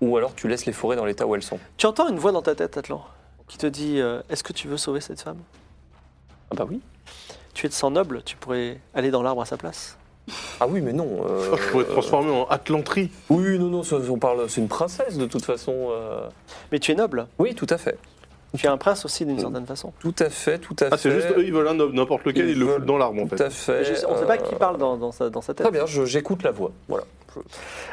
Speaker 6: Ou alors tu laisses les forêts dans l'état où elles sont.
Speaker 1: Tu entends une voix dans ta tête, Atlan, qui te dit euh, Est-ce que tu veux sauver cette femme
Speaker 6: Ah bah oui.
Speaker 1: Tu es de sang noble, tu pourrais aller dans l'arbre à sa place.
Speaker 6: Ah oui, mais non. euh,
Speaker 4: oh, Je pourrais transformer en Atlanterie.
Speaker 6: Oui, non, non, ça- on parle. C'est une princesse de toute façon. euh.
Speaker 1: Mais tu es noble.
Speaker 6: Oui, tout à fait.
Speaker 1: Tu es un prince aussi d'une certaine façon.
Speaker 6: Tout à fait, tout à fait.
Speaker 4: Ah, c'est juste, eux, ils veulent un noble, n'importe lequel,
Speaker 6: Ils
Speaker 4: ils, le
Speaker 6: veulent
Speaker 4: foutent dans l'arbre, en
Speaker 6: Tout
Speaker 4: fait.
Speaker 6: à fait.
Speaker 1: Je sais- on ne sait pas
Speaker 6: euh,
Speaker 1: qui parle dans, dans sa, dans sa tête.
Speaker 6: Très bien, je- j'écoute la voix. Voilà.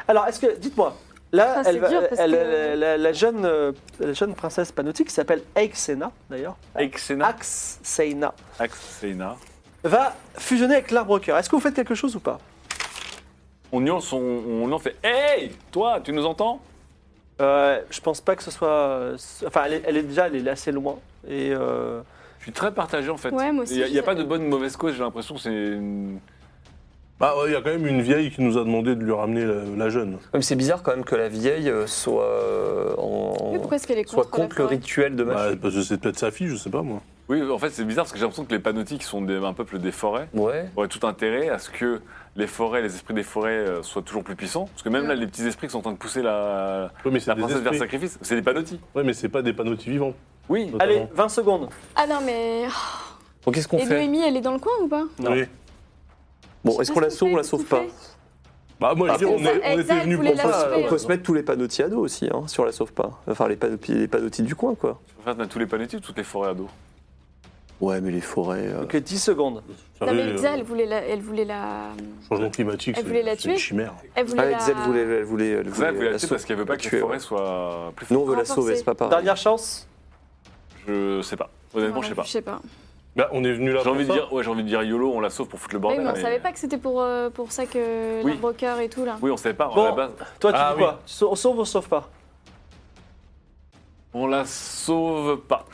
Speaker 1: Alors, est-ce que, dites-moi, là,
Speaker 7: Ah,
Speaker 1: elle
Speaker 7: c'est
Speaker 1: va-
Speaker 7: dur parce
Speaker 1: elle-
Speaker 7: que-
Speaker 1: la, la- la jeune, euh, la jeune princesse panotique, qui s'appelle Aixena d'ailleurs,
Speaker 5: Aixena.
Speaker 1: Axena,
Speaker 5: Axena.
Speaker 1: va fusionner avec l'arbre au cœur. Est-ce que vous faites quelque chose ou pas
Speaker 5: On nuance, on, on en fait. Hey Toi, tu nous entends
Speaker 1: euh, Je pense pas que ce soit. euh, c- Enfin, elle est, elle est déjà elle est assez loin. Et euh,
Speaker 5: Je suis très partagé en fait.
Speaker 7: Ouais, moi aussi,
Speaker 5: Il n'y a,
Speaker 7: je-
Speaker 5: pas de bonne ou mauvaise cause, j'ai l'impression, c'est. une-
Speaker 4: Bah, ouais, il y a quand même une vieille qui nous a demandé de lui ramener la, la jeune.
Speaker 6: Même c'est bizarre quand même que la vieille euh, soit euh, en-
Speaker 7: Mais pourquoi est-ce qu'elle est contre
Speaker 6: soit
Speaker 7: la
Speaker 6: contre le
Speaker 7: forêt
Speaker 6: rituel de
Speaker 4: Bah,
Speaker 6: machin.
Speaker 4: parce que c'est peut-être sa fille, je sais pas, moi.
Speaker 5: Oui, en fait, c'est bizarre parce que j'ai l'impression que les panotiques qui sont des- un peuple des forêts,
Speaker 6: Ouais.
Speaker 5: auraient tout intérêt à ce que les forêts, les esprits des forêts euh, soient toujours plus puissants. Parce que même
Speaker 7: Ouais.
Speaker 5: là, les petits esprits qui sont en train de pousser la,
Speaker 4: Ouais, mais c'est
Speaker 5: la
Speaker 4: des
Speaker 5: princesse vers le
Speaker 4: esprits.
Speaker 5: sacrifice, c'est des panotis.
Speaker 4: Ouais, mais c'est pas des panotis vivants.
Speaker 5: Oui.
Speaker 4: Notamment.
Speaker 1: allez, 20 secondes.
Speaker 7: Ah non, mais.
Speaker 6: Donc qu'est-ce
Speaker 1: Eh
Speaker 6: qu'on
Speaker 7: Et
Speaker 6: fait
Speaker 7: Noémie, elle est dans le coin ou pas
Speaker 1: Non.
Speaker 4: Oui.
Speaker 6: Bon, est-ce qu'on la sauve ou on la
Speaker 7: Qu'est-ce qu'on
Speaker 6: sauve
Speaker 7: fait
Speaker 6: pas
Speaker 4: Bah, moi, je
Speaker 6: Ah,
Speaker 4: dis, on,
Speaker 7: c'est
Speaker 4: est-
Speaker 7: ça,
Speaker 4: on était
Speaker 7: exact,
Speaker 4: venu
Speaker 7: vous voulez
Speaker 4: pour
Speaker 7: la
Speaker 4: ça.
Speaker 7: sauver.
Speaker 4: là.
Speaker 6: On peut se mettre tous les panotis à dos aussi, hein, si on la sauve pas. Enfin, les, panotis- les panotis du coin, quoi.
Speaker 5: En fait, on a tous les panotis ou toutes les forêts à dos
Speaker 6: Ouais, mais les forêts. euh,
Speaker 1: Donc 10 secondes.
Speaker 4: Vous
Speaker 7: Non, mais
Speaker 4: savez,
Speaker 7: Elsa, elle
Speaker 4: euh,
Speaker 7: voulait la. Elle voulait la.
Speaker 4: Changement climatique,
Speaker 7: Elle voulait la
Speaker 4: c'est c'est une
Speaker 7: tuer.
Speaker 4: chimère.
Speaker 7: Elle voulait
Speaker 6: Ah,
Speaker 7: la.
Speaker 6: Exel voulait, elle voulait, elle
Speaker 5: Ça, vous
Speaker 6: voulait
Speaker 5: la tuer parce qu'elle veut pas
Speaker 6: la
Speaker 5: que
Speaker 6: tuer,
Speaker 5: les forêts
Speaker 6: ouais.
Speaker 5: soient plus
Speaker 6: Nous,
Speaker 5: fortes.
Speaker 6: on veut la
Speaker 7: Renforcer.
Speaker 6: sauver, c'est pas pareil.
Speaker 1: Dernière chance.
Speaker 5: Je sais pas.
Speaker 7: Ouais,
Speaker 5: Honnêtement, je sais pas.
Speaker 7: Je sais pas.
Speaker 4: Bah, on est venu là
Speaker 5: J'ai
Speaker 4: pour
Speaker 5: envie de
Speaker 4: ça.
Speaker 5: dire, ouais, j'ai envie de dire YOLO, on la sauve pour foutre le
Speaker 7: Oui,
Speaker 5: bordel.
Speaker 7: mais on
Speaker 5: mais-
Speaker 7: savait pas que c'était pour, euh, pour ça que
Speaker 5: Oui.
Speaker 7: l'arbre au cœur et tout là.
Speaker 5: Oui, on savait pas.
Speaker 1: Bon.
Speaker 5: À la base,
Speaker 1: Toi, tu
Speaker 4: Ah,
Speaker 1: dis
Speaker 4: oui.
Speaker 1: quoi Tu sau- On sauve ou on sauve pas
Speaker 5: on la sauve pas.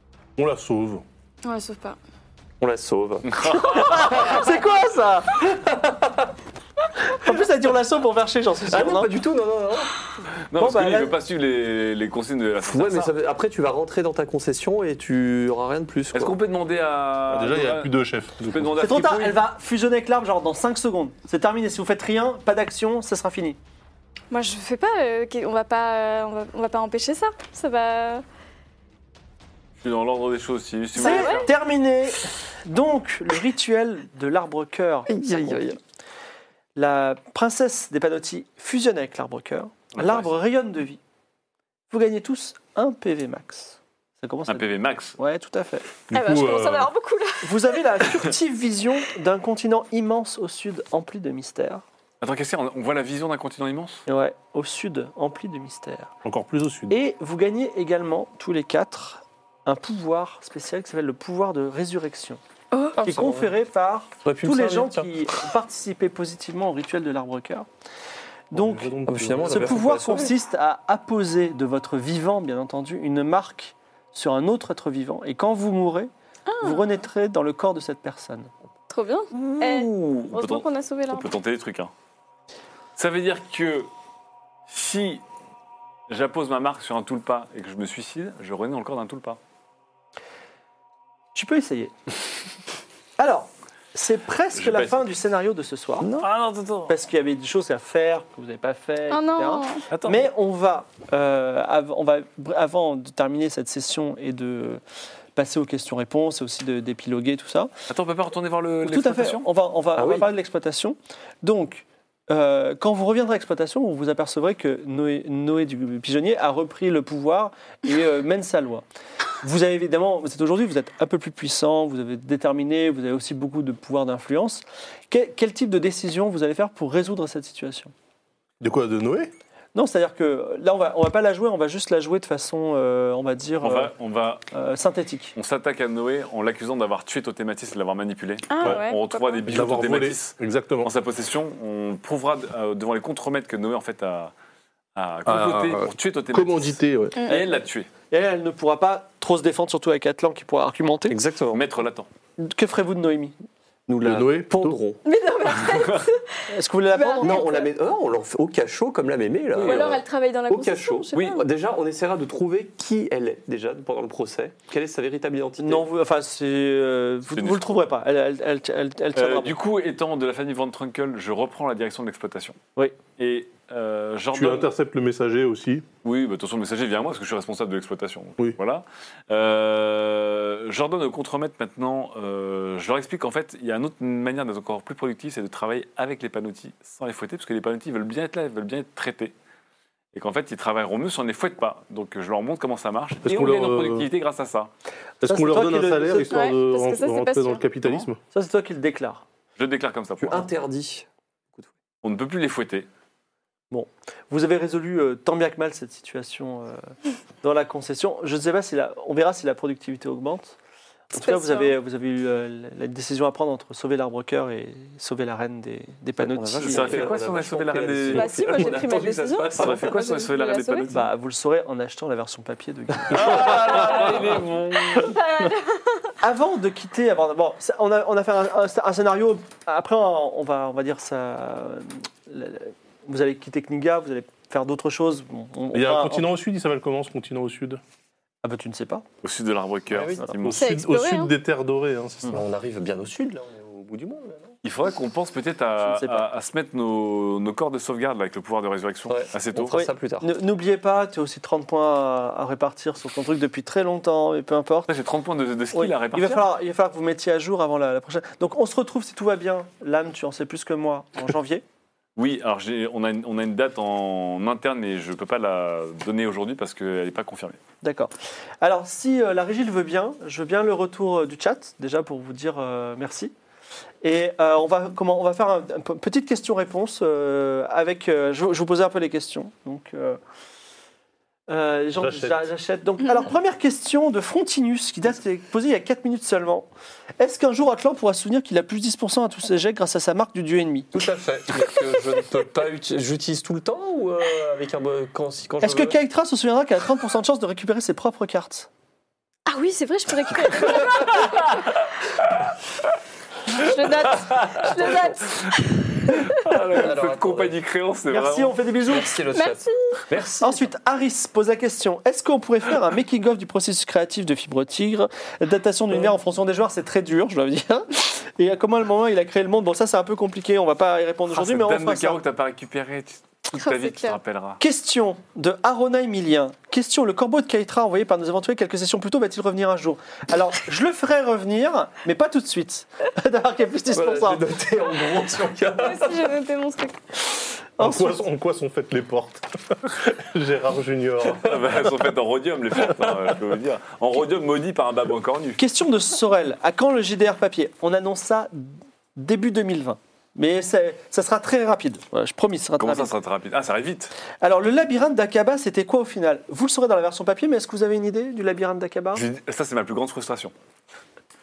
Speaker 4: On la sauve.
Speaker 7: On la sauve pas.
Speaker 6: On la sauve.
Speaker 1: C'est quoi ça En plus, elle dit on la sauve pour verser, j'en suis sûr.
Speaker 6: Ah non,
Speaker 1: non
Speaker 6: pas du tout, non, non, non.
Speaker 5: Non,
Speaker 1: Bon,
Speaker 5: parce
Speaker 1: bah,
Speaker 5: que lui,
Speaker 1: là-
Speaker 5: il veut pas suivre les, les consignes de la
Speaker 6: Ouais,
Speaker 5: princesse.
Speaker 6: mais ça veut- après, tu vas rentrer dans ta concession et tu auras rien de plus.
Speaker 5: Est-ce
Speaker 6: quoi.
Speaker 5: qu'on peut demander à.
Speaker 4: Bah, Déjà, il n'y a
Speaker 5: à-
Speaker 4: plus de chef.
Speaker 5: on peut demander à
Speaker 1: C'est trop tard,
Speaker 5: Fripouille
Speaker 1: elle va fusionner avec l'arbre genre dans 5 secondes. C'est terminé, si vous faites rien, pas d'action, ça sera fini.
Speaker 7: Moi, je fais pas. euh, qu'on- on va pas. euh, on, va, on va pas empêcher ça. Ça va.
Speaker 5: suis dans l'ordre des choses. Si, si vous
Speaker 1: C'est
Speaker 5: voulez faire.
Speaker 1: terminé. Donc, le rituel de l'arbre-cœur. La princesse des panotis fusionne avec l'arbre-cœur.
Speaker 5: Ouais,
Speaker 1: L'arbre rayonne de vie. Vous gagnez tous un PV max. Ça commence à...
Speaker 5: Un PV max.
Speaker 1: Ouais, tout à fait.
Speaker 4: Du
Speaker 7: Ah bah, je
Speaker 4: coup,
Speaker 7: commence à en
Speaker 4: euh,
Speaker 7: avoir beaucoup là.
Speaker 1: Vous avez la furtive vision d'un continent immense au sud, empli de mystères.
Speaker 5: Attends, qu'est-ce que c'est On on voit la vision d'un continent immense
Speaker 1: Ouais, au sud, empli de mystères.
Speaker 4: encore plus au sud.
Speaker 1: Et vous gagnez également, tous les quatre, un pouvoir spécial qui s'appelle le pouvoir de résurrection, qui est conféré par
Speaker 6: J'aurais pu me
Speaker 1: tous les
Speaker 6: servir,
Speaker 1: gens
Speaker 6: tiens.
Speaker 1: qui ont participé positivement au rituel de l'arbre-cœur. Donc,
Speaker 4: Je vais
Speaker 6: Ah, mais finalement,
Speaker 1: ce
Speaker 6: la version
Speaker 1: pouvoir
Speaker 6: PS1, oui.
Speaker 1: consiste à apposer de votre vivant, bien entendu, une marque sur un autre être vivant. Et quand vous mourrez, vous renaîtrez dans le corps de cette personne.
Speaker 7: Trop bien. Eh,
Speaker 5: Ouh, on peut,
Speaker 7: Heureusement
Speaker 5: ten-
Speaker 7: qu'on a sauvé
Speaker 5: on
Speaker 7: l'arbre.
Speaker 5: peut tenter des trucs. Hein. Ça veut dire que si j'appose ma marque sur un tulpa et que je me suicide, je renais dans le corps d'un tulpa.
Speaker 1: Tu peux essayer. Alors, c'est presque
Speaker 5: J'ai
Speaker 1: la
Speaker 5: pas
Speaker 1: fin
Speaker 5: essayé.
Speaker 1: du scénario de ce soir.
Speaker 5: Ah non, attends, attends.
Speaker 1: Parce qu'il y avait des choses à faire que vous n'avez pas fait.
Speaker 7: Oh
Speaker 1: etc.
Speaker 7: non
Speaker 5: Attends.
Speaker 1: Mais on va, euh, av- on va, br- avant de terminer cette session et de passer aux questions-réponses et aussi de- d'épiloguer tout ça,
Speaker 5: Attends, on peut pas retourner voir le.
Speaker 1: Tout à fait.
Speaker 5: Euh, l'exploitation
Speaker 1: On va, on va,
Speaker 6: Ah
Speaker 1: on va
Speaker 6: oui.
Speaker 1: parler de l'exploitation. Donc, euh, quand vous reviendrez à l'exploitation, vous vous apercevrez que Noé, Noé du Pigeonnier a repris le pouvoir et euh, mène sa loi. Vous avez évidemment, vous êtes aujourd'hui, vous êtes un peu plus puissant, vous avez déterminé, vous avez aussi beaucoup de pouvoir d'influence. Que- quel type de décision vous allez faire pour résoudre cette situation
Speaker 4: De quoi De Noé
Speaker 1: Non, c'est-à-dire que là, on va, on va pas la jouer, on va juste la jouer de façon, euh, on va dire,
Speaker 5: On va, on va,
Speaker 1: euh, euh, synthétique.
Speaker 5: on s'attaque à Noé en l'accusant d'avoir tué Totématis et de l'avoir manipulé.
Speaker 7: Ah ouais,
Speaker 5: on
Speaker 7: pourquoi
Speaker 5: retrouvera des
Speaker 4: De
Speaker 5: bijoux de
Speaker 4: l'avoir volé.
Speaker 5: Totématis
Speaker 4: Exactement.
Speaker 5: en sa possession. On prouvera euh, devant les contremaîtres que Noé en fait a, a comploté
Speaker 4: Ah,
Speaker 5: pour tuer Totématis.
Speaker 4: Commandité, ouais.
Speaker 5: Et elle l'a tué.
Speaker 1: Et elle, elle ne pourra pas trop se défendre, surtout avec Atlan qui pourra argumenter.
Speaker 6: Exactement.
Speaker 5: Maître l'attend.
Speaker 1: Que ferez-vous de Noémie
Speaker 6: Nous
Speaker 4: Le
Speaker 6: la
Speaker 4: Noé, plutôt.
Speaker 6: pendrons.
Speaker 7: Mais non, mais
Speaker 1: Est-ce que vous voulez la
Speaker 2: Ah
Speaker 7: Bah,
Speaker 1: prendre
Speaker 6: Non, on la met. non, on l'en fait au cachot comme la mémé là.
Speaker 7: Ou
Speaker 5: euh,
Speaker 7: alors elle travaille dans la
Speaker 6: Au
Speaker 7: construction,
Speaker 6: cachot.
Speaker 7: je sais
Speaker 6: Oui,
Speaker 7: pas.
Speaker 6: déjà, on essaiera de trouver qui elle est déjà pendant le procès. Quelle est sa véritable identité
Speaker 1: Non, vous, enfin, c'est, euh, vous
Speaker 5: C'est
Speaker 1: ne
Speaker 5: une-
Speaker 1: le trouverez pas. Elle, elle, elle, elle- elle tiendra
Speaker 5: Euh,
Speaker 1: bon.
Speaker 5: du coup, étant de la famille Van Trunkel, je reprends la direction de l'exploitation.
Speaker 1: Oui.
Speaker 5: Et euh,
Speaker 4: Tu
Speaker 5: j'ordonne.
Speaker 4: interceptes le messager aussi.
Speaker 5: Oui, bah, attention, le messager vient à moi parce que je suis responsable de l'exploitation.
Speaker 4: Oui.
Speaker 5: Voilà. Euh, J'ordonne aux contremaîtres maintenant, euh, je leur explique qu'en fait, il y a une autre manière d'être encore plus productif, c'est de travailler avec les panoutis sans les fouetter, parce que les panoutis veulent bien être là, ils veulent bien être traités. Et qu'en fait, ils travailleront mieux si on ne les fouette pas. Donc, je leur montre comment ça marche.
Speaker 4: Est-ce
Speaker 5: Et on
Speaker 4: qu'on
Speaker 5: gagne en
Speaker 4: leur, euh,
Speaker 5: productivité grâce à ça.
Speaker 4: Est-ce
Speaker 1: Ça,
Speaker 4: qu'on
Speaker 1: c'est
Speaker 4: leur
Speaker 1: toi
Speaker 4: donne
Speaker 1: qui
Speaker 4: un
Speaker 1: le-
Speaker 4: salaire
Speaker 1: c'est-
Speaker 4: histoire
Speaker 7: Ouais,
Speaker 4: de
Speaker 7: parce que
Speaker 4: ren-
Speaker 7: ça, c'est pas
Speaker 4: rentrer dans
Speaker 7: sûr.
Speaker 4: le capitalisme
Speaker 1: Ça, c'est toi qui le déclare.
Speaker 5: Je le déclare comme ça.
Speaker 6: Tu
Speaker 5: pour l'instant.
Speaker 6: interdis.
Speaker 5: On ne peut plus les fouetter.
Speaker 1: Vous avez résolu euh, tant bien que mal cette situation euh, dans la concession. Je ne sais pas si la, on verra si la productivité augmente. En tout
Speaker 7: pas
Speaker 1: cas, vous
Speaker 7: sûr.
Speaker 1: avez, vous avez eu euh, la la décision à prendre entre sauver l'arbre-cœur et sauver la reine des, des panotis.
Speaker 6: On a vachement
Speaker 5: Ça aurait fait quoi
Speaker 6: on a
Speaker 5: si on avait sauvé
Speaker 6: vachement
Speaker 5: la reine des-
Speaker 6: fait
Speaker 7: Bah si, moi j'ai pris ma
Speaker 6: attendu que ça se
Speaker 7: décision.
Speaker 6: passe.
Speaker 5: Ah, Ça aurait fait quoi si on avait sauvé la reine des
Speaker 7: Vous l'avez
Speaker 5: panoutis
Speaker 1: Bah, vous le saurez en achetant la version papier de Guy.
Speaker 5: Ah, il est bon.
Speaker 1: Avant de quitter, avant, bon, ça- on, a, on a fait un, un- un scénario. Après, on, on va, on va dire ça. euh, la- la- vous allez quitter Kniga, vous allez faire d'autres choses. On- on-
Speaker 4: Il y a
Speaker 1: on-
Speaker 4: un continent au sud, il s'appelle comment ce continent au sud
Speaker 1: Ah bah tu ne sais pas.
Speaker 5: Au sud de l'arbre-cœur,
Speaker 1: Ah oui.
Speaker 5: c'est
Speaker 4: Au
Speaker 5: immense.
Speaker 7: C'est
Speaker 4: sud, au
Speaker 7: exploré,
Speaker 4: sud
Speaker 7: hein.
Speaker 4: des terres dorées, hein, c'est ça.
Speaker 6: On arrive bien au sud là, on est au bout du monde. là, non
Speaker 5: Il faudrait qu'on pense peut-être
Speaker 1: Je
Speaker 5: à,
Speaker 1: ne sais pas.
Speaker 5: à- à se mettre nos, nos corps de sauvegarde là, avec le pouvoir de résurrection
Speaker 6: Ouais.
Speaker 5: assez
Speaker 6: On
Speaker 5: tôt.
Speaker 6: fera
Speaker 1: Oui.
Speaker 6: ça plus tard.
Speaker 1: Ne- N'oubliez pas, tu as aussi 30 points à, à répartir sur ton truc depuis très longtemps, mais peu importe.
Speaker 5: Là, j'ai 30 points de, de skill
Speaker 1: Oui, il,
Speaker 5: à répartir.
Speaker 1: va falloir, il va falloir que vous mettiez à jour avant la, la prochaine. Donc on se retrouve si tout va bien. L'âme, tu en sais plus que moi, en janvier.
Speaker 5: Oui, alors j'ai- on a, une, on a une date en interne, mais je ne peux pas la donner aujourd'hui parce qu'elle n'est pas confirmée.
Speaker 1: D'accord. Alors, si euh, la régie le veut bien, je veux bien le retour euh, du chat, déjà pour vous dire euh, merci. Et euh, on, va, comment, on va faire un- une petite question-réponse euh, avec. euh, je, je vous posais un peu les questions. Donc. euh, euh, les gens-
Speaker 4: J'achète.
Speaker 1: j'a- J'achète. Donc, alors première question de Frontinus qui date posée il y a 4 minutes seulement. Est-ce qu'un jour Atlan pourra se souvenir qu'il a plus 10% à tous ses jets grâce à sa marque du dieu ennemi
Speaker 6: Tout à fait. Mais que je ne peux pas utiliser. J'utilise tout le temps ou euh, avec un bo- quand, si- quand je
Speaker 1: Est-ce
Speaker 5: Euh,
Speaker 1: que
Speaker 6: veux
Speaker 1: Kaektra se souviendra qu'elle a 30% de chance de récupérer ses propres cartes
Speaker 7: Ah oui, c'est vrai, je peux récupérer. je le note. Je le note.
Speaker 6: Alors,
Speaker 5: Cette
Speaker 6: attendez.
Speaker 5: compagnie créance, c'est
Speaker 1: Merci,
Speaker 5: vraiment...
Speaker 1: on fait des bisous.
Speaker 6: Merci le chat.
Speaker 7: Merci.
Speaker 6: Merci.
Speaker 1: Ensuite, Harris pose la question est-ce qu'on pourrait faire un making-of du processus créatif de Fibre Tigre Datation de l'univers en fonction des joueurs, c'est très dur, je dois le dire. Et à comment le moment il a créé le monde Bon, ça, c'est un peu compliqué, on va pas y répondre
Speaker 5: Ah,
Speaker 1: aujourd'hui,
Speaker 5: cette
Speaker 1: mais on
Speaker 5: dame
Speaker 1: fera
Speaker 5: de carreau
Speaker 1: ça. Oh,
Speaker 5: que t'as pas récupérée. tu- Toute ta
Speaker 7: c'est
Speaker 5: vie, tu te
Speaker 7: clair.
Speaker 5: rappelleras.
Speaker 1: Question de Arona Emilien. Question le corbeau de Kaitra envoyé par nos aventuriers quelques sessions plus tôt va-t-il revenir un jour Alors, je le ferai revenir, mais pas tout de suite. D'avoir qu'il y a plus 10
Speaker 6: Voilà, j'ai noté en gros sur le cas.
Speaker 7: Moi aussi, j'ai noté mon truc.
Speaker 4: En
Speaker 1: Ensuite-
Speaker 4: quoi, en quoi sont faites les portes Gérard Junior.
Speaker 5: Ah bah, elles sont faites en rhodium, les portes, hein, je peux vous dire. En rhodium maudit par un babouin cornu.
Speaker 1: Question de Sorel. À quand le JDR papier On annonce ça début 2020. Mais ça, ça sera très rapide. Voilà, je promis, ça sera très
Speaker 5: Comment ça,
Speaker 1: rapide.
Speaker 5: ça sera très rapide Ah, ça arrive vite.
Speaker 1: Alors, le labyrinthe d'Akaba, c'était quoi au final Vous le saurez dans la version papier, mais est-ce que vous avez une idée du labyrinthe d'Akaba
Speaker 5: Je lui dis- ça, c'est ma plus grande frustration.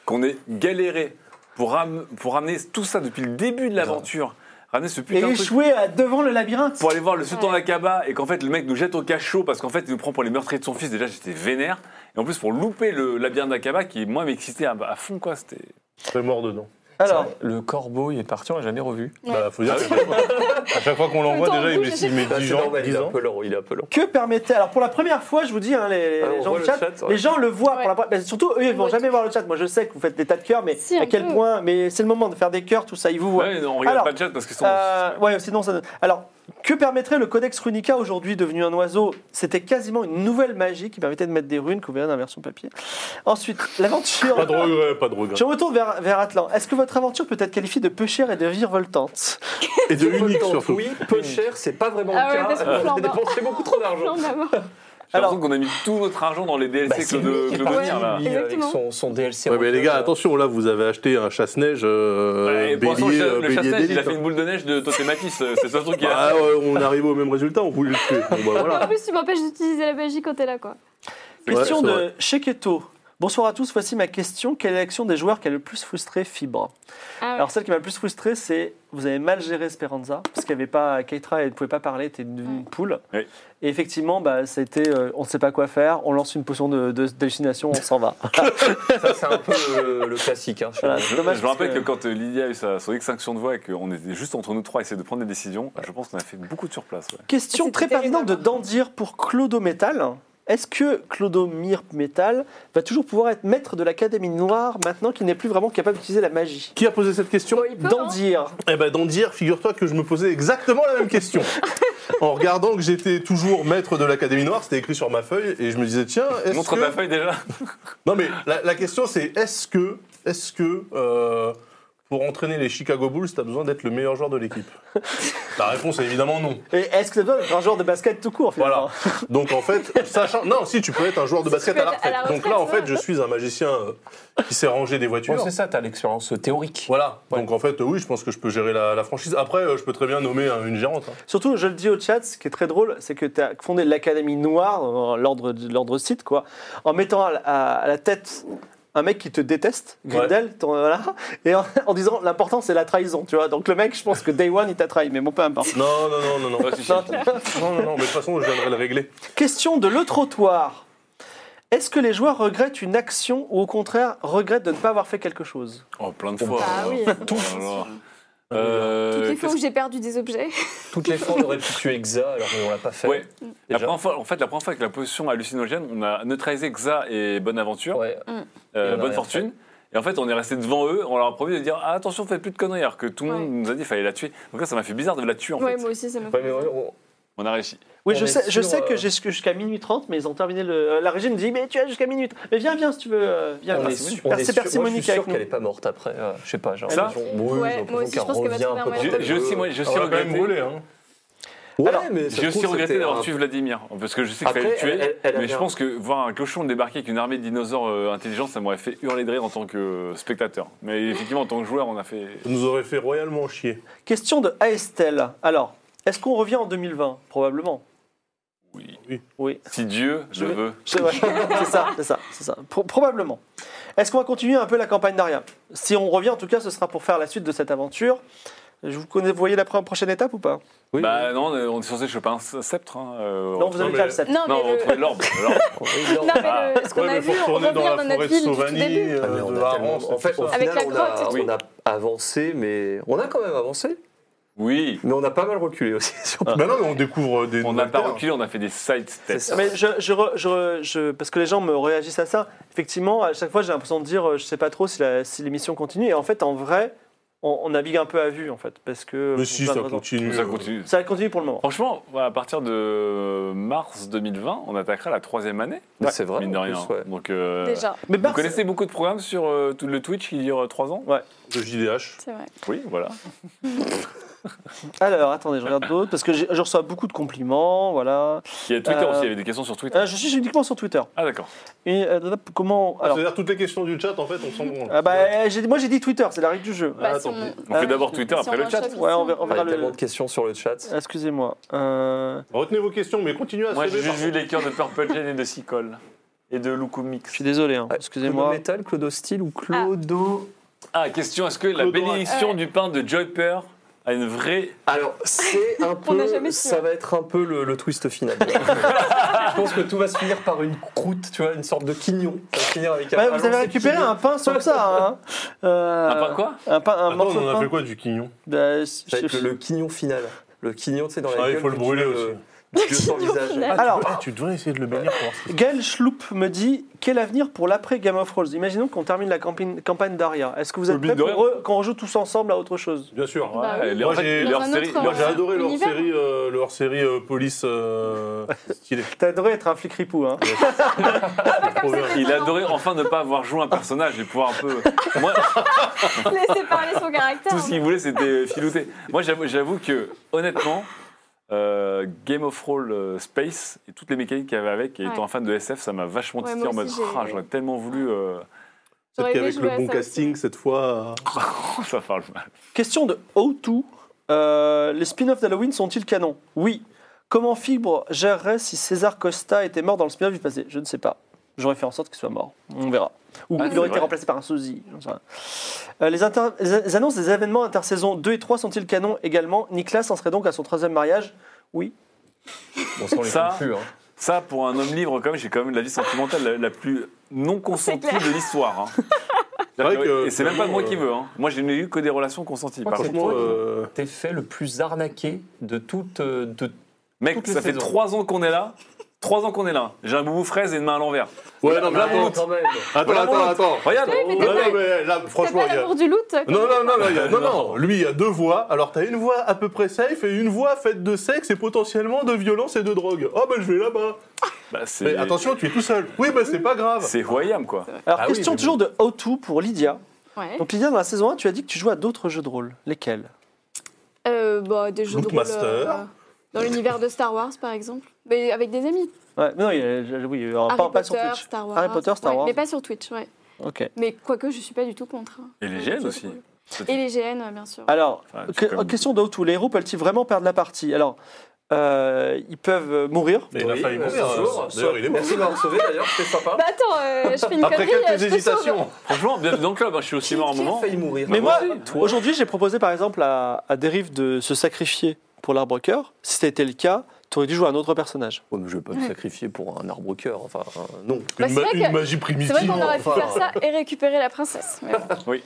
Speaker 5: Qu'on ait galéré pour, ram- pour ramener tout ça depuis le début de l'aventure, ramener ce
Speaker 1: Et
Speaker 5: putain de truc
Speaker 1: échoué à- euh, devant le labyrinthe
Speaker 5: pour aller voir le sultan d'Akaba et qu'en fait le mec nous jette au cachot parce qu'en fait il nous prend pour les meurtriers de son fils. Déjà, j'étais vénère. Et en plus, pour louper le labyrinthe d'Akaba qui, moi, m'excitait à, à fond, quoi. C'était.
Speaker 4: Je serais mort dedans.
Speaker 1: Alors,
Speaker 6: Le corbeau, il est parti, on l'a jamais revu.
Speaker 7: Ouais.
Speaker 4: Bah, faut dire qu'à chaque fois- à chaque fois qu'on l'envoie,
Speaker 7: Attends,
Speaker 4: déjà, il
Speaker 7: bouge,
Speaker 4: met,
Speaker 7: je sais
Speaker 4: il met 10 ans. 10 ans.
Speaker 6: lent, il est un peu lent.
Speaker 1: que permettait. Alors, pour la première fois, je vous dis, hein, les, les
Speaker 6: Ah, on
Speaker 1: gens
Speaker 6: voit
Speaker 1: du
Speaker 6: le
Speaker 1: chat,
Speaker 6: chat, ouais.
Speaker 1: les gens le voient pour la première- mais Surtout, eux, ils vont
Speaker 7: Ouais.
Speaker 1: jamais voir le chat. Moi, je sais que vous faites des tas de cœurs, mais
Speaker 7: Si, un
Speaker 1: à quel
Speaker 7: peu.
Speaker 1: point Mais c'est le moment de faire des cœurs, tout ça, ils vous voient.
Speaker 5: Ouais, non, on regarde
Speaker 1: Alors,
Speaker 5: pas le chat parce qu'ils sont.
Speaker 1: Euh, ouais, sinon ça. Alors, que permettrait le Codex Runica aujourd'hui devenu un oiseau C'était quasiment une nouvelle magie qui permettait de mettre des runes que vous verrez dans la version papier. Ensuite,
Speaker 4: Pas de
Speaker 1: l'aventure.
Speaker 4: regret, pas de regret.
Speaker 1: Je me retourne vers, vers Atlan. Est-ce que votre aventure peut être qualifiée de peu chère et de virevoltante
Speaker 4: Et de unique surtout.
Speaker 6: Oui, peu cher, c'est pas vraiment
Speaker 7: Ah
Speaker 6: le
Speaker 7: ouais,
Speaker 6: cas.
Speaker 7: parce qu'on
Speaker 6: On a
Speaker 7: flambe.
Speaker 6: dépensé beaucoup trop d'argent.
Speaker 7: Non, maman.
Speaker 5: J'ai
Speaker 1: alors-
Speaker 5: l'impression qu'on a mis tout notre argent dans les
Speaker 6: Bah,
Speaker 5: DLC que de, que de venir, là.
Speaker 7: lui, avec Exactement.
Speaker 6: son, DLC.
Speaker 4: Ouais, mais les gars, attention, là, vous avez acheté un chasse-neige euh,
Speaker 5: Ouais, et pour l'instant,
Speaker 4: bélier,
Speaker 5: le
Speaker 4: euh,
Speaker 5: chasse- le
Speaker 4: bélier
Speaker 5: chasse-neige, il a
Speaker 4: d'élite,
Speaker 5: fait une boule de neige de Totématis. euh, C'est ça le truc qui a.
Speaker 4: Bah, ouais, on arrive au même résultat, on voulait le tuer. Bon, bah,
Speaker 7: En
Speaker 4: voilà.
Speaker 7: plus, tu m'empêches d'utiliser la magie quand t'es là, quoi.
Speaker 4: Ouais,
Speaker 1: Question
Speaker 4: c'est
Speaker 1: de Sheketo. Bonsoir à tous, voici ma question. Quelle est l'action des joueurs qui a le plus frustré Fibre
Speaker 7: Ah ouais.
Speaker 1: Alors, celle qui m'a le plus frustré, c'est vous avez mal géré Speranza, parce qu'il n'y avait pas. Keitra, elle ne pouvait pas parler, elle était devenue une poule.
Speaker 5: Ouais.
Speaker 1: Et effectivement, bah, ça a été euh, on ne sait pas quoi faire, on lance une potion de- de- d'hallucination, on s'en va.
Speaker 6: Ça, c'est un peu le, le classique. Hein, chez
Speaker 1: Voilà,
Speaker 6: nous.
Speaker 1: c'est
Speaker 5: Je,
Speaker 1: dommage
Speaker 5: je me rappelle que,
Speaker 1: parce
Speaker 5: quand euh, Lydia a eu sa- son extinction de voix et qu'on était juste entre nous trois à essayer de prendre des décisions, je pense qu'on a fait beaucoup de surplace. ouais.
Speaker 1: Question
Speaker 7: C'était
Speaker 1: très
Speaker 7: terrible
Speaker 1: pertinente de Dandir pour Clodo Metal. Est-ce que Clodo Mirp Metal va toujours pouvoir être maître de l'Académie Noire maintenant qu'il n'est plus vraiment capable d'utiliser la magie
Speaker 4: Qui a posé cette question
Speaker 7: Bon, il peut, hein.
Speaker 1: Dandir,
Speaker 4: Eh ben, Dandir, figure-toi que je me posais exactement la même question. En regardant que j'étais toujours maître de l'Académie Noire, c'était écrit sur ma feuille, et je me disais, tiens, est-ce
Speaker 5: Montre
Speaker 4: que...
Speaker 5: ta feuille déjà.
Speaker 4: Non, mais la, la question, c'est est-ce que, est-ce que euh, pour entraîner les Chicago Bulls, t'as besoin d'être le meilleur joueur de l'équipe La réponse est évidemment non.
Speaker 1: Et est-ce que ça doit être un joueur de basket tout court finalement
Speaker 4: Voilà. Donc en fait, sachant. Non, si tu peux être un joueur de
Speaker 7: Si
Speaker 4: basket
Speaker 7: tu
Speaker 4: à
Speaker 7: peux
Speaker 4: la
Speaker 7: être à
Speaker 4: retraite.
Speaker 7: la
Speaker 4: Donc
Speaker 7: retraite,
Speaker 4: là, en
Speaker 7: ouais.
Speaker 4: fait, je suis un magicien euh, qui sait ranger des voitures.
Speaker 6: Ouais, c'est ça, t'as l'expérience théorique.
Speaker 4: voilà. Donc en fait, euh, oui, je pense que je peux gérer la, la franchise. Après, euh, je peux très bien nommer euh, une gérante. hein.
Speaker 1: Surtout, je le dis au chat, ce qui est très drôle, c'est que tu as fondé l'Académie Noire, dans l'ordre de- l'ordre site, quoi, en mettant à, à- à la tête un mec qui te déteste, Grindel, ton- voilà, et en, en disant l'important c'est la trahison, tu vois. Donc le mec, je pense que Day One, il t'a trahi, mais bon, peu importe.
Speaker 4: Non, non, non, non, non.
Speaker 5: Ouais, si, si.
Speaker 4: non, non, non, non, mais de toute façon, je viendrai le régler.
Speaker 1: Question de le trottoir. Est-ce que les joueurs regrettent une action ou au contraire regrettent de ne pas avoir fait quelque chose
Speaker 5: Oh, Euh, plein de fois.
Speaker 7: Bah oui.
Speaker 5: Tout.
Speaker 7: Toutes les fois où j'ai perdu des objets.
Speaker 6: Toutes les fois, on aurait pu tuer Exa, alors on l'a pas fait.
Speaker 5: Ouais. La
Speaker 6: Déjà.
Speaker 5: première fois, en fait, la première fois avec la potion hallucinogène, on a neutralisé Xa et Bonne Aventure,
Speaker 6: Ouais.
Speaker 5: euh,
Speaker 6: Et on a
Speaker 5: Bonne
Speaker 6: rien
Speaker 5: Fortune. Et en fait, on est resté devant eux, on leur a promis de dire ah, attention, faites plus de conneries, alors que tout le monde
Speaker 7: Ouais.
Speaker 5: nous a dit qu'il fallait la tuer. Donc là, ça m'a fait bizarre de la tuer en
Speaker 7: Ouais,
Speaker 5: fait.
Speaker 7: moi aussi, ça m'a
Speaker 6: Ouais,
Speaker 7: fait.
Speaker 6: mais on-
Speaker 5: On a réussi.
Speaker 1: Oui,
Speaker 6: On
Speaker 1: je
Speaker 6: est
Speaker 1: sais, je
Speaker 6: sûr,
Speaker 1: sais que
Speaker 6: euh,
Speaker 1: j'ai jusqu'- jusqu'à minuit 30, mais ils ont terminé le. euh, La régie me dit Mais tu as jusqu'à minuit. 30. Mais viens, viens si tu veux. euh, Viens,
Speaker 6: on est
Speaker 1: viens.
Speaker 6: sûr- on est
Speaker 1: Percé-
Speaker 6: sûr- moi, je
Speaker 1: parcimonique
Speaker 6: suis sûr
Speaker 1: avec nous.
Speaker 6: qu'elle est pas morte après. euh, je sais pas, genre.
Speaker 5: Ça
Speaker 7: Ouais, moi aussi, je pense qu'elle va trouver un moyen
Speaker 5: J'ai j'ai aussi, moi, j'ai aussi
Speaker 4: On euh, va quand même
Speaker 5: regretté.
Speaker 4: brûler. Hein.
Speaker 1: Alors,
Speaker 5: J'ai aussi regretté d'avoir tué Vladimir, parce que je sais qu'il
Speaker 6: Après,
Speaker 5: fallait le tuer,
Speaker 6: elle- elle- elle a
Speaker 5: mais je
Speaker 6: bien-
Speaker 5: pense que voir un clochon débarquer avec une armée de dinosaures euh, intelligents, ça m'aurait fait hurler de rire en tant que euh, spectateur. Mais effectivement, en tant que joueur, on a fait...
Speaker 4: Ça nous aurait fait royalement chier.
Speaker 1: Question de Aestel. Alors, est-ce qu'on revient en 2020 Probablement.
Speaker 5: Oui.
Speaker 1: Oui.
Speaker 5: Si Dieu
Speaker 1: Je
Speaker 5: le
Speaker 1: vais-
Speaker 5: veut.
Speaker 1: C'est vrai. C'est ça, c'est ça, c'est ça. Pro- probablement. Est-ce qu'on va continuer un peu la campagne d'Aria Si on revient, en tout cas, ce sera pour faire la suite de cette aventure. Je vous connais, vous voyez la pro- prochaine étape ou pas
Speaker 6: Oui,
Speaker 5: Bah non, euh, on est censé choper un sceptre. hein, euh,
Speaker 1: Non, vous avez
Speaker 4: mais-
Speaker 1: déjà le 7.
Speaker 7: Non,
Speaker 5: Non,
Speaker 7: mais, le-
Speaker 5: retrouver l'orbe. l'orbe.
Speaker 7: non, mais le- ce qu'on
Speaker 4: Ah, Ouais,
Speaker 7: a
Speaker 4: mais faut
Speaker 7: vu, on
Speaker 4: retourner
Speaker 7: revient
Speaker 4: dans
Speaker 7: dans
Speaker 4: la
Speaker 7: notre
Speaker 4: forêt de
Speaker 7: ville du tout
Speaker 4: Sauvanie,
Speaker 7: début.
Speaker 4: euh,
Speaker 6: Ah, mais
Speaker 4: de
Speaker 6: on a tellement-
Speaker 4: Laurence,
Speaker 6: en fait, au
Speaker 7: Avec
Speaker 6: final,
Speaker 7: la
Speaker 6: on a-
Speaker 7: grotte et
Speaker 6: on a avancé, mais on a quand même avancé,
Speaker 5: Oui,
Speaker 6: mais on a pas mal reculé aussi. sur-
Speaker 4: Bah non, mais on découvre des
Speaker 5: on n'a
Speaker 4: nouvelles
Speaker 5: pas
Speaker 4: terres.
Speaker 5: reculé, on a fait des side steps.
Speaker 1: Mais je, je re- je re- je- parce que les gens me réagissent à ça. Effectivement, à chaque fois, j'ai l'impression de dire, euh, je sais pas trop si la- si l'émission continue. Et en fait, en vrai, on on, on navigue un peu à vue en fait, parce que.
Speaker 4: Mais
Speaker 1: pour
Speaker 4: si,
Speaker 1: plein
Speaker 4: ça
Speaker 1: de raisons.
Speaker 4: continue.
Speaker 5: Ça continue.
Speaker 1: Ça continue pour le moment.
Speaker 5: Franchement, voilà, à partir de mars 2020, on attaquera la troisième année.
Speaker 6: Mais c'est vrai,
Speaker 5: Mine de
Speaker 6: en
Speaker 5: rien.
Speaker 6: plus, ouais.
Speaker 5: Donc, euh,
Speaker 7: Déjà,
Speaker 1: Mais
Speaker 5: vous
Speaker 1: Bart,
Speaker 5: connaissez beaucoup de programmes sur euh, tout le Twitch qui dure 3 ans
Speaker 4: Le JDH.
Speaker 7: c'est vrai.
Speaker 5: Oui, voilà.
Speaker 1: alors attendez, je regarde d'autres parce que j'ai- je reçois beaucoup de compliments, voilà.
Speaker 5: Il y a Twitter
Speaker 1: Euh,
Speaker 5: aussi, il y avait des questions sur Twitter.
Speaker 1: Euh, je suis uniquement sur Twitter.
Speaker 5: Ah d'accord.
Speaker 1: Et, euh, comment alors
Speaker 4: C'est-à-dire toutes les questions du chat, en fait, on s'en branle.
Speaker 1: Ah bah, j'ai- moi j'ai dit Twitter, c'est la règle du jeu.
Speaker 4: Ah,
Speaker 7: Bah, si
Speaker 4: tant
Speaker 7: on-
Speaker 4: pis.
Speaker 5: On
Speaker 1: Euh,
Speaker 5: fait d'abord Twitter,
Speaker 7: si on
Speaker 5: après le
Speaker 7: mange
Speaker 5: chat.
Speaker 7: chaque
Speaker 1: Ouais, on verra, on verra
Speaker 7: ici,
Speaker 6: Il y a
Speaker 1: le. Ah,
Speaker 6: tellement de questions sur le chat.
Speaker 1: Excusez-moi. Euh,
Speaker 4: Retenez vos questions, mais continuez à
Speaker 5: Moi,
Speaker 4: se
Speaker 5: j'ai
Speaker 4: lever,
Speaker 5: juste
Speaker 4: par
Speaker 5: vu les cœurs de Purple Jane et de Sicole. Et de Lukumix.
Speaker 1: je suis désolé, hein,
Speaker 6: Ouais, Clodo
Speaker 1: excusez-moi.
Speaker 6: Metal, Clodo Steel ou Clodo.
Speaker 5: Ah, question est-ce que la
Speaker 4: Claude Dorat.
Speaker 5: bénédiction
Speaker 7: Ouais.
Speaker 5: du pain de Joyper a une vraie.
Speaker 6: Alors, c'est un
Speaker 7: On n'a
Speaker 6: peu.
Speaker 7: jamais su,
Speaker 6: Ça
Speaker 7: hein.
Speaker 6: va être un peu le, le twist final. Je pense que tout va se finir par une croûte, tu vois, une sorte de quignon. Ça va se finir avec un.
Speaker 1: Ouais,
Speaker 6: un
Speaker 1: vous avez
Speaker 6: lancé
Speaker 1: récupéré
Speaker 6: quignon.
Speaker 1: un pain sur ça. Hein. Euh,
Speaker 5: Un pain quoi
Speaker 1: Un, pain, un
Speaker 4: Attends,
Speaker 1: morceau
Speaker 4: Ah,
Speaker 1: de
Speaker 4: on en a fait
Speaker 1: pain.
Speaker 4: quoi du quignon
Speaker 1: Bah,
Speaker 6: Ça va
Speaker 1: je-
Speaker 6: être le, le quignon final. Le quignon, tu sais, dans la
Speaker 4: Ah, il
Speaker 6: gueule,
Speaker 4: faut le
Speaker 6: tu
Speaker 4: brûler
Speaker 6: vois,
Speaker 4: aussi.
Speaker 6: le Dieu sans visage.
Speaker 7: final.
Speaker 4: Ah, tu
Speaker 1: Alors-
Speaker 4: devrais- tu devrais essayer de le bénir pour voir ce que
Speaker 1: Gaël Schloup me dit quel avenir pour l'après Game of Thrones Imaginons qu'on termine la campagne, campagne d'Aria. Est-ce que vous êtes
Speaker 5: Mine
Speaker 1: prêts
Speaker 5: de
Speaker 1: pour
Speaker 5: rien.
Speaker 1: re- qu'on rejoue tous ensemble à autre chose
Speaker 4: Bien sûr.
Speaker 7: Bah oui.
Speaker 5: les- en
Speaker 4: Moi,
Speaker 5: fait,
Speaker 4: j'ai-
Speaker 5: leur
Speaker 7: Dans un
Speaker 5: série.
Speaker 7: autre,
Speaker 4: Moi,
Speaker 5: leur-
Speaker 4: j'ai
Speaker 7: euh,
Speaker 4: adoré leur
Speaker 7: univers.
Speaker 4: série, euh, leur série euh, police. euh, stylée.
Speaker 1: T'as adoré être un flic ripou, hein
Speaker 4: Trop bien.
Speaker 5: Il adorait enfin ne pas avoir joué un personnage et pouvoir un peu. Moi,
Speaker 7: Laissez parler son caractère. hein.
Speaker 5: tout ce qu'il voulait, c'était euh, filouter. Moi, j'avoue- j'avoue que, honnêtement, euh, Game of Roll euh, Space et toutes les mécaniques qu'il y avait avec, et
Speaker 7: Ouais.
Speaker 5: étant un fan de SF, ça m'a vachement
Speaker 7: Ouais,
Speaker 5: titillé
Speaker 7: moi
Speaker 5: en mode
Speaker 7: aussi, j'ai-
Speaker 5: Ah, j'aurais tellement voulu. euh,
Speaker 7: J'aurais
Speaker 4: Peut-être qu'avec
Speaker 7: aimé jouer
Speaker 4: le
Speaker 7: à
Speaker 4: bon
Speaker 7: ça
Speaker 4: casting, cette fois. euh,
Speaker 5: ça parle mal.
Speaker 1: Question de O2. Euh, les spin-offs d'Halloween sont-ils canons Oui. Comment Fibre gérerait si César Costa était mort dans le spin-off du passé Je ne sais pas. J'aurais fait en sorte qu'il soit mort. On verra. Ou
Speaker 5: Ah,
Speaker 1: il
Speaker 5: c'est
Speaker 1: aurait été
Speaker 5: vrai.
Speaker 1: remplacé par un sosie. j'en sais rien. Euh, les, inter- les annonces des événements intersaison 2 et 3 sont-ils canons également Nicolas en serait donc à son troisième mariage Oui.
Speaker 6: On s'en les
Speaker 5: Ça-
Speaker 6: compte plus, hein.
Speaker 5: Ça, pour un homme libre, comme j'ai quand même la vie sentimentale la, la plus non consentie
Speaker 7: clair.
Speaker 5: de l'histoire. hein.
Speaker 4: vrai que,
Speaker 5: et c'est même pas
Speaker 4: finalement,
Speaker 5: moi qui
Speaker 4: euh,
Speaker 5: veux. hein. Moi, je n'ai eu que des relations consenties. Par contre,
Speaker 4: Franchement, euh,
Speaker 6: T'es fait le plus arnaqué de toute. euh, De...
Speaker 5: mec,
Speaker 6: toutes les
Speaker 5: ça fait
Speaker 6: saisons.
Speaker 5: trois ans qu'on est là. Trois ans qu'on est là. J'ai un boubou fraise et une main à l'envers.
Speaker 4: Ouais, non, mais
Speaker 6: Ah,
Speaker 4: attends,
Speaker 6: quand même.
Speaker 4: attends,
Speaker 5: Voilà,
Speaker 4: attends,
Speaker 5: voilà.
Speaker 4: attends.
Speaker 5: Regarde.
Speaker 7: Oui, mais
Speaker 4: Non,
Speaker 7: t'es
Speaker 4: non, mais là,
Speaker 7: pas,
Speaker 4: franchement,
Speaker 7: pas
Speaker 4: il y a.
Speaker 7: l'amour du loot comme
Speaker 4: Non, non, non, non, il y a- non,
Speaker 5: Non.
Speaker 4: non, lui il y a deux voix. Alors t'as une voix à peu près safe et une voix faite de sexe et potentiellement de violence et de drogue. Oh bah je vais là-bas.
Speaker 5: Bah, c'est-
Speaker 4: Mais attention, tu es tout seul. Oui, bah c'est pas grave.
Speaker 5: C'est Royam, quoi.
Speaker 1: Alors,
Speaker 4: Ah oui,
Speaker 1: question
Speaker 4: mais bon.
Speaker 1: toujours de O2 pour Lydia.
Speaker 7: Ouais.
Speaker 1: Donc, Lydia, dans la saison 1, tu as dit que tu jouais à d'autres jeux de rôle. Lesquels
Speaker 7: Euh, bah, des jeux de rôle.
Speaker 4: Lootmaster.
Speaker 7: euh, dans l'univers de Star Wars, par exemple. Mais avec des amis.
Speaker 1: ouais, mais Non, il y a- oui, il y a-
Speaker 7: Harry
Speaker 1: pas, pas sur
Speaker 7: Potter,
Speaker 1: Twitch.
Speaker 7: Star Wars.
Speaker 1: Harry Potter, Star
Speaker 7: Ouais,
Speaker 1: Wars.
Speaker 7: Mais pas sur Twitch, ouais.
Speaker 1: Ok.
Speaker 7: Mais quoique, je suis pas du tout contre. hein.
Speaker 5: Et les GN aussi.
Speaker 7: Et les GN, euh, bien sûr.
Speaker 4: Ah.
Speaker 1: Alors,
Speaker 5: Enfin,
Speaker 1: que-
Speaker 5: c'est comme-
Speaker 1: question d'O2. Les héros peuvent-ils vraiment perdre la partie Alors, euh, ils peuvent euh, mourir.
Speaker 4: Mais il a
Speaker 6: Oui,
Speaker 4: failli
Speaker 6: euh,
Speaker 4: mourir.
Speaker 6: toujours.
Speaker 4: euh, D'ailleurs, il est mort.
Speaker 6: Merci de m'avoir sauvé d'ailleurs, c'était sympa.
Speaker 7: Bah attends, euh, je fais une
Speaker 4: Après
Speaker 7: connerie.
Speaker 4: quelques
Speaker 7: je te sauve.
Speaker 4: hésitations.
Speaker 5: Franchement, bienvenue dans le club. hein. Je suis aussi mort un
Speaker 6: Qui a
Speaker 5: moment.
Speaker 6: failli mourir
Speaker 1: Mais moi,
Speaker 5: Ah, toi.
Speaker 1: aujourd'hui, j'ai proposé par exemple à, à Dérive de se sacrifier pour l'arbre cœur. Si c'était le cas, tu aurais dû jouer à un autre personnage.
Speaker 6: Ouais, mais je vais pas me sacrifier pour un arbre cœur, enfin un- non.
Speaker 4: Une,
Speaker 7: Bah, c'est
Speaker 4: ma-
Speaker 7: vrai
Speaker 4: une
Speaker 7: que-
Speaker 4: magie
Speaker 7: C'est vrai
Speaker 4: primitive. hein.
Speaker 7: qu'on aurait pu
Speaker 6: enfin.
Speaker 7: faire ça et récupérer la princesse. mais bon.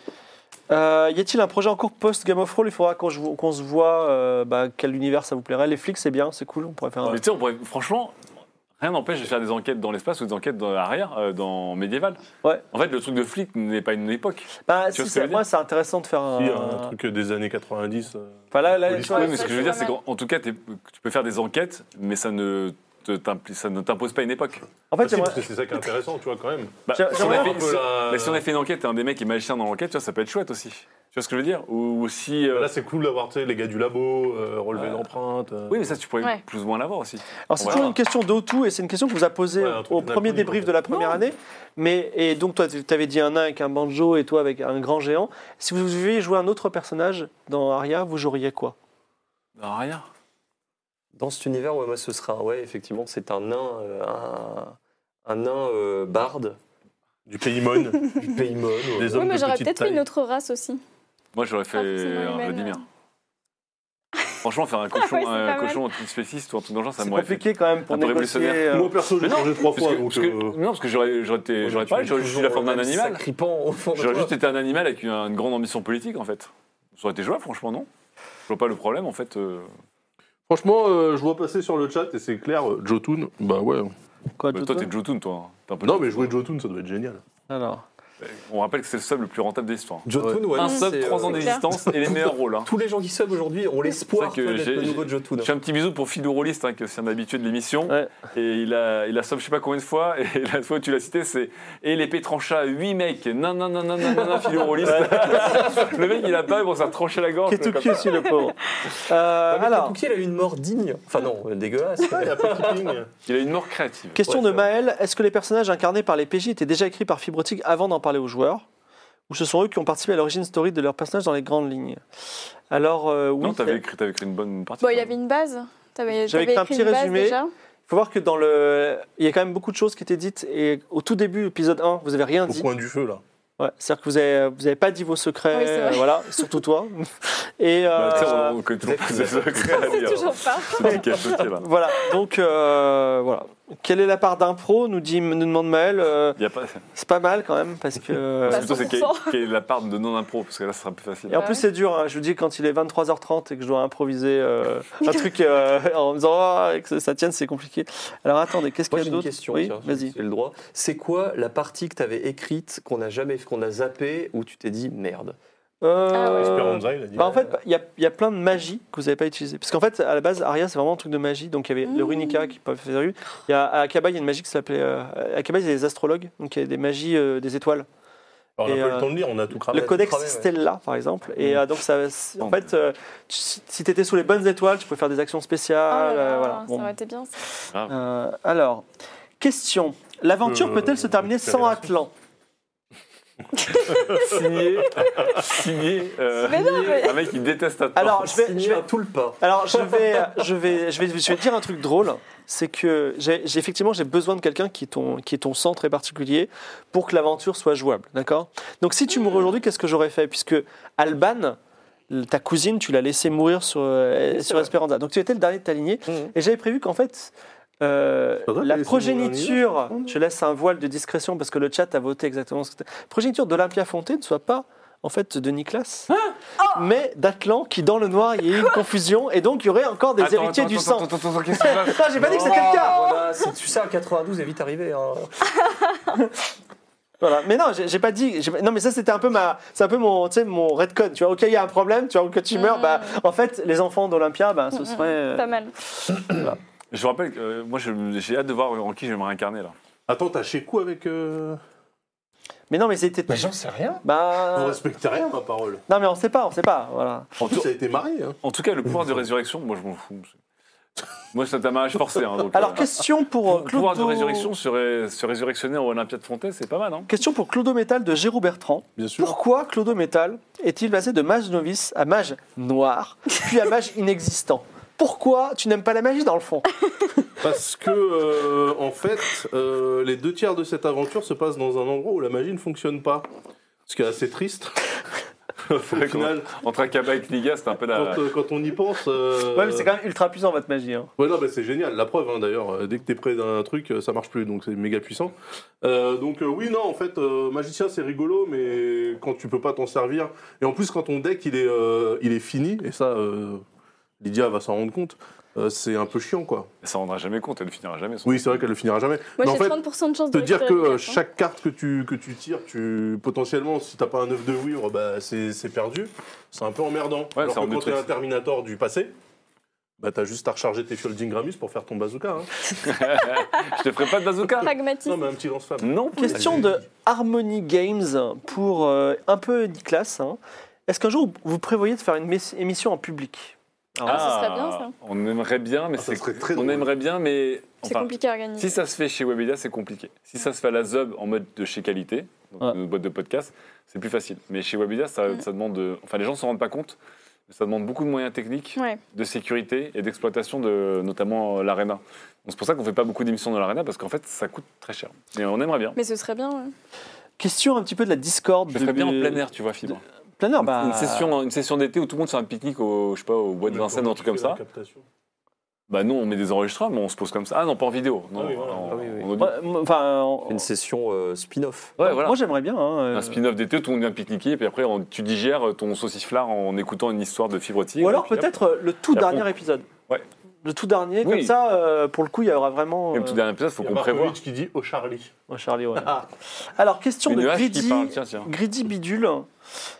Speaker 1: Euh, y a-t-il un projet en cours post-Game of Thrones Il faudra qu'on jou- qu'on se voit euh, bah, quel univers ça vous plairait. Les flics, c'est bien, c'est cool, on pourrait faire un.
Speaker 5: Mais tu sais, on pourrait- franchement, rien n'empêche de faire des enquêtes dans l'espace ou des enquêtes dans l'arrière, euh, dans médiéval.
Speaker 1: Ouais.
Speaker 5: En fait, le truc de flic n'est pas une époque.
Speaker 1: Bah,
Speaker 5: Tu vois
Speaker 1: si,
Speaker 5: ce que je
Speaker 1: c'est-
Speaker 5: veux dire
Speaker 1: moi, c'est intéressant de faire un.
Speaker 4: Si, un truc des années 90. euh,
Speaker 1: Enfin, là, là,
Speaker 4: Police.
Speaker 1: tu vois,
Speaker 5: oui, mais ce
Speaker 7: ça,
Speaker 5: que je
Speaker 7: c'est
Speaker 5: veux dire,
Speaker 7: pas
Speaker 5: c'est
Speaker 7: mal.
Speaker 5: qu'en tout cas, t'es- tu peux faire des enquêtes, mais ça ne te t'impli- ça ne t'impose pas une époque.
Speaker 1: en fait,
Speaker 4: si,
Speaker 1: j'aimerais-
Speaker 4: parce que c'est ça qui est intéressant, tu vois, quand même.
Speaker 5: Bah,
Speaker 1: J'ai-
Speaker 5: si on
Speaker 1: j'aimerais-
Speaker 5: avait
Speaker 4: Un
Speaker 5: fait-
Speaker 4: peu
Speaker 5: si-
Speaker 4: la-
Speaker 5: mais si on avait fait une enquête et un des mecs est magicien dans l'enquête, tu vois, ça peut être chouette aussi. Tu vois ce que je veux dire Ou, ou si. euh,
Speaker 4: Là, c'est cool d'avoir tu sais, les gars du labo, euh, relevé d'empreintes. euh.
Speaker 5: oui, mais ça, tu pourrais
Speaker 7: Ouais.
Speaker 5: plus ou moins l'avoir aussi.
Speaker 1: Alors c'est
Speaker 5: On va
Speaker 1: toujours
Speaker 5: voir.
Speaker 1: une question d'O2 et c'est une question que vous a posée
Speaker 4: Ouais, un truc
Speaker 1: au
Speaker 4: d'un
Speaker 1: premier
Speaker 4: inconnu,
Speaker 1: débrief
Speaker 4: en fait.
Speaker 1: de la première année. Mais et donc toi tu avais dit un nain avec un banjo et toi avec un grand géant. Si vous deviez jouer un autre personnage dans Aria, vous joueriez quoi
Speaker 5: Dans rien.
Speaker 6: Dans cet univers, ouais, moi ce sera ouais effectivement c'est un nain, euh, un, un nain euh, barde
Speaker 4: Du Paymon,
Speaker 6: du Paymon. ouais.
Speaker 4: des
Speaker 7: Oui,
Speaker 4: hommes
Speaker 7: mais
Speaker 4: de
Speaker 7: j'aurais
Speaker 4: petite
Speaker 7: peut-être fait
Speaker 4: taille.
Speaker 7: une autre race aussi.
Speaker 5: Moi, j'aurais fait
Speaker 7: Pas Ah, forcément
Speaker 5: un hein.
Speaker 7: humaine.
Speaker 5: Vladimir. Franchement, faire un cochon,
Speaker 7: Ouais, c'est
Speaker 5: un
Speaker 7: pas mal.
Speaker 5: cochon antispéciste ou un truc dans le genre, ça
Speaker 1: C'est
Speaker 5: m'aurait fait.
Speaker 1: compliqué quand même pour
Speaker 5: un peu
Speaker 1: négocier.
Speaker 5: révolutionnaire.
Speaker 1: euh,
Speaker 4: Moi, perso,
Speaker 5: Mais
Speaker 4: j'ai
Speaker 5: non,
Speaker 4: changé trois
Speaker 5: parce
Speaker 4: fois.
Speaker 5: que-
Speaker 4: donc,
Speaker 5: parce que-
Speaker 4: euh,
Speaker 5: non, parce que j'aurais j'aurais été- j'aurais pas, j'aurais juste eu la forme d'un animal.
Speaker 6: Sacripant au fond de
Speaker 5: J'aurais
Speaker 6: toi.
Speaker 5: juste été un animal avec une, une grande ambition politique, en fait. Ça aurait été jouable, franchement, non Je vois pas le problème, en fait. euh,
Speaker 4: Franchement, euh, je vois passer sur le chat et c'est clair, euh, Jotun, bah ouais.
Speaker 1: Quoi
Speaker 5: bah,
Speaker 1: d'autre
Speaker 5: toi, t'es Jotun, toi. hein. T'es un peu
Speaker 4: Non,
Speaker 5: Jotun.
Speaker 4: mais jouer Jotun, ça doit être génial.
Speaker 1: Ah, Alors
Speaker 5: On rappelle que c'est le sub le plus rentable de l'histoire.
Speaker 6: Jotun, ouais,
Speaker 5: Un
Speaker 6: c'est,
Speaker 5: sub,
Speaker 6: euh,
Speaker 5: 3 ans d'existence et les meilleurs rôles. hein.
Speaker 6: Tous les gens qui sub aujourd'hui ont l'espoir
Speaker 5: C'est vrai que
Speaker 6: toi, d'être
Speaker 5: j'ai-
Speaker 6: le nouveau Jotun.
Speaker 5: Je fais un petit bisou pour Philou Rolliste, hein, que c'est un habitué de l'émission.
Speaker 1: Ouais.
Speaker 5: Et il a, il a somme, je sais pas combien de fois, et la fois où tu l'as cité, c'est Et l'épée trancha à 8 mecs, non, non, non, non, non, non, non, Philou Rolliste. le mec, il a pas, bon, ça trancher la gorge.
Speaker 1: Qui est tout
Speaker 5: comme
Speaker 1: cul
Speaker 5: ça.
Speaker 1: aussi, le pauvre. Euh, alors,
Speaker 6: Alors, il a eu une mort digne. Enfin non, euh, dégueulasse.
Speaker 4: Il a pas de keeping.
Speaker 5: Il a une mort créative.
Speaker 1: question
Speaker 6: Ouais,
Speaker 1: de
Speaker 6: ça.
Speaker 1: Maël est-ce que les personnages incarnés par les PJ étaient déjà écrits par Fibrotic avant d'en parler aux joueurs Ou ce sont eux qui ont participé à l'origine story de leurs personnages dans les grandes lignes Alors, euh, oui.
Speaker 5: Non, t'avais écrit, t'avais écrit une bonne partie.
Speaker 7: Bon, il avait une base. T'avais
Speaker 1: J'avais
Speaker 7: t'avais
Speaker 1: fait un
Speaker 7: écrit
Speaker 1: petit
Speaker 7: une base
Speaker 1: résumé.
Speaker 7: déjà.
Speaker 1: faut voir que dans le. Il y a quand même beaucoup de choses qui étaient dites. Et au tout début, épisode 1, vous avez rien
Speaker 4: Au
Speaker 1: dit.
Speaker 4: coin du feu, là.
Speaker 1: Ouais, C'est-à-dire que vous n'avez vous avez pas dit vos secrets.
Speaker 7: Oui, c'est vrai.
Speaker 1: euh, voilà, surtout toi. Et. euh,
Speaker 5: Bah, tu sais, on, on connaît toujours plus les secrets à
Speaker 7: C'est
Speaker 5: dire.
Speaker 7: toujours pas.
Speaker 5: C'est du cachotier, là.
Speaker 1: Voilà, donc euh, voilà. Quelle est la part d'impro nous, dit, nous demande Maël. euh,
Speaker 5: Il y a pas.
Speaker 1: c'est pas mal quand même, parce que.
Speaker 7: Bah,
Speaker 5: Plutôt, c'est
Speaker 7: 100%.
Speaker 5: quelle quelle est la part de non-impro, parce que là, ça sera plus facile.
Speaker 1: Et en plus, c'est dur. hein. Je vous dis, quand il est 23h30 et que je dois improviser euh, un truc euh, en me disant Ah, et que ça tienne, c'est compliqué. Alors attendez, qu'est-ce qu'il y
Speaker 6: Moi
Speaker 1: a
Speaker 6: j'ai une
Speaker 1: d'autre
Speaker 6: question.
Speaker 1: Oui,
Speaker 6: tiens,
Speaker 1: vas-y.
Speaker 6: J'ai le droit. C'est quoi la partie que t'avais écrite qu'on a jamais, qu'on a zappé où tu t'es dit merde
Speaker 1: Euh,
Speaker 7: Ah ouais.
Speaker 4: Esperanza, il a dit.
Speaker 1: bah, en fait, il y, a- il y a plein de magie que vous n'avez pas utilisée. Parce qu'en fait, à la base, Aria, c'est vraiment un truc de magie. Donc, il y avait
Speaker 7: Mmh.
Speaker 1: le Runica qui peuvent faire une. Il y a, à Akaba, il y a une magie qui s'appelait. euh, à Akaba, il y a des astrologues. Donc, il y a des magies euh, des étoiles.
Speaker 4: Alors,
Speaker 1: et,
Speaker 4: on n'a pas eu
Speaker 1: euh,
Speaker 4: le temps de lire, on a tout
Speaker 1: le
Speaker 4: cramé.
Speaker 6: tout
Speaker 1: codex
Speaker 6: cramé, ouais.
Speaker 1: Stella, par exemple. Et
Speaker 5: Mm.
Speaker 1: euh, donc, ça, c'est- en
Speaker 5: Bon.
Speaker 1: fait, euh, tu- si tu étais sous les bonnes étoiles, tu pouvais faire des actions spéciales.
Speaker 7: Oh là là,
Speaker 1: euh, voilà.
Speaker 7: Ça
Speaker 1: Bon.
Speaker 7: aurait été bien. ça.
Speaker 1: Euh, alors, question. L'aventure
Speaker 4: Euh,
Speaker 1: peut-elle se terminer sans
Speaker 4: récupérer.
Speaker 1: Atlan
Speaker 5: Signé, signé, euh,
Speaker 7: Mais non, mais-
Speaker 5: un mec qui déteste Atlan.
Speaker 1: Alors, je vais,
Speaker 6: Signé
Speaker 1: je vais-
Speaker 6: un tout le pas.
Speaker 1: alors je, vais, euh, je, vais, je, vais, je vais te dire un truc drôle. C'est que j'ai j'ai- effectivement j'ai besoin de quelqu'un qui est ton qui est ton sang très particulier pour que l'aventure soit jouable, d'accord Donc si tu mourais aujourd'hui, qu'est-ce que j'aurais fait Puisque Alban, l- ta cousine, tu l'as laissé mourir sur euh, sur Esperanza. Donc tu étais le dernier de ta lignée.
Speaker 6: Mhm.
Speaker 1: Et j'avais prévu qu'en fait, euh,
Speaker 4: Ça va,
Speaker 1: la
Speaker 4: t'as laissé
Speaker 1: progéniture, je laisse un voile de discrétion parce que le chat a voté exactement ce que c'était. Progéniture d'Olympia Fonté ne soit pas. En fait, de Nicolas,
Speaker 7: Oh
Speaker 1: mais d'Atlan, qui dans le noir, il y a eu une confusion, et donc il y aurait encore des
Speaker 5: Attends,
Speaker 1: héritiers
Speaker 5: attends,
Speaker 1: du
Speaker 5: attends,
Speaker 1: sang.
Speaker 5: Attends, attends, attends, qu'est-ce qui se passe
Speaker 1: Putain, j'ai pas dit que c'était le cas.
Speaker 6: Voilà, c'est tu sais, à 92 est vite arrivé. hein.
Speaker 1: Voilà. Mais non, j'ai j'ai pas dit. j'ai pas- Non, mais ça c'était un peu ma, c'est un peu mon, tu sais, mon redcon. Tu vois, ok, il y a un problème. Tu vois, que tu meurs, bah, en fait, les enfants d'Olympia, bah, ce serait. euh,
Speaker 7: Mm. Pas mal.
Speaker 5: Je vous rappelle que euh, moi, je- j'ai hâte de voir en qui j'aimerais incarner là.
Speaker 4: Attends, t'as chez quoi avec. euh,
Speaker 1: Mais non, mais c'était.
Speaker 6: Bah,
Speaker 8: Mais j'en sais rien.
Speaker 4: Vous
Speaker 1: Bah,
Speaker 4: respectez rien, ma parole.
Speaker 1: non, mais on sait pas, on sait pas. Voilà.
Speaker 4: En plus, ça a été marié. Hein.
Speaker 5: En tout cas, le pouvoir de résurrection, moi, je m'en fous. Moi, c'est un mariage forcé. Hein, donc,
Speaker 1: Alors,
Speaker 5: euh,
Speaker 1: question pour euh,
Speaker 5: Le pouvoir de
Speaker 1: Clodo-
Speaker 5: résurrection se, ré- se résurrectionner au Olympia de Fontaine, c'est pas mal, hein
Speaker 1: Question pour Clodo Métal de Géraud Bertrand.
Speaker 4: Bien sûr.
Speaker 1: Pourquoi Clodo Métal est-il passé de mage novice à mage noir, puis à mage inexistant Pourquoi tu n'aimes pas la magie dans le fond
Speaker 4: Parce que, euh, en fait, euh, les deux tiers de cette aventure se passent dans un endroit où la magie ne fonctionne pas. Ce qui est assez triste. Au final,
Speaker 5: Entre Akaba et Kniga, c'est un peu la.
Speaker 4: quand, euh, quand on y pense. euh,
Speaker 1: Ah Ouais, mais c'est quand même ultra puissant votre magie. hein.
Speaker 4: Ouais, non, bah, c'est génial. La preuve, hein, d'ailleurs, euh, dès que t'es près d'un truc, euh, ça marche plus, donc c'est méga puissant. Euh, donc euh, oui, non, en fait, euh, magicien, c'est rigolo, mais quand tu peux pas t'en servir, et en plus quand ton deck il est, euh, il est fini, et ça, euh, Lydia va s'en rendre compte. euh, c'est un peu chiant quoi.
Speaker 5: Elle s'en rendra jamais compte, elle ne finira jamais son.
Speaker 4: Oui, c'est vrai qu'elle le finira jamais. mais
Speaker 7: Moi, j'ai
Speaker 4: en fait,
Speaker 7: 30% de chance
Speaker 4: te
Speaker 7: de
Speaker 4: dire
Speaker 7: récupérer
Speaker 4: que
Speaker 7: les
Speaker 4: euh,
Speaker 7: cartes, hein.
Speaker 4: chaque carte que tu, que tu tires, tu, potentiellement, si t'as pas un œuf de wivre, bah, c'est c'est perdu. C'est un peu emmerdant.
Speaker 5: Ouais,
Speaker 4: Alors
Speaker 5: ça
Speaker 4: que
Speaker 5: rend
Speaker 4: quand
Speaker 5: des
Speaker 4: t'es un
Speaker 5: trucs.
Speaker 4: Terminator du passé, bah, t'as juste à recharger tes fioles d'Ingramus pour faire ton bazooka. hein.
Speaker 5: Je te ferai pas de bazooka
Speaker 1: Ah,
Speaker 7: Pragmatique.
Speaker 4: Non, mais un petit lance-flamme.
Speaker 5: Non
Speaker 1: Euh, Question
Speaker 4: Allez.
Speaker 1: de Harmony Games pour euh, un peu Nicolas. hein. Est-ce qu'un jour vous prévoyez de faire une mé- émission en public
Speaker 5: Ah,
Speaker 7: ça serait bien, ça.
Speaker 5: On aimerait bien, mais
Speaker 4: Ah, ça
Speaker 5: c'est.
Speaker 4: serait très
Speaker 5: on
Speaker 4: drôle.
Speaker 5: aimerait bien, mais.
Speaker 7: C'est
Speaker 5: enfin,
Speaker 7: compliqué à organiser.
Speaker 5: Si ça se fait chez Webedia, c'est compliqué. Si ça se fait à la Zob en mode de chez qualité, donc
Speaker 1: Ouais.
Speaker 5: notre boîte de podcast, c'est plus facile. Mais chez Webedia, ça,
Speaker 7: Mm.
Speaker 5: ça demande. de- Enfin, les gens ne s'en rendent pas compte, mais ça demande beaucoup de moyens techniques,
Speaker 7: Ouais.
Speaker 5: de sécurité et d'exploitation de notamment euh, l'arena. Donc, C'est pour ça qu'on fait pas beaucoup d'émissions dans l'arena parce qu'en fait, ça coûte très cher. Et on aimerait bien.
Speaker 7: Mais ce serait bien. ouais.
Speaker 1: Question un petit peu de la Discord.
Speaker 5: Je ferais bien en plein air, tu vois, Fibre.
Speaker 1: Plein air, bah,
Speaker 5: Une session, une session d'été où tout le monde fait un pique-nique au, je sais pas, au bois de Vincennes, un truc comme ça. Bah non, on met des enregistrements, mais on se pose comme ça. Ah non, pas en vidéo. Non,
Speaker 4: Ah oui, voilà.
Speaker 5: en-
Speaker 6: Ah oui, oui.
Speaker 5: en audio.
Speaker 1: Ouais, m- Enfin, en-
Speaker 6: Une session euh, spin-off.
Speaker 5: Ouais, voilà.
Speaker 1: moi j'aimerais bien. hein, euh,
Speaker 5: Un spin-off d'été, tout le monde vient pique-niquer, et puis après, on- tu digères ton saucisse flard en écoutant une histoire de fibre tigre.
Speaker 1: Ou alors
Speaker 5: et puis, hop.
Speaker 1: peut-être euh, le tout
Speaker 5: Et après,
Speaker 1: dernier épisode.
Speaker 5: Ouais.
Speaker 1: Le tout dernier,
Speaker 5: Oui.
Speaker 1: comme ça, euh, pour le coup, il y aura vraiment.
Speaker 5: Même
Speaker 1: euh,
Speaker 5: tout dernier épisode, faut
Speaker 4: Il y a
Speaker 5: qu'on
Speaker 4: Markovitch
Speaker 5: prévoie.
Speaker 4: qui dit au Charlie.
Speaker 1: un Charlie, ouais. Ah. Alors, question
Speaker 5: Une
Speaker 1: de
Speaker 5: hache
Speaker 1: Greedy,
Speaker 5: qui parle, tiens, tiens.
Speaker 1: Greedy Bidule.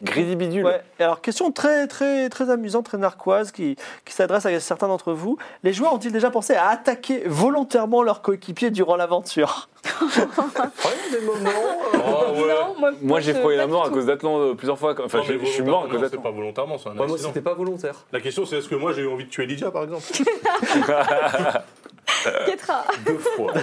Speaker 5: Greedy bidule.
Speaker 1: Ouais. Et Alors, question très, très, très amusante, très narquoise, qui, qui s'adresse à certains d'entre vous. Les joueurs ont-ils déjà pensé à attaquer volontairement leurs coéquipiers durant l'aventure
Speaker 6: Prenez des moments. euh,
Speaker 4: Ah ouais.
Speaker 7: Non, moi,
Speaker 5: Moi, j'ai
Speaker 7: je-
Speaker 5: frôlé la
Speaker 7: pas
Speaker 5: mort
Speaker 7: du
Speaker 5: à
Speaker 7: tout.
Speaker 5: cause d'Atlan euh, plusieurs fois. Enfin,
Speaker 4: Non, mais
Speaker 5: je je suis mort à cause
Speaker 4: volontairement, C'est
Speaker 5: d'Atlan.
Speaker 4: pas volontairement, c'est un
Speaker 7: Bah,
Speaker 6: Ouais, moi,
Speaker 4: accident.
Speaker 6: c'était pas volontaire.
Speaker 4: La question, c'est est-ce que moi j'ai eu envie de tuer Lydia, par exemple
Speaker 7: Ketra.
Speaker 4: Deux fois.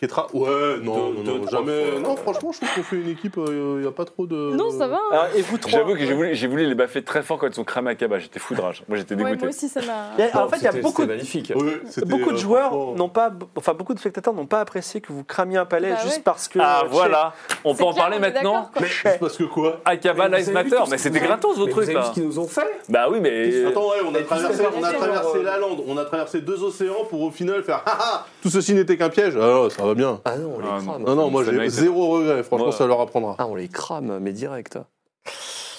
Speaker 4: Ketra Ouais, non,
Speaker 5: Deux-
Speaker 4: non,
Speaker 5: deux,
Speaker 4: non,
Speaker 5: trois
Speaker 4: jamais.
Speaker 5: fois.
Speaker 4: Non, franchement, je trouve qu'on fait une équipe, euh, il n'y a pas trop de.
Speaker 7: Non, ça va. hein.
Speaker 1: Alors, Et vous trois
Speaker 5: J'avoue que j'ai voulu, j'ai voulu les baffer très fort quand ils sont cramés à cabas. J'étais fou de rage. Moi, j'étais
Speaker 7: Ouais,
Speaker 5: dégoûté.
Speaker 7: moi aussi, ça m'a.
Speaker 1: Il y a- En
Speaker 6: Non,
Speaker 1: fait, il y a
Speaker 6: c'était-
Speaker 1: beaucoup
Speaker 6: c'était
Speaker 1: de,
Speaker 6: magnifique.
Speaker 4: Ouais, c'était,
Speaker 1: beaucoup de
Speaker 4: euh,
Speaker 1: joueurs
Speaker 4: franchement-
Speaker 1: n'ont pas, enfin beaucoup de spectateurs n'ont pas apprécié que vous cramiez un palais
Speaker 7: Bah
Speaker 1: juste
Speaker 7: ouais.
Speaker 1: parce que.
Speaker 5: ah,
Speaker 1: euh,
Speaker 5: voilà. On
Speaker 7: C'est
Speaker 5: peut en
Speaker 7: clair,
Speaker 5: parler
Speaker 7: on est
Speaker 5: maintenant.
Speaker 7: d'accord, quoi.
Speaker 4: Mais c'est parce que quoi
Speaker 5: Akaba Live
Speaker 6: Mais vous avez vu
Speaker 5: Bah, Matter,
Speaker 6: tout ce
Speaker 5: mais
Speaker 6: qu'ils
Speaker 5: c'était
Speaker 6: nous ont-
Speaker 5: gratos
Speaker 6: mais
Speaker 5: votre
Speaker 6: vous
Speaker 5: truc
Speaker 6: avez vu
Speaker 5: là.
Speaker 6: ce qu'ils nous ont fait
Speaker 5: Bah oui, mais.
Speaker 4: Attends, ouais, on a,
Speaker 6: Et
Speaker 4: traversé,
Speaker 6: jusqu'à
Speaker 4: on a
Speaker 6: dernier,
Speaker 4: traversé
Speaker 6: euh,
Speaker 4: la lande, on a traversé deux océans pour au final faire Ah ah Tout ceci n'était qu'un piège Alors, ça va bien.
Speaker 6: Ah non, on
Speaker 5: Ah,
Speaker 6: les crame.
Speaker 4: Non, non, moi
Speaker 5: Ça
Speaker 4: j'ai
Speaker 5: mérite-
Speaker 4: zéro regret, franchement,
Speaker 5: Moi-
Speaker 4: ça leur apprendra.
Speaker 6: Ah, on les crame, mais direct.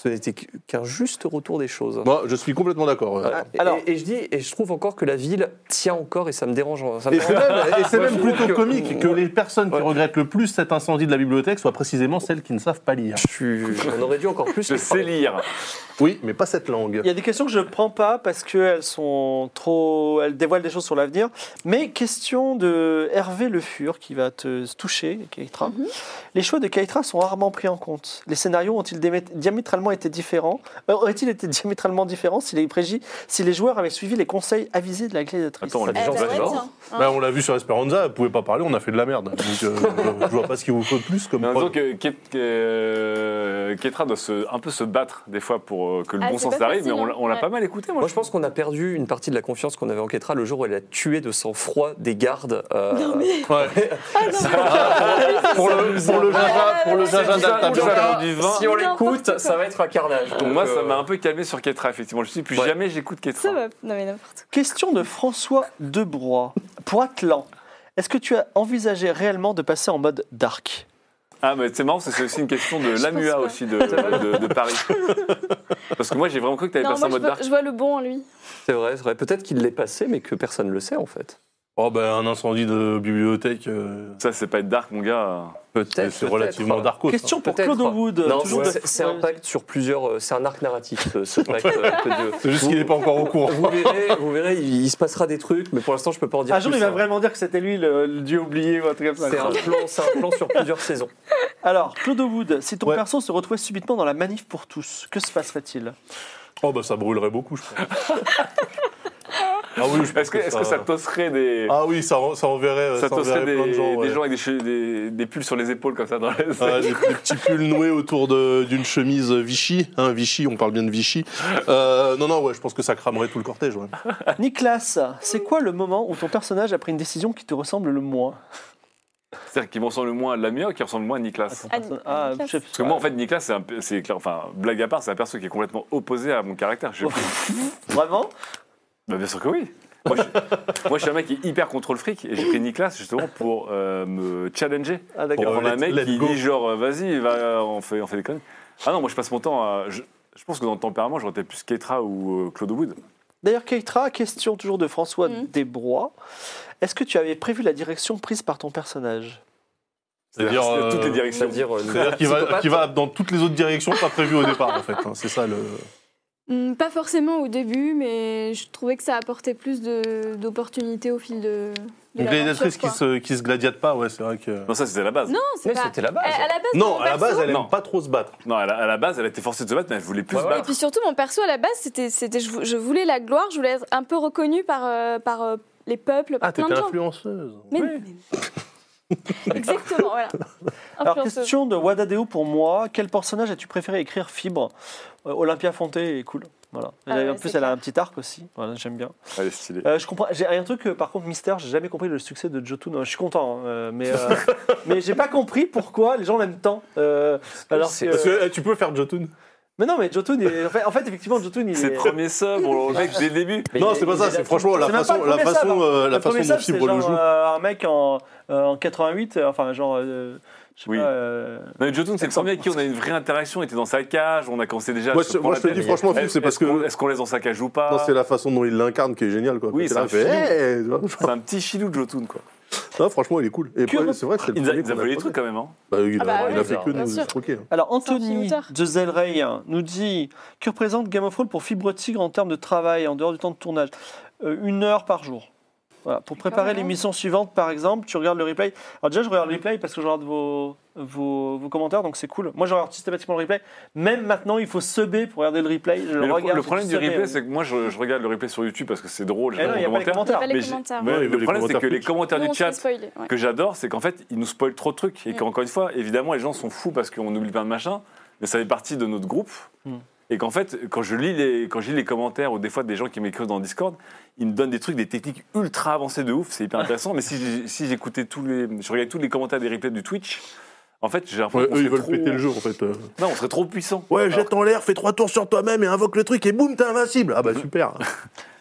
Speaker 6: Ce n'était qu'un juste retour des choses.
Speaker 4: Moi, je suis complètement d'accord. ouais.
Speaker 6: Ah, et-
Speaker 1: Alors-
Speaker 6: et, et je dis, et je trouve encore que la ville tient encore et ça me dérange. Ça me
Speaker 4: Et c'est
Speaker 6: dérange.
Speaker 4: même, et c'est
Speaker 6: Moi,
Speaker 4: même
Speaker 6: je trouve
Speaker 4: plutôt
Speaker 6: que-
Speaker 4: comique que les personnes qui
Speaker 6: Ouais.
Speaker 4: regrettent le plus cet incendie de la bibliothèque soient précisément celles qui ne savent pas lire.
Speaker 6: Je suis- On aurait dû encore plus.
Speaker 5: Je
Speaker 6: les
Speaker 5: sais
Speaker 6: cramer.
Speaker 5: lire.
Speaker 4: Oui, mais pas cette langue.
Speaker 1: Il y a des questions que je ne prends pas parce qu'elles sont trop. Elles dévoilent des choses sur l'avenir. Mais question de Hervé Le Fur qui va te toucher, Keitra.
Speaker 7: Mhm.
Speaker 1: Les choix de Keitra sont rarement pris en compte. Les scénarios ont-ils démé- diamétralement été différents euh, Auraient-ils été diamétralement différents si les, prégi- si les joueurs avaient suivi les conseils avisés de la gladiatrice
Speaker 5: Attends, les
Speaker 7: Eh
Speaker 5: gens
Speaker 7: ben ouais,
Speaker 5: adorent.
Speaker 7: tiens, hein.
Speaker 4: Bah, on l'a vu sur Esperanza, elle pouvait pas parler, on a fait de la merde. Donc, euh, je vois pas ce qu'il vous faut de plus comme
Speaker 5: Mais
Speaker 4: preuve.
Speaker 5: donc, euh, Ketra doit se, un peu se battre des fois pour euh, que le
Speaker 7: Ah,
Speaker 5: bon
Speaker 7: c'est
Speaker 5: sens
Speaker 7: pas
Speaker 5: arrive, mais
Speaker 7: facile,
Speaker 5: on l'a- on l'a
Speaker 7: hein.
Speaker 5: pas mal écouté, moi.
Speaker 6: Moi, je pense qu'on a perdu une partie de la confiance qu'on avait en Ketra le jour où elle a tué de sang-froid des gardes. euh,
Speaker 4: Ouais.
Speaker 7: Ah,
Speaker 6: pour le,
Speaker 4: Pour le gingembre, pour le
Speaker 5: C'est
Speaker 4: gingembre
Speaker 5: tout ça,
Speaker 4: d'Alta
Speaker 5: tout ça,
Speaker 4: Bianca.
Speaker 5: dans du vin.
Speaker 6: Si on
Speaker 7: N'importe
Speaker 6: l'écoute,
Speaker 7: quoi.
Speaker 6: ça va être un carnage.
Speaker 5: Donc, moi, ça
Speaker 6: euh,
Speaker 5: m'a un peu calmé sur Ketra, effectivement. Je me suis dit, plus
Speaker 6: Ouais.
Speaker 5: jamais j'écoute Ketra.
Speaker 7: Ça va. Non, mais n'importe
Speaker 1: Question de François Debrois pour Atlan. Est-ce que tu as envisagé réellement de passer en mode dark
Speaker 5: Ah, mais c'est marrant, parce que c'est aussi une question de
Speaker 7: Je pense
Speaker 5: l'AMUA
Speaker 7: pas.
Speaker 5: aussi de, de- de Paris. Parce que moi, j'ai vraiment cru que t'avais
Speaker 7: quoi. Non,
Speaker 5: passé
Speaker 7: moi,
Speaker 5: en mode
Speaker 7: je vois,
Speaker 5: dark.
Speaker 7: je vois le bon en lui.
Speaker 6: C'est vrai, c'est vrai. Peut-être qu'il l'est passé, mais que personne ne le sait en fait.
Speaker 4: Oh, ben, un incendie de bibliothèque, euh,
Speaker 5: Ça, c'est pas être dark, mon gars.
Speaker 4: c'est
Speaker 6: Peut-être.
Speaker 4: c'est
Speaker 6: peut-être.
Speaker 4: relativement darkos. hein.
Speaker 1: Question pour
Speaker 6: Peut-être.
Speaker 1: Claude Wood.
Speaker 6: Non,
Speaker 1: toujours de-
Speaker 6: c'est- c'est un pacte sur plusieurs. euh, C'est un arc narratif, ce, ce pacte. euh,
Speaker 4: C'est juste qu'il n'est pas encore au courant.
Speaker 6: Vous verrez, vous verrez, il, il se passera des trucs, mais pour l'instant, je peux pas en dire
Speaker 1: Un jour,
Speaker 6: plus,
Speaker 1: il va
Speaker 6: hein.
Speaker 1: vraiment dire que c'était lui le, le dieu oublié ou un truc comme ça.
Speaker 6: C'est un plan, c'est un plan sur plusieurs saisons.
Speaker 1: Alors, Claude Wood, si ton
Speaker 4: Ouais.
Speaker 1: perso se retrouvait subitement dans la manif pour tous, que se passerait-il
Speaker 4: Oh, bah, ça brûlerait beaucoup, je pense. ah oui, je pense
Speaker 5: Est-ce que, est-ce que ça tosserait des.
Speaker 4: Ah oui, ça, en- ça enverrait,
Speaker 5: ça
Speaker 4: ça
Speaker 5: tosserait
Speaker 4: enverrait
Speaker 5: des,
Speaker 4: plein de gens.
Speaker 5: des
Speaker 4: ouais.
Speaker 5: gens avec des, che- des, des pulls sur les épaules comme ça dans les.
Speaker 4: Ah, des, des petits pulls noués autour de- d'une chemise Vichy. Hein, Vichy, on parle bien de Vichy. Euh, non, non, ouais, je pense que ça cramerait tout le cortège. ouais.
Speaker 1: Nicolas, c'est quoi le moment où ton personnage a pris une décision qui te ressemble le moins
Speaker 5: C'est-à-dire qui me ressemble le moins à l'AMUA ou qui ressemble le moins à Nicolas
Speaker 1: à ton
Speaker 5: Parce
Speaker 7: Ah,
Speaker 1: perso-
Speaker 7: ah, Nicolas.
Speaker 1: je sais
Speaker 5: que
Speaker 1: pas.
Speaker 5: moi, en fait, Nicolas, c'est un peu- c'est clair, enfin, blague à part, c'est un perso qui est complètement opposé à mon caractère. Je-
Speaker 1: Vraiment
Speaker 5: Bah, bien sûr que oui. Moi je, moi, je suis un mec qui est hyper contrôle fric et j'ai pris Nicolas justement pour euh, me challenger.
Speaker 1: Ah,
Speaker 5: Pour
Speaker 1: d'accord.
Speaker 4: Bon,
Speaker 5: prendre un
Speaker 4: let's-
Speaker 5: mec
Speaker 4: let's
Speaker 5: qui
Speaker 4: go.
Speaker 5: dit genre, euh, vas-y, va, euh, on, fait, on fait des conneries. Ah non, moi, je passe mon temps à. Je, je pense que dans le tempérament, j'aurais été plus Ketra ou euh, Claude Wood.
Speaker 1: D'ailleurs, Keitra, question toujours de François
Speaker 7: Mhm.
Speaker 1: Desbrois. Est-ce que tu avais prévu la direction prise par ton personnage
Speaker 4: C'est-à-dire,
Speaker 5: C'est-à-dire toutes les
Speaker 4: euh,
Speaker 5: directions.
Speaker 6: C'est-à-dire, euh,
Speaker 4: C'est-à-dire qu'il va,
Speaker 6: psychopathe.
Speaker 4: qu'il va dans toutes les autres directions, pas prévues au départ, en fait. hein. C'est ça le.
Speaker 7: Hmm, Pas forcément au début, mais je trouvais que ça apportait plus de- d'opportunités au fil de. de
Speaker 4: Une gladiatrice
Speaker 7: l'aventure,
Speaker 4: qui se, qui se gladiate pas, ouais, c'est vrai que.
Speaker 5: Non, ça, c'était la base.
Speaker 7: quoi.
Speaker 5: Non,
Speaker 7: Non, c'est
Speaker 6: Mais
Speaker 7: pas.
Speaker 6: c'était la
Speaker 7: À,
Speaker 6: base.
Speaker 7: à la base,
Speaker 4: Non,
Speaker 7: mon
Speaker 4: à la
Speaker 7: perso-
Speaker 4: base, elle
Speaker 5: Non.
Speaker 4: aime pas trop se battre.
Speaker 5: à, la, à la base, elle était forcée de se battre, mais elle voulait plus
Speaker 6: Ouais,
Speaker 5: se
Speaker 6: ouais.
Speaker 7: Et
Speaker 5: battre.
Speaker 7: puis surtout, mon perso à la base, c'était, c'était, je vou- je voulais la gloire, je voulais être un peu reconnue par, euh, par euh, les peuples, par
Speaker 4: Ah,
Speaker 7: plein
Speaker 4: t'étais
Speaker 7: de gens.
Speaker 4: influenceuse.
Speaker 7: Mais- mais- Exactement, voilà.
Speaker 1: Alors,
Speaker 7: Influenceuse.
Speaker 1: question de Wadadeo pour moi. Quel personnage as-tu préféré écrire Fibre Euh, Olympia Fonté est cool. Voilà.
Speaker 7: Ah
Speaker 1: Elle-
Speaker 7: ouais,
Speaker 1: en plus,
Speaker 7: c'est
Speaker 1: elle a un petit arc aussi. Voilà, J'aime bien.
Speaker 5: Elle est stylée.
Speaker 1: Euh, je comprends. J'ai un truc, euh, par contre, Mister, j'ai jamais compris le succès de Jotun. Euh, Je suis content, hein, euh, mais euh, mais j'ai pas compris pourquoi les gens l'aiment tant. euh, alors
Speaker 6: C'est-
Speaker 1: que-
Speaker 4: Parce que eh, tu peux faire Jotun.
Speaker 1: mais non, mais Jotun, il est- en, fait, en fait, effectivement, Jotun, il
Speaker 5: C'est
Speaker 1: est.
Speaker 5: le premier sub, on le mec dès le début.
Speaker 4: Non, c'est pas ça, c'est franchement la
Speaker 1: C'est même pas
Speaker 4: façon,
Speaker 1: le
Speaker 4: la
Speaker 1: premier sub,
Speaker 4: façon,
Speaker 1: hein.
Speaker 4: euh, la
Speaker 1: premier
Speaker 4: façon
Speaker 1: sub,
Speaker 4: dont
Speaker 1: c'est
Speaker 4: Fibre le
Speaker 1: genre,
Speaker 4: joue.
Speaker 1: euh, un mec en, euh, en 88, euh, enfin genre. euh, Je sais
Speaker 5: Oui.
Speaker 1: pas, euh,
Speaker 5: Non, Jotun, c'est le premier avec qui on a une vraie interaction. Il était dans sa cage, on a commencé déjà. à
Speaker 4: Moi,
Speaker 5: se
Speaker 4: je- moi,
Speaker 5: prendre
Speaker 4: je te
Speaker 5: la
Speaker 4: dis
Speaker 5: tête.
Speaker 4: franchement, Philippe,
Speaker 5: Est-ce-
Speaker 4: c'est parce
Speaker 5: est-ce qu'on-
Speaker 4: que-
Speaker 5: Est-ce qu'on laisse dans sa cage ou
Speaker 4: Non,
Speaker 5: pas
Speaker 4: c'est la façon dont il l'incarne qui est géniale, quoi.
Speaker 5: Oui,
Speaker 4: T'es
Speaker 5: c'est
Speaker 4: là,
Speaker 5: un
Speaker 4: fait,
Speaker 5: filou.
Speaker 4: Eh, tu vois, genre,
Speaker 5: C'est un petit chilou de Jotun, quoi.
Speaker 4: non, franchement, il est cool. Et
Speaker 1: Que-
Speaker 4: ouais, c'est vrai que c'est le
Speaker 5: Ah, Il nous a,
Speaker 4: premier
Speaker 5: il nous a
Speaker 4: qu'on a
Speaker 5: volé les
Speaker 4: posé.
Speaker 5: trucs quand même, hein.
Speaker 4: Bah, il, a-
Speaker 7: Ah bah
Speaker 4: il
Speaker 7: ouais,
Speaker 4: a fait que
Speaker 7: bien
Speaker 4: nous
Speaker 7: sûr.
Speaker 4: escroquer. hein.
Speaker 1: Alors,
Speaker 7: C'est un film
Speaker 1: Anthony
Speaker 7: auteur.
Speaker 1: de Zelrey nous dit Que représente Game of Thrones pour Fibre Tigre en termes de travail, en dehors du temps de tournage Euh, Une heure par jour. Voilà. Pour préparer
Speaker 7: même.
Speaker 1: l'émission suivante, par exemple, tu regardes le replay. Alors, déjà, je regarde le replay parce que je regarde vos, vos, vos commentaires, donc c'est cool. Moi, je regarde systématiquement le replay. Même maintenant, il faut seber pour regarder le replay. Je
Speaker 5: Mais le, pro-
Speaker 1: regarde,
Speaker 5: le problème
Speaker 1: je
Speaker 5: du
Speaker 1: suis sebé,
Speaker 5: replay,
Speaker 1: oui.
Speaker 5: c'est que moi, je, je regarde le replay sur YouTube parce que c'est drôle. je
Speaker 1: Eh non,
Speaker 5: regarde
Speaker 1: il
Speaker 5: les
Speaker 1: n'y a pas les commentaires.
Speaker 7: Pas les
Speaker 5: mais j'ai-
Speaker 7: commentaires.
Speaker 5: mais
Speaker 4: Ouais,
Speaker 5: le
Speaker 4: les
Speaker 5: problème, c'est que
Speaker 4: commentaires
Speaker 5: les commentaires
Speaker 7: Nous, on
Speaker 5: du
Speaker 7: se fait
Speaker 5: chat
Speaker 7: spoiler, ouais.
Speaker 5: que j'adore, c'est qu'en fait, ils nous spoilent trop de trucs et
Speaker 7: Mm.
Speaker 5: qu'encore une fois, évidemment, les gens sont fous parce qu'on oublie plein de machins, mais ça fait partie de notre groupe.
Speaker 1: Mm.
Speaker 5: Et qu'en fait, quand je, lis les, quand je lis les commentaires ou des fois des gens qui m'écrivent dans Discord, ils me donnent des trucs, des techniques ultra avancées de ouf, c'est hyper intéressant. mais si j'ai- si j'écoutais tous les. Je regardais tous les commentaires des replays du Twitch, en fait, j'ai l'impression
Speaker 4: Ouais,
Speaker 5: qu'on
Speaker 4: eux, ils
Speaker 5: serait
Speaker 4: veulent
Speaker 5: trop-
Speaker 4: péter le jeu, en fait. euh.
Speaker 5: Non, on serait trop puissant.
Speaker 4: Ouais, jette en l'air, fais trois tours sur toi-même et invoque le truc et boum, t'es invincible. Ah bah super.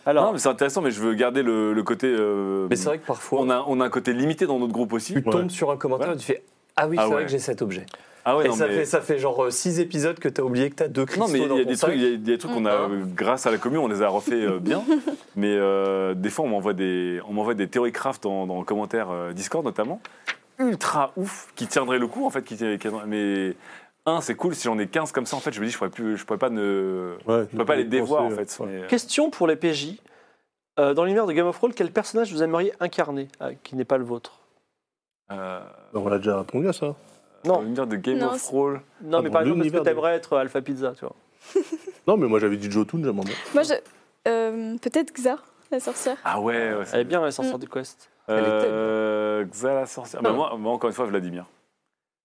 Speaker 1: Alors,
Speaker 5: Non, mais c'est intéressant, mais je veux garder le, le côté. euh,
Speaker 6: Mais c'est vrai que parfois,
Speaker 5: on a, on a un côté limité dans notre groupe aussi.
Speaker 6: tu tombes sur un commentaire
Speaker 5: Ouais.
Speaker 6: et tu fais Ah oui,
Speaker 5: Ah
Speaker 6: c'est
Speaker 5: ouais.
Speaker 6: vrai que j'ai cet objet.
Speaker 5: Ah ouais,
Speaker 6: et
Speaker 5: non,
Speaker 6: ça,
Speaker 5: mais...
Speaker 6: fait, ça fait genre 6 épisodes que t'as oublié que t'as deux cristaux
Speaker 5: Non, mais il y
Speaker 6: dans
Speaker 5: a
Speaker 6: ton
Speaker 5: des
Speaker 6: sac.
Speaker 5: trucs, il y a des trucs qu'on a, euh, grâce à la commune, on les a refait euh, bien. Mais euh, des fois, on m'envoie des, on m'envoie des théories craft dans, dans le commentaire euh, Discord notamment, ultra ouf, qui tiendraient le coup en fait, qui, tiendraient- qui tiendraient- mais un, c'est cool. Si j'en ai 15 comme ça, en fait, je me dis, je pourrais plus, je pourrais pas ne,
Speaker 4: Ouais,
Speaker 5: je pourrais pas les dévoir en fait. Mais, euh,
Speaker 1: question pour les PJ. Euh, dans l'univers de Game of Thrones, quel personnage vous aimeriez incarner ah, qui n'est pas le vôtre
Speaker 5: euh,
Speaker 4: On l'a déjà répondu à ça.
Speaker 1: Non.
Speaker 5: dans l'univers de Game
Speaker 7: Non,
Speaker 5: of
Speaker 7: c'est-
Speaker 5: Thrones.
Speaker 1: Non,
Speaker 4: Ah,
Speaker 1: mais
Speaker 4: dans
Speaker 1: par exemple, est-ce que
Speaker 4: l'univers de-
Speaker 1: t'aimerais être Alpha Pizza tu vois
Speaker 4: Non, mais moi j'avais dit Jotun, j'ai un moment.
Speaker 7: Moi, je... euh, peut-être Xa, la sorcière.
Speaker 5: Ah ouais, ouais,
Speaker 1: Elle est
Speaker 5: c'est-
Speaker 1: bien, elle sortir du quest.
Speaker 5: Euh, Xa la sorcière. Bah,
Speaker 7: Non.
Speaker 5: moi, moi, encore une fois, Vladimir.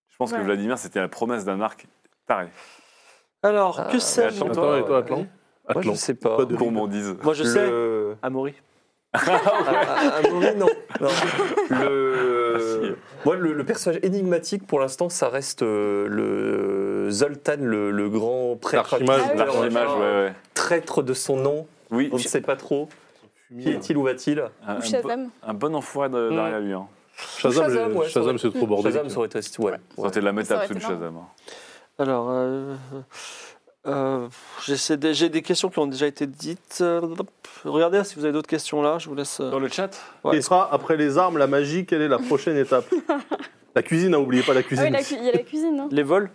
Speaker 5: Je pense que
Speaker 7: Ouais.
Speaker 5: Vladimir, c'était la promesse d'un arc taré.
Speaker 1: Alors, que
Speaker 6: Euh,
Speaker 1: sais-je
Speaker 6: attends,
Speaker 4: Attends,
Speaker 6: toi,
Speaker 4: et toi,
Speaker 6: euh,
Speaker 4: Atlan
Speaker 6: Moi, je
Speaker 4: Atlan.
Speaker 6: sais pas.
Speaker 4: Pas de-
Speaker 5: Gourmandise.
Speaker 1: Moi, je sais.
Speaker 6: Le-
Speaker 1: Amaury.
Speaker 6: Ah, ah, Amaury, non. Ah, Non. Le... Moi, le, le personnage énigmatique, pour l'instant, ça reste euh, le Zoltan, le, le grand prêtre.
Speaker 4: L'archimage,
Speaker 7: Ah oui.
Speaker 5: L'archimage, ouais, ouais.
Speaker 6: Traître de son nom,
Speaker 5: Oui,
Speaker 6: on ne sait pas trop. Qui est-il ou va-t-il
Speaker 5: un,
Speaker 4: Euh,
Speaker 7: Ou
Speaker 5: un bo-
Speaker 4: bah,
Speaker 7: Shazam.
Speaker 5: un bon enfoiré de-
Speaker 6: Mm.
Speaker 5: derrière lui. Hein.
Speaker 4: Shazam,
Speaker 6: Shazam,
Speaker 4: le-
Speaker 6: ouais, ça
Speaker 4: Shazam,
Speaker 6: aurait-
Speaker 4: c'est trop bordélique.
Speaker 6: Shazam, ça aurait été... Ouais.
Speaker 5: Ça, C'était de la méta
Speaker 7: Ça aurait
Speaker 5: absolue,
Speaker 7: été marrant.
Speaker 5: Shazam. hein.
Speaker 1: Alors, euh, euh, j'essaie de- j'ai des questions qui ont déjà été dites. Euh, Regardez si vous avez d'autres questions là. Je vous laisse. euh,
Speaker 5: Dans le chat
Speaker 1: Ouais.
Speaker 4: Et sera après les armes, la magie, quelle est la prochaine étape La cuisine, hein, oubliez pas la
Speaker 7: Ah
Speaker 4: cuisine.
Speaker 7: oui, la cu- il y a la cuisine. hein.
Speaker 1: Les vols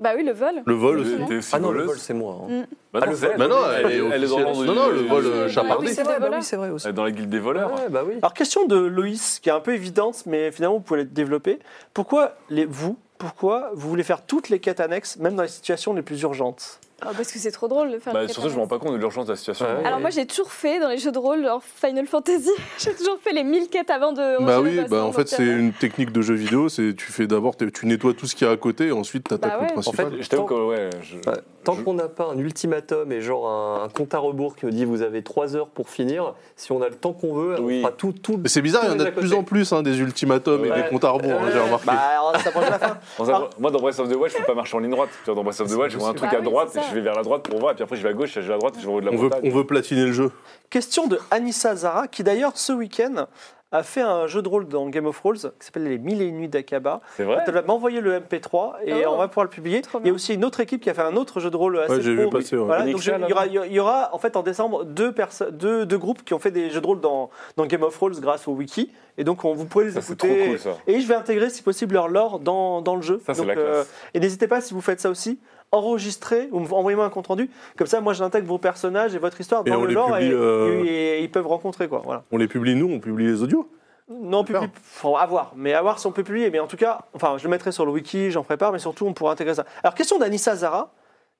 Speaker 7: Bah oui, le vol.
Speaker 4: Le vol aussi.
Speaker 7: Absolument.
Speaker 5: T'es aussi
Speaker 6: Ah non, le
Speaker 5: voleuse
Speaker 6: vol, c'est moi. hein.
Speaker 5: Bah
Speaker 6: Ah,
Speaker 5: non,
Speaker 6: le
Speaker 5: c'est
Speaker 6: vol.
Speaker 5: elle.
Speaker 4: Bah non, elle est
Speaker 5: elle est dans
Speaker 4: officielle.
Speaker 5: l'ordre
Speaker 4: Non,
Speaker 5: du-
Speaker 4: non, le vol euh,
Speaker 7: Ah
Speaker 4: chapardé.
Speaker 7: oui,
Speaker 6: c'est
Speaker 7: c'est
Speaker 6: vrai,
Speaker 7: vrai,
Speaker 6: bah
Speaker 7: voilà.
Speaker 6: oui, c'est vrai aussi.
Speaker 5: Dans la guilde des voleurs.
Speaker 6: Ouais, bah oui.
Speaker 1: Alors, question de Loïs, qui est un peu évidente, mais finalement, vous pouvez la développer. Pourquoi les, vous pourquoi vous voulez faire toutes les quêtes annexes, même dans les situations les plus urgentes
Speaker 7: Ah, parce que c'est trop drôle de faire
Speaker 5: Bah,
Speaker 7: les
Speaker 5: surtout, je me rends pas compte de l'urgence de la situation.
Speaker 6: Ouais.
Speaker 7: Alors moi j'ai toujours fait dans les jeux de rôle, genre Final Fantasy, j'ai toujours fait les 1000 quêtes avant de...
Speaker 4: Bah
Speaker 7: retirer
Speaker 4: oui,
Speaker 7: le
Speaker 4: bah
Speaker 7: bassin,
Speaker 4: en fait
Speaker 7: donc,
Speaker 4: c'est
Speaker 7: euh,
Speaker 4: une technique de jeu vidéo, c'est tu fais d'abord t'es- tu nettoies tout ce qu'il y a à côté et ensuite t'attaques
Speaker 7: Bah
Speaker 4: le
Speaker 7: ouais.
Speaker 5: En
Speaker 4: principal.
Speaker 5: fait, je t'avoue que, ouais, je-
Speaker 4: Ah.
Speaker 6: Ouais. Tant
Speaker 5: Je-
Speaker 6: qu'on n'a pas un ultimatum et genre un, un compte à rebours qui nous dit vous avez 3 heures pour finir, si on a le temps qu'on veut,
Speaker 5: Oui.
Speaker 6: on fera tout, tout.
Speaker 4: Mais c'est bizarre, il y
Speaker 6: tout
Speaker 4: en a
Speaker 6: est
Speaker 4: de
Speaker 6: à
Speaker 4: plus
Speaker 6: côté.
Speaker 4: en plus hein, des ultimatums et
Speaker 6: Ouais.
Speaker 4: des comptes à
Speaker 9: Oh,
Speaker 4: rebours, hein, j'ai remarqué.
Speaker 1: Bah, ça prend la fin.
Speaker 5: dans un- moi, dans Breath of the Wild, je peux pas marcher en ligne droite. Tu vois, dans Breath
Speaker 4: Ah,
Speaker 5: of the Wild, je vois un truc
Speaker 7: Bah
Speaker 5: à
Speaker 7: oui,
Speaker 5: droite
Speaker 7: c'est
Speaker 5: et
Speaker 7: ça.
Speaker 5: je vais vers la droite pour voir, et puis après, je vais à gauche, et je vais à droite, et je vais au haut de la
Speaker 4: on, veut,
Speaker 5: montagne.
Speaker 4: on veut platiner le jeu.
Speaker 1: Question de Anissa Zara, qui d'ailleurs ce week-end a fait un jeu de rôle dans Game of Thrones qui s'appelle Les Mille et Une Nuits d'Akaba.
Speaker 5: C'est vrai
Speaker 1: Elle m'a envoyé bah, le MP3 et
Speaker 7: Oh,
Speaker 1: on va pouvoir le publier.
Speaker 7: trop
Speaker 1: Il y a
Speaker 7: bien.
Speaker 1: aussi une autre équipe qui a fait un autre jeu de rôle assez
Speaker 4: Ouais, j'ai
Speaker 1: pro.
Speaker 4: vu passer. ouais.
Speaker 1: Voilà,
Speaker 5: Nick
Speaker 1: donc je-
Speaker 5: Schall,
Speaker 1: il, y aura, il y aura en fait en décembre deux, perso- deux, deux groupes qui ont fait des jeux de rôle dans, dans Game of Thrones grâce au wiki et donc on, vous pouvez les
Speaker 5: Ça, c'est trop
Speaker 1: écouter
Speaker 5: cool, ça.
Speaker 1: et je vais intégrer si possible leur lore dans, dans le jeu.
Speaker 5: Ça, c'est
Speaker 1: Donc, euh,
Speaker 5: la classe.
Speaker 1: et n'hésitez pas si vous faites ça aussi enregistrez ou envoyez-moi un compte rendu comme ça moi j'intègre vos personnages et votre histoire
Speaker 4: Et
Speaker 1: dans
Speaker 4: on
Speaker 1: le
Speaker 4: les
Speaker 1: lore
Speaker 4: publie,
Speaker 1: et,
Speaker 4: euh,
Speaker 1: et- et ils peuvent rencontrer quoi voilà
Speaker 4: On les publie nous, on publie les audios.
Speaker 1: non
Speaker 4: Super.
Speaker 1: publie faut à voir mais à voir si on peut publier mais en tout cas enfin je le mettrai sur le wiki j'en prépare mais surtout on pourra intégrer ça alors question d'Anissa Zara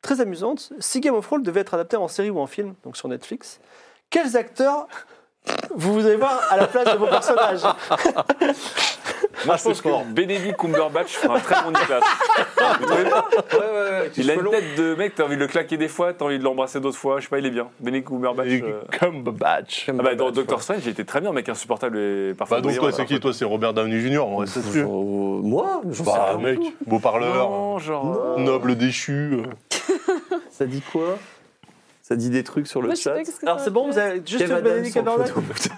Speaker 1: très amusante si Game of Thrones devait être adapté en série ou en film donc sur Netflix quels acteurs vous voudriez voir à la place de vos personnages
Speaker 4: Ah,
Speaker 5: Moi, je pense que Benedict Cumberbatch fera un très bon Nicolas. Vous trouvez pas
Speaker 6: Ouais, ouais, ouais, avec les
Speaker 5: Il a une
Speaker 6: cheveux longs.
Speaker 5: tête de mec, t'as envie de le claquer des fois, t'as envie de l'embrasser d'autres fois. Je sais pas, il est bien. Benedict Cumberbatch. euh.
Speaker 4: Cumberbatch.
Speaker 5: Ah bah, dans Doctor Strange, il était très bien, mec insupportable et parfois.
Speaker 4: Bah donc
Speaker 5: brillant,
Speaker 4: toi c'est
Speaker 5: alors.
Speaker 4: qui Toi c'est Robert Downey Jr. On reste dessus.
Speaker 6: Euh, Moi J'en sais
Speaker 4: Bah
Speaker 6: rien.
Speaker 4: mec, beau parleur,
Speaker 5: Non, genre. euh,
Speaker 4: noble déchu. euh.
Speaker 6: Ça dit quoi Ça dit des trucs sur le
Speaker 7: Moi, je sais
Speaker 6: chat
Speaker 7: pas qu'est-ce que
Speaker 1: alors
Speaker 7: ça
Speaker 1: c'est bon
Speaker 7: peut
Speaker 1: vous
Speaker 7: être.
Speaker 1: avez juste
Speaker 6: Kev Adams
Speaker 1: Benedict
Speaker 6: en
Speaker 1: Cumberbatch
Speaker 6: photo.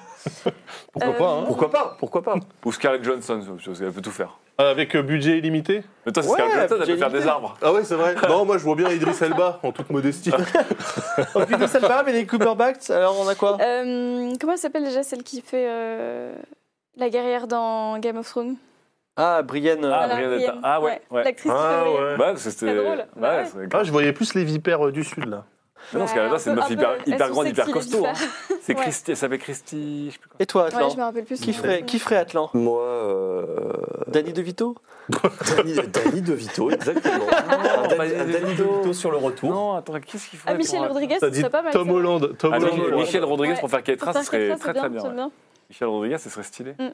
Speaker 7: Euh,
Speaker 9: Pourquoi pas, hein
Speaker 6: Pourquoi pas Pourquoi pas
Speaker 5: Ou Scarlett Johnson, je sais, elle peut tout faire.
Speaker 9: Avec euh, budget illimité
Speaker 5: Mais toi, c'est
Speaker 1: Ouais,
Speaker 5: Scarlett Johansson, elle
Speaker 1: j'ai
Speaker 5: peut faire
Speaker 1: l'idée.
Speaker 5: des arbres.
Speaker 9: Ah ouais, c'est vrai. non, moi je vois bien Idris Elba, en toute modestie.
Speaker 1: Donc, Idris Elba, Benedict Cumberbatch, alors on a quoi
Speaker 7: Euh, comment elle s'appelle déjà celle qui fait euh, la guerrière dans Game of Thrones
Speaker 1: Ah, Brienne.
Speaker 5: Ah,
Speaker 1: euh,
Speaker 7: Voilà,
Speaker 5: Brienne
Speaker 7: Brienne.
Speaker 5: Ah ouais, ouais.
Speaker 7: L'actrice
Speaker 9: ah
Speaker 7: qui fait-
Speaker 9: ouais.
Speaker 5: Bah, c'était.
Speaker 7: C'est drôle.
Speaker 5: Ouais,
Speaker 7: Bah ouais.
Speaker 5: c'est-
Speaker 9: Ah, je voyais plus les vipères euh, du sud, là.
Speaker 5: Mais non,
Speaker 7: Ouais,
Speaker 5: Scarlett,
Speaker 7: un
Speaker 5: c'est une
Speaker 7: peu-
Speaker 5: meuf
Speaker 7: un
Speaker 5: hyper,
Speaker 7: peu- elles
Speaker 5: hyper
Speaker 7: sont
Speaker 5: grande, hyper
Speaker 7: sexy, les
Speaker 5: costaud. hein.
Speaker 7: différentes.
Speaker 5: C'est
Speaker 7: Ouais.
Speaker 5: Christi, elle s'appelait Christy, je sais plus quoi.
Speaker 1: Et toi,
Speaker 7: Ouais,
Speaker 1: Atlan
Speaker 7: je me rappelle plus.
Speaker 1: qui, ferait, qui ferait Atlan
Speaker 6: Moi, euh,
Speaker 1: Danny DeVito
Speaker 6: Danny, Danny DeVito, exactement.
Speaker 5: pas
Speaker 6: un Danny,
Speaker 5: Danny
Speaker 6: un Danny
Speaker 5: DeVito.
Speaker 6: DeVito sur le retour.
Speaker 5: Non, attends, qu'est-ce qu'il faut
Speaker 7: Ah, Michel Rodriguez,
Speaker 9: T'as
Speaker 7: ça
Speaker 9: dit
Speaker 7: serait pas mal.
Speaker 9: Tom
Speaker 7: ça.
Speaker 9: Hollande. Tom
Speaker 7: Attends,
Speaker 9: Hollande.
Speaker 7: Michel-
Speaker 5: Michel Rodriguez
Speaker 7: Ouais.
Speaker 5: pour faire Keitra, ce
Speaker 7: Pour faire
Speaker 5: serait
Speaker 7: Keitra,
Speaker 5: très
Speaker 7: c'est
Speaker 5: très
Speaker 7: bien,
Speaker 5: bien.
Speaker 7: c'est
Speaker 5: ouais.
Speaker 7: bien.
Speaker 5: Michel Rodriguez, ce serait stylé.
Speaker 7: Mm.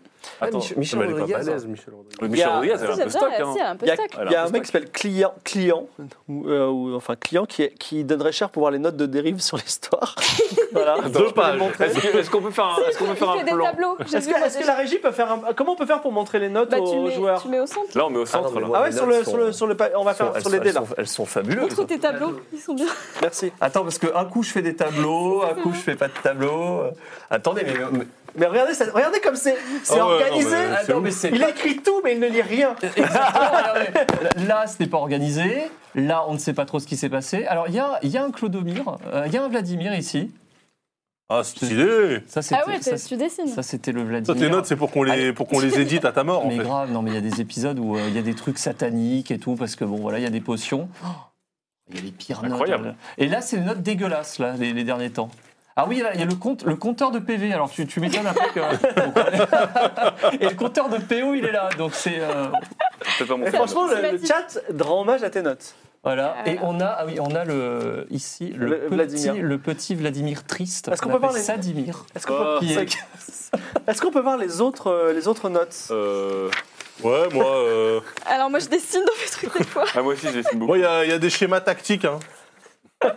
Speaker 5: Attends,
Speaker 6: Mich-
Speaker 9: Mais elle est pas
Speaker 6: Rodriguez.
Speaker 9: balèze, Michel Rodriguez.
Speaker 5: Michel
Speaker 1: il y a-
Speaker 5: Rodriguez, elle a un
Speaker 7: J'aime
Speaker 5: peu
Speaker 7: bien,
Speaker 5: stock.
Speaker 7: elle-
Speaker 5: hein.
Speaker 7: si, elle a un peu
Speaker 1: Il y a,
Speaker 7: stock.
Speaker 1: il y a un mec qui s'appelle Client, client ou, euh, ou, enfin Client, qui, est- qui donnerait cher pour voir les notes de dérive sur l'histoire. voilà.
Speaker 9: Deux pages.
Speaker 5: Est-ce que- est-ce qu'on peut faire un, est-ce qu'on peut
Speaker 7: Il
Speaker 5: faire un
Speaker 7: fait des
Speaker 5: plan
Speaker 7: tableaux. j'ai
Speaker 1: Est-ce
Speaker 7: vu,
Speaker 1: que,
Speaker 7: moi,
Speaker 1: est-ce que
Speaker 7: déjà.
Speaker 1: la régie peut faire un... Comment on peut faire pour montrer les notes
Speaker 7: Bah, tu
Speaker 1: aux
Speaker 7: mets,
Speaker 1: joueurs
Speaker 7: tu mets au centre.
Speaker 5: Là, on met au
Speaker 6: Ah non,
Speaker 5: centre.
Speaker 6: mais
Speaker 5: là.
Speaker 6: moi-
Speaker 1: Ah ouais,
Speaker 6: les
Speaker 1: sur
Speaker 6: notes
Speaker 1: le,
Speaker 6: sont-
Speaker 1: sur le, sur le pa- on va faire
Speaker 6: elles
Speaker 1: sur
Speaker 6: sont-
Speaker 1: les dés
Speaker 6: elles
Speaker 1: là.
Speaker 6: sont- Elles sont fabuleuses.
Speaker 7: Montre tes tableaux, ils sont bien.
Speaker 1: Merci.
Speaker 6: Attends, parce qu'un coup je fais des tableaux, un coup je fais pas de tableaux. Euh, Attendez, mais. mais-
Speaker 1: Mais regardez, ça- regardez comme c'est c'est
Speaker 9: Ah ouais,
Speaker 1: organisé.
Speaker 9: non, mais-
Speaker 6: Attends, mais c'est.
Speaker 1: Il a écrit tout, mais il ne lit rien.
Speaker 6: Là, ce n'est pas organisé. Là, on ne sait pas trop ce qui s'est passé. Alors, il y a, il y a un Clodomir, euh, il y a un Vladimir ici.
Speaker 9: Ah, stylé
Speaker 6: Ça, c'était
Speaker 7: Ah ouais,
Speaker 6: ça,
Speaker 7: t'es- tu dessines.
Speaker 6: ça, c'était le
Speaker 9: Ça,
Speaker 6: Vladimir.
Speaker 9: tes notes, c'est pour qu'on les,
Speaker 6: Allez.
Speaker 9: pour qu'on les édite à ta mort, en
Speaker 6: mais
Speaker 9: fait.
Speaker 6: grave, non, mais il y a des épisodes où euh, il y a des trucs sataniques et tout, parce que bon, voilà, il y a des potions. Oh, Il y a les pires
Speaker 5: Incroyable.
Speaker 6: notes. euh, Et là, c'est les notes dégueulasses, là, les, les derniers temps. Ah oui, là, il y a le, compte, le compteur de PV. Alors, tu, tu m'étonnes un peu que- et le compteur de PO, il est là. Donc, c'est. euh,
Speaker 5: Peut-être pas mon
Speaker 1: Et
Speaker 5: film.
Speaker 1: franchement, le, le
Speaker 7: Sympathique.
Speaker 1: chat rend hommage à tes notes.
Speaker 6: Voilà.
Speaker 7: Voilà.
Speaker 6: Et on a, ah oui, on a le, ici le,
Speaker 1: Le
Speaker 6: petit,
Speaker 1: Vladimir.
Speaker 6: le petit Vladimir triste.
Speaker 1: Est-ce qu'on
Speaker 6: On
Speaker 1: peut
Speaker 6: l'appelle
Speaker 1: parler-
Speaker 6: Sadimir.
Speaker 1: Est-ce qu'on peut-
Speaker 6: Qui est-
Speaker 1: est-ce qu'on peut voir les autres, euh, les autres notes
Speaker 5: Euh,
Speaker 9: Ouais, moi, euh,
Speaker 7: Alors moi, je dessine dans mes trucs des fois.
Speaker 5: ah, moi aussi, je dessine beaucoup.
Speaker 9: moi, il y, a il y a des schémas tactiques. Hein.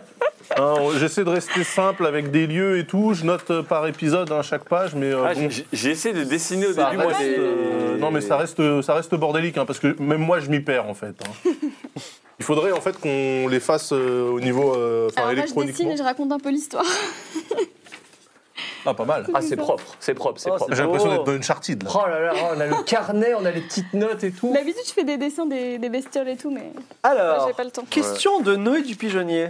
Speaker 9: Hein, on- J'essaie de rester simple avec des lieux et tout. Je note euh, par épisode hein, chaque page, mais euh,
Speaker 5: Ah,
Speaker 9: bon,
Speaker 5: j'ai- J'ai essayé de dessiner au
Speaker 1: Ça
Speaker 5: début, moi.
Speaker 1: reste,
Speaker 5: des-
Speaker 9: euh, non, mais ça reste, ça reste bordélique hein, parce que même moi, je m'y perds en fait. hein. Il faudrait en fait qu'on les fasse euh, au niveau euh, enfin,
Speaker 7: Alors moi, je dessine
Speaker 9: électroniquement.
Speaker 7: et je raconte un peu l'histoire.
Speaker 9: Ah, pas mal.
Speaker 6: Ah, c'est propre. C'est propre, c'est
Speaker 1: Oh,
Speaker 6: propre.
Speaker 1: c'est-
Speaker 9: J'ai l'impression
Speaker 1: Oh.
Speaker 9: d'être dans une chartide là.
Speaker 6: Oh là là, oh, on a le carnet, on a les petites notes et tout.
Speaker 7: D'habitude, je fais des dessins des, des bestioles et tout, mais
Speaker 1: Alors,
Speaker 7: j'ai pas le temps.
Speaker 1: question de Noé du pigeonnier.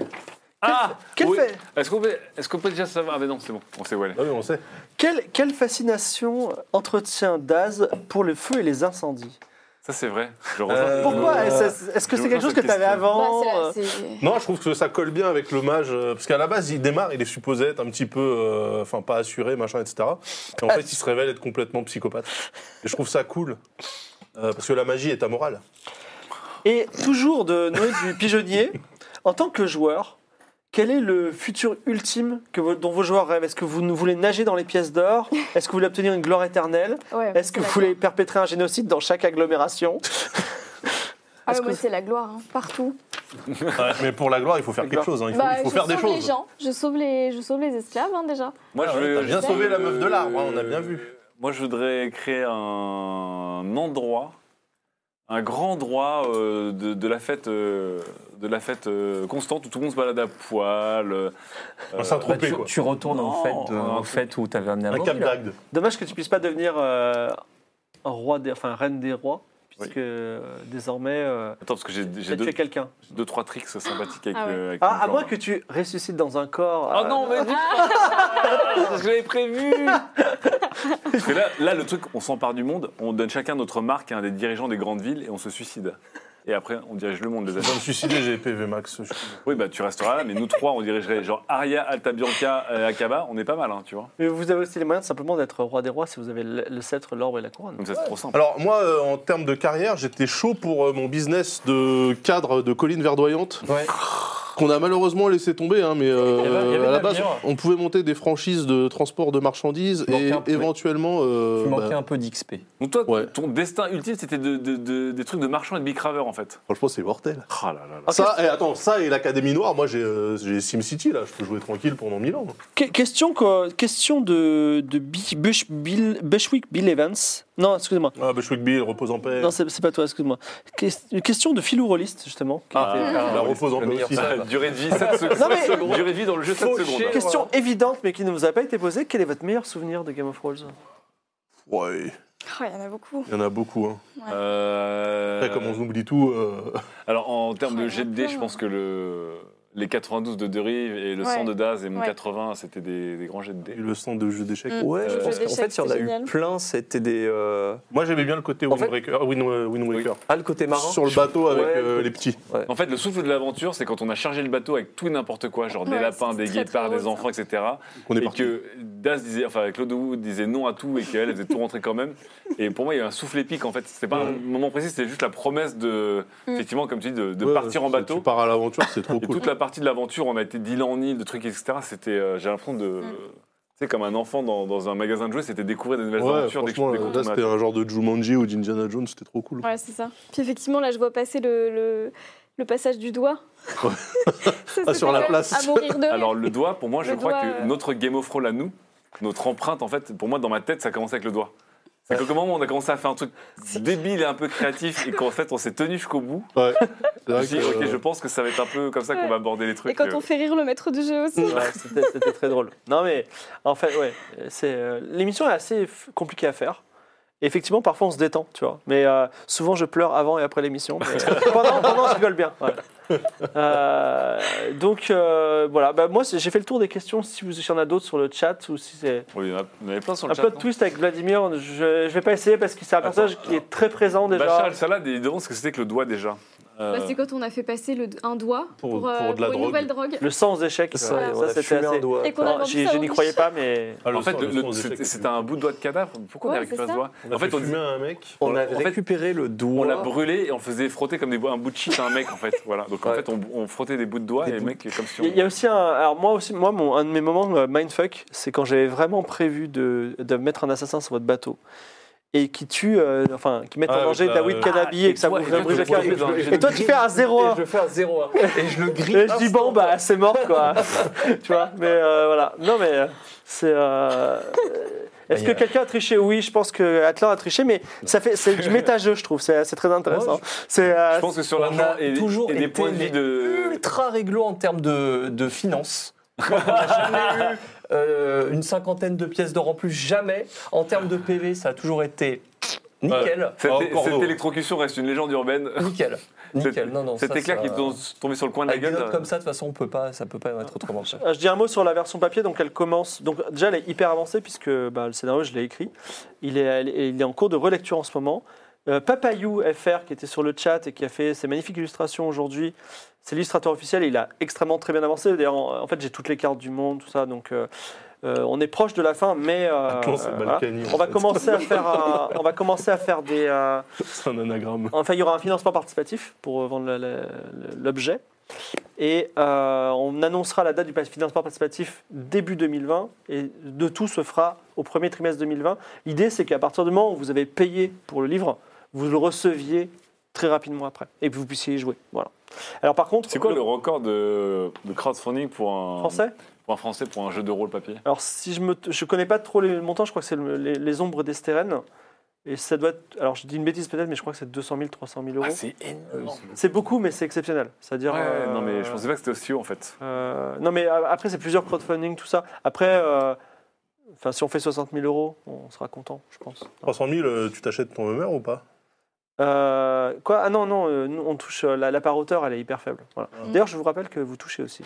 Speaker 5: Ah
Speaker 1: Quel,
Speaker 5: oui.
Speaker 1: fait-
Speaker 5: Est-ce qu'on peut, est-ce qu'on peut déjà savoir Ah, mais non, c'est bon, on sait où elle est.
Speaker 9: Ah oui, on sait.
Speaker 1: quelle, quelle fascination entretient Daz pour le feu et les incendies
Speaker 5: Ça, c'est vrai. Je rejoins.
Speaker 9: Euh,
Speaker 1: Pourquoi
Speaker 9: euh,
Speaker 1: Est-ce est-ce que
Speaker 5: je
Speaker 1: c'est
Speaker 5: rejoins
Speaker 1: quelque chose que
Speaker 5: cette
Speaker 1: tu avais
Speaker 5: question.
Speaker 1: avant
Speaker 7: Bah, c'est- c'est-
Speaker 9: Non, je trouve que ça colle bien avec le mage. euh, parce qu'à la base, il démarre, il est supposé être un petit peu. euh, Enfin, pas assuré, machin, etc. Et en fait, il se révèle être complètement psychopathe. Et je trouve ça cool. euh, parce que la magie est amorale.
Speaker 1: Et toujours de Noé du Pigeonnier, en tant que joueur, quel est le futur ultime que vos- dont vos joueurs rêvent Est-ce que vous voulez nager dans les pièces d'or Est-ce que vous voulez obtenir une gloire éternelle
Speaker 7: ouais,
Speaker 1: Est-ce que
Speaker 7: c'est
Speaker 1: vous
Speaker 7: la
Speaker 1: voulez
Speaker 7: gloire.
Speaker 1: perpétrer un génocide dans chaque agglomération
Speaker 7: Ah
Speaker 1: est-ce
Speaker 7: ouais,
Speaker 1: que
Speaker 7: moi,
Speaker 1: vous-
Speaker 7: c'est la gloire, hein, partout.
Speaker 9: Ouais, mais pour la gloire, il faut faire
Speaker 1: La
Speaker 9: quelque
Speaker 1: gloire.
Speaker 9: chose. hein, Il faut,
Speaker 7: Bah,
Speaker 9: il faut
Speaker 7: je
Speaker 9: faire des
Speaker 7: sauve les
Speaker 9: choses.
Speaker 7: gens, je sauve les, je sauve les esclaves hein, déjà.
Speaker 5: Moi,
Speaker 9: Ah
Speaker 5: je
Speaker 9: ouais,
Speaker 5: veux.
Speaker 9: t'as bien
Speaker 5: je
Speaker 9: sauvé
Speaker 5: veux-
Speaker 9: la meuf de l'arbre, hein, on a bien vu.
Speaker 5: Moi, je voudrais créer un endroit, un grand endroit euh, de, de la fête, euh, de la fête euh, constante où tout le monde se balade à poil. euh,
Speaker 9: Un Saint-Tropez,
Speaker 6: tu,
Speaker 9: quoi.
Speaker 6: tu retournes
Speaker 5: Non,
Speaker 6: en fait,
Speaker 5: un
Speaker 6: en fait où t'avais amené
Speaker 9: Un
Speaker 6: Amaury,
Speaker 9: cap
Speaker 6: là.
Speaker 9: d'Agde.
Speaker 1: Dommage que tu puisses pas devenir euh, un roi des, enfin reine des rois,
Speaker 5: Oui.
Speaker 1: puisque euh, désormais euh,
Speaker 5: Attends, parce que j'ai
Speaker 1: tu as
Speaker 5: j'ai deux,
Speaker 1: tué quelqu'un.
Speaker 5: deux, trois tricks sympathiques avec.
Speaker 7: Ah ouais.
Speaker 5: euh, avec
Speaker 1: Ah,
Speaker 5: mon
Speaker 1: à
Speaker 5: genre.
Speaker 1: moins
Speaker 6: hein.
Speaker 1: que tu ressuscites dans un corps.
Speaker 5: Oh
Speaker 1: euh,
Speaker 5: non, mais dis- Ah, c'est ce que j'avais prévu Parce que là, là, le truc, on s'empare du monde, on donne chacun notre marque à un des dirigeants des grandes villes et on se suicide. Et après, on dirige le monde, les
Speaker 9: Je
Speaker 5: amis.
Speaker 9: vais me suicider, j'ai PV max. je suis-
Speaker 5: Oui, bah tu resteras là, mais nous trois, on dirigerait genre Aria, Altabianca, euh, Akaba, on est pas mal, hein, tu vois.
Speaker 1: mais vous avez aussi les moyens de simplement d'être roi des rois si vous avez le, le sceptre, l'orbe et la couronne.
Speaker 6: Mm.
Speaker 5: Donc ça, c'est trop simple.
Speaker 9: Alors moi, euh, en termes de carrière, j'étais chaud pour euh, mon business de cadre de collines verdoyantes,
Speaker 6: Ouais.
Speaker 9: qu'on a malheureusement laissé tomber, hein, mais euh,
Speaker 6: Il y avait- il y avait
Speaker 9: à la
Speaker 6: de
Speaker 9: base,
Speaker 6: l'avenir.
Speaker 9: on pouvait monter des franchises de transport de marchandises
Speaker 6: Il manquait
Speaker 9: et
Speaker 6: un peu,
Speaker 9: éventuellement... euh,
Speaker 6: Tu manquais
Speaker 9: bah,
Speaker 6: un peu d'XP.
Speaker 5: Donc toi,
Speaker 9: Ouais.
Speaker 5: ton destin ultime, c'était de, de- de- des trucs de marchand et de bicraveur, en fait.
Speaker 9: Franchement, c'est mortel.
Speaker 5: Ah là là là.
Speaker 9: Ça, et attends, ça et l'Académie Noire, moi j'ai euh, j'ai SimCity, là, je peux jouer tranquille pendant 1000 ans.
Speaker 1: Que- question, quoi, question de, de Bi- Bush- Bill- Bushwick Bill Evans. Non, excusez-moi.
Speaker 9: Ah, Bushwick Bill, repose en
Speaker 6: Euh.
Speaker 9: paix.
Speaker 1: Non, c'est c'est pas toi, excuse-moi. Que- question de Philou Rolliste, justement. qui
Speaker 6: Ah.
Speaker 1: était-
Speaker 9: la repose en paix aussi.
Speaker 5: Ah, durée de vie 7 secondes.
Speaker 1: Non, mais-
Speaker 5: Durée de vie dans le jeu 7
Speaker 6: Fauché.
Speaker 5: secondes.
Speaker 1: Question évidente, mais qui ne vous a pas été posée. Quel est votre meilleur souvenir de Game of Thrones
Speaker 4: Ouais,
Speaker 7: Oh, il y en a beaucoup.
Speaker 4: il y en a beaucoup. Hein.
Speaker 5: Euh,
Speaker 4: Après, comme on oublie tout, euh,
Speaker 5: Alors, en termes de
Speaker 7: Oh,
Speaker 5: jet de dés, je pense que le... les 92 de Derive et le
Speaker 7: Ouais.
Speaker 5: 100 de Daz et mon
Speaker 7: Ouais.
Speaker 5: 80, c'était des, des grands jets de
Speaker 4: et
Speaker 5: dés.
Speaker 4: le sang de jeu d'échecs.
Speaker 7: Mm.
Speaker 6: Ouais, je
Speaker 5: Euh,
Speaker 6: pense
Speaker 7: jeu
Speaker 6: qu'en fait, il y en a
Speaker 7: d'échecs, génial.
Speaker 6: eu plein. C'était des. euh,
Speaker 4: Moi, j'aimais bien le côté
Speaker 6: En
Speaker 4: Wind
Speaker 6: fait-
Speaker 4: Waker- Wind- euh, Wind Waker.
Speaker 6: Ah, le côté
Speaker 1: Hein
Speaker 6: marin
Speaker 4: Sur le bateau avec
Speaker 6: Ouais.
Speaker 4: euh, les petits.
Speaker 5: En fait, le souffle de l'aventure, c'est quand on a chargé le bateau avec tout et n'importe quoi, genre des
Speaker 7: Ouais,
Speaker 5: lapins,
Speaker 7: c'était
Speaker 5: des
Speaker 7: très, très
Speaker 5: guépards, des
Speaker 7: drôle,
Speaker 5: enfants, etc.
Speaker 4: On est
Speaker 5: et
Speaker 4: parti.
Speaker 5: que Daz disait, enfin Claude Wood disait non à tout et qu'elle elle faisait tout rentrer quand même. Et pour moi, il y a eu un souffle épique en fait. C'était pas un moment précis, c'était juste la promesse de,
Speaker 7: Mm.
Speaker 5: effectivement, comme tu dis, de, de
Speaker 4: Ouais,
Speaker 5: partir en
Speaker 4: si
Speaker 5: bateau.
Speaker 4: Tu pars à l'aventure, c'est trop
Speaker 5: Et
Speaker 4: cool.
Speaker 5: toute la partie de l'aventure, on a été d'île en île, de trucs, etc. C'était, euh, j'ai l'impression de.
Speaker 7: Mm.
Speaker 5: Tu sais, comme un enfant dans, dans un magasin de jouets, c'était découvrir des nouvelles
Speaker 4: Ouais,
Speaker 5: aventures. dès que
Speaker 4: franchement, euh,
Speaker 5: dès qu'on
Speaker 4: là,
Speaker 5: a-
Speaker 4: c'était un genre de Jumanji ou d'Indiana Jones, c'était trop cool.
Speaker 7: Ouais, c'est ça. Puis effectivement, là, je vois passer le, le, le passage du doigt.
Speaker 4: Ouais.
Speaker 7: Ça,
Speaker 4: Ah,
Speaker 7: c'est
Speaker 4: sur la
Speaker 7: pas mal.
Speaker 4: place.
Speaker 7: À mourir de rire.
Speaker 5: Alors, le doigt, pour moi, je
Speaker 7: Le
Speaker 5: crois
Speaker 7: doigt,
Speaker 5: que
Speaker 7: euh.
Speaker 5: notre Game of Roll à nous, notre empreinte, en fait, pour moi, dans ma tête, ça commençait avec le doigt. C'est qu'au moment où on a commencé à faire un truc débile et un peu créatif et qu'en fait on s'est tenu jusqu'au bout,
Speaker 4: Ouais. C'est
Speaker 5: je
Speaker 4: vrai
Speaker 5: me suis
Speaker 4: que,
Speaker 5: dit, ok,
Speaker 4: euh,
Speaker 5: je pense que ça va être un peu comme ça qu'on
Speaker 7: Ouais.
Speaker 5: va aborder les trucs.
Speaker 7: Et quand
Speaker 5: euh.
Speaker 7: on fait rire le maître de jeu aussi.
Speaker 1: Ouais, c'était c'était très drôle. Non, mais en fait, ouais, c'est euh, l'émission est assez f- compliquée à faire. Et effectivement, parfois on se détend, tu vois. Mais euh, souvent, je pleure avant et après l'émission. mais, euh, pendant, pendant, je rigole bien. ouais. Euh, donc euh, voilà. Bah, moi, c'est- j'ai fait le tour des questions. Si vous, s'il y en a d'autres sur le chat ou si c'est
Speaker 5: Oui, il y en a- il y en avait plein sur le
Speaker 1: un
Speaker 5: chat.
Speaker 1: peu de
Speaker 5: non
Speaker 1: twist avec Vladimir, je, je vais pas essayer parce que c'est un personnage qui est très présent déjà.
Speaker 5: Bachar Salad, il demande ce que c'était que le doigt déjà. Euh,
Speaker 7: Bah, c'est quand on a fait passer le, un doigt
Speaker 4: Pour-
Speaker 7: pour,
Speaker 4: pour
Speaker 7: euh,
Speaker 4: de la
Speaker 7: pour
Speaker 4: drogue.
Speaker 7: une nouvelle drogue.
Speaker 1: le sens des échecs.
Speaker 6: Ça,
Speaker 1: ouais,
Speaker 6: on
Speaker 1: ça,
Speaker 6: a
Speaker 1: c'était
Speaker 6: fumé un
Speaker 1: assez-
Speaker 6: doigt.
Speaker 7: Et qu'on a
Speaker 1: Non,
Speaker 7: vendu
Speaker 1: j'y-
Speaker 7: ça
Speaker 1: je
Speaker 7: au
Speaker 1: n'y
Speaker 7: riche.
Speaker 1: croyais pas, mais
Speaker 4: Ah, le
Speaker 5: en fait,
Speaker 4: sang,
Speaker 5: le-
Speaker 4: le sang
Speaker 5: le-
Speaker 4: des
Speaker 5: c'était
Speaker 4: échecs,
Speaker 5: c'était un bout de doigt de cadavre. Pourquoi on a
Speaker 7: Ouais,
Speaker 5: récupéré
Speaker 7: c'est
Speaker 5: ce
Speaker 7: ça.
Speaker 5: doigt
Speaker 4: On a fait fumer à un mec.
Speaker 6: On a
Speaker 5: En fait,
Speaker 6: récupéré le
Speaker 5: On
Speaker 6: doigt.
Speaker 5: l'a brûlé et on le faisait frotter comme des bois, un bout de shit à un mec en fait. Voilà. Donc en
Speaker 6: Ouais.
Speaker 5: fait, on, on frottait des bouts de doigts
Speaker 6: Des
Speaker 5: et le
Speaker 6: bouts.
Speaker 5: mec comme si on.
Speaker 1: Il y a aussi un. Alors, moi, aussi, moi mon, un de mes moments euh, mindfuck, c'est quand j'avais vraiment prévu de, de mettre un assassin sur votre bateau et qui tue, euh, enfin, qui met
Speaker 4: Ah,
Speaker 1: en danger
Speaker 4: avec la-
Speaker 1: David Canabi
Speaker 5: Ah,
Speaker 1: et, que ça
Speaker 5: et toi,
Speaker 1: brise
Speaker 5: et toi,
Speaker 1: brise le
Speaker 5: tu vois,
Speaker 1: café.
Speaker 5: et toi,
Speaker 1: Et toi, tu fais un 0
Speaker 6: Et je fais un 0 Et je le grille.
Speaker 1: Et je dis bon bah c'est mort quoi, tu vois. Mais euh, voilà, non mais euh, c'est. euh, Est-ce que quelqu'un a triché Oui, je pense que Atlan a triché, mais ça fait c'est du méta-jeu, je trouve. C'est c'est très intéressant.
Speaker 6: Ouais,
Speaker 1: C'est euh,
Speaker 5: Je pense que sur
Speaker 6: On
Speaker 5: l'argent
Speaker 6: a
Speaker 5: et,
Speaker 6: toujours
Speaker 5: et des
Speaker 6: été
Speaker 5: points de vie
Speaker 6: les
Speaker 5: de.
Speaker 6: ultra réglo en termes de, de finances. On n'a jamais eu euh, une cinquantaine de pièces d'or en plus, jamais. En termes de PV, ça a toujours été nickel.
Speaker 5: Cette,
Speaker 4: Ah,
Speaker 5: cette
Speaker 4: encore nous.
Speaker 5: électrocution reste une légende urbaine.
Speaker 6: Nickel. Nickel. Non, non,
Speaker 5: Cet
Speaker 6: ça,
Speaker 5: éclair qui
Speaker 6: ça-
Speaker 5: est tombé sur le coin de la
Speaker 6: Avec des
Speaker 5: gueule.
Speaker 1: euh.
Speaker 6: notes comme ça, de toute façon, on peut pas, ça peut pas être autrement. ça.
Speaker 1: Je dis un mot sur la version papier, donc elle commence. Donc déjà, elle est hyper avancée puisque bah, le scénario, je l'ai écrit. Il est, elle est- il est en cours de relecture en ce moment. Euh, Papayou FR, qui était sur le chat et qui a fait ses magnifiques illustrations aujourd'hui, c'est l'illustrateur officiel. Il a extrêmement très bien avancé. D'ailleurs, en, en fait, j'ai toutes les cartes du monde, tout ça. Donc, euh, euh, on est proche de la fin, mais euh,
Speaker 4: Atlan, c'est
Speaker 1: euh,
Speaker 4: Balkany, en
Speaker 1: on va
Speaker 4: fait.
Speaker 1: commencer à faire, un- on va commencer à faire des. euh,
Speaker 4: C'est un anagramme.
Speaker 1: Enfin, il y aura un financement participatif pour euh, vendre le- le- le- l'objet. Et euh, on annoncera la date du pa- financement participatif début 2020. Et de tout se fera au premier trimestre 2020. L'idée, c'est qu'à partir du moment où vous avez payé pour le livre, vous le receviez très rapidement après. Et que vous puissiez y jouer. Voilà. Alors, par contre.
Speaker 5: C'est quoi le record de, de crowdfunding pour un
Speaker 1: français
Speaker 5: pour un français pour un jeu de rôle papier
Speaker 1: Alors, si je ne je connais pas trop les montants, je crois que c'est le- les, les ombres d'Estérène. Et ça doit être. Alors, je dis une bêtise peut-être, mais je crois que c'est 200 000, 300 000 euros.
Speaker 5: Ah, c'est énorme.
Speaker 1: c'est beaucoup, mais c'est exceptionnel. C'est-à-dire. euh,
Speaker 5: non mais je pensais pas que c'était aussi haut en fait.
Speaker 1: Euh, non, mais euh, après, c'est plusieurs crowdfunding, tout ça. Après, euh, enfin, si on fait 60 000 euros, on sera content, je pense.
Speaker 4: 300 000, euh, tu t'achètes ton Hummer ou pas
Speaker 1: Euh, quoi Ah non, non, euh, nous, on touche euh, la, la part hauteur, elle est hyper faible. Voilà. D'ailleurs, je vous rappelle que vous touchez aussi.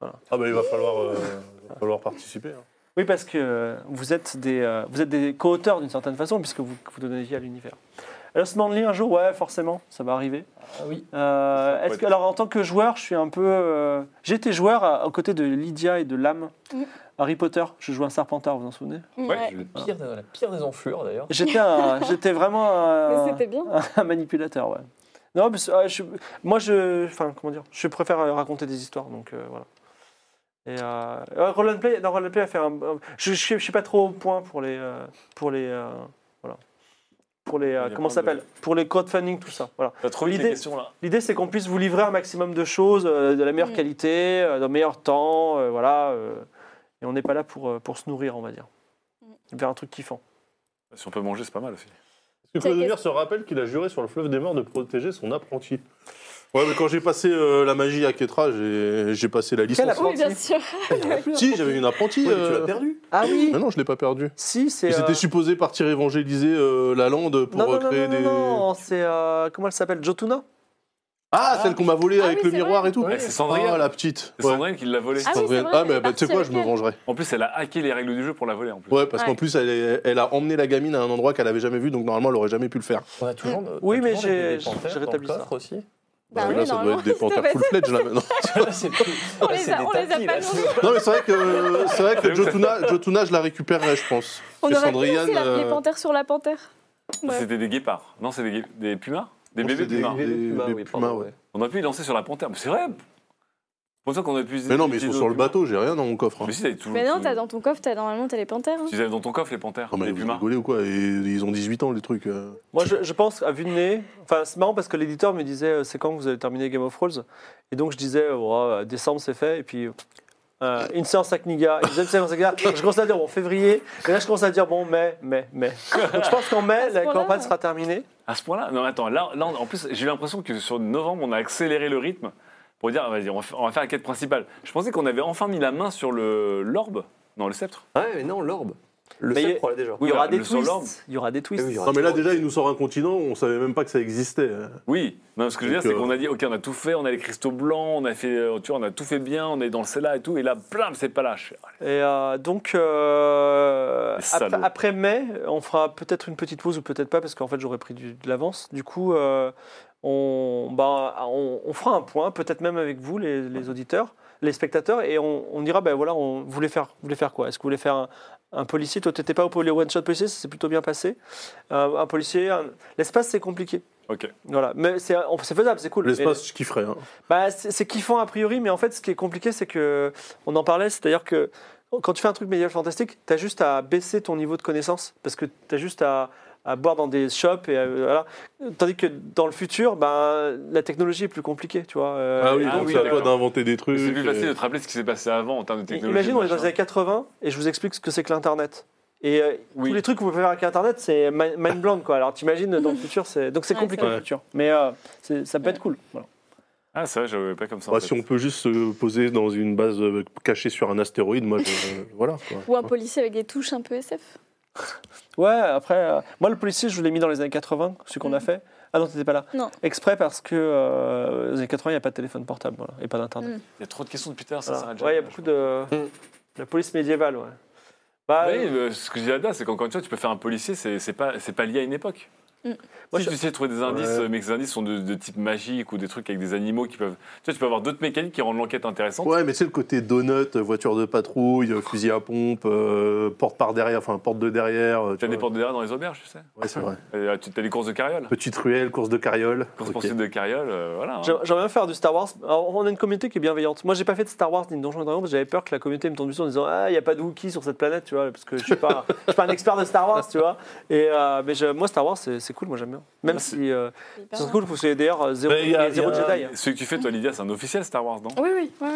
Speaker 4: Ah bah il va falloir, euh, il va falloir participer. hein.
Speaker 1: Oui, parce que euh, vous êtes des, euh, vous êtes des co-auteurs d'une certaine façon, puisque vous, vous donnez vie à l'univers. Lost Manly, un jour, ouais, forcément, ça va arriver.
Speaker 6: Ah oui.
Speaker 1: Euh,
Speaker 5: Ça,
Speaker 1: est-ce
Speaker 5: ouais.
Speaker 1: que, alors, en tant que joueur, je suis un peu. euh, J'étais joueur à- aux côtés de Lydia et de Lame.
Speaker 6: Mm.
Speaker 7: Oui.
Speaker 1: Harry Potter, je jouais un serpentard, vous vous en souvenez
Speaker 7: Ouais.
Speaker 6: Pire, de- la pire des enflures, d'ailleurs.
Speaker 1: J'étais un- j'étais vraiment un,
Speaker 7: Mais c'était bien.
Speaker 1: un manipulateur, ouais. Non, parce, euh, je- moi, je, enfin, comment dire, je préfère euh, raconter des histoires, donc euh, voilà. Et euh, euh, Roll and Play, non, Roll and Play a fait un. un- Je, je, suis- je suis pas trop au point pour les, euh, pour les, euh, voilà, pour les, euh,
Speaker 5: Il y a
Speaker 1: comment
Speaker 5: plein
Speaker 1: ça s'appelle,
Speaker 5: de-
Speaker 1: pour les crowdfunding, tout ça, voilà.
Speaker 5: T'as trop vite les
Speaker 1: L'idée-
Speaker 5: questions là.
Speaker 1: L'idée, c'est qu'on puisse vous livrer un maximum de choses euh, de la meilleure
Speaker 7: Mm.
Speaker 1: qualité, euh, dans le meilleur temps, euh, voilà. euh, et on n'est pas là pour, euh, pour se nourrir, on va dire,
Speaker 7: Mm.
Speaker 1: vers un truc kiffant.
Speaker 5: Si on peut manger, c'est pas mal aussi.
Speaker 4: Est-ce que Clodomir se rappelle qu'il a juré sur le fleuve des morts de protéger son apprenti Ouais, mais quand j'ai passé euh, la magie à Ketra, j'ai j'ai passé la licence.
Speaker 7: Oui, bien sûr.
Speaker 4: Si, j'avais une apprentie.
Speaker 6: Ouais, mais tu
Speaker 4: euh,
Speaker 6: l'as perdu.
Speaker 1: Ah oui
Speaker 4: Mais non, je l'ai pas perdu.
Speaker 1: Si, c'est.
Speaker 4: Ils
Speaker 1: euh,
Speaker 4: étaient supposés partir évangéliser euh, la lande pour
Speaker 1: non, non, non,
Speaker 4: recréer
Speaker 1: non, non,
Speaker 4: des.
Speaker 1: non, c'est. euh, comment elle s'appelle Jotuna
Speaker 4: Ah, celle qu'on m'a volée
Speaker 7: Ah
Speaker 4: avec
Speaker 7: oui,
Speaker 4: le
Speaker 7: c'est
Speaker 4: miroir
Speaker 7: vrai.
Speaker 4: et tout.
Speaker 5: Ouais, Eh, c'est Sandrine.
Speaker 6: Oh,
Speaker 4: Ah, la petite.
Speaker 5: C'est
Speaker 4: Ouais.
Speaker 5: Sandrine qui l'a volé.
Speaker 7: Ah oui, c'est vrai,
Speaker 4: Ah,
Speaker 7: elle
Speaker 4: mais
Speaker 7: est
Speaker 4: bah, tu sais quoi, je me
Speaker 7: partie
Speaker 4: vengerai.
Speaker 5: En plus, elle a hacké les règles du jeu pour la voler. En plus.
Speaker 4: Ouais, parce qu'en
Speaker 7: Ouais.
Speaker 4: plus, elle, est- elle a emmené la gamine à un endroit qu'elle avait jamais vu, donc normalement, elle aurait jamais pu le faire.
Speaker 6: On a toujours.
Speaker 1: Oui,
Speaker 6: on a
Speaker 1: mais
Speaker 6: toujours
Speaker 1: j'ai-
Speaker 6: des
Speaker 1: j'ai-
Speaker 6: panthères
Speaker 1: j'ai
Speaker 6: dans le
Speaker 1: rétabli ça.
Speaker 6: coffre aussi.
Speaker 7: Bah
Speaker 4: Mais
Speaker 7: oui,
Speaker 4: là, ça doit
Speaker 7: normalement,
Speaker 4: être des panthères
Speaker 7: ça
Speaker 4: full fledge. là, maintenant.
Speaker 6: Là, c'est plus-
Speaker 7: On
Speaker 6: là,
Speaker 7: les
Speaker 6: c'est
Speaker 7: a-
Speaker 6: des
Speaker 7: on les a
Speaker 6: tapis,
Speaker 7: pas
Speaker 6: là.
Speaker 7: nourris.
Speaker 4: Non, mais c'est vrai que, c'est vrai que
Speaker 5: J'avoue que ça-
Speaker 4: Jotuna, Jotuna, je la récupérerai, je pense.
Speaker 7: On
Speaker 4: Et
Speaker 7: aurait pu
Speaker 4: Sandrine,
Speaker 7: lancer la-
Speaker 4: euh,
Speaker 7: les panthères sur la panthère. Ouais.
Speaker 5: C'était des guépards. Non, c'est des, gué- des pumas Des
Speaker 4: Non,
Speaker 5: bébés
Speaker 4: c'est des-
Speaker 5: pumas.
Speaker 4: des-
Speaker 6: Pumas,
Speaker 4: des
Speaker 6: oui,
Speaker 4: pumas,
Speaker 6: pardon,
Speaker 4: ouais.
Speaker 6: ouais.
Speaker 5: On a pu y lancer sur la panthère. Mais C'est vrai. Pour ça qu'on a pu.
Speaker 4: Mais non, mais ils sont sur le bateau, j'ai rien dans mon coffre. hein.
Speaker 5: Mais si, t'as toujours.
Speaker 7: Mais non, t'as dans ton coffre, t'as normalement t'as les panthères. hein.
Speaker 5: Tu les avais dans ton coffre, les panthères.
Speaker 4: Non, mais
Speaker 5: les
Speaker 4: vous
Speaker 5: pumas.
Speaker 4: rigolez ou quoi Et Ils ont 18 ans, les trucs. euh.
Speaker 1: Moi, je, je pense, à vue de nez, enfin, c'est marrant parce que l'éditeur me disait euh, c'est quand vous allez terminer Game of Thrones Et donc, je disais euh, Ouais, euh, décembre, c'est fait. Et puis, euh, une séance à Kniga, une deuxième séance à Kniga. Je commence à dire bon, février. Et là, je commence à dire bon, mai, mai, mai. Donc, je pense qu'en mai,
Speaker 7: ce
Speaker 1: la
Speaker 7: point-là,
Speaker 1: campagne
Speaker 7: ouais.
Speaker 1: sera terminée.
Speaker 5: À ce point-là Non, mais attends, là, là, en plus, j'ai eu l'impression que sur novembre, on a accéléré le rythme pour dire, ah, vas-y, on, va fa- on va faire la quête principale. Je pensais qu'on avait enfin mis la main sur le l'orbe, non, le sceptre.
Speaker 6: Ouais, mais non, l'orbe. Le
Speaker 1: Mais il y a-
Speaker 6: sceptre, on l'a déjà.
Speaker 1: il y aura
Speaker 5: voilà,
Speaker 1: des
Speaker 5: le Solorbe.
Speaker 1: twists. Il y aura des twists.
Speaker 6: Eh oui, il y aura-
Speaker 4: Non, mais là, déjà, il nous sort un continent, on savait même pas que ça existait. hein.
Speaker 5: Oui, non, ce que je veux dire,
Speaker 4: Donc,
Speaker 5: c'est
Speaker 4: euh,
Speaker 5: qu'on a dit, ok, on a tout fait, on a les cristaux blancs, on a fait, euh, tu vois, on a tout fait bien, on est dans le Sela et tout, et là, blam, c'est pas là. Je fais, allez.
Speaker 1: Et euh, donc, euh,
Speaker 5: Les
Speaker 1: ap-
Speaker 5: salauds.
Speaker 1: après, mai, on fera peut-être une petite pause ou peut-être pas, parce qu'en fait, j'aurais pris du- de l'avance. Du coup, euh, on, bah, on, on fera un point, peut-être même avec vous, les, les auditeurs, les spectateurs, et on, on dira, ben voilà, on vous voulez faire, vous voulez faire quoi Est-ce que vous voulez faire un, un policier Toi, t'étais pas au polio one shot policier, ça s'est plutôt bien passé. Euh, un policier, un- l'espace, c'est compliqué.
Speaker 5: Ok.
Speaker 1: Voilà, mais c'est on- c'est faisable, c'est cool.
Speaker 4: L'espace, je kifferais. hein.
Speaker 1: Bah, c'est c'est kiffant a priori, mais en fait, ce qui est compliqué, c'est que on en parlait, c'est-à-dire que quand tu fais un truc médiéval fantastique, t'as juste à baisser ton niveau de connaissance, parce que t'as juste à, à boire dans des shops et à- voilà. Tandis que dans le futur, bah, la technologie est plus compliquée, tu vois. euh,
Speaker 4: ah oui,
Speaker 5: ah
Speaker 4: donc
Speaker 5: oui,
Speaker 4: c'est à toi
Speaker 5: d'accord.
Speaker 4: d'inventer des trucs.
Speaker 5: C'est plus facile
Speaker 4: et-
Speaker 5: de te rappeler ce qui s'est passé avant en termes de technologie.
Speaker 1: Imagine, on est dans les
Speaker 5: machin.
Speaker 1: années 80 et je vous explique ce que c'est que l'Internet. Et euh,
Speaker 5: Oui.
Speaker 1: tous les trucs que vous pouvez faire avec Internet, c'est mi- mind blown, quoi. Alors t'imagines, dans le futur, c'est. Donc c'est
Speaker 7: Ouais,
Speaker 1: compliqué
Speaker 7: c'est
Speaker 1: le futur. Mais euh, c'est- ça peut être cool. Voilà.
Speaker 5: Ah, ça, j'avais pas comme ça. en
Speaker 4: Bah,
Speaker 5: fait.
Speaker 4: si on peut juste se poser dans une base euh, cachée sur un astéroïde, moi, je... euh, voilà. quoi.
Speaker 7: Ou un policier avec des touches un peu SF.
Speaker 1: Ouais, après, euh, moi le policier, je l'ai mis dans les années 80, celui qu'on a
Speaker 7: Mhm.
Speaker 1: fait. Ah non, t'étais pas là.
Speaker 7: Non.
Speaker 1: Exprès parce que euh, dans les années 80, il n'y a pas de téléphone portable voilà, et pas d'internet.
Speaker 7: Mhm.
Speaker 5: Il y a trop de questions depuis tard, ça
Speaker 1: Voilà.
Speaker 5: s'arrête
Speaker 1: Ouais, il y a
Speaker 5: jamais,
Speaker 1: beaucoup de.
Speaker 4: Mm.
Speaker 1: La police médiévale, ouais. Bah,
Speaker 5: Oui,
Speaker 1: euh,
Speaker 5: mais ce que je dis là, c'est qu'encore une fois, tu peux faire un policier, c'est c'est pas, c'est pas lié à une époque.
Speaker 7: Mm.
Speaker 1: Moi,
Speaker 5: si
Speaker 1: je-
Speaker 5: tu sais trouver des indices, euh,
Speaker 4: Ouais.
Speaker 5: mais que ces indices sont de, de type magique ou des trucs avec des animaux qui peuvent. Tu sais, tu peux avoir d'autres mécaniques qui rendent l'enquête intéressante.
Speaker 4: Ouais, mais c'est le côté donut, voiture de patrouille, fusil à pompe, euh, porte par derrière, enfin porte de derrière. euh, tu
Speaker 5: T'as des
Speaker 4: vois.
Speaker 5: portes de derrière dans les auberges, tu sais.
Speaker 4: Ouais, c'est vrai.
Speaker 5: Euh, tu- T'as des courses de carriole.
Speaker 4: Petite ruelle, course de carriole.
Speaker 5: Courses
Speaker 4: Ok.
Speaker 5: poursuites de carriole, euh, voilà. hein.
Speaker 1: J'aimerais bien faire du Star Wars. Alors, on a une communauté qui est bienveillante. Moi, j'ai pas fait de Star Wars ni de Donjons et Dragons parce que j'avais peur que la communauté me tombe dessus en disant Ah, il n'y a pas de Wookiee sur cette planète, tu vois, parce que je suis pas, je suis pas un expert de Star Wars, tu vois. Et euh, mais je- moi, Star Wars, c'est c'est cool, moi j'aime bien. Même si euh,
Speaker 7: C'est hyper
Speaker 1: c'est
Speaker 7: marrant.
Speaker 1: cool, vous savez d'ailleurs euh, zéro,
Speaker 4: Mais il y a-
Speaker 1: il y a zéro
Speaker 4: il y a-
Speaker 1: Jedi. hein.
Speaker 5: Celui que tu fais, toi, Lydia, c'est un officiel Star Wars, non
Speaker 7: Oui, oui, oui.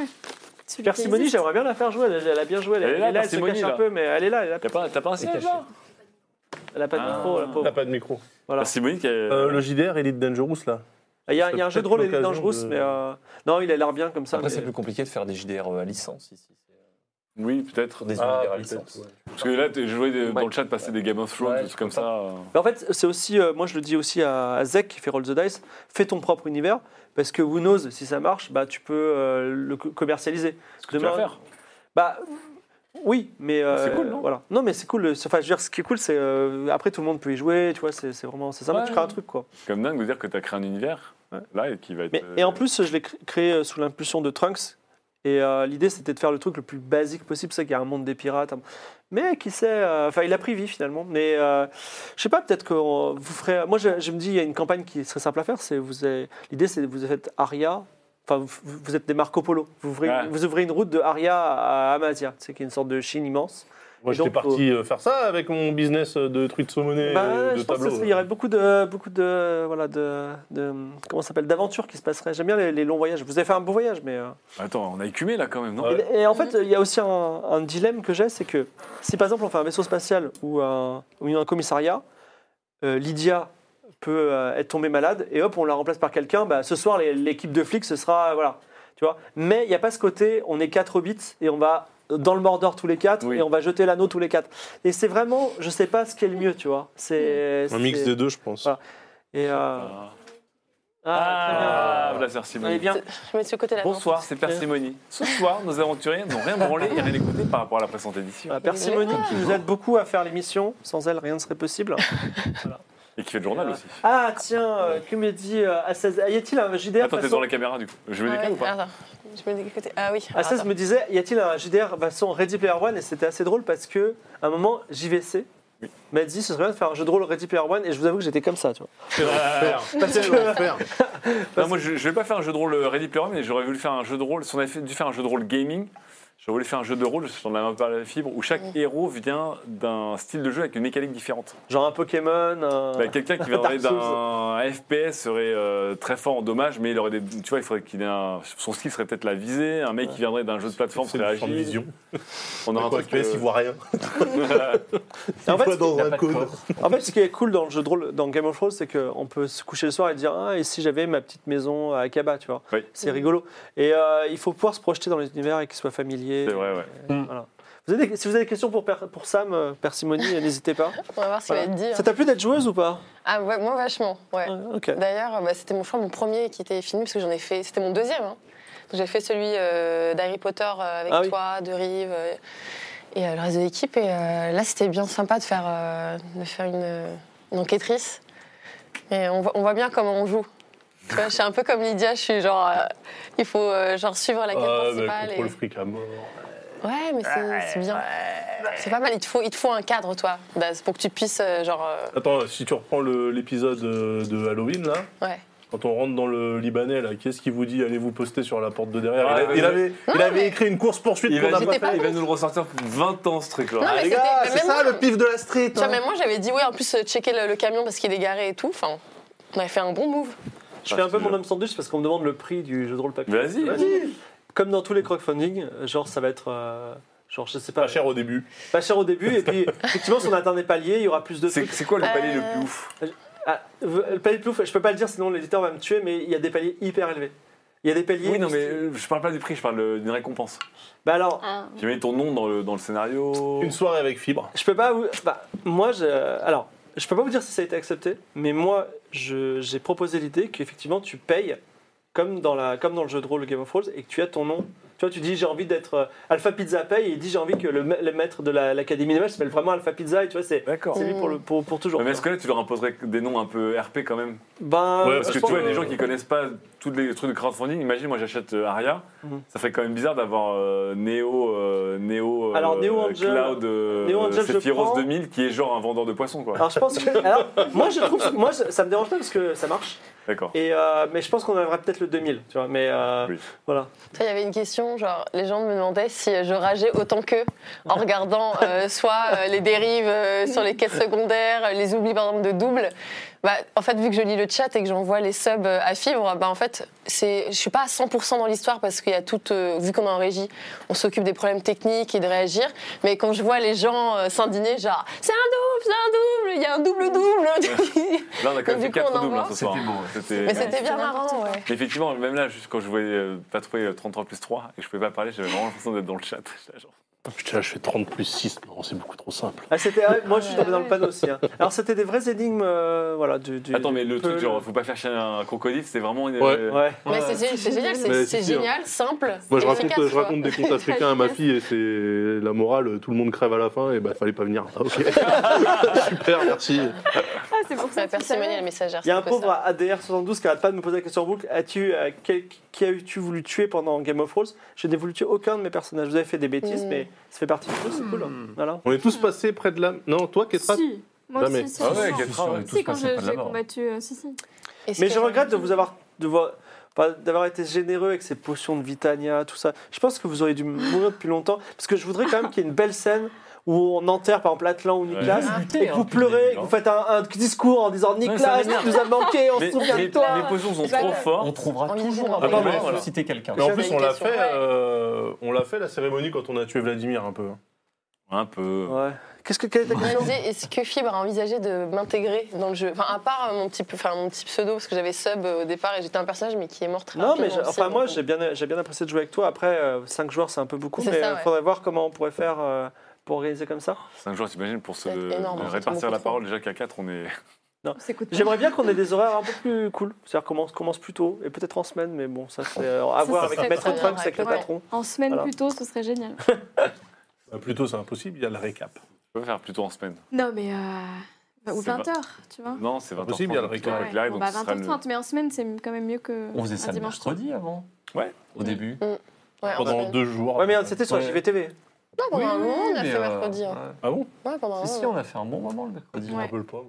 Speaker 7: oui.
Speaker 1: Persimony, j'aimerais bien la faire jouer. Elle, elle a bien joué. Elle, elle est là, elle se
Speaker 5: Persimony,
Speaker 1: cache
Speaker 5: là.
Speaker 1: un peu, mais elle est là. Elle a,
Speaker 5: T'as pas, t'as pas un siège
Speaker 1: elle a pas de
Speaker 5: Ah.
Speaker 1: micro, la pauvre.
Speaker 4: T'as pas de micro.
Speaker 1: Voilà.
Speaker 5: C'est Monique. elle-
Speaker 4: Euh, le JDR Elite Dangerous, là.
Speaker 1: Il y a, il y a un
Speaker 4: c'est
Speaker 1: jeu de rôle,
Speaker 4: Ah, peut-être
Speaker 1: il est dangereux,
Speaker 4: l'occasion de-
Speaker 1: mais euh, non, il a l'air bien comme ça.
Speaker 6: Après,
Speaker 1: mais-
Speaker 6: c'est plus compliqué de faire des JDR euh, à licence ici.
Speaker 5: Oui, peut-être.
Speaker 6: Des
Speaker 4: Ah,
Speaker 6: univers à
Speaker 4: peut-être,
Speaker 6: licence.
Speaker 4: ouais.
Speaker 5: Parce que là, t'es- je voyais des- dans le chat passer des Game of Thrones,
Speaker 6: Ouais,
Speaker 5: des trucs comme ça. euh.
Speaker 1: Mais en fait, c'est aussi, euh, moi je le dis aussi à, à Zek qui fait Roll the Dice, fais ton propre univers, parce que who knows, si ça marche, bah, tu peux euh, le co- commercialiser.
Speaker 5: Ce que tu vas faire.
Speaker 1: Bah oui, mais euh,
Speaker 5: C'est cool, non
Speaker 1: voilà. Non, mais c'est cool. le- Enfin, je veux dire, ce qui est cool, c'est euh, après tout le monde peut y jouer, tu vois, c'est c'est vraiment, c'est sympa,
Speaker 5: Ouais.
Speaker 1: tu crées un truc quoi.
Speaker 5: C'est comme dingue de dire que t'as créé un univers,
Speaker 1: Ouais.
Speaker 5: là, et qui va être.
Speaker 1: Mais,
Speaker 5: euh,
Speaker 1: et en plus, je l'ai cr- créé euh, sous l'impulsion de Trunks. Et euh, l'idée, c'était de faire le truc le plus basique possible. C'est qu'il y a un monde des pirates. un- Mais qui sait euh, Enfin, il a pris vie finalement. Mais euh, je sais pas, peut-être que euh, vous ferez. Moi, je, je me dis, il y a une campagne qui serait simple à faire. C'est vous. avez- L'idée, c'est que vous faites Aria. Enfin, vous, vous êtes des Marco Polo. Vous ouvrez,
Speaker 5: Ouais.
Speaker 1: vous ouvrez une route de Aria à Amasia, c'est qui est une sorte de Chine immense.
Speaker 4: Moi,
Speaker 1: Et
Speaker 4: j'étais
Speaker 1: donc,
Speaker 4: parti euh, faire ça avec mon business euh, de trucs de saumonnet,
Speaker 1: Bah,
Speaker 4: euh, de
Speaker 1: je pense
Speaker 4: tableau.
Speaker 1: qu'il y aurait beaucoup de, beaucoup de, voilà, de, de- comment ça s'appelle, d'aventures qui se passeraient. J'aime bien les, les longs voyages. Vous avez fait un beau voyage, mais. euh,
Speaker 5: Attends, on a écumé là quand même, non
Speaker 1: Et, et en fait, il y a aussi un, un dilemme que j'ai, c'est que si par exemple on fait un vaisseau spatial ou un, ou un commissariat, euh, Lydia, peut euh, être tombée malade et hop, on la remplace par quelqu'un. Bah, ce soir, les- l'équipe de flics, ce sera. euh, Voilà. Tu vois Mais il n'y a pas ce côté, on est quatre hobbits et on va dans le Mordor tous les quatre
Speaker 5: Oui.
Speaker 1: et on va jeter l'anneau tous les quatre. Et c'est vraiment, je sais pas ce qui est le mieux, tu vois. C'est.
Speaker 4: Un mix
Speaker 1: c'est-
Speaker 4: des deux, je pense.
Speaker 1: Ah. Et, euh,
Speaker 5: Ah,
Speaker 1: ah,
Speaker 5: la
Speaker 1: très bien. Allez,
Speaker 5: Persémonie.
Speaker 1: bien.
Speaker 2: Je mets de ce côté-là. non
Speaker 5: Bonsoir, c'est Persémonie. Ce soir, nos aventuriers n'ont rien branlé et rien écouté par rapport à la présente édition.
Speaker 1: Ah, Persimony qui nous aide beaucoup à faire l'émission. Sans elle, rien ne serait possible.
Speaker 5: Et qui fait le journal aussi.
Speaker 1: Ah, tiens, euh, que me dit euh, Assaz Y a-t-il un JDR
Speaker 5: Attends, t'es
Speaker 1: façon-
Speaker 5: dans la caméra du coup. Je me
Speaker 2: Ah,
Speaker 5: décale
Speaker 2: oui,
Speaker 5: ou pas
Speaker 2: attends. Je me dis que côté. Ah oui.
Speaker 1: Assaz
Speaker 2: attends.
Speaker 1: me disait Y a-t-il un JDR façon Ready Player One Et c'était assez drôle parce que, à un moment, JVC m'a dit Ce serait bien de faire un jeu de rôle Ready Player One. Et je vous avoue que j'étais comme ça, tu vois.
Speaker 4: Parce que...
Speaker 5: Non, moi, je, je vais pas faire un jeu de rôle euh, Ready Player One, mais j'aurais voulu faire un jeu de rôle. Si on avait fait- dû faire un jeu de rôle gaming, j'aurais voulu faire un jeu de rôle, j'en avais un peu parlé à la fibre, où chaque héros vient d'un style de jeu avec une mécanique différente.
Speaker 1: Genre un Pokémon. un-
Speaker 5: Bah, Quelqu'un qui viendrait
Speaker 1: Dark Souls.
Speaker 5: d'un FPS serait euh, très fort en dommage, mais il aurait des, tu vois, il faudrait qu'il ait un, son skill serait peut-être la visée. Un mec qui viendrait d'un jeu de plateforme
Speaker 4: C'est
Speaker 5: serait
Speaker 4: une forme de
Speaker 5: agile.
Speaker 4: vision.
Speaker 5: On
Speaker 4: Dans
Speaker 5: aurait
Speaker 4: un truc PS,
Speaker 5: euh,
Speaker 4: il voit rien.
Speaker 1: Et en,
Speaker 4: Il voit
Speaker 1: fait,
Speaker 4: dans
Speaker 5: y a
Speaker 4: un
Speaker 5: pas de
Speaker 4: cône.
Speaker 1: en fait, ce qui est cool dans le jeu de rôle, dans Game of Thrones, c'est qu'on peut se coucher le soir et dire Ah, et si j'avais ma petite maison à Akaba, tu vois.
Speaker 5: Oui.
Speaker 1: C'est rigolo. Et euh, il faut pouvoir se projeter dans les univers et qu'ils soient familiers.
Speaker 5: C'est vrai, ouais.
Speaker 1: Vous avez des- si vous avez des questions pour, Per- pour Sam, euh, Persimony, n'hésitez pas.
Speaker 2: On va voir ce qu'il
Speaker 1: Voilà.
Speaker 2: va te dire.
Speaker 1: Ça t'a plu d'être joueuse ou pas
Speaker 2: Ah ouais, moi vachement. Ouais.
Speaker 1: Ouais, Ok.
Speaker 2: D'ailleurs, euh, bah, c'était mon, je crois, mon premier qui était fini parce que j'en ai fait. C'était mon deuxième. hein. Donc, j'ai fait celui euh, d'Harry Potter euh, avec
Speaker 1: Ah oui.
Speaker 2: toi, de Rive euh, et euh, le reste de l'équipe. Et euh, là, c'était bien sympa de faire, euh, de faire une, euh, une enquêtrice. Et on voit, on voit bien comment on joue. Tu vois, je suis un peu comme Lydia. Je suis genre, euh, il faut euh, genre suivre la quête
Speaker 4: Ah,
Speaker 2: principale.
Speaker 4: mais
Speaker 2: et-
Speaker 4: le fric à mort.
Speaker 2: Ouais, mais c'est c'est bien. C'est pas mal. Il te faut, il te faut un cadre, toi, bah, c'est pour que tu puisses euh, genre. euh,
Speaker 4: Attends, si tu reprends le- l'épisode euh, de Halloween, là,
Speaker 2: ouais.
Speaker 4: quand on rentre dans le Libanais, là, qu'est-ce qu'il vous dit Allez vous poster sur la porte de derrière.
Speaker 5: Ah,
Speaker 4: il, a-
Speaker 5: mais-
Speaker 4: il avait, il avait
Speaker 2: mais-
Speaker 4: écrit une course-poursuite
Speaker 5: Il
Speaker 4: qu'on
Speaker 5: va,
Speaker 4: n'a
Speaker 2: J'étais
Speaker 4: pas
Speaker 2: pas
Speaker 4: fait.
Speaker 5: il va nous le ressortir pour 20 ans ce truc-là.
Speaker 2: Non, mais
Speaker 4: Les
Speaker 2: c'était-
Speaker 4: gars,
Speaker 2: mais
Speaker 4: c'est
Speaker 2: même moi-
Speaker 4: ça le pif de la street.
Speaker 2: Tu vois,
Speaker 4: hein.
Speaker 2: même moi j'avais dit oui, en plus euh, checker le, le camion parce qu'il est garé et tout. Enfin, on avait fait un bon move.
Speaker 1: Je fais un peu mon homme sandwich parce qu'on me demande le prix du jeu de rôle papier.
Speaker 5: Vas-y.
Speaker 1: Comme dans tous les crowdfunding, euh, genre ça va être. euh, genre je sais pas.
Speaker 4: Pas cher au début.
Speaker 1: Pas cher au début et puis effectivement si on atteint des paliers, il y aura plus de
Speaker 5: C'est
Speaker 1: trucs.
Speaker 5: c'est quoi le palier le
Speaker 2: Euh,
Speaker 5: plus ouf
Speaker 1: Ah, le palier de plouf, je peux pas le dire sinon l'éditeur va me tuer, mais il y a des paliers hyper élevés. Il y a des paliers.
Speaker 5: Oui, non, mais euh, je parle pas du prix, je parle euh, d'une récompense.
Speaker 1: Bah alors,
Speaker 7: Ah.
Speaker 5: Tu mets ton nom dans le, dans le scénario.
Speaker 4: Une soirée avec fibre.
Speaker 1: je peux pas vous. Bah, moi, je. Alors, je peux pas vous dire si ça a été accepté, mais moi, je- j'ai proposé l'idée qu'effectivement tu payes comme dans, la, comme dans le jeu de rôle Game of Thrones et que tu as ton nom. Tu vois, tu dis j'ai envie d'être euh, Alpha Pizza Paye et il dit j'ai envie que le, ma- le maître de la- l'Académie des Mages s'appelle vraiment Alpha Pizza et tu vois, c'est.
Speaker 5: D'accord.
Speaker 1: C'est lui pour, le, pour, pour toujours.
Speaker 5: Mais est-ce que là, tu leur imposerais des noms un peu RP quand même
Speaker 1: Ben,
Speaker 4: Ouais, je
Speaker 5: Parce que tu
Speaker 4: pense-
Speaker 5: vois, les gens qui connaissent pas tous les trucs de crowdfunding, imagine, moi j'achète euh, Aria,
Speaker 1: Mhm.
Speaker 5: ça fait quand même bizarre d'avoir euh, Neo, euh, Neo, euh,
Speaker 1: Alors, Neo Angel-
Speaker 5: Cloud, euh,
Speaker 1: Neo Angel, je
Speaker 5: Sephiroth
Speaker 1: prends. Ah.
Speaker 5: 2000 qui est genre un vendeur de poissons quoi.
Speaker 1: Alors je pense que. Alors, moi je trouve. Moi je- ça me dérange pas parce que ça marche.
Speaker 5: D'accord.
Speaker 1: Et, euh, mais je pense qu'on arrivera peut-être le 2000, tu vois. Mais euh,
Speaker 5: Oui.
Speaker 1: voilà.
Speaker 2: Toi, il y avait une question, genre les gens me demandaient si euh, je rageais autant qu'eux en regardant euh, soit euh, les dérives euh, sur les quêtes secondaires, euh, les oublis par exemple de double. Bah, en fait, vu que je lis le chat et que j'envoie les subs euh, à fibre, bah, en fait, c'est, je suis pas à 100% dans l'histoire parce qu'il y a toute, euh, vu qu'on est en régie, on s'occupe des problèmes techniques et de réagir. Mais quand je vois les gens euh, s'indigner, genre c'est un double, c'est un double, il y a un double hein. double.
Speaker 5: Là, on a quand même
Speaker 2: Du
Speaker 5: fait
Speaker 2: coup, on
Speaker 5: 4
Speaker 2: en
Speaker 5: doubles hein,
Speaker 2: voit.
Speaker 5: ce soir.
Speaker 3: C'était beau, ouais.
Speaker 5: C'était-
Speaker 2: Mais c'était
Speaker 7: Ouais,
Speaker 2: bien
Speaker 7: c'était
Speaker 2: marrant,
Speaker 7: n'importe
Speaker 2: ouais.
Speaker 7: quoi.
Speaker 5: Mais Effectivement, même là, juste quand je voyais euh, pas trouver euh, 33 plus 3 et que je pouvais pas parler, j'avais vraiment l'impression d'être dans le chat. J'étais là, genre,
Speaker 4: Ah, Putain, je fais 30 plus 6. Non, c'est beaucoup trop simple.
Speaker 1: Ah, c'était, ah, moi je suis tombé dans le panneau aussi. hein. Alors c'était des vraies énigmes, euh, voilà. Du, du-
Speaker 5: Attends, mais le
Speaker 1: du
Speaker 5: truc,
Speaker 1: peu-
Speaker 5: genre, faut pas faire chier un crocodile, c'était vraiment une.
Speaker 4: Ouais.
Speaker 5: euh,
Speaker 1: Ouais.
Speaker 2: Mais c'est- c'est c'est génial,
Speaker 4: Mais
Speaker 2: c'est c'est
Speaker 4: c'est sûr.
Speaker 2: génial, simple.
Speaker 4: Moi, je
Speaker 2: et
Speaker 4: raconte,
Speaker 2: efficace,
Speaker 4: je
Speaker 2: quoi.
Speaker 4: raconte des contes africains à ma fille et c'est la morale, tout le monde crève à la fin et bah fallait pas venir. Ah, ok. Super, merci.
Speaker 7: Ah, c'est pour
Speaker 2: La
Speaker 7: ça. que tu
Speaker 2: personne
Speaker 7: savais.
Speaker 2: est la messagère.
Speaker 1: Il y a
Speaker 2: c'est
Speaker 1: un
Speaker 2: peu
Speaker 1: pauvre
Speaker 2: ça.
Speaker 1: ADR72 qui arrête pas de me poser la question en boucle. As-tu, euh, quel- qui as-tu voulu tuer pendant Game of Thrones Je n'ai voulu tuer aucun de mes personnages. Vous avez fait des bêtises,
Speaker 2: Mm.
Speaker 1: mais ça fait partie du jeu, c'est cool. hein.
Speaker 5: Mm.
Speaker 1: Voilà.
Speaker 4: On est tous passés près de la. Non, toi, Ketra
Speaker 7: Si, moi
Speaker 4: Jamais.
Speaker 7: aussi, si.
Speaker 5: Ah ouais,
Speaker 7: si.
Speaker 5: quel travail.
Speaker 7: Si, quand j'ai
Speaker 5: hein.
Speaker 7: j'ai combattu, euh, si, si.
Speaker 2: Est-ce
Speaker 1: Mais
Speaker 2: que-
Speaker 1: je regrette de vous avoir, de vo- enfin, d'avoir été généreux avec ces potions de Vitania, tout ça. Je pense que vous auriez dû mourir depuis longtemps, parce que je voudrais quand même qu'il y ait une belle scène où on enterre par exemple Atlan ou Nicolas,
Speaker 5: Ouais.
Speaker 1: et
Speaker 2: hein.
Speaker 1: que vous pleurez, et que vous faites un, un discours en disant
Speaker 5: ça
Speaker 1: Nicolas,
Speaker 5: m'énerve.
Speaker 1: tu nous as manqué, on
Speaker 5: Mais,
Speaker 1: se souvient
Speaker 5: les,
Speaker 1: de toi.
Speaker 5: les potions sont
Speaker 2: Bah,
Speaker 5: trop
Speaker 2: bah,
Speaker 5: fortes.
Speaker 8: On trouvera
Speaker 2: On y
Speaker 8: toujours
Speaker 2: vient,
Speaker 8: un
Speaker 2: on y
Speaker 8: moyen
Speaker 4: vient.
Speaker 8: de susciter quelqu'un.
Speaker 4: Mais en
Speaker 2: euh, J'avais
Speaker 4: plus,
Speaker 2: une
Speaker 4: on l'a
Speaker 2: question,
Speaker 4: fait,
Speaker 2: ouais.
Speaker 4: euh, on l'a fait la cérémonie quand on a tué Vladimir un peu.
Speaker 5: Un peu.
Speaker 1: Ouais. Qu'est-ce que quelle est ta
Speaker 2: Je me
Speaker 1: question
Speaker 2: disais, est-ce que Fibre a envisagé de m'intégrer dans le jeu Enfin, à part euh, mon petit, enfin, mon petit pseudo, parce que j'avais sub euh, au départ et j'étais un personnage, mais qui est mort très
Speaker 1: Non, mais
Speaker 2: rapidement
Speaker 1: j'ai-
Speaker 2: aussi,
Speaker 1: enfin,
Speaker 2: donc,
Speaker 1: moi,
Speaker 2: euh,
Speaker 1: j'ai bien, j'ai bien apprécié de jouer avec toi. Après, 5 joueurs, c'est un peu beaucoup,
Speaker 2: C'est
Speaker 1: mais il
Speaker 2: ça, ouais.
Speaker 1: faudrait voir comment on pourrait faire euh, pour organiser comme ça.
Speaker 5: 5 jours, t'imagines, pour se
Speaker 2: Ça va être énorme,
Speaker 5: de
Speaker 2: hein,
Speaker 5: répartir
Speaker 2: beaucoup
Speaker 5: la
Speaker 2: trop.
Speaker 5: parole. Déjà qu'à 4, on est.
Speaker 7: On s'écoute pas.
Speaker 1: J'aimerais bien qu'on ait des horaires un peu plus cool. C'est-à-dire qu'on commence- commence plus tôt, et peut-être en semaine, mais bon, ça, c'est euh, à
Speaker 7: Ça,
Speaker 1: voir
Speaker 7: ça
Speaker 1: avec
Speaker 7: serait
Speaker 1: Maître
Speaker 7: très bien,
Speaker 1: Trump, c'est avec le
Speaker 7: ouais.
Speaker 1: patron.
Speaker 7: En semaine
Speaker 1: Voilà.
Speaker 7: plus tôt, ce serait génial.
Speaker 4: Euh, Plutôt, c'est impossible, il y a le récap.
Speaker 5: On peut faire plutôt en semaine.
Speaker 7: non, mais. euh, bah, Ou
Speaker 5: C'est
Speaker 7: 20h, tu vois.
Speaker 5: Non, c'est 20
Speaker 4: Impossible, il y a le récap.
Speaker 7: Ouais. Bon, bah, 20h30, mais en semaine, c'est quand même mieux que.
Speaker 6: On faisait
Speaker 7: un
Speaker 6: ça le
Speaker 7: dimanche soir.
Speaker 6: mercredi avant.
Speaker 5: Ouais.
Speaker 6: Au début.
Speaker 2: ouais, on
Speaker 4: Pendant
Speaker 2: a-
Speaker 4: deux jours.
Speaker 1: Ouais, mais c'était sur la
Speaker 6: Ouais.
Speaker 1: JVTV.
Speaker 2: Ouais, pendant un moment, on a
Speaker 6: mais,
Speaker 2: fait
Speaker 6: euh,
Speaker 2: mercredi. hein.
Speaker 6: ouais.
Speaker 4: Ah bon
Speaker 2: Ouais, pendant un
Speaker 6: Si, si,
Speaker 2: moment.
Speaker 6: on a fait un bon moment le mercredi.
Speaker 4: Je me
Speaker 7: Ouais.
Speaker 4: rappelle pas. moi.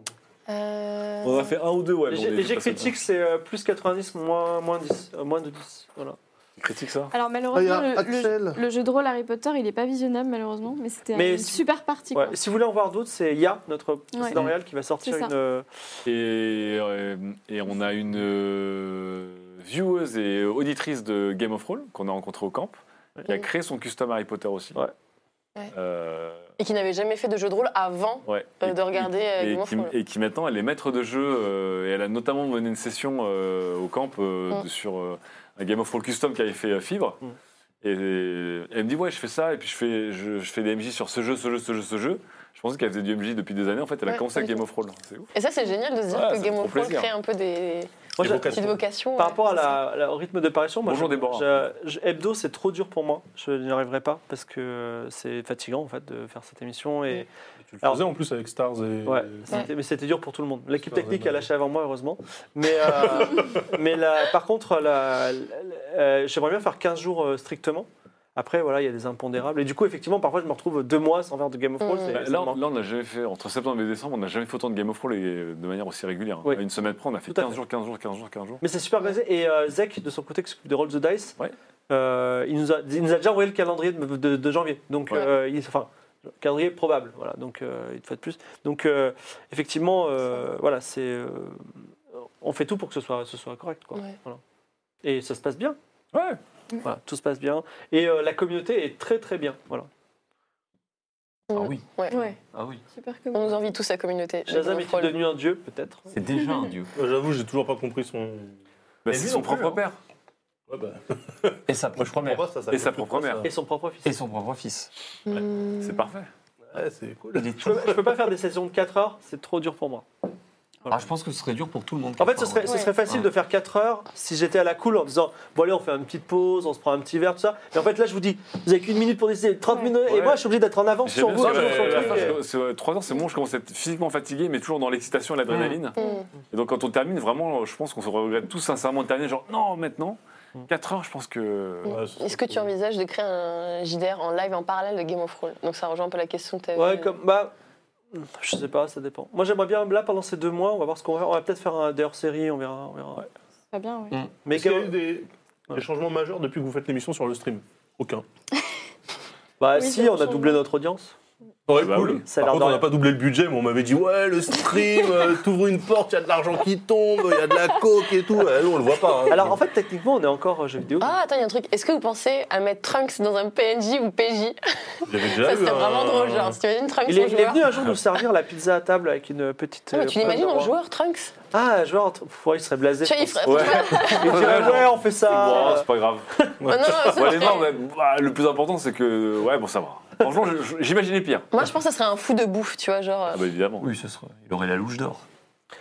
Speaker 2: Euh,
Speaker 5: On a fait un ou deux, ouais.
Speaker 1: Les les jets critiques, c'est euh, plus 90, moins, moins 10, euh, moins de 10. Voilà.
Speaker 5: Critique ça
Speaker 7: Alors, malheureusement,
Speaker 9: Ah, il y a
Speaker 7: le- le,
Speaker 9: Axel.
Speaker 7: le jeu de rôle Harry Potter, il n'est pas visionnable, malheureusement, mais c'était
Speaker 1: Mais
Speaker 7: une
Speaker 1: si-
Speaker 7: super partie.
Speaker 1: Ouais,
Speaker 7: quoi.
Speaker 1: Si vous voulez en voir d'autres, c'est Ya, notre président
Speaker 7: Ouais.
Speaker 1: réel, qui va sortir
Speaker 7: C'est ça.
Speaker 1: une. euh,
Speaker 5: Et, euh, et on a une euh, vieweuse et auditrice de Game of Roll qu'on a rencontrée au camp qui a créé son custom Harry Potter aussi.
Speaker 1: Ouais.
Speaker 2: Ouais.
Speaker 5: Euh,
Speaker 2: Et qui n'avait jamais fait de jeu de rôle avant.
Speaker 5: ouais.
Speaker 2: Euh,
Speaker 5: Et-
Speaker 2: de regarder, euh,
Speaker 5: et,
Speaker 2: Game of
Speaker 5: qui,
Speaker 2: Roll.
Speaker 5: et qui maintenant elle est maître de jeu euh, et elle a notamment mené une session euh, au camp euh,
Speaker 2: Mm.
Speaker 5: de- sur euh, un Game of Roll custom qu'avait fait euh, Fibre.
Speaker 1: Mm.
Speaker 5: Et, et elle me dit ouais je fais ça et puis je fais je, je fais des MJ sur ce jeu ce jeu ce jeu ce jeu. Je pensais qu'elle faisait du MJ depuis des années en fait elle a
Speaker 2: Ouais,
Speaker 5: commencé avec
Speaker 2: ok.
Speaker 5: Game of Roll c'est ouf.
Speaker 2: Et ça, c'est génial de se dire
Speaker 5: Ouais, ça
Speaker 2: que
Speaker 5: me
Speaker 2: Game
Speaker 5: fait
Speaker 2: of Thrones
Speaker 5: plaisir.
Speaker 2: crée un peu des
Speaker 1: Moi, j'ai-
Speaker 2: petites vocations.
Speaker 1: Par
Speaker 2: ouais,
Speaker 1: rapport à
Speaker 2: c'est ça.
Speaker 1: la, la- au rythme de parution, moi,
Speaker 5: Bonjour
Speaker 1: je-
Speaker 5: Déborah.
Speaker 1: je- je- hebdo, c'est trop dur pour moi. Je n'y arriverai pas parce que c'est fatigant en fait de faire cette émission et
Speaker 4: Tu le
Speaker 1: Alors-
Speaker 4: faisais en plus avec Stars et.
Speaker 1: ouais, c'était- mais c'était dur pour tout le monde. L'équipe
Speaker 4: Ça,
Speaker 1: technique
Speaker 4: ouais.
Speaker 1: a lâché avant moi heureusement, mais euh, mais la- par contre, la- la- euh, j'aimerais bien faire 15 jours euh, strictement. Après, voilà, il y a des impondérables. Et du coup, effectivement, parfois, je me retrouve deux mois sans faire de Game of Thrones.
Speaker 2: Mm.
Speaker 1: c'est-
Speaker 5: Bah,
Speaker 1: ça
Speaker 5: là,
Speaker 1: me
Speaker 5: on-
Speaker 1: manque.
Speaker 5: là, on n'a jamais fait, entre septembre et décembre, on n'a jamais fait autant de Game of Thrones et euh, de manière aussi régulière.
Speaker 1: Oui.
Speaker 5: À une semaine près, on a fait
Speaker 1: Tout à
Speaker 5: 15
Speaker 1: fait.
Speaker 5: jours, 15 jours, 15 jours, 15 jours.
Speaker 1: Mais c'est super organisé. Et euh, Zek, de son côté, qui s'occupe de Roll the Dice,
Speaker 5: Ouais.
Speaker 1: euh, il, nous a, il nous a déjà envoyé le calendrier de, de- de janvier. Donc,
Speaker 5: Ouais.
Speaker 1: euh, il- enfin, calendrier probable. Voilà, donc euh, une fois de plus. Donc, euh, effectivement, euh, voilà, c'est. euh, on fait tout pour que ce soit, ce soit correct. Quoi.
Speaker 2: Ouais.
Speaker 1: Voilà. Et ça se passe bien.
Speaker 5: Ouais.
Speaker 1: Voilà, tout se passe bien. Et euh, la communauté est très très bien. Voilà.
Speaker 6: Ah oui.
Speaker 2: Ouais.
Speaker 7: Ouais,
Speaker 6: Ah oui.
Speaker 7: super
Speaker 2: On
Speaker 7: cool.
Speaker 2: nous envie tous à communauté. de
Speaker 1: Shazam
Speaker 2: Game of
Speaker 1: est
Speaker 2: Thrones.
Speaker 1: devenu un dieu, peut-être.
Speaker 6: C'est déjà un dieu.
Speaker 4: Ouais, Bah, J'avoue, j'ai toujours pas compris son.
Speaker 5: Bah,
Speaker 6: Mais
Speaker 5: c'est
Speaker 6: lui
Speaker 5: son
Speaker 6: non plus,
Speaker 5: propre
Speaker 6: hein.
Speaker 5: père.
Speaker 4: Ouais, bah,
Speaker 6: Et sa
Speaker 4: moi, je
Speaker 6: propre
Speaker 4: comprends
Speaker 6: mère.
Speaker 4: pas ça. ça
Speaker 5: Et sa
Speaker 4: fait plus
Speaker 5: propre
Speaker 4: quoi,
Speaker 5: mère.
Speaker 4: ça
Speaker 1: Et son propre fils.
Speaker 6: Et son propre fils.
Speaker 2: Hmm.
Speaker 5: C'est parfait.
Speaker 4: Ouais, c'est cool.
Speaker 6: Il est
Speaker 1: Je
Speaker 6: tout.
Speaker 1: peux, je peux pas faire des sessions de 4 heures, c'est trop dur pour moi.
Speaker 6: Ah, je pense que ce serait dur pour tout le monde.
Speaker 1: En fait, ce serait, ce
Speaker 2: Ouais.
Speaker 1: serait facile de faire 4 heures si j'étais à la cool en disant Bon, allez, on fait une petite pause, on se prend un petit verre, tout ça. Mais en fait, là, je vous dis Vous avez qu'une minute pour décider, 30
Speaker 7: Ouais.
Speaker 1: minutes, et
Speaker 5: Ouais.
Speaker 1: moi, je suis obligé d'être en avance
Speaker 5: J'aime
Speaker 1: sur
Speaker 5: bien
Speaker 1: vous.
Speaker 5: ça,
Speaker 1: sur
Speaker 5: mais
Speaker 1: le
Speaker 5: la
Speaker 1: truc,
Speaker 5: fin,
Speaker 1: et-
Speaker 5: je- c'est- Trois ans, c'est bon, je commence à être physiquement fatigué, mais toujours dans l'excitation et
Speaker 1: Mm.
Speaker 5: l'adrénaline.
Speaker 2: Hmm.
Speaker 5: Et donc, quand on termine, vraiment, je pense qu'on se regrette tous sincèrement de terminer, genre, non, maintenant,
Speaker 1: Mm.
Speaker 5: 4 heures, je pense que.
Speaker 4: Ouais, ce
Speaker 2: Est-ce que
Speaker 4: serait
Speaker 2: tu
Speaker 4: cool.
Speaker 2: envisages de créer un JDR en live en parallèle de Game of Thrones Donc ça rejoint un peu la question que tu
Speaker 1: Ouais, comme. Bah. Je sais pas, ça dépend. Moi, j'aimerais bien, là, pendant ces deux mois, on va voir ce qu'on va faire. On va peut-être faire un des hors-série, on verra. On verra.
Speaker 7: Pas bien, ouais.
Speaker 1: Mais
Speaker 4: Est-ce qu'il y a
Speaker 1: quand-
Speaker 4: eu des, des changements majeurs depuis que vous faites l'émission sur le stream Aucun.
Speaker 1: Bah,
Speaker 7: Oui,
Speaker 1: si,
Speaker 7: c'est
Speaker 1: on a
Speaker 7: changement.
Speaker 1: doublé notre audience.
Speaker 4: Ouais,
Speaker 5: Bah
Speaker 4: cool.
Speaker 5: oui.
Speaker 1: Ça a
Speaker 4: Par
Speaker 1: l'air
Speaker 4: contre, on
Speaker 1: de
Speaker 4: n'a
Speaker 1: rien.
Speaker 4: pas doublé le budget, mais on m'avait dit Ouais, le stream, euh, t'ouvres une porte, il y a de l'argent qui tombe, il y a de la coke et tout. Ouais, nous, on le voit pas. hein.
Speaker 1: Alors, en fait, techniquement, on est encore euh, jeux vidéo.
Speaker 2: Ah, attends, il y a un truc. Est-ce que vous pensez à mettre Trunks dans un PNJ ou PJ
Speaker 4: J'avais déjà
Speaker 2: Ça
Speaker 4: eu
Speaker 2: serait
Speaker 4: un-
Speaker 2: vraiment drôle, genre. Si t'imagines Trunks
Speaker 1: Il est,
Speaker 2: en
Speaker 1: il est
Speaker 2: joueur.
Speaker 1: venu un jour nous servir la pizza à table avec une petite.
Speaker 2: Ah, mais
Speaker 1: euh,
Speaker 2: tu l'imagines
Speaker 1: pomme
Speaker 2: en
Speaker 1: d'orange.
Speaker 2: joueur, Trunks
Speaker 1: Ah, un joueur, pff, ouais, il serait blasé.
Speaker 2: Tu vois, il
Speaker 1: je
Speaker 2: ferait.
Speaker 5: Ouais.
Speaker 1: pense. Il dirait, ouais, on fait
Speaker 5: Bon,
Speaker 1: ça.
Speaker 5: oh, c'est pas grave.
Speaker 2: Non, non, c'est
Speaker 5: Ouais,
Speaker 2: vrai.
Speaker 5: non, mais, bah, le plus important, c'est que. Ouais, bon, ça va. Franchement, je- je- j'imaginais pire.
Speaker 2: Moi, je pense que ça serait un fou de bouffe, tu vois, genre.
Speaker 5: Ah, bah, évidemment.
Speaker 6: Oui, ce serait. Il aurait la louche d'or.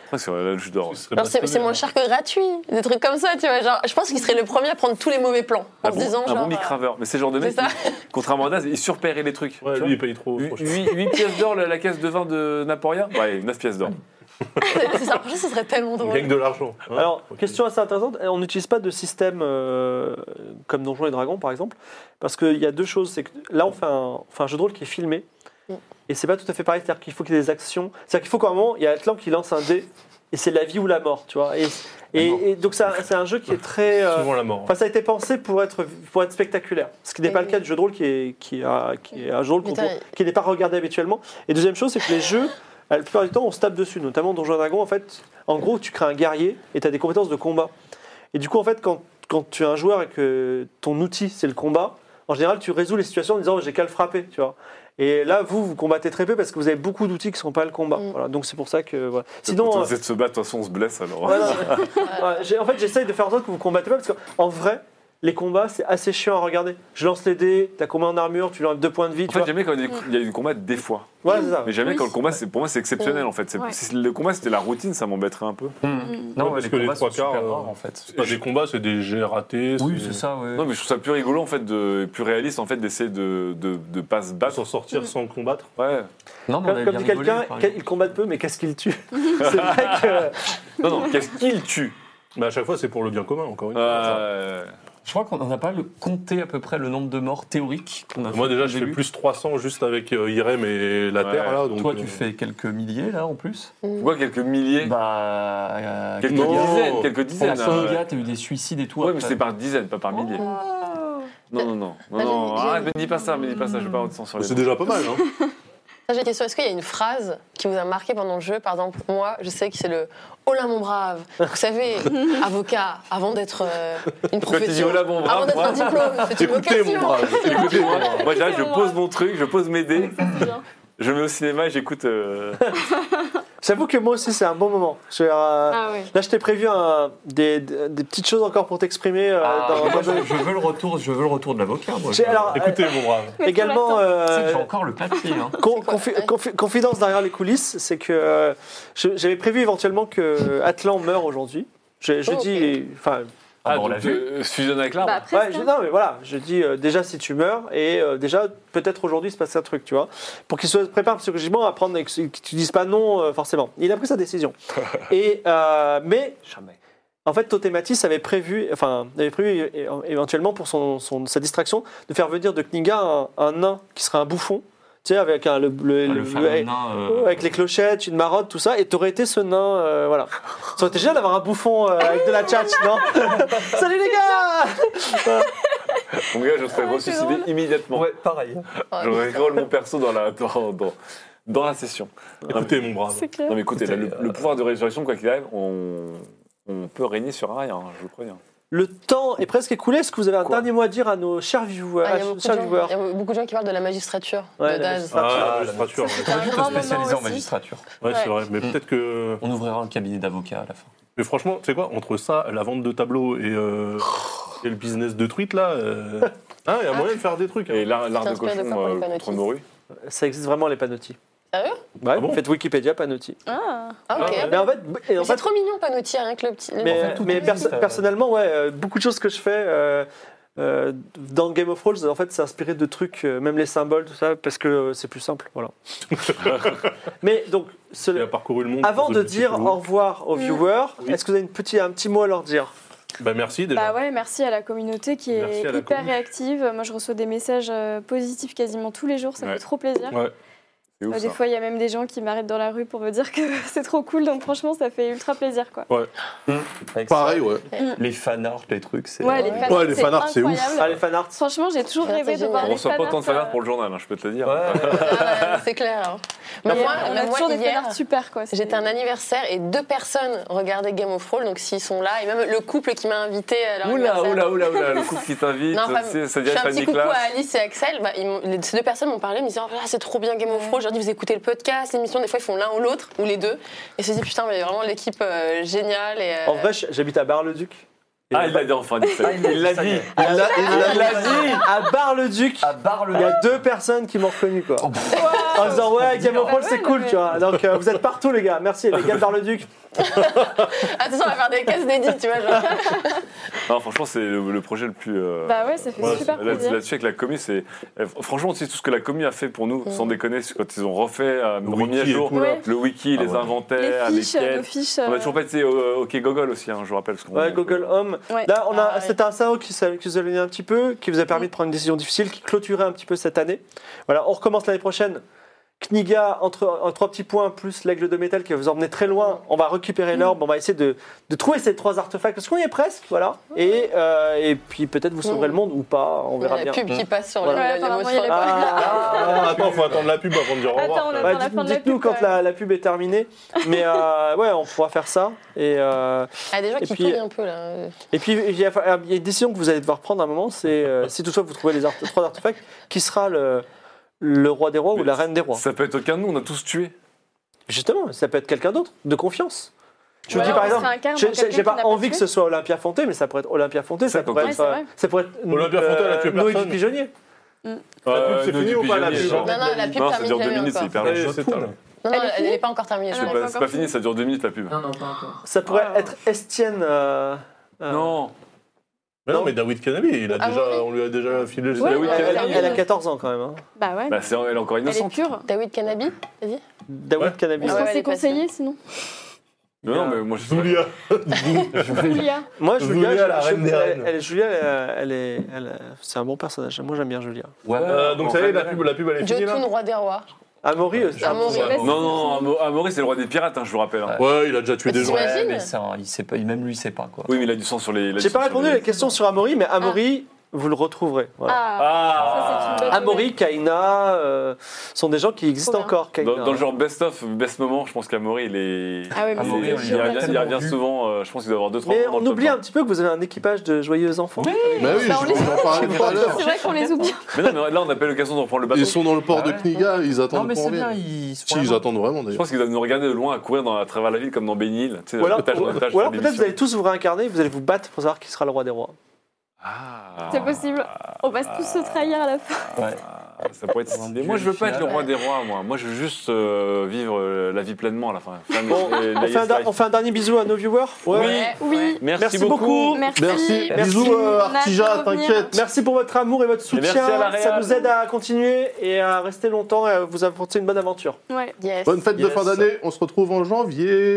Speaker 5: Après, c'est vrai, là, je dors.
Speaker 4: Ce serait
Speaker 2: Genre, c'est
Speaker 4: bastonné,
Speaker 2: c'est moins
Speaker 4: hein.
Speaker 2: cher que gratuit, des trucs comme ça, tu vois. Genre, je pense qu'il serait le premier à prendre tous les mauvais plans en
Speaker 5: Un
Speaker 2: se
Speaker 5: Ah bon,
Speaker 2: disant,
Speaker 5: un
Speaker 2: genre. euh,
Speaker 5: bon micraveur. Mais c'est le genre de
Speaker 2: C'est
Speaker 5: mec,
Speaker 2: ça.
Speaker 5: qui, contrairement à Naz, il surpairait les trucs.
Speaker 4: Ouais,
Speaker 5: Tu
Speaker 4: lui, il paye trop.
Speaker 5: vois,
Speaker 4: franchement.
Speaker 5: Huit- huit pièces d'or la, la caisse de vin de Naporia Ouais, 9 pièces d'or.
Speaker 2: euh, c'est ça, franchement, ce serait tellement
Speaker 4: Il
Speaker 2: drôle.
Speaker 4: gagne de l'argent. hein.
Speaker 1: Alors,
Speaker 4: Ok.
Speaker 1: question assez intéressante. On n'utilise pas de système euh, comme Donjons et Dragons, par exemple, parce qu'il y a deux choses. C'est que là, on fait, un, on fait un jeu de rôle qui est filmé,
Speaker 2: Mm.
Speaker 1: et c'est pas tout à fait pareil. C'est-à-dire qu'il faut qu'il y ait des actions. C'est-à-dire qu'il faut qu'à un moment, il y a Atlan qui lance un dé, et c'est la vie ou la mort, tu vois. Et, et- et donc, ça- c'est un jeu qui est très. euh,
Speaker 4: Souvent la mort.
Speaker 1: Enfin, ça a été pensé pour être, pour être spectaculaire, ce qui n'est pas le cas du jeu de rôle qui est, qui est un- qui est un jeu de rôle qu'on-
Speaker 2: Putain.
Speaker 1: qui n'est pas regardé habituellement. Et deuxième chose, c'est que les jeux, euh, la plupart du temps, on se tape dessus, notamment Donjons et Dragons. En fait, en gros, tu crées un guerrier et tu as des compétences de combat. Et du coup, en fait, quand, quand tu es un joueur et que ton outil, c'est le combat, en général, tu résous les situations en disant j'ai qu'à le frapper, tu vois. Et là, vous, vous combattez très peu parce que vous avez beaucoup d'outils qui ne sont pas le combat.
Speaker 2: Mm.
Speaker 1: Voilà, donc c'est pour ça que. voilà.
Speaker 5: Pour
Speaker 1: Sinon. euh,
Speaker 5: tenter de se battre, de toute façon, on se blesse alors.
Speaker 1: Voilà. Ouais, j'ai- en fait, j'essaye de faire en sorte que vous combattez pas, parce qu'en vrai, les combats, c'est assez chiant à regarder. Je lance les dés, t'as combien en armure, tu enlèves deux points de vie,
Speaker 5: En
Speaker 1: tu
Speaker 5: fait,
Speaker 1: vois.
Speaker 5: jamais quand il y a des- il y a du combat, des fois.
Speaker 1: Voilà, c'est ça.
Speaker 5: Mais jamais
Speaker 7: Oui.
Speaker 5: quand le combat, c'est pour moi, c'est exceptionnel en fait. C'est-
Speaker 7: Ouais.
Speaker 5: Si le combat c'était la routine, ça m'embêterait un peu.
Speaker 6: Non,
Speaker 4: parce
Speaker 6: les
Speaker 4: que les
Speaker 6: combats
Speaker 4: trois
Speaker 6: sont super
Speaker 4: quarts, euh,
Speaker 6: rares en fait.
Speaker 4: C'est pas des combats, c'est des euh. jets ratés.
Speaker 6: Oui, c'est ça, ouais.
Speaker 5: Non, mais je trouve ça plus rigolo en fait, de, plus réaliste en fait, d'essayer de, de, de pas se
Speaker 4: Bah,
Speaker 5: battre.
Speaker 4: s'en sortir sans combattre.
Speaker 5: Ouais.
Speaker 6: Non, mais
Speaker 1: Comme,
Speaker 6: on avait
Speaker 1: comme
Speaker 6: bien
Speaker 1: dit
Speaker 6: rigolé,
Speaker 1: quelqu'un,
Speaker 6: par
Speaker 1: quel- il
Speaker 6: exemple.
Speaker 1: combat peu, mais qu'est-ce qu'il tue C'est vrai que.
Speaker 5: Non, non, qu'est-ce qu'il tue
Speaker 4: Mais Bah, à chaque fois, c'est pour le bien commun, encore une fois.
Speaker 5: Euh,
Speaker 6: Je crois qu'on n'a pas le compté à peu près le nombre de morts théoriques qu'on a
Speaker 4: Moi,
Speaker 6: fait
Speaker 4: déjà,
Speaker 6: au
Speaker 4: je fais
Speaker 6: début.
Speaker 4: plus 300 juste avec euh, Irem et la
Speaker 5: Ouais.
Speaker 4: Terre. Là, donc,
Speaker 6: Toi,
Speaker 4: euh,
Speaker 6: tu fais quelques milliers là en plus.
Speaker 5: Pourquoi quelques milliers
Speaker 6: Bah, euh,
Speaker 5: Quelques
Speaker 6: quelques-
Speaker 4: Non.
Speaker 5: dizaines, quelques
Speaker 6: Pour la
Speaker 5: dizaines. hein,
Speaker 4: euh,
Speaker 6: fin,
Speaker 5: ouais.
Speaker 6: gars, t'as eu des suicides et tout.
Speaker 5: Ouais,
Speaker 6: après.
Speaker 5: mais c'est par dizaines, pas par milliers. Non, non, non. non,
Speaker 2: Bah,
Speaker 5: non.
Speaker 2: j'ai- j'ai-
Speaker 5: Ah, me dis pas ça, me dis pas ça, je vais pas avoir de sang sur les
Speaker 4: C'est
Speaker 5: dents.
Speaker 4: déjà pas mal, hein
Speaker 2: Ça, J'ai une question. Est-ce qu'il y a une phrase qui vous a marqué pendant le jeu Par exemple, moi, je sais que c'est le « Oh là, mon brave !» Vous savez, avocat, avant d'être euh, une
Speaker 5: Quand tu dis
Speaker 2: profession,
Speaker 5: oh là, mon
Speaker 2: avant
Speaker 5: brave,
Speaker 2: d'être
Speaker 5: moi,
Speaker 2: un diplôme, c'est une
Speaker 4: Écoutez,
Speaker 2: vocation
Speaker 4: mon brave.
Speaker 5: écoutez, moi, moi, là, je
Speaker 7: Écoutez, mon
Speaker 5: pose
Speaker 7: brave.
Speaker 5: mon truc, je pose mes dés,
Speaker 7: Ça, c'est bien.
Speaker 5: je me mets au cinéma et j'écoute. euh,
Speaker 1: J'avoue que moi aussi, c'est un bon moment. Je, euh,
Speaker 7: Ah ouais.
Speaker 1: Là, je t'ai prévu un- des, des- des petites choses encore pour t'exprimer. euh,
Speaker 6: Ah,
Speaker 1: dans- dans-
Speaker 6: moi, je, je veux le retour, je veux le retour de l'avocat. moi.
Speaker 1: J'ai- alors,
Speaker 4: Écoutez, mon brave.
Speaker 7: Mais
Speaker 1: également,
Speaker 7: pour l'instant,
Speaker 6: Tu sais
Speaker 1: euh,
Speaker 6: que j'ai encore le papier. hein.
Speaker 1: Con-
Speaker 2: C'est quoi
Speaker 1: confi-
Speaker 2: Ouais.
Speaker 1: confi- confidence derrière les coulisses, c'est que euh, je- j'avais prévu éventuellement que Atlan meure aujourd'hui. Je, je
Speaker 2: Oh, ok.
Speaker 1: dis, enfin,
Speaker 6: Ah,
Speaker 5: Ah,
Speaker 6: bon, on
Speaker 5: donc,
Speaker 6: l'a vu.
Speaker 5: euh, fusionne avec l'arbre.
Speaker 7: Bah, presque,
Speaker 1: ouais, je-
Speaker 7: hein.
Speaker 1: non mais voilà, je dis euh, déjà si tu meurs et euh, déjà peut-être aujourd'hui il se passe un truc, tu vois, pour qu'il se prépare psychologiquement à prendre, et que tu dises pas non euh, forcément. Il a pris sa décision. et euh, mais En fait, Totematis avait prévu, enfin, avait prévu é- é- éventuellement pour son, son- sa distraction de faire venir de Kninga un, un nain qui serait un bouffon, tu sais, avec un, le, le- le-
Speaker 6: Ah, le fameux
Speaker 1: ouais,
Speaker 6: nain,
Speaker 1: Ouais,
Speaker 6: euh,
Speaker 1: Avec les clochettes, une marotte, tout ça, et t'aurais été ce nain, euh, voilà. Ça aurait été génial d'avoir un bouffon euh, avec de la tchatch, non Salut les gars
Speaker 5: Mon gars, je
Speaker 2: Ah
Speaker 5: serais
Speaker 7: c'est
Speaker 5: ressuscité
Speaker 7: drôle.
Speaker 5: immédiatement.
Speaker 6: Ouais, pareil.
Speaker 5: J'aurais rigole mon perso dans la, dans, dans, dans la session.
Speaker 4: Écoutez, euh, mon brave.
Speaker 7: C'est clair.
Speaker 5: Non mais écoutez, là, le,
Speaker 6: Écoutez,
Speaker 5: le pouvoir de résurrection, quoi qu'il arrive, on, on peut régner sur un rail, hein, je vous préviens.
Speaker 1: Le temps est presque écoulé, est-ce que vous avez un
Speaker 5: Quoi
Speaker 1: dernier mot à dire à nos chers viewers,
Speaker 2: Ah, Il y a
Speaker 1: à nos
Speaker 2: beaucoup de
Speaker 1: chers
Speaker 2: gens-
Speaker 1: viewers
Speaker 2: il y a beaucoup de gens qui parlent de la magistrature
Speaker 1: Ouais, la
Speaker 2: de Daz.
Speaker 1: magistrature.
Speaker 4: Ah,
Speaker 6: Ah,
Speaker 4: la magistrature. ouais.
Speaker 7: C'était un grand
Speaker 6: Te spécialiser
Speaker 7: moment
Speaker 6: en
Speaker 7: aussi.
Speaker 6: magistrature.
Speaker 4: Ouais,
Speaker 7: Ouais.
Speaker 4: c'est vrai. Mais peut-être que.
Speaker 6: On ouvrira un cabinet d'avocat à la fin.
Speaker 4: Mais franchement, tu sais quoi, entre ça, la vente de tableaux et, euh, et le business de truites, là, euh, hein,
Speaker 9: Ah.
Speaker 4: il y a moyen de faire des trucs. hein.
Speaker 5: Et l'art l'art de
Speaker 2: t'inspires de
Speaker 5: cochon
Speaker 2: quoi pour les
Speaker 5: euh, contre
Speaker 2: panotis
Speaker 5: Moru
Speaker 1: Ça existe vraiment les panotis.
Speaker 2: Sérieux
Speaker 1: Ouais,
Speaker 4: Ah bon
Speaker 1: faites Wikipédia panotis.
Speaker 7: Ah.
Speaker 2: Ah, ok.
Speaker 1: Mais en fait, et en
Speaker 2: C'est
Speaker 1: fait,
Speaker 2: trop mignon, Panotti, rien que le petit... le-
Speaker 1: mais,
Speaker 6: en fait, tout
Speaker 1: mais
Speaker 6: est
Speaker 1: perso-
Speaker 6: juste, euh,
Speaker 1: personnellement, ouais, euh, beaucoup de choses que je fais euh, euh, dans Game of Thrones, en fait, c'est inspiré de trucs, euh, même les symboles, tout ça, parce que euh, c'est plus simple, voilà. mais donc, ce-
Speaker 4: Il a parcouru le monde.
Speaker 1: Avant
Speaker 4: pour
Speaker 1: de
Speaker 4: ce petit
Speaker 1: dire
Speaker 4: tableau.
Speaker 1: au revoir
Speaker 2: Mm.
Speaker 1: aux viewers,
Speaker 4: Oui.
Speaker 1: est-ce que vous avez une petite, un petit mot à leur dire
Speaker 4: Bah merci déjà.
Speaker 7: Bah ouais, merci à la communauté qui
Speaker 4: Merci
Speaker 7: est
Speaker 4: à la
Speaker 7: hyper
Speaker 4: commu.
Speaker 7: réactive. Moi, je reçois des messages euh, positifs quasiment tous les jours, ça
Speaker 5: Ouais.
Speaker 7: fait trop plaisir.
Speaker 4: Ouais.
Speaker 5: C'est
Speaker 7: Euh,
Speaker 5: ouf
Speaker 7: des
Speaker 5: ça.
Speaker 7: fois, il y a même des gens qui m'arrêtent dans la rue pour me dire que c'est trop cool, donc franchement, ça fait ultra plaisir, quoi.
Speaker 6: Avec
Speaker 4: ouais.
Speaker 6: Les fanarts, les trucs, c'est.
Speaker 7: Ouais,
Speaker 6: Ouais,
Speaker 7: les fanarts,
Speaker 4: Ouais, les fanarts, c'est
Speaker 7: c'est
Speaker 4: ouf.
Speaker 7: incroyable.
Speaker 1: Ah, les fanarts
Speaker 7: Franchement, j'ai toujours
Speaker 2: Ouais,
Speaker 7: rêvé
Speaker 2: c'est
Speaker 7: de voir
Speaker 5: On
Speaker 7: les
Speaker 5: reçoit pas tant de
Speaker 7: fanarts, euh,
Speaker 5: fanards pour le journal, hein, je peux te le dire.
Speaker 6: ouais.
Speaker 2: Ah, ouais, c'est clair. hein. Mais
Speaker 7: euh,
Speaker 2: moi,
Speaker 7: on
Speaker 2: mais
Speaker 7: a
Speaker 2: moi,
Speaker 7: toujours des
Speaker 2: hier,
Speaker 7: fanarts super, quoi. C'est-
Speaker 2: J'étais à un anniversaire et deux personnes regardaient Game of Thrones, donc s'ils sont là, et même le couple qui m'a invité à leur
Speaker 5: Oula,
Speaker 2: anniversaire.
Speaker 5: oula, oula, oula, le couple qui t'invite,
Speaker 2: Non, pas-
Speaker 5: c'est- ça
Speaker 2: Je
Speaker 5: dit
Speaker 2: fais un
Speaker 5: à
Speaker 2: petit coucou à
Speaker 5: Nicolas.
Speaker 2: Alice et Axel. Bah, ils m'ont- les- ces deux personnes m'ont parlé, me disant Ah, c'est trop bien Game of Thrones. J'ai dit vous écoutez le podcast, l'émission. Des fois ils font l'un ou l'autre ou les deux. Et je me suis dit putain mais vraiment l'équipe euh, géniale et euh,
Speaker 1: En vrai, j'habite à Bar-le-Duc. Et-
Speaker 5: Ah, il l'a dit enfin, dit ça. il l'a dit.
Speaker 1: Il l'a- il l'a dit Ah. À Bar-le-Duc,
Speaker 6: À barre le
Speaker 1: il y a deux personnes qui m'ont reconnu, quoi. En disant, ouais, Game of Thrones, c'est
Speaker 7: Ouais,
Speaker 1: cool,
Speaker 7: mais-
Speaker 1: tu vois. Donc, euh, vous êtes partout, les gars. Merci, les gars de Bar-le-Duc.
Speaker 2: euh, attention on va faire des cases dédiées tu vois. genre.
Speaker 5: Non, franchement, c'est le, le projet le plus. euh,
Speaker 7: Bah ouais, ça fait
Speaker 5: Ouais,
Speaker 7: super
Speaker 5: là- Là-dessus,
Speaker 7: plaisir.
Speaker 5: avec la commu, c'est. euh, Franchement, c'est tout ce que la commu a fait pour
Speaker 7: Mm.
Speaker 5: nous, sans déconner, c'est quand ils ont refait, euh,
Speaker 4: Le
Speaker 5: remis à
Speaker 4: wiki et
Speaker 5: jour
Speaker 4: tout,
Speaker 7: là.
Speaker 5: le wiki,
Speaker 4: Ah
Speaker 5: les
Speaker 4: ouais.
Speaker 5: inventaires,
Speaker 7: Les
Speaker 5: les,
Speaker 7: fiches,
Speaker 5: quêtes.
Speaker 7: nos fiches.
Speaker 5: On
Speaker 7: euh,
Speaker 5: a toujours pas été au- OK Google aussi, hein, je vous rappelle. parce qu'on-
Speaker 1: Ouais, Google Home.
Speaker 7: ouais.
Speaker 1: Là, on
Speaker 2: Ah,
Speaker 1: a,
Speaker 2: ouais.
Speaker 1: c'était un SAO qui, s'a- qui vous a donné un petit peu, qui vous a permis de prendre une décision difficile, qui clôturait un petit peu cette année. Voilà, on recommence l'année prochaine. Kniga, entre, en trois petits points, plus l'aigle de métal qui va vous emmener très loin. On va
Speaker 7: Mm.
Speaker 1: récupérer l'orbe, on va essayer de, de trouver ces trois artefacts, parce qu'on y est presque, voilà. Et, euh, et puis peut-être vous
Speaker 7: Mm.
Speaker 1: sauverez le monde ou pas, on
Speaker 2: Il y
Speaker 1: verra
Speaker 2: a la
Speaker 1: bien.
Speaker 2: pub qui passe sur
Speaker 1: Voilà.
Speaker 2: le-
Speaker 7: Ouais,
Speaker 2: le-
Speaker 7: apparemment, il y a
Speaker 2: l'émotion.
Speaker 7: la pub.
Speaker 4: Ah, attends, faut attendre la pub avant de dire au revoir.
Speaker 7: Attends,
Speaker 4: frère.
Speaker 7: on attend
Speaker 1: Ouais,
Speaker 7: la
Speaker 1: Bah, dites-
Speaker 7: fin de la
Speaker 1: Dites-nous
Speaker 7: pub,
Speaker 1: quand
Speaker 7: ouais.
Speaker 1: la, la pub est terminée. Mais euh, ouais, on pourra faire ça. Et, euh,
Speaker 2: Il y a des gens
Speaker 1: Et
Speaker 2: qui
Speaker 1: puis-
Speaker 2: tournent un peu là.
Speaker 1: et puis, il y, a, euh, il y a une décision que vous allez devoir prendre à un moment c'est euh, si toutefois vous trouvez les arte- trois artefacts, qui sera le, le roi des rois ou
Speaker 5: Mais
Speaker 1: la reine des rois.
Speaker 5: Ça peut être aucun de nous, on a tous tué.
Speaker 1: Justement, ça peut être quelqu'un d'autre, de confiance. Je
Speaker 7: Ouais,
Speaker 1: me dis
Speaker 7: on
Speaker 1: par
Speaker 7: se
Speaker 1: exemple,
Speaker 7: réincarne
Speaker 1: j'ai-
Speaker 7: dans
Speaker 1: j'ai
Speaker 7: quelqu'un
Speaker 1: j'ai
Speaker 7: qui n'a
Speaker 1: pas
Speaker 7: pas
Speaker 1: envie que
Speaker 7: tué.
Speaker 1: ce soit Olympia Fonté, mais ça pourrait être Olympia Fonté, ça,
Speaker 5: Ça peut
Speaker 1: pourrait
Speaker 7: être-
Speaker 1: être,
Speaker 7: Ouais, c'est
Speaker 1: euh, ça pourrait être
Speaker 9: Olympia Fontaine, elle a tué
Speaker 1: Noé du
Speaker 9: personne.
Speaker 1: pigeonnier.
Speaker 9: La pub, c'est
Speaker 5: Euh, nous,
Speaker 9: fini
Speaker 5: du
Speaker 9: ou pas, la
Speaker 5: pigeonnier,
Speaker 9: pub
Speaker 5: genre.
Speaker 7: Bah,
Speaker 2: Non, non, la pub
Speaker 5: Non, ça
Speaker 2: termine
Speaker 5: dure deux
Speaker 2: jamais
Speaker 5: minutes, c'est
Speaker 2: encore.
Speaker 5: hyper long.
Speaker 9: Allez, c'est tard.
Speaker 2: Non,
Speaker 7: Elle
Speaker 2: non,
Speaker 7: est
Speaker 2: elle n'est
Speaker 7: finie
Speaker 2: pas encore terminée. je
Speaker 7: Elle
Speaker 5: C'est
Speaker 7: est
Speaker 2: crois.
Speaker 7: pas
Speaker 5: pas, c'est
Speaker 7: encore
Speaker 5: pas fini, ça dure deux minutes la pub.
Speaker 6: Non, non, pas encore.
Speaker 1: Ça pourrait
Speaker 6: Ah.
Speaker 1: être Estienne. euh, euh,
Speaker 5: Non,
Speaker 9: Mais non, mais David Canabi, il a
Speaker 2: Ah,
Speaker 9: déjà,
Speaker 2: oui.
Speaker 9: on lui a déjà filé.
Speaker 7: Ouais,
Speaker 9: David
Speaker 7: ouais,
Speaker 9: Canabi.
Speaker 1: Elle, a-
Speaker 7: Canabi.
Speaker 1: elle a 14 ans quand même. hein.
Speaker 7: Bah ouais,
Speaker 5: bah, c'est- elle est encore
Speaker 7: elle est
Speaker 5: innocente.
Speaker 7: pure.
Speaker 2: David Canabi, t'as dit
Speaker 1: David
Speaker 9: Ouais.
Speaker 1: Cannabis.
Speaker 7: Est-ce
Speaker 2: Ouais,
Speaker 7: qu'on
Speaker 2: ouais, elle
Speaker 7: s'est
Speaker 2: est pas
Speaker 7: conseillé sinon
Speaker 5: Non, non, mais moi je
Speaker 9: Zulia.
Speaker 7: Julia
Speaker 1: Moi, Julia,
Speaker 9: Julia,
Speaker 1: je-
Speaker 9: la
Speaker 1: je-
Speaker 9: reine des
Speaker 1: elle-
Speaker 9: reines.
Speaker 1: elle- Julia, elle, elle est, elle- c'est un bon personnage. Moi, j'aime bien Julia.
Speaker 6: Ouais,
Speaker 9: Euh, Donc ça y est, la
Speaker 5: Ouais.
Speaker 9: pub, la pub, elle est finie
Speaker 2: Jotun,
Speaker 9: là
Speaker 2: roi des rois.
Speaker 1: Amaury euh, aussi.
Speaker 2: Amaury.
Speaker 9: Ouais.
Speaker 5: Non, non, Amo- Amaury, c'est le roi des pirates, hein, je vous rappelle. hein.
Speaker 9: Ouais, il a déjà tué
Speaker 2: Mais
Speaker 9: des gens.
Speaker 2: t'imagines
Speaker 6: Ouais, mais ça, il sait pas, même lui, il sait pas quoi.
Speaker 5: Oui, mais il a du sang sur les. il a
Speaker 1: J'ai
Speaker 5: du
Speaker 1: pas
Speaker 5: sang sur
Speaker 1: répondu à
Speaker 5: les-
Speaker 1: la question sur Amaury, mais Amaury, vous le retrouverez. Voilà.
Speaker 7: Ah,
Speaker 5: Ah
Speaker 7: Ça, c'est une bonne-
Speaker 1: Amaury, Kaina euh, sont des gens qui existent
Speaker 7: Trop bien.
Speaker 1: encore. Kaina.
Speaker 5: dans, dans le genre best-of, best moment, je pense qu'Amaury, il est.
Speaker 7: Ah ouais, mais
Speaker 5: il,
Speaker 6: Amaury,
Speaker 5: est-
Speaker 6: on
Speaker 5: il
Speaker 6: l'a
Speaker 5: revient, il
Speaker 6: tellement
Speaker 5: revient
Speaker 6: vu.
Speaker 5: souvent, euh, je pense qu'il doit avoir deux, trois.
Speaker 1: Mais
Speaker 5: dans le
Speaker 1: on
Speaker 5: top
Speaker 1: oublie
Speaker 5: un.
Speaker 1: un petit peu que vous avez un équipage de joyeux enfants.
Speaker 9: Bah oui,
Speaker 7: Bah, on
Speaker 9: je-
Speaker 7: les-
Speaker 9: on en parlait tout à l'heure.
Speaker 7: C'est vrai qu'on les oublie.
Speaker 5: Mais non, mais là, on appelle l'occasion de reprendre le bateau.
Speaker 9: Ils sont dans le port
Speaker 6: Ah
Speaker 9: de
Speaker 6: ouais.
Speaker 9: Kniga, ils
Speaker 6: Non,
Speaker 9: attendent
Speaker 6: mais
Speaker 9: qu'on
Speaker 6: c'est bien,
Speaker 9: revienne.
Speaker 6: ils sont
Speaker 9: Si, ils
Speaker 6: vraiment-
Speaker 9: attendent vraiment
Speaker 5: Je
Speaker 9: d'ailleurs.
Speaker 5: pense qu'ils doivent nous regarder de loin à courir dans, à travers la ville comme dans Benny Hill. Tu sais,
Speaker 1: Ou alors,
Speaker 5: otage,
Speaker 1: ou-
Speaker 5: otage,
Speaker 1: ou alors
Speaker 5: c'est
Speaker 1: peut-être vous allez
Speaker 5: l'émission.
Speaker 1: tous vous réincarner, vous allez vous battre pour savoir qui sera le roi des rois.
Speaker 5: Ah.
Speaker 7: C'est possible. On va tous se trahir à la fin.
Speaker 6: Ouais.
Speaker 5: Ah, Ça pourrait être stylé. Moi, je veux pas être le roi des rois, moi. Moi, je veux juste euh, vivre euh, la vie pleinement à la fin. Enfin,
Speaker 1: Bon,
Speaker 5: euh,
Speaker 1: on,
Speaker 5: la
Speaker 1: fait un,
Speaker 5: yes life.
Speaker 1: on fait un dernier bisou à nos viewers.
Speaker 2: Ouais,
Speaker 7: Oui.
Speaker 2: ouais.
Speaker 5: Merci,
Speaker 1: Merci
Speaker 5: beaucoup.
Speaker 1: beaucoup.
Speaker 7: Merci.
Speaker 9: Merci.
Speaker 1: Merci.
Speaker 9: Bisous, euh,
Speaker 7: On a hâte de
Speaker 9: Artija,
Speaker 7: revenir.
Speaker 9: t'inquiète.
Speaker 1: Merci pour votre amour et votre
Speaker 5: Et merci
Speaker 1: soutien.
Speaker 5: à la Real.
Speaker 1: Ça nous aide à continuer et à rester longtemps et à vous apporter une bonne aventure.
Speaker 7: Ouais.
Speaker 2: Yes.
Speaker 9: Bonne fête de
Speaker 5: Yes.
Speaker 9: fin d'année, on se retrouve en janvier.